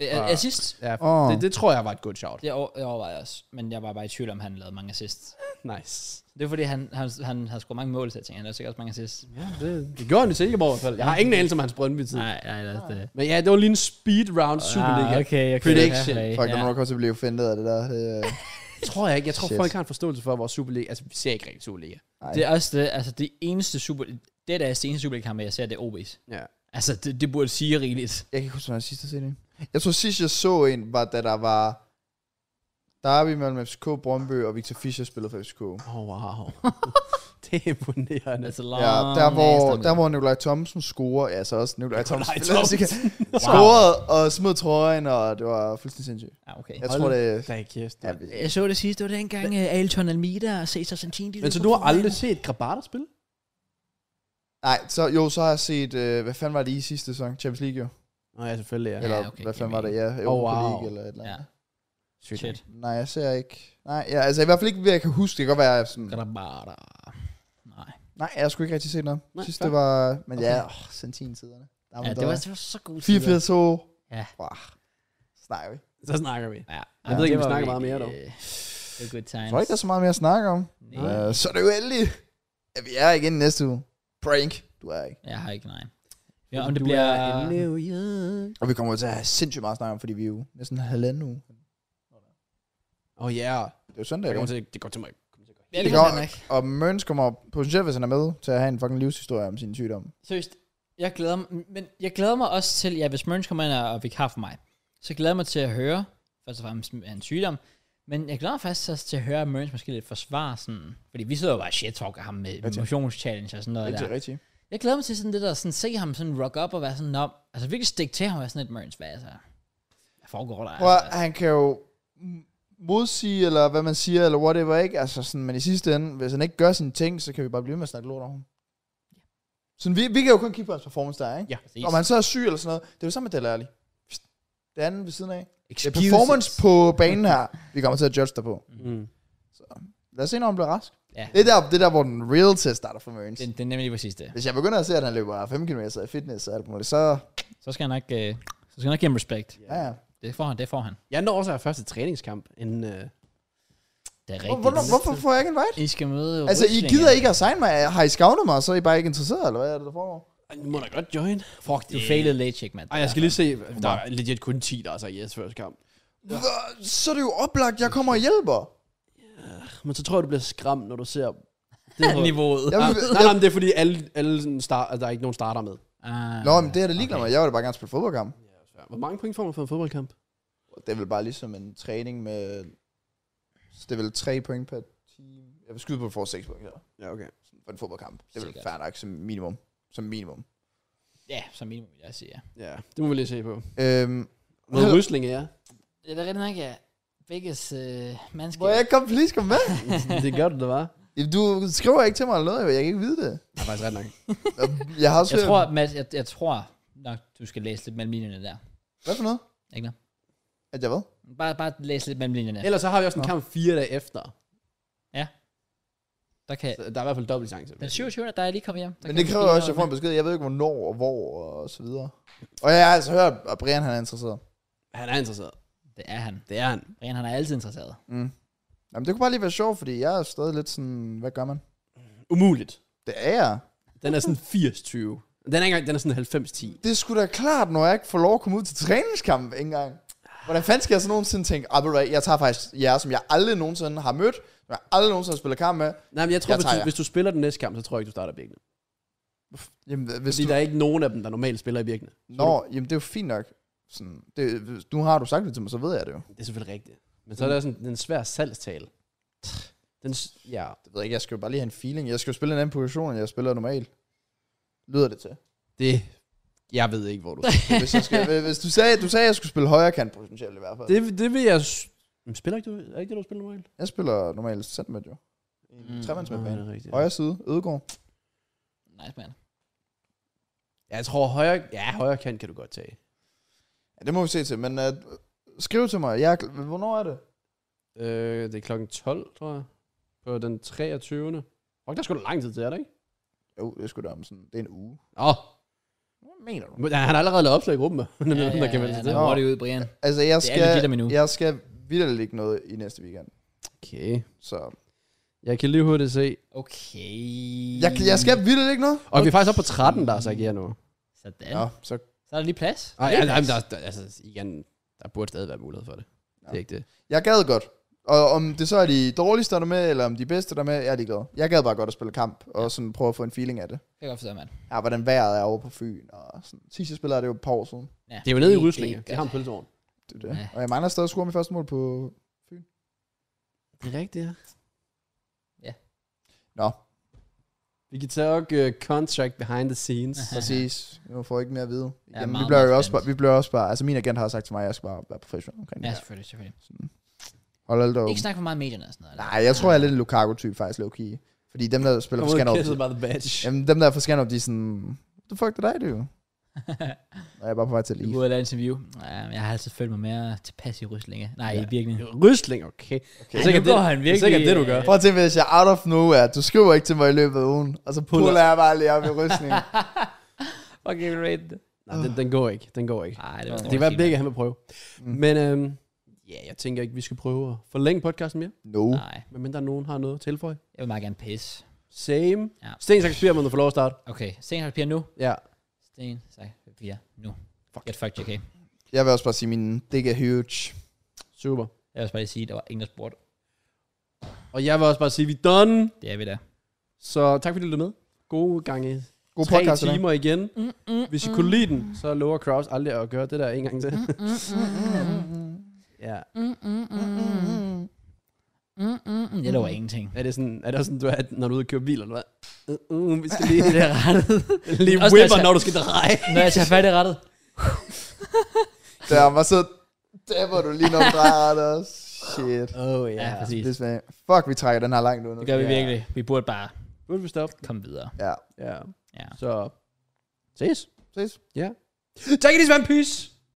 Speaker 1: Ja.
Speaker 3: Og-
Speaker 1: Assist.
Speaker 3: Ja,
Speaker 2: Åh.
Speaker 3: det, det, tror jeg var et godt shout.
Speaker 1: Det over- jeg overvejede også, men jeg var bare i tvivl om, han lavede mange assists.
Speaker 3: Nice.
Speaker 1: Det er fordi, han, han, han har scoret mange mål, så jeg tænker, han har sikkert også mange assists.
Speaker 3: Ja, det, det gjorde han i Silkeborg i hvert fald. Jeg har ingen anelse om hans Brøndby-tid.
Speaker 1: Nej, nej, det er det.
Speaker 3: Men ja, det var lige en speed round Superliga.
Speaker 1: Ah, okay, okay.
Speaker 3: Prediction.
Speaker 1: okay.
Speaker 2: Fuck, der må
Speaker 1: Ja.
Speaker 2: nok også blive offentet af det der. Det, øh,
Speaker 3: Det tror jeg ikke. Jeg tror,
Speaker 2: Shit.
Speaker 3: folk har en forståelse for, hvor Superliga... Altså, vi ser ikke rigtig Superliga.
Speaker 2: ej.
Speaker 1: Det er også det, altså det eneste super... Det der er det eneste superliga jeg ser, det er OB's.
Speaker 3: Ja.
Speaker 1: Altså, det, det burde sige rigeligt.
Speaker 2: Jeg kan ikke huske, hvornår jeg sidst har set en. Jeg tror sidst, jeg så en, var da der var Derby mellem FCK, Brøndby og Victor Fischer spillede for FCK.
Speaker 1: Ah,
Speaker 3: Oh, wow. det er imponerende.
Speaker 1: That's a altså, long
Speaker 2: Ja, der hvor,
Speaker 1: ass
Speaker 2: der hvor Nikolaj Thomsen scorer, ja, så også Nikolaj Thomsen
Speaker 3: Nikolaj
Speaker 2: spillede,
Speaker 3: Thomsen.
Speaker 1: Wow.
Speaker 2: scorede og smed trøjen, og det var fuldstændig sindssygt.
Speaker 1: Ja, okay.
Speaker 2: Jeg tror, det
Speaker 3: Da kæft.
Speaker 2: ja,
Speaker 3: Ja.
Speaker 1: Jeg så det sidste, det var dengang uh, Alton Almeida og Cesar Santini.
Speaker 3: Men så du har aldrig set Grabata spille?
Speaker 2: Nej, så, jo, så har jeg set, øh, hvad fanden var det i sidste sæson? Champions League jo?
Speaker 3: Nå ja, selvfølgelig, ja.
Speaker 2: Eller
Speaker 1: Ja, okay,
Speaker 2: hvad fanden
Speaker 1: giver
Speaker 2: var det? Ja, Europa
Speaker 3: wow.
Speaker 2: League eller et eller andet.
Speaker 1: Ja.
Speaker 2: Ja.
Speaker 3: Sygt.
Speaker 1: Shit.
Speaker 2: Nej, jeg ser ikke. Nej, ja, altså i hvert fald ikke, hvad jeg kan huske. Det kan godt være, jeg sådan...
Speaker 1: Grabada. Nej.
Speaker 2: Nej, jeg skulle ikke rigtig se noget.
Speaker 3: Nej,
Speaker 2: Nej, Sidst
Speaker 3: fair.
Speaker 2: det var... Men okay.
Speaker 1: Okay.
Speaker 2: ja, åh, Santin-tiderne. Der
Speaker 1: Ja, det var, det var så god
Speaker 2: 84 år.
Speaker 1: Ja.
Speaker 2: Wow. Snakker vi.
Speaker 3: Så snakker vi.
Speaker 1: Ja.
Speaker 3: Jeg ved ikke, om vi snakker meget mere, dog.
Speaker 1: Det var øh, good times.
Speaker 2: Jeg tror ikke, der er så meget mere at snakke om.
Speaker 1: Nej.
Speaker 2: Uh, så er det jo endelig, at vi er her igen næste uge. Prank. Du er ikke.
Speaker 1: Jeg har ikke, nej. Ja, om det bliver...
Speaker 2: Og vi kommer til at have sindssygt meget at snakke om, fordi vi er jo næsten halvanden uge.
Speaker 3: Åh oh, ja. Yeah.
Speaker 2: Det er jo søndag,
Speaker 3: Det
Speaker 2: ikke?
Speaker 3: kommer til, det går til mig.
Speaker 1: Ja,
Speaker 2: Det
Speaker 1: det
Speaker 2: går
Speaker 1: går nok.
Speaker 2: Og Møns kommer potentielt, hvis han er med, til at have en fucking livshistorie om sin sygdom.
Speaker 1: Seriøst, jeg glæder mig, men jeg glæder mig også til, ja, hvis Mørens kommer ind og og vikar for mig, så glæder jeg mig til at høre, først og fremmest er en sygdom, men jeg glæder mig faktisk også til at høre Mørens måske lidt forsvar, sådan, fordi vi sidder jo bare og shit-talker ham med
Speaker 2: Rigtig.
Speaker 1: motionschallenge og sådan noget
Speaker 2: Rigtig,
Speaker 1: der.
Speaker 2: rigtigt.
Speaker 1: Jeg glæder mig til sådan det der, sådan se ham sådan rock op og være sådan om, altså virkelig stikke til ham og være sådan lidt Mørens, hvad altså, hvad foregår der?
Speaker 2: Prøv, at-
Speaker 1: altså,
Speaker 2: han kan jo m- modsige, eller hvad man siger, eller whatever, ikke? Altså sådan, men i sidste ende, hvis han ikke gør sine ting, så kan vi bare blive ved med at snakke lort om ham. Så vi, vi kan jo kun kigge på hans performance der, ikke?
Speaker 3: Ja.
Speaker 1: præcis.
Speaker 2: Om han så er syg eller sådan noget, det er jo det samme med Dele Alli. Det andet ved siden af. Det er
Speaker 1: Excuses.
Speaker 2: performance på banen her, vi kommer til at judge dig på.
Speaker 3: Mm.
Speaker 2: Lad os se, når han bliver rask.
Speaker 1: Ja,
Speaker 2: Det er der, det er der hvor den real test starter for Mørens.
Speaker 1: det, det er nemlig præcis det.
Speaker 2: Hvis jeg begynder at se, at han løber 5 km i fitness og alt muligt, så...
Speaker 1: Så skal jeg nok, øh, så skal jeg nok give ham respekt.
Speaker 2: Ja, ja.
Speaker 1: Det får han, det får han.
Speaker 3: Jeg når også at have første træningskamp. En, øh,
Speaker 1: Det er
Speaker 2: Hvor,
Speaker 1: rigtigt.
Speaker 2: hvornår- hvorfor får jeg ikke en vej?
Speaker 1: I skal møde
Speaker 2: Altså, I
Speaker 1: Ryslinge.
Speaker 2: gider ikke at signe mig. Har I scoutet mig, og så er I bare ikke interesseret, eller hvad er det, der foregår?
Speaker 3: ej, nu må da godt join. Fuck,
Speaker 1: Du failede late check, mand.
Speaker 3: Ej, jeg skal lige se. Der er legit kun 10, der er så yes første kamp.
Speaker 2: Ja. Så er det jo oplagt, jeg kommer og hjælper.
Speaker 3: Men så tror jeg, du bliver skræmt, når du ser... Det
Speaker 1: lige niveauet.
Speaker 2: Jeg
Speaker 3: Nej,
Speaker 2: vil,
Speaker 3: nej, nej, men det er fordi, alle, alle sådan start, altså, der er ikke nogen starter med.
Speaker 1: Ah,
Speaker 2: Nå, men det er det ligeglad okay. med. Jeg vil da bare gerne spille fodboldkamp.
Speaker 3: Hvor mange point får man for en fodboldkamp?
Speaker 2: Det er vel bare ligesom en træning med... Så det er vel tre point per time. Jeg vil skyde på, at du får seks point her,
Speaker 3: Ja, okay.
Speaker 2: for en fodboldkamp. Det er vel
Speaker 1: Sikkert.
Speaker 2: fair nok, som minimum. Som minimum.
Speaker 1: Ja, som minimum, vil jeg siger. Ja.
Speaker 3: Ja, det må vi lige se på.
Speaker 2: Øhm,
Speaker 3: Mod
Speaker 2: Hallo.
Speaker 3: Ryslinge, ja.
Speaker 1: ja, det er rigtig nok, ja. Begges øh, mandskab.
Speaker 2: må jeg ikke komme, please komme med?
Speaker 3: det gør du, det var.
Speaker 2: Jamen, Du skriver ikke til mig eller noget, jeg kan ikke vide det.
Speaker 3: Det er faktisk ret nok.
Speaker 2: Jeg har også...
Speaker 1: jeg tror, Mads, jeg, jeg tror nok, du skal læse lidt mellem linjerne der.
Speaker 2: Hvad for noget?
Speaker 1: Ikke noget?
Speaker 2: At jeg hvad?
Speaker 1: Bare, bare læse lidt mellem linjerne.
Speaker 3: Ellers så har vi også en kamp fire dage efter.
Speaker 1: Der kan,
Speaker 3: Så der er i hvert fald dobbelt chance.
Speaker 1: den 27. der er jeg lige kommet hjem. Der
Speaker 2: Men
Speaker 1: kan
Speaker 2: det
Speaker 1: vi
Speaker 2: kræver
Speaker 1: lige
Speaker 2: også, at jeg
Speaker 1: holde
Speaker 2: får en besked. Jeg ved ikke, hvornår og hvor og så videre. Og jeg har altså hørt, at Brian han er interesseret.
Speaker 3: Han er interesseret.
Speaker 1: med. Det er han.
Speaker 3: Det er han.
Speaker 1: Brian, han er altid interesseret.
Speaker 2: Mm. Jamen, det kunne bare lige være sjovt, fordi jeg er stadig lidt sådan, hvad gør man?
Speaker 3: Umuligt.
Speaker 2: Det er jeg.
Speaker 3: Den er sådan 80-20. Den er, ikke engang, den er sådan 90-10.
Speaker 2: Det skulle da klart, når jeg ikke får lov at komme ud til træningskamp engang. Hvordan fanden skal jeg så nogensinde tænke, ah, ved du hvad, jeg tager faktisk jer, som jeg aldrig nogensinde har mødt, som jeg aldrig nogensinde har spillet kamp med.
Speaker 3: Nej, men jeg tror,
Speaker 2: Jeg
Speaker 3: jeg hvis,
Speaker 2: tager jer.
Speaker 3: du, hvis du spiller den næste kamp, så tror jeg ikke, du starter Birkene.
Speaker 2: Jamen, hvis
Speaker 3: Fordi
Speaker 2: du,
Speaker 3: der er ikke nogen af dem, der normalt spiller i Birkene.
Speaker 2: nå, jamen, det er jo fint nok. Sådan, det, nu har du sagt det til mig, så ved jeg det jo.
Speaker 3: Det er selvfølgelig rigtigt. Men så er der sådan den svær salgstale. Den, s- ja.
Speaker 2: Det ved jeg ikke, jeg skal jo bare lige have en feeling. Jeg skal jo spille en anden position, end jeg spiller normalt. Lyder det til.
Speaker 3: Det, jeg ved ikke, hvor du
Speaker 2: Hvis, jeg skal, hvis du, sagde, du sagde, at jeg skulle spille højre kant potentielt i hvert fald. Det.
Speaker 3: det, det vil jeg... s- Men spiller ikke du? Er ikke det, du spiller normalt?
Speaker 2: Jeg spiller normalt sentiment jo.
Speaker 1: Mm.
Speaker 2: Mm. Tremandsmidtbane.
Speaker 3: det er rigtigt.
Speaker 2: Højre side, Ødegård.
Speaker 1: Nice, man.
Speaker 3: Ja, jeg tror højre... Ja, højre kant kan du godt tage.
Speaker 2: Ja, det må vi se til, men uh, skriv til mig. Jeg, er- hvornår er det?
Speaker 3: Øh, det er klokken 12, tror jeg. På den 23. Og der er sgu da lang tid til, er der ikke?
Speaker 2: Jo, det er sgu da om sådan, det er en uge.
Speaker 3: Åh,
Speaker 2: Hvad mener du?
Speaker 3: men han har allerede lavet opslag i gruppen. Ja,
Speaker 1: Ja, ja,
Speaker 3: der kan
Speaker 1: ja,
Speaker 3: melde sig
Speaker 1: Øh, han
Speaker 3: til.
Speaker 1: er hurtigt ud, Brian.
Speaker 2: Altså, jeg
Speaker 1: Det er legit
Speaker 2: skal,
Speaker 1: om en uge.
Speaker 2: jeg skal vildt lægge noget i næste weekend.
Speaker 3: Okay.
Speaker 2: Så
Speaker 3: Jeg kan lige hurtigt se.
Speaker 1: Okay.
Speaker 2: jeg, jeg skal vildt lægge noget.
Speaker 3: Og vi er faktisk oppe på 13, der er sagt ja nu.
Speaker 1: Sådan.
Speaker 2: Ja. Nå, så
Speaker 1: Så er der lige plads.
Speaker 3: Ej,
Speaker 1: Lige
Speaker 3: ej, ej,
Speaker 1: plads.
Speaker 3: der, der, altså, igen, der burde stadig være mulighed for det. Ja. Det er ikke det.
Speaker 2: jeg gad godt. Og om det så er de dårligste, der er med, eller om de bedste, der er med, jeg er ligeglad. Jeg gad bare godt at spille kamp, og sådan prøve at få en feeling af det.
Speaker 1: Det kan jeg godt forstå, mand.
Speaker 2: Ja, hvordan vejret er over på Fyn, og sådan. Sidst jeg spillede, er det jo et par år siden.
Speaker 1: Ja.
Speaker 3: Det er jo nede i
Speaker 1: Helt
Speaker 3: Ryslinge.
Speaker 1: godt.
Speaker 3: Det har en pølsevogn.
Speaker 2: Det er det.
Speaker 1: Ja.
Speaker 2: Ja. Og jeg mangler stadig at score mit første mål på...
Speaker 3: Det er rigtigt, ja.
Speaker 2: Nå,
Speaker 3: Vi kan tage og uh, contract behind the scenes.
Speaker 2: præcis. Nu får jeg ikke mere at vide.
Speaker 1: Ja,
Speaker 2: Ja, Jamen, vi
Speaker 1: meget,
Speaker 2: bliver
Speaker 1: meget
Speaker 2: jo også bare,
Speaker 1: spændende.
Speaker 2: vi bliver også bare... Altså, min agent har sagt til mig, at jeg skal bare være professionel omkring
Speaker 1: Ja,
Speaker 2: ja. det her.
Speaker 1: selvfølgelig, selvfølgelig.
Speaker 2: Hold alt
Speaker 1: Ikke
Speaker 2: over.
Speaker 1: snakke for meget om medierne og sådan noget.
Speaker 2: Nej, jeg tror, jeg er lidt en Lukaku-type faktisk, low-key. Fordi dem, der spiller for Skanderup...
Speaker 3: Overkastet by the badge.
Speaker 2: Jamen, dem, der er for Skanderup, de er sådan... What the fuck det er dig, du? Og jeg er bare på vej til at
Speaker 1: Du
Speaker 2: leave.
Speaker 1: burde lave interview. Ja, men jeg har altid følt mig mere tilpas i Ryslinge. Nej, i virkelig.
Speaker 3: Rysling, okay.
Speaker 1: Okay.
Speaker 3: er sikkert
Speaker 1: nu går
Speaker 3: det-
Speaker 1: han
Speaker 3: det
Speaker 1: virkelig.
Speaker 3: er
Speaker 1: øh,
Speaker 3: sikkert det, du gør.
Speaker 2: Prøv at tænke, hvis jeg er out of nowhere, du skriver ikke til mig i løbet af ugen, og så
Speaker 3: Puller.
Speaker 2: puller jeg bare lige op i rysningen.
Speaker 1: Fucking rate det.
Speaker 3: Nej,
Speaker 2: Ah.
Speaker 3: den, den går ikke. Den går ikke.
Speaker 1: Nej, det
Speaker 2: var
Speaker 1: var
Speaker 3: Det kan være begge, han vil prøve.
Speaker 1: Mm.
Speaker 2: Mm.
Speaker 3: Men øhm, ja, jeg tænker ikke, vi skal prøve at forlænge podcasten mere.
Speaker 2: No.
Speaker 1: Nej,
Speaker 3: Men der nogen har noget at tilføje.
Speaker 1: jeg vil meget gerne pisse.
Speaker 3: Same.
Speaker 1: Ja.
Speaker 3: Ja. Sten, sagt, spire, om du får lov at starte.
Speaker 1: Okay, sten, saks, papir nu.
Speaker 3: Ja.
Speaker 1: Sten, saks, papir nu. Fuck. Get fucked, JK.
Speaker 2: Jeg vil også bare sige, min dick er huge.
Speaker 3: Super.
Speaker 1: Jeg vil også bare lige sige, der var ingen, der spurgte.
Speaker 3: Og jeg vil også bare sige, vi er done.
Speaker 1: Det er vi da.
Speaker 3: Så tak fordi du lyttede med. God gang i
Speaker 2: God
Speaker 3: tre
Speaker 2: podcast. i dag.
Speaker 3: timer igen. Mm, mm, Hvis I kunne lide den, så lover Kraus aldrig at gøre det der en gang til. ja.
Speaker 1: Mm, jeg lover ingenting.
Speaker 3: Er det sådan, er det også sådan, du er, når du er ude og kører bil, eller hvad? Uh, uh, vi skal lige,
Speaker 1: Det er rettet.
Speaker 3: lige
Speaker 1: Også når jeg
Speaker 3: whipper,
Speaker 1: skal-
Speaker 3: når du skal dreje.
Speaker 1: Når jeg tager fat i rettet.
Speaker 2: Der var så dæpper du lige noget drejer det også. Shit.
Speaker 3: Oh,
Speaker 1: Ja, præcis.
Speaker 2: Det smager. Fuck, vi trækker den her langt ud. nu.
Speaker 1: Det gør vi
Speaker 3: Ja.
Speaker 1: virkelig. Vi burde bare
Speaker 3: Nu vil vi stoppe.
Speaker 1: komme videre.
Speaker 2: Ja.
Speaker 3: Ja.
Speaker 1: Ja.
Speaker 3: Så ses.
Speaker 2: Ses.
Speaker 3: Ja. Tak i det, Svamp Peace.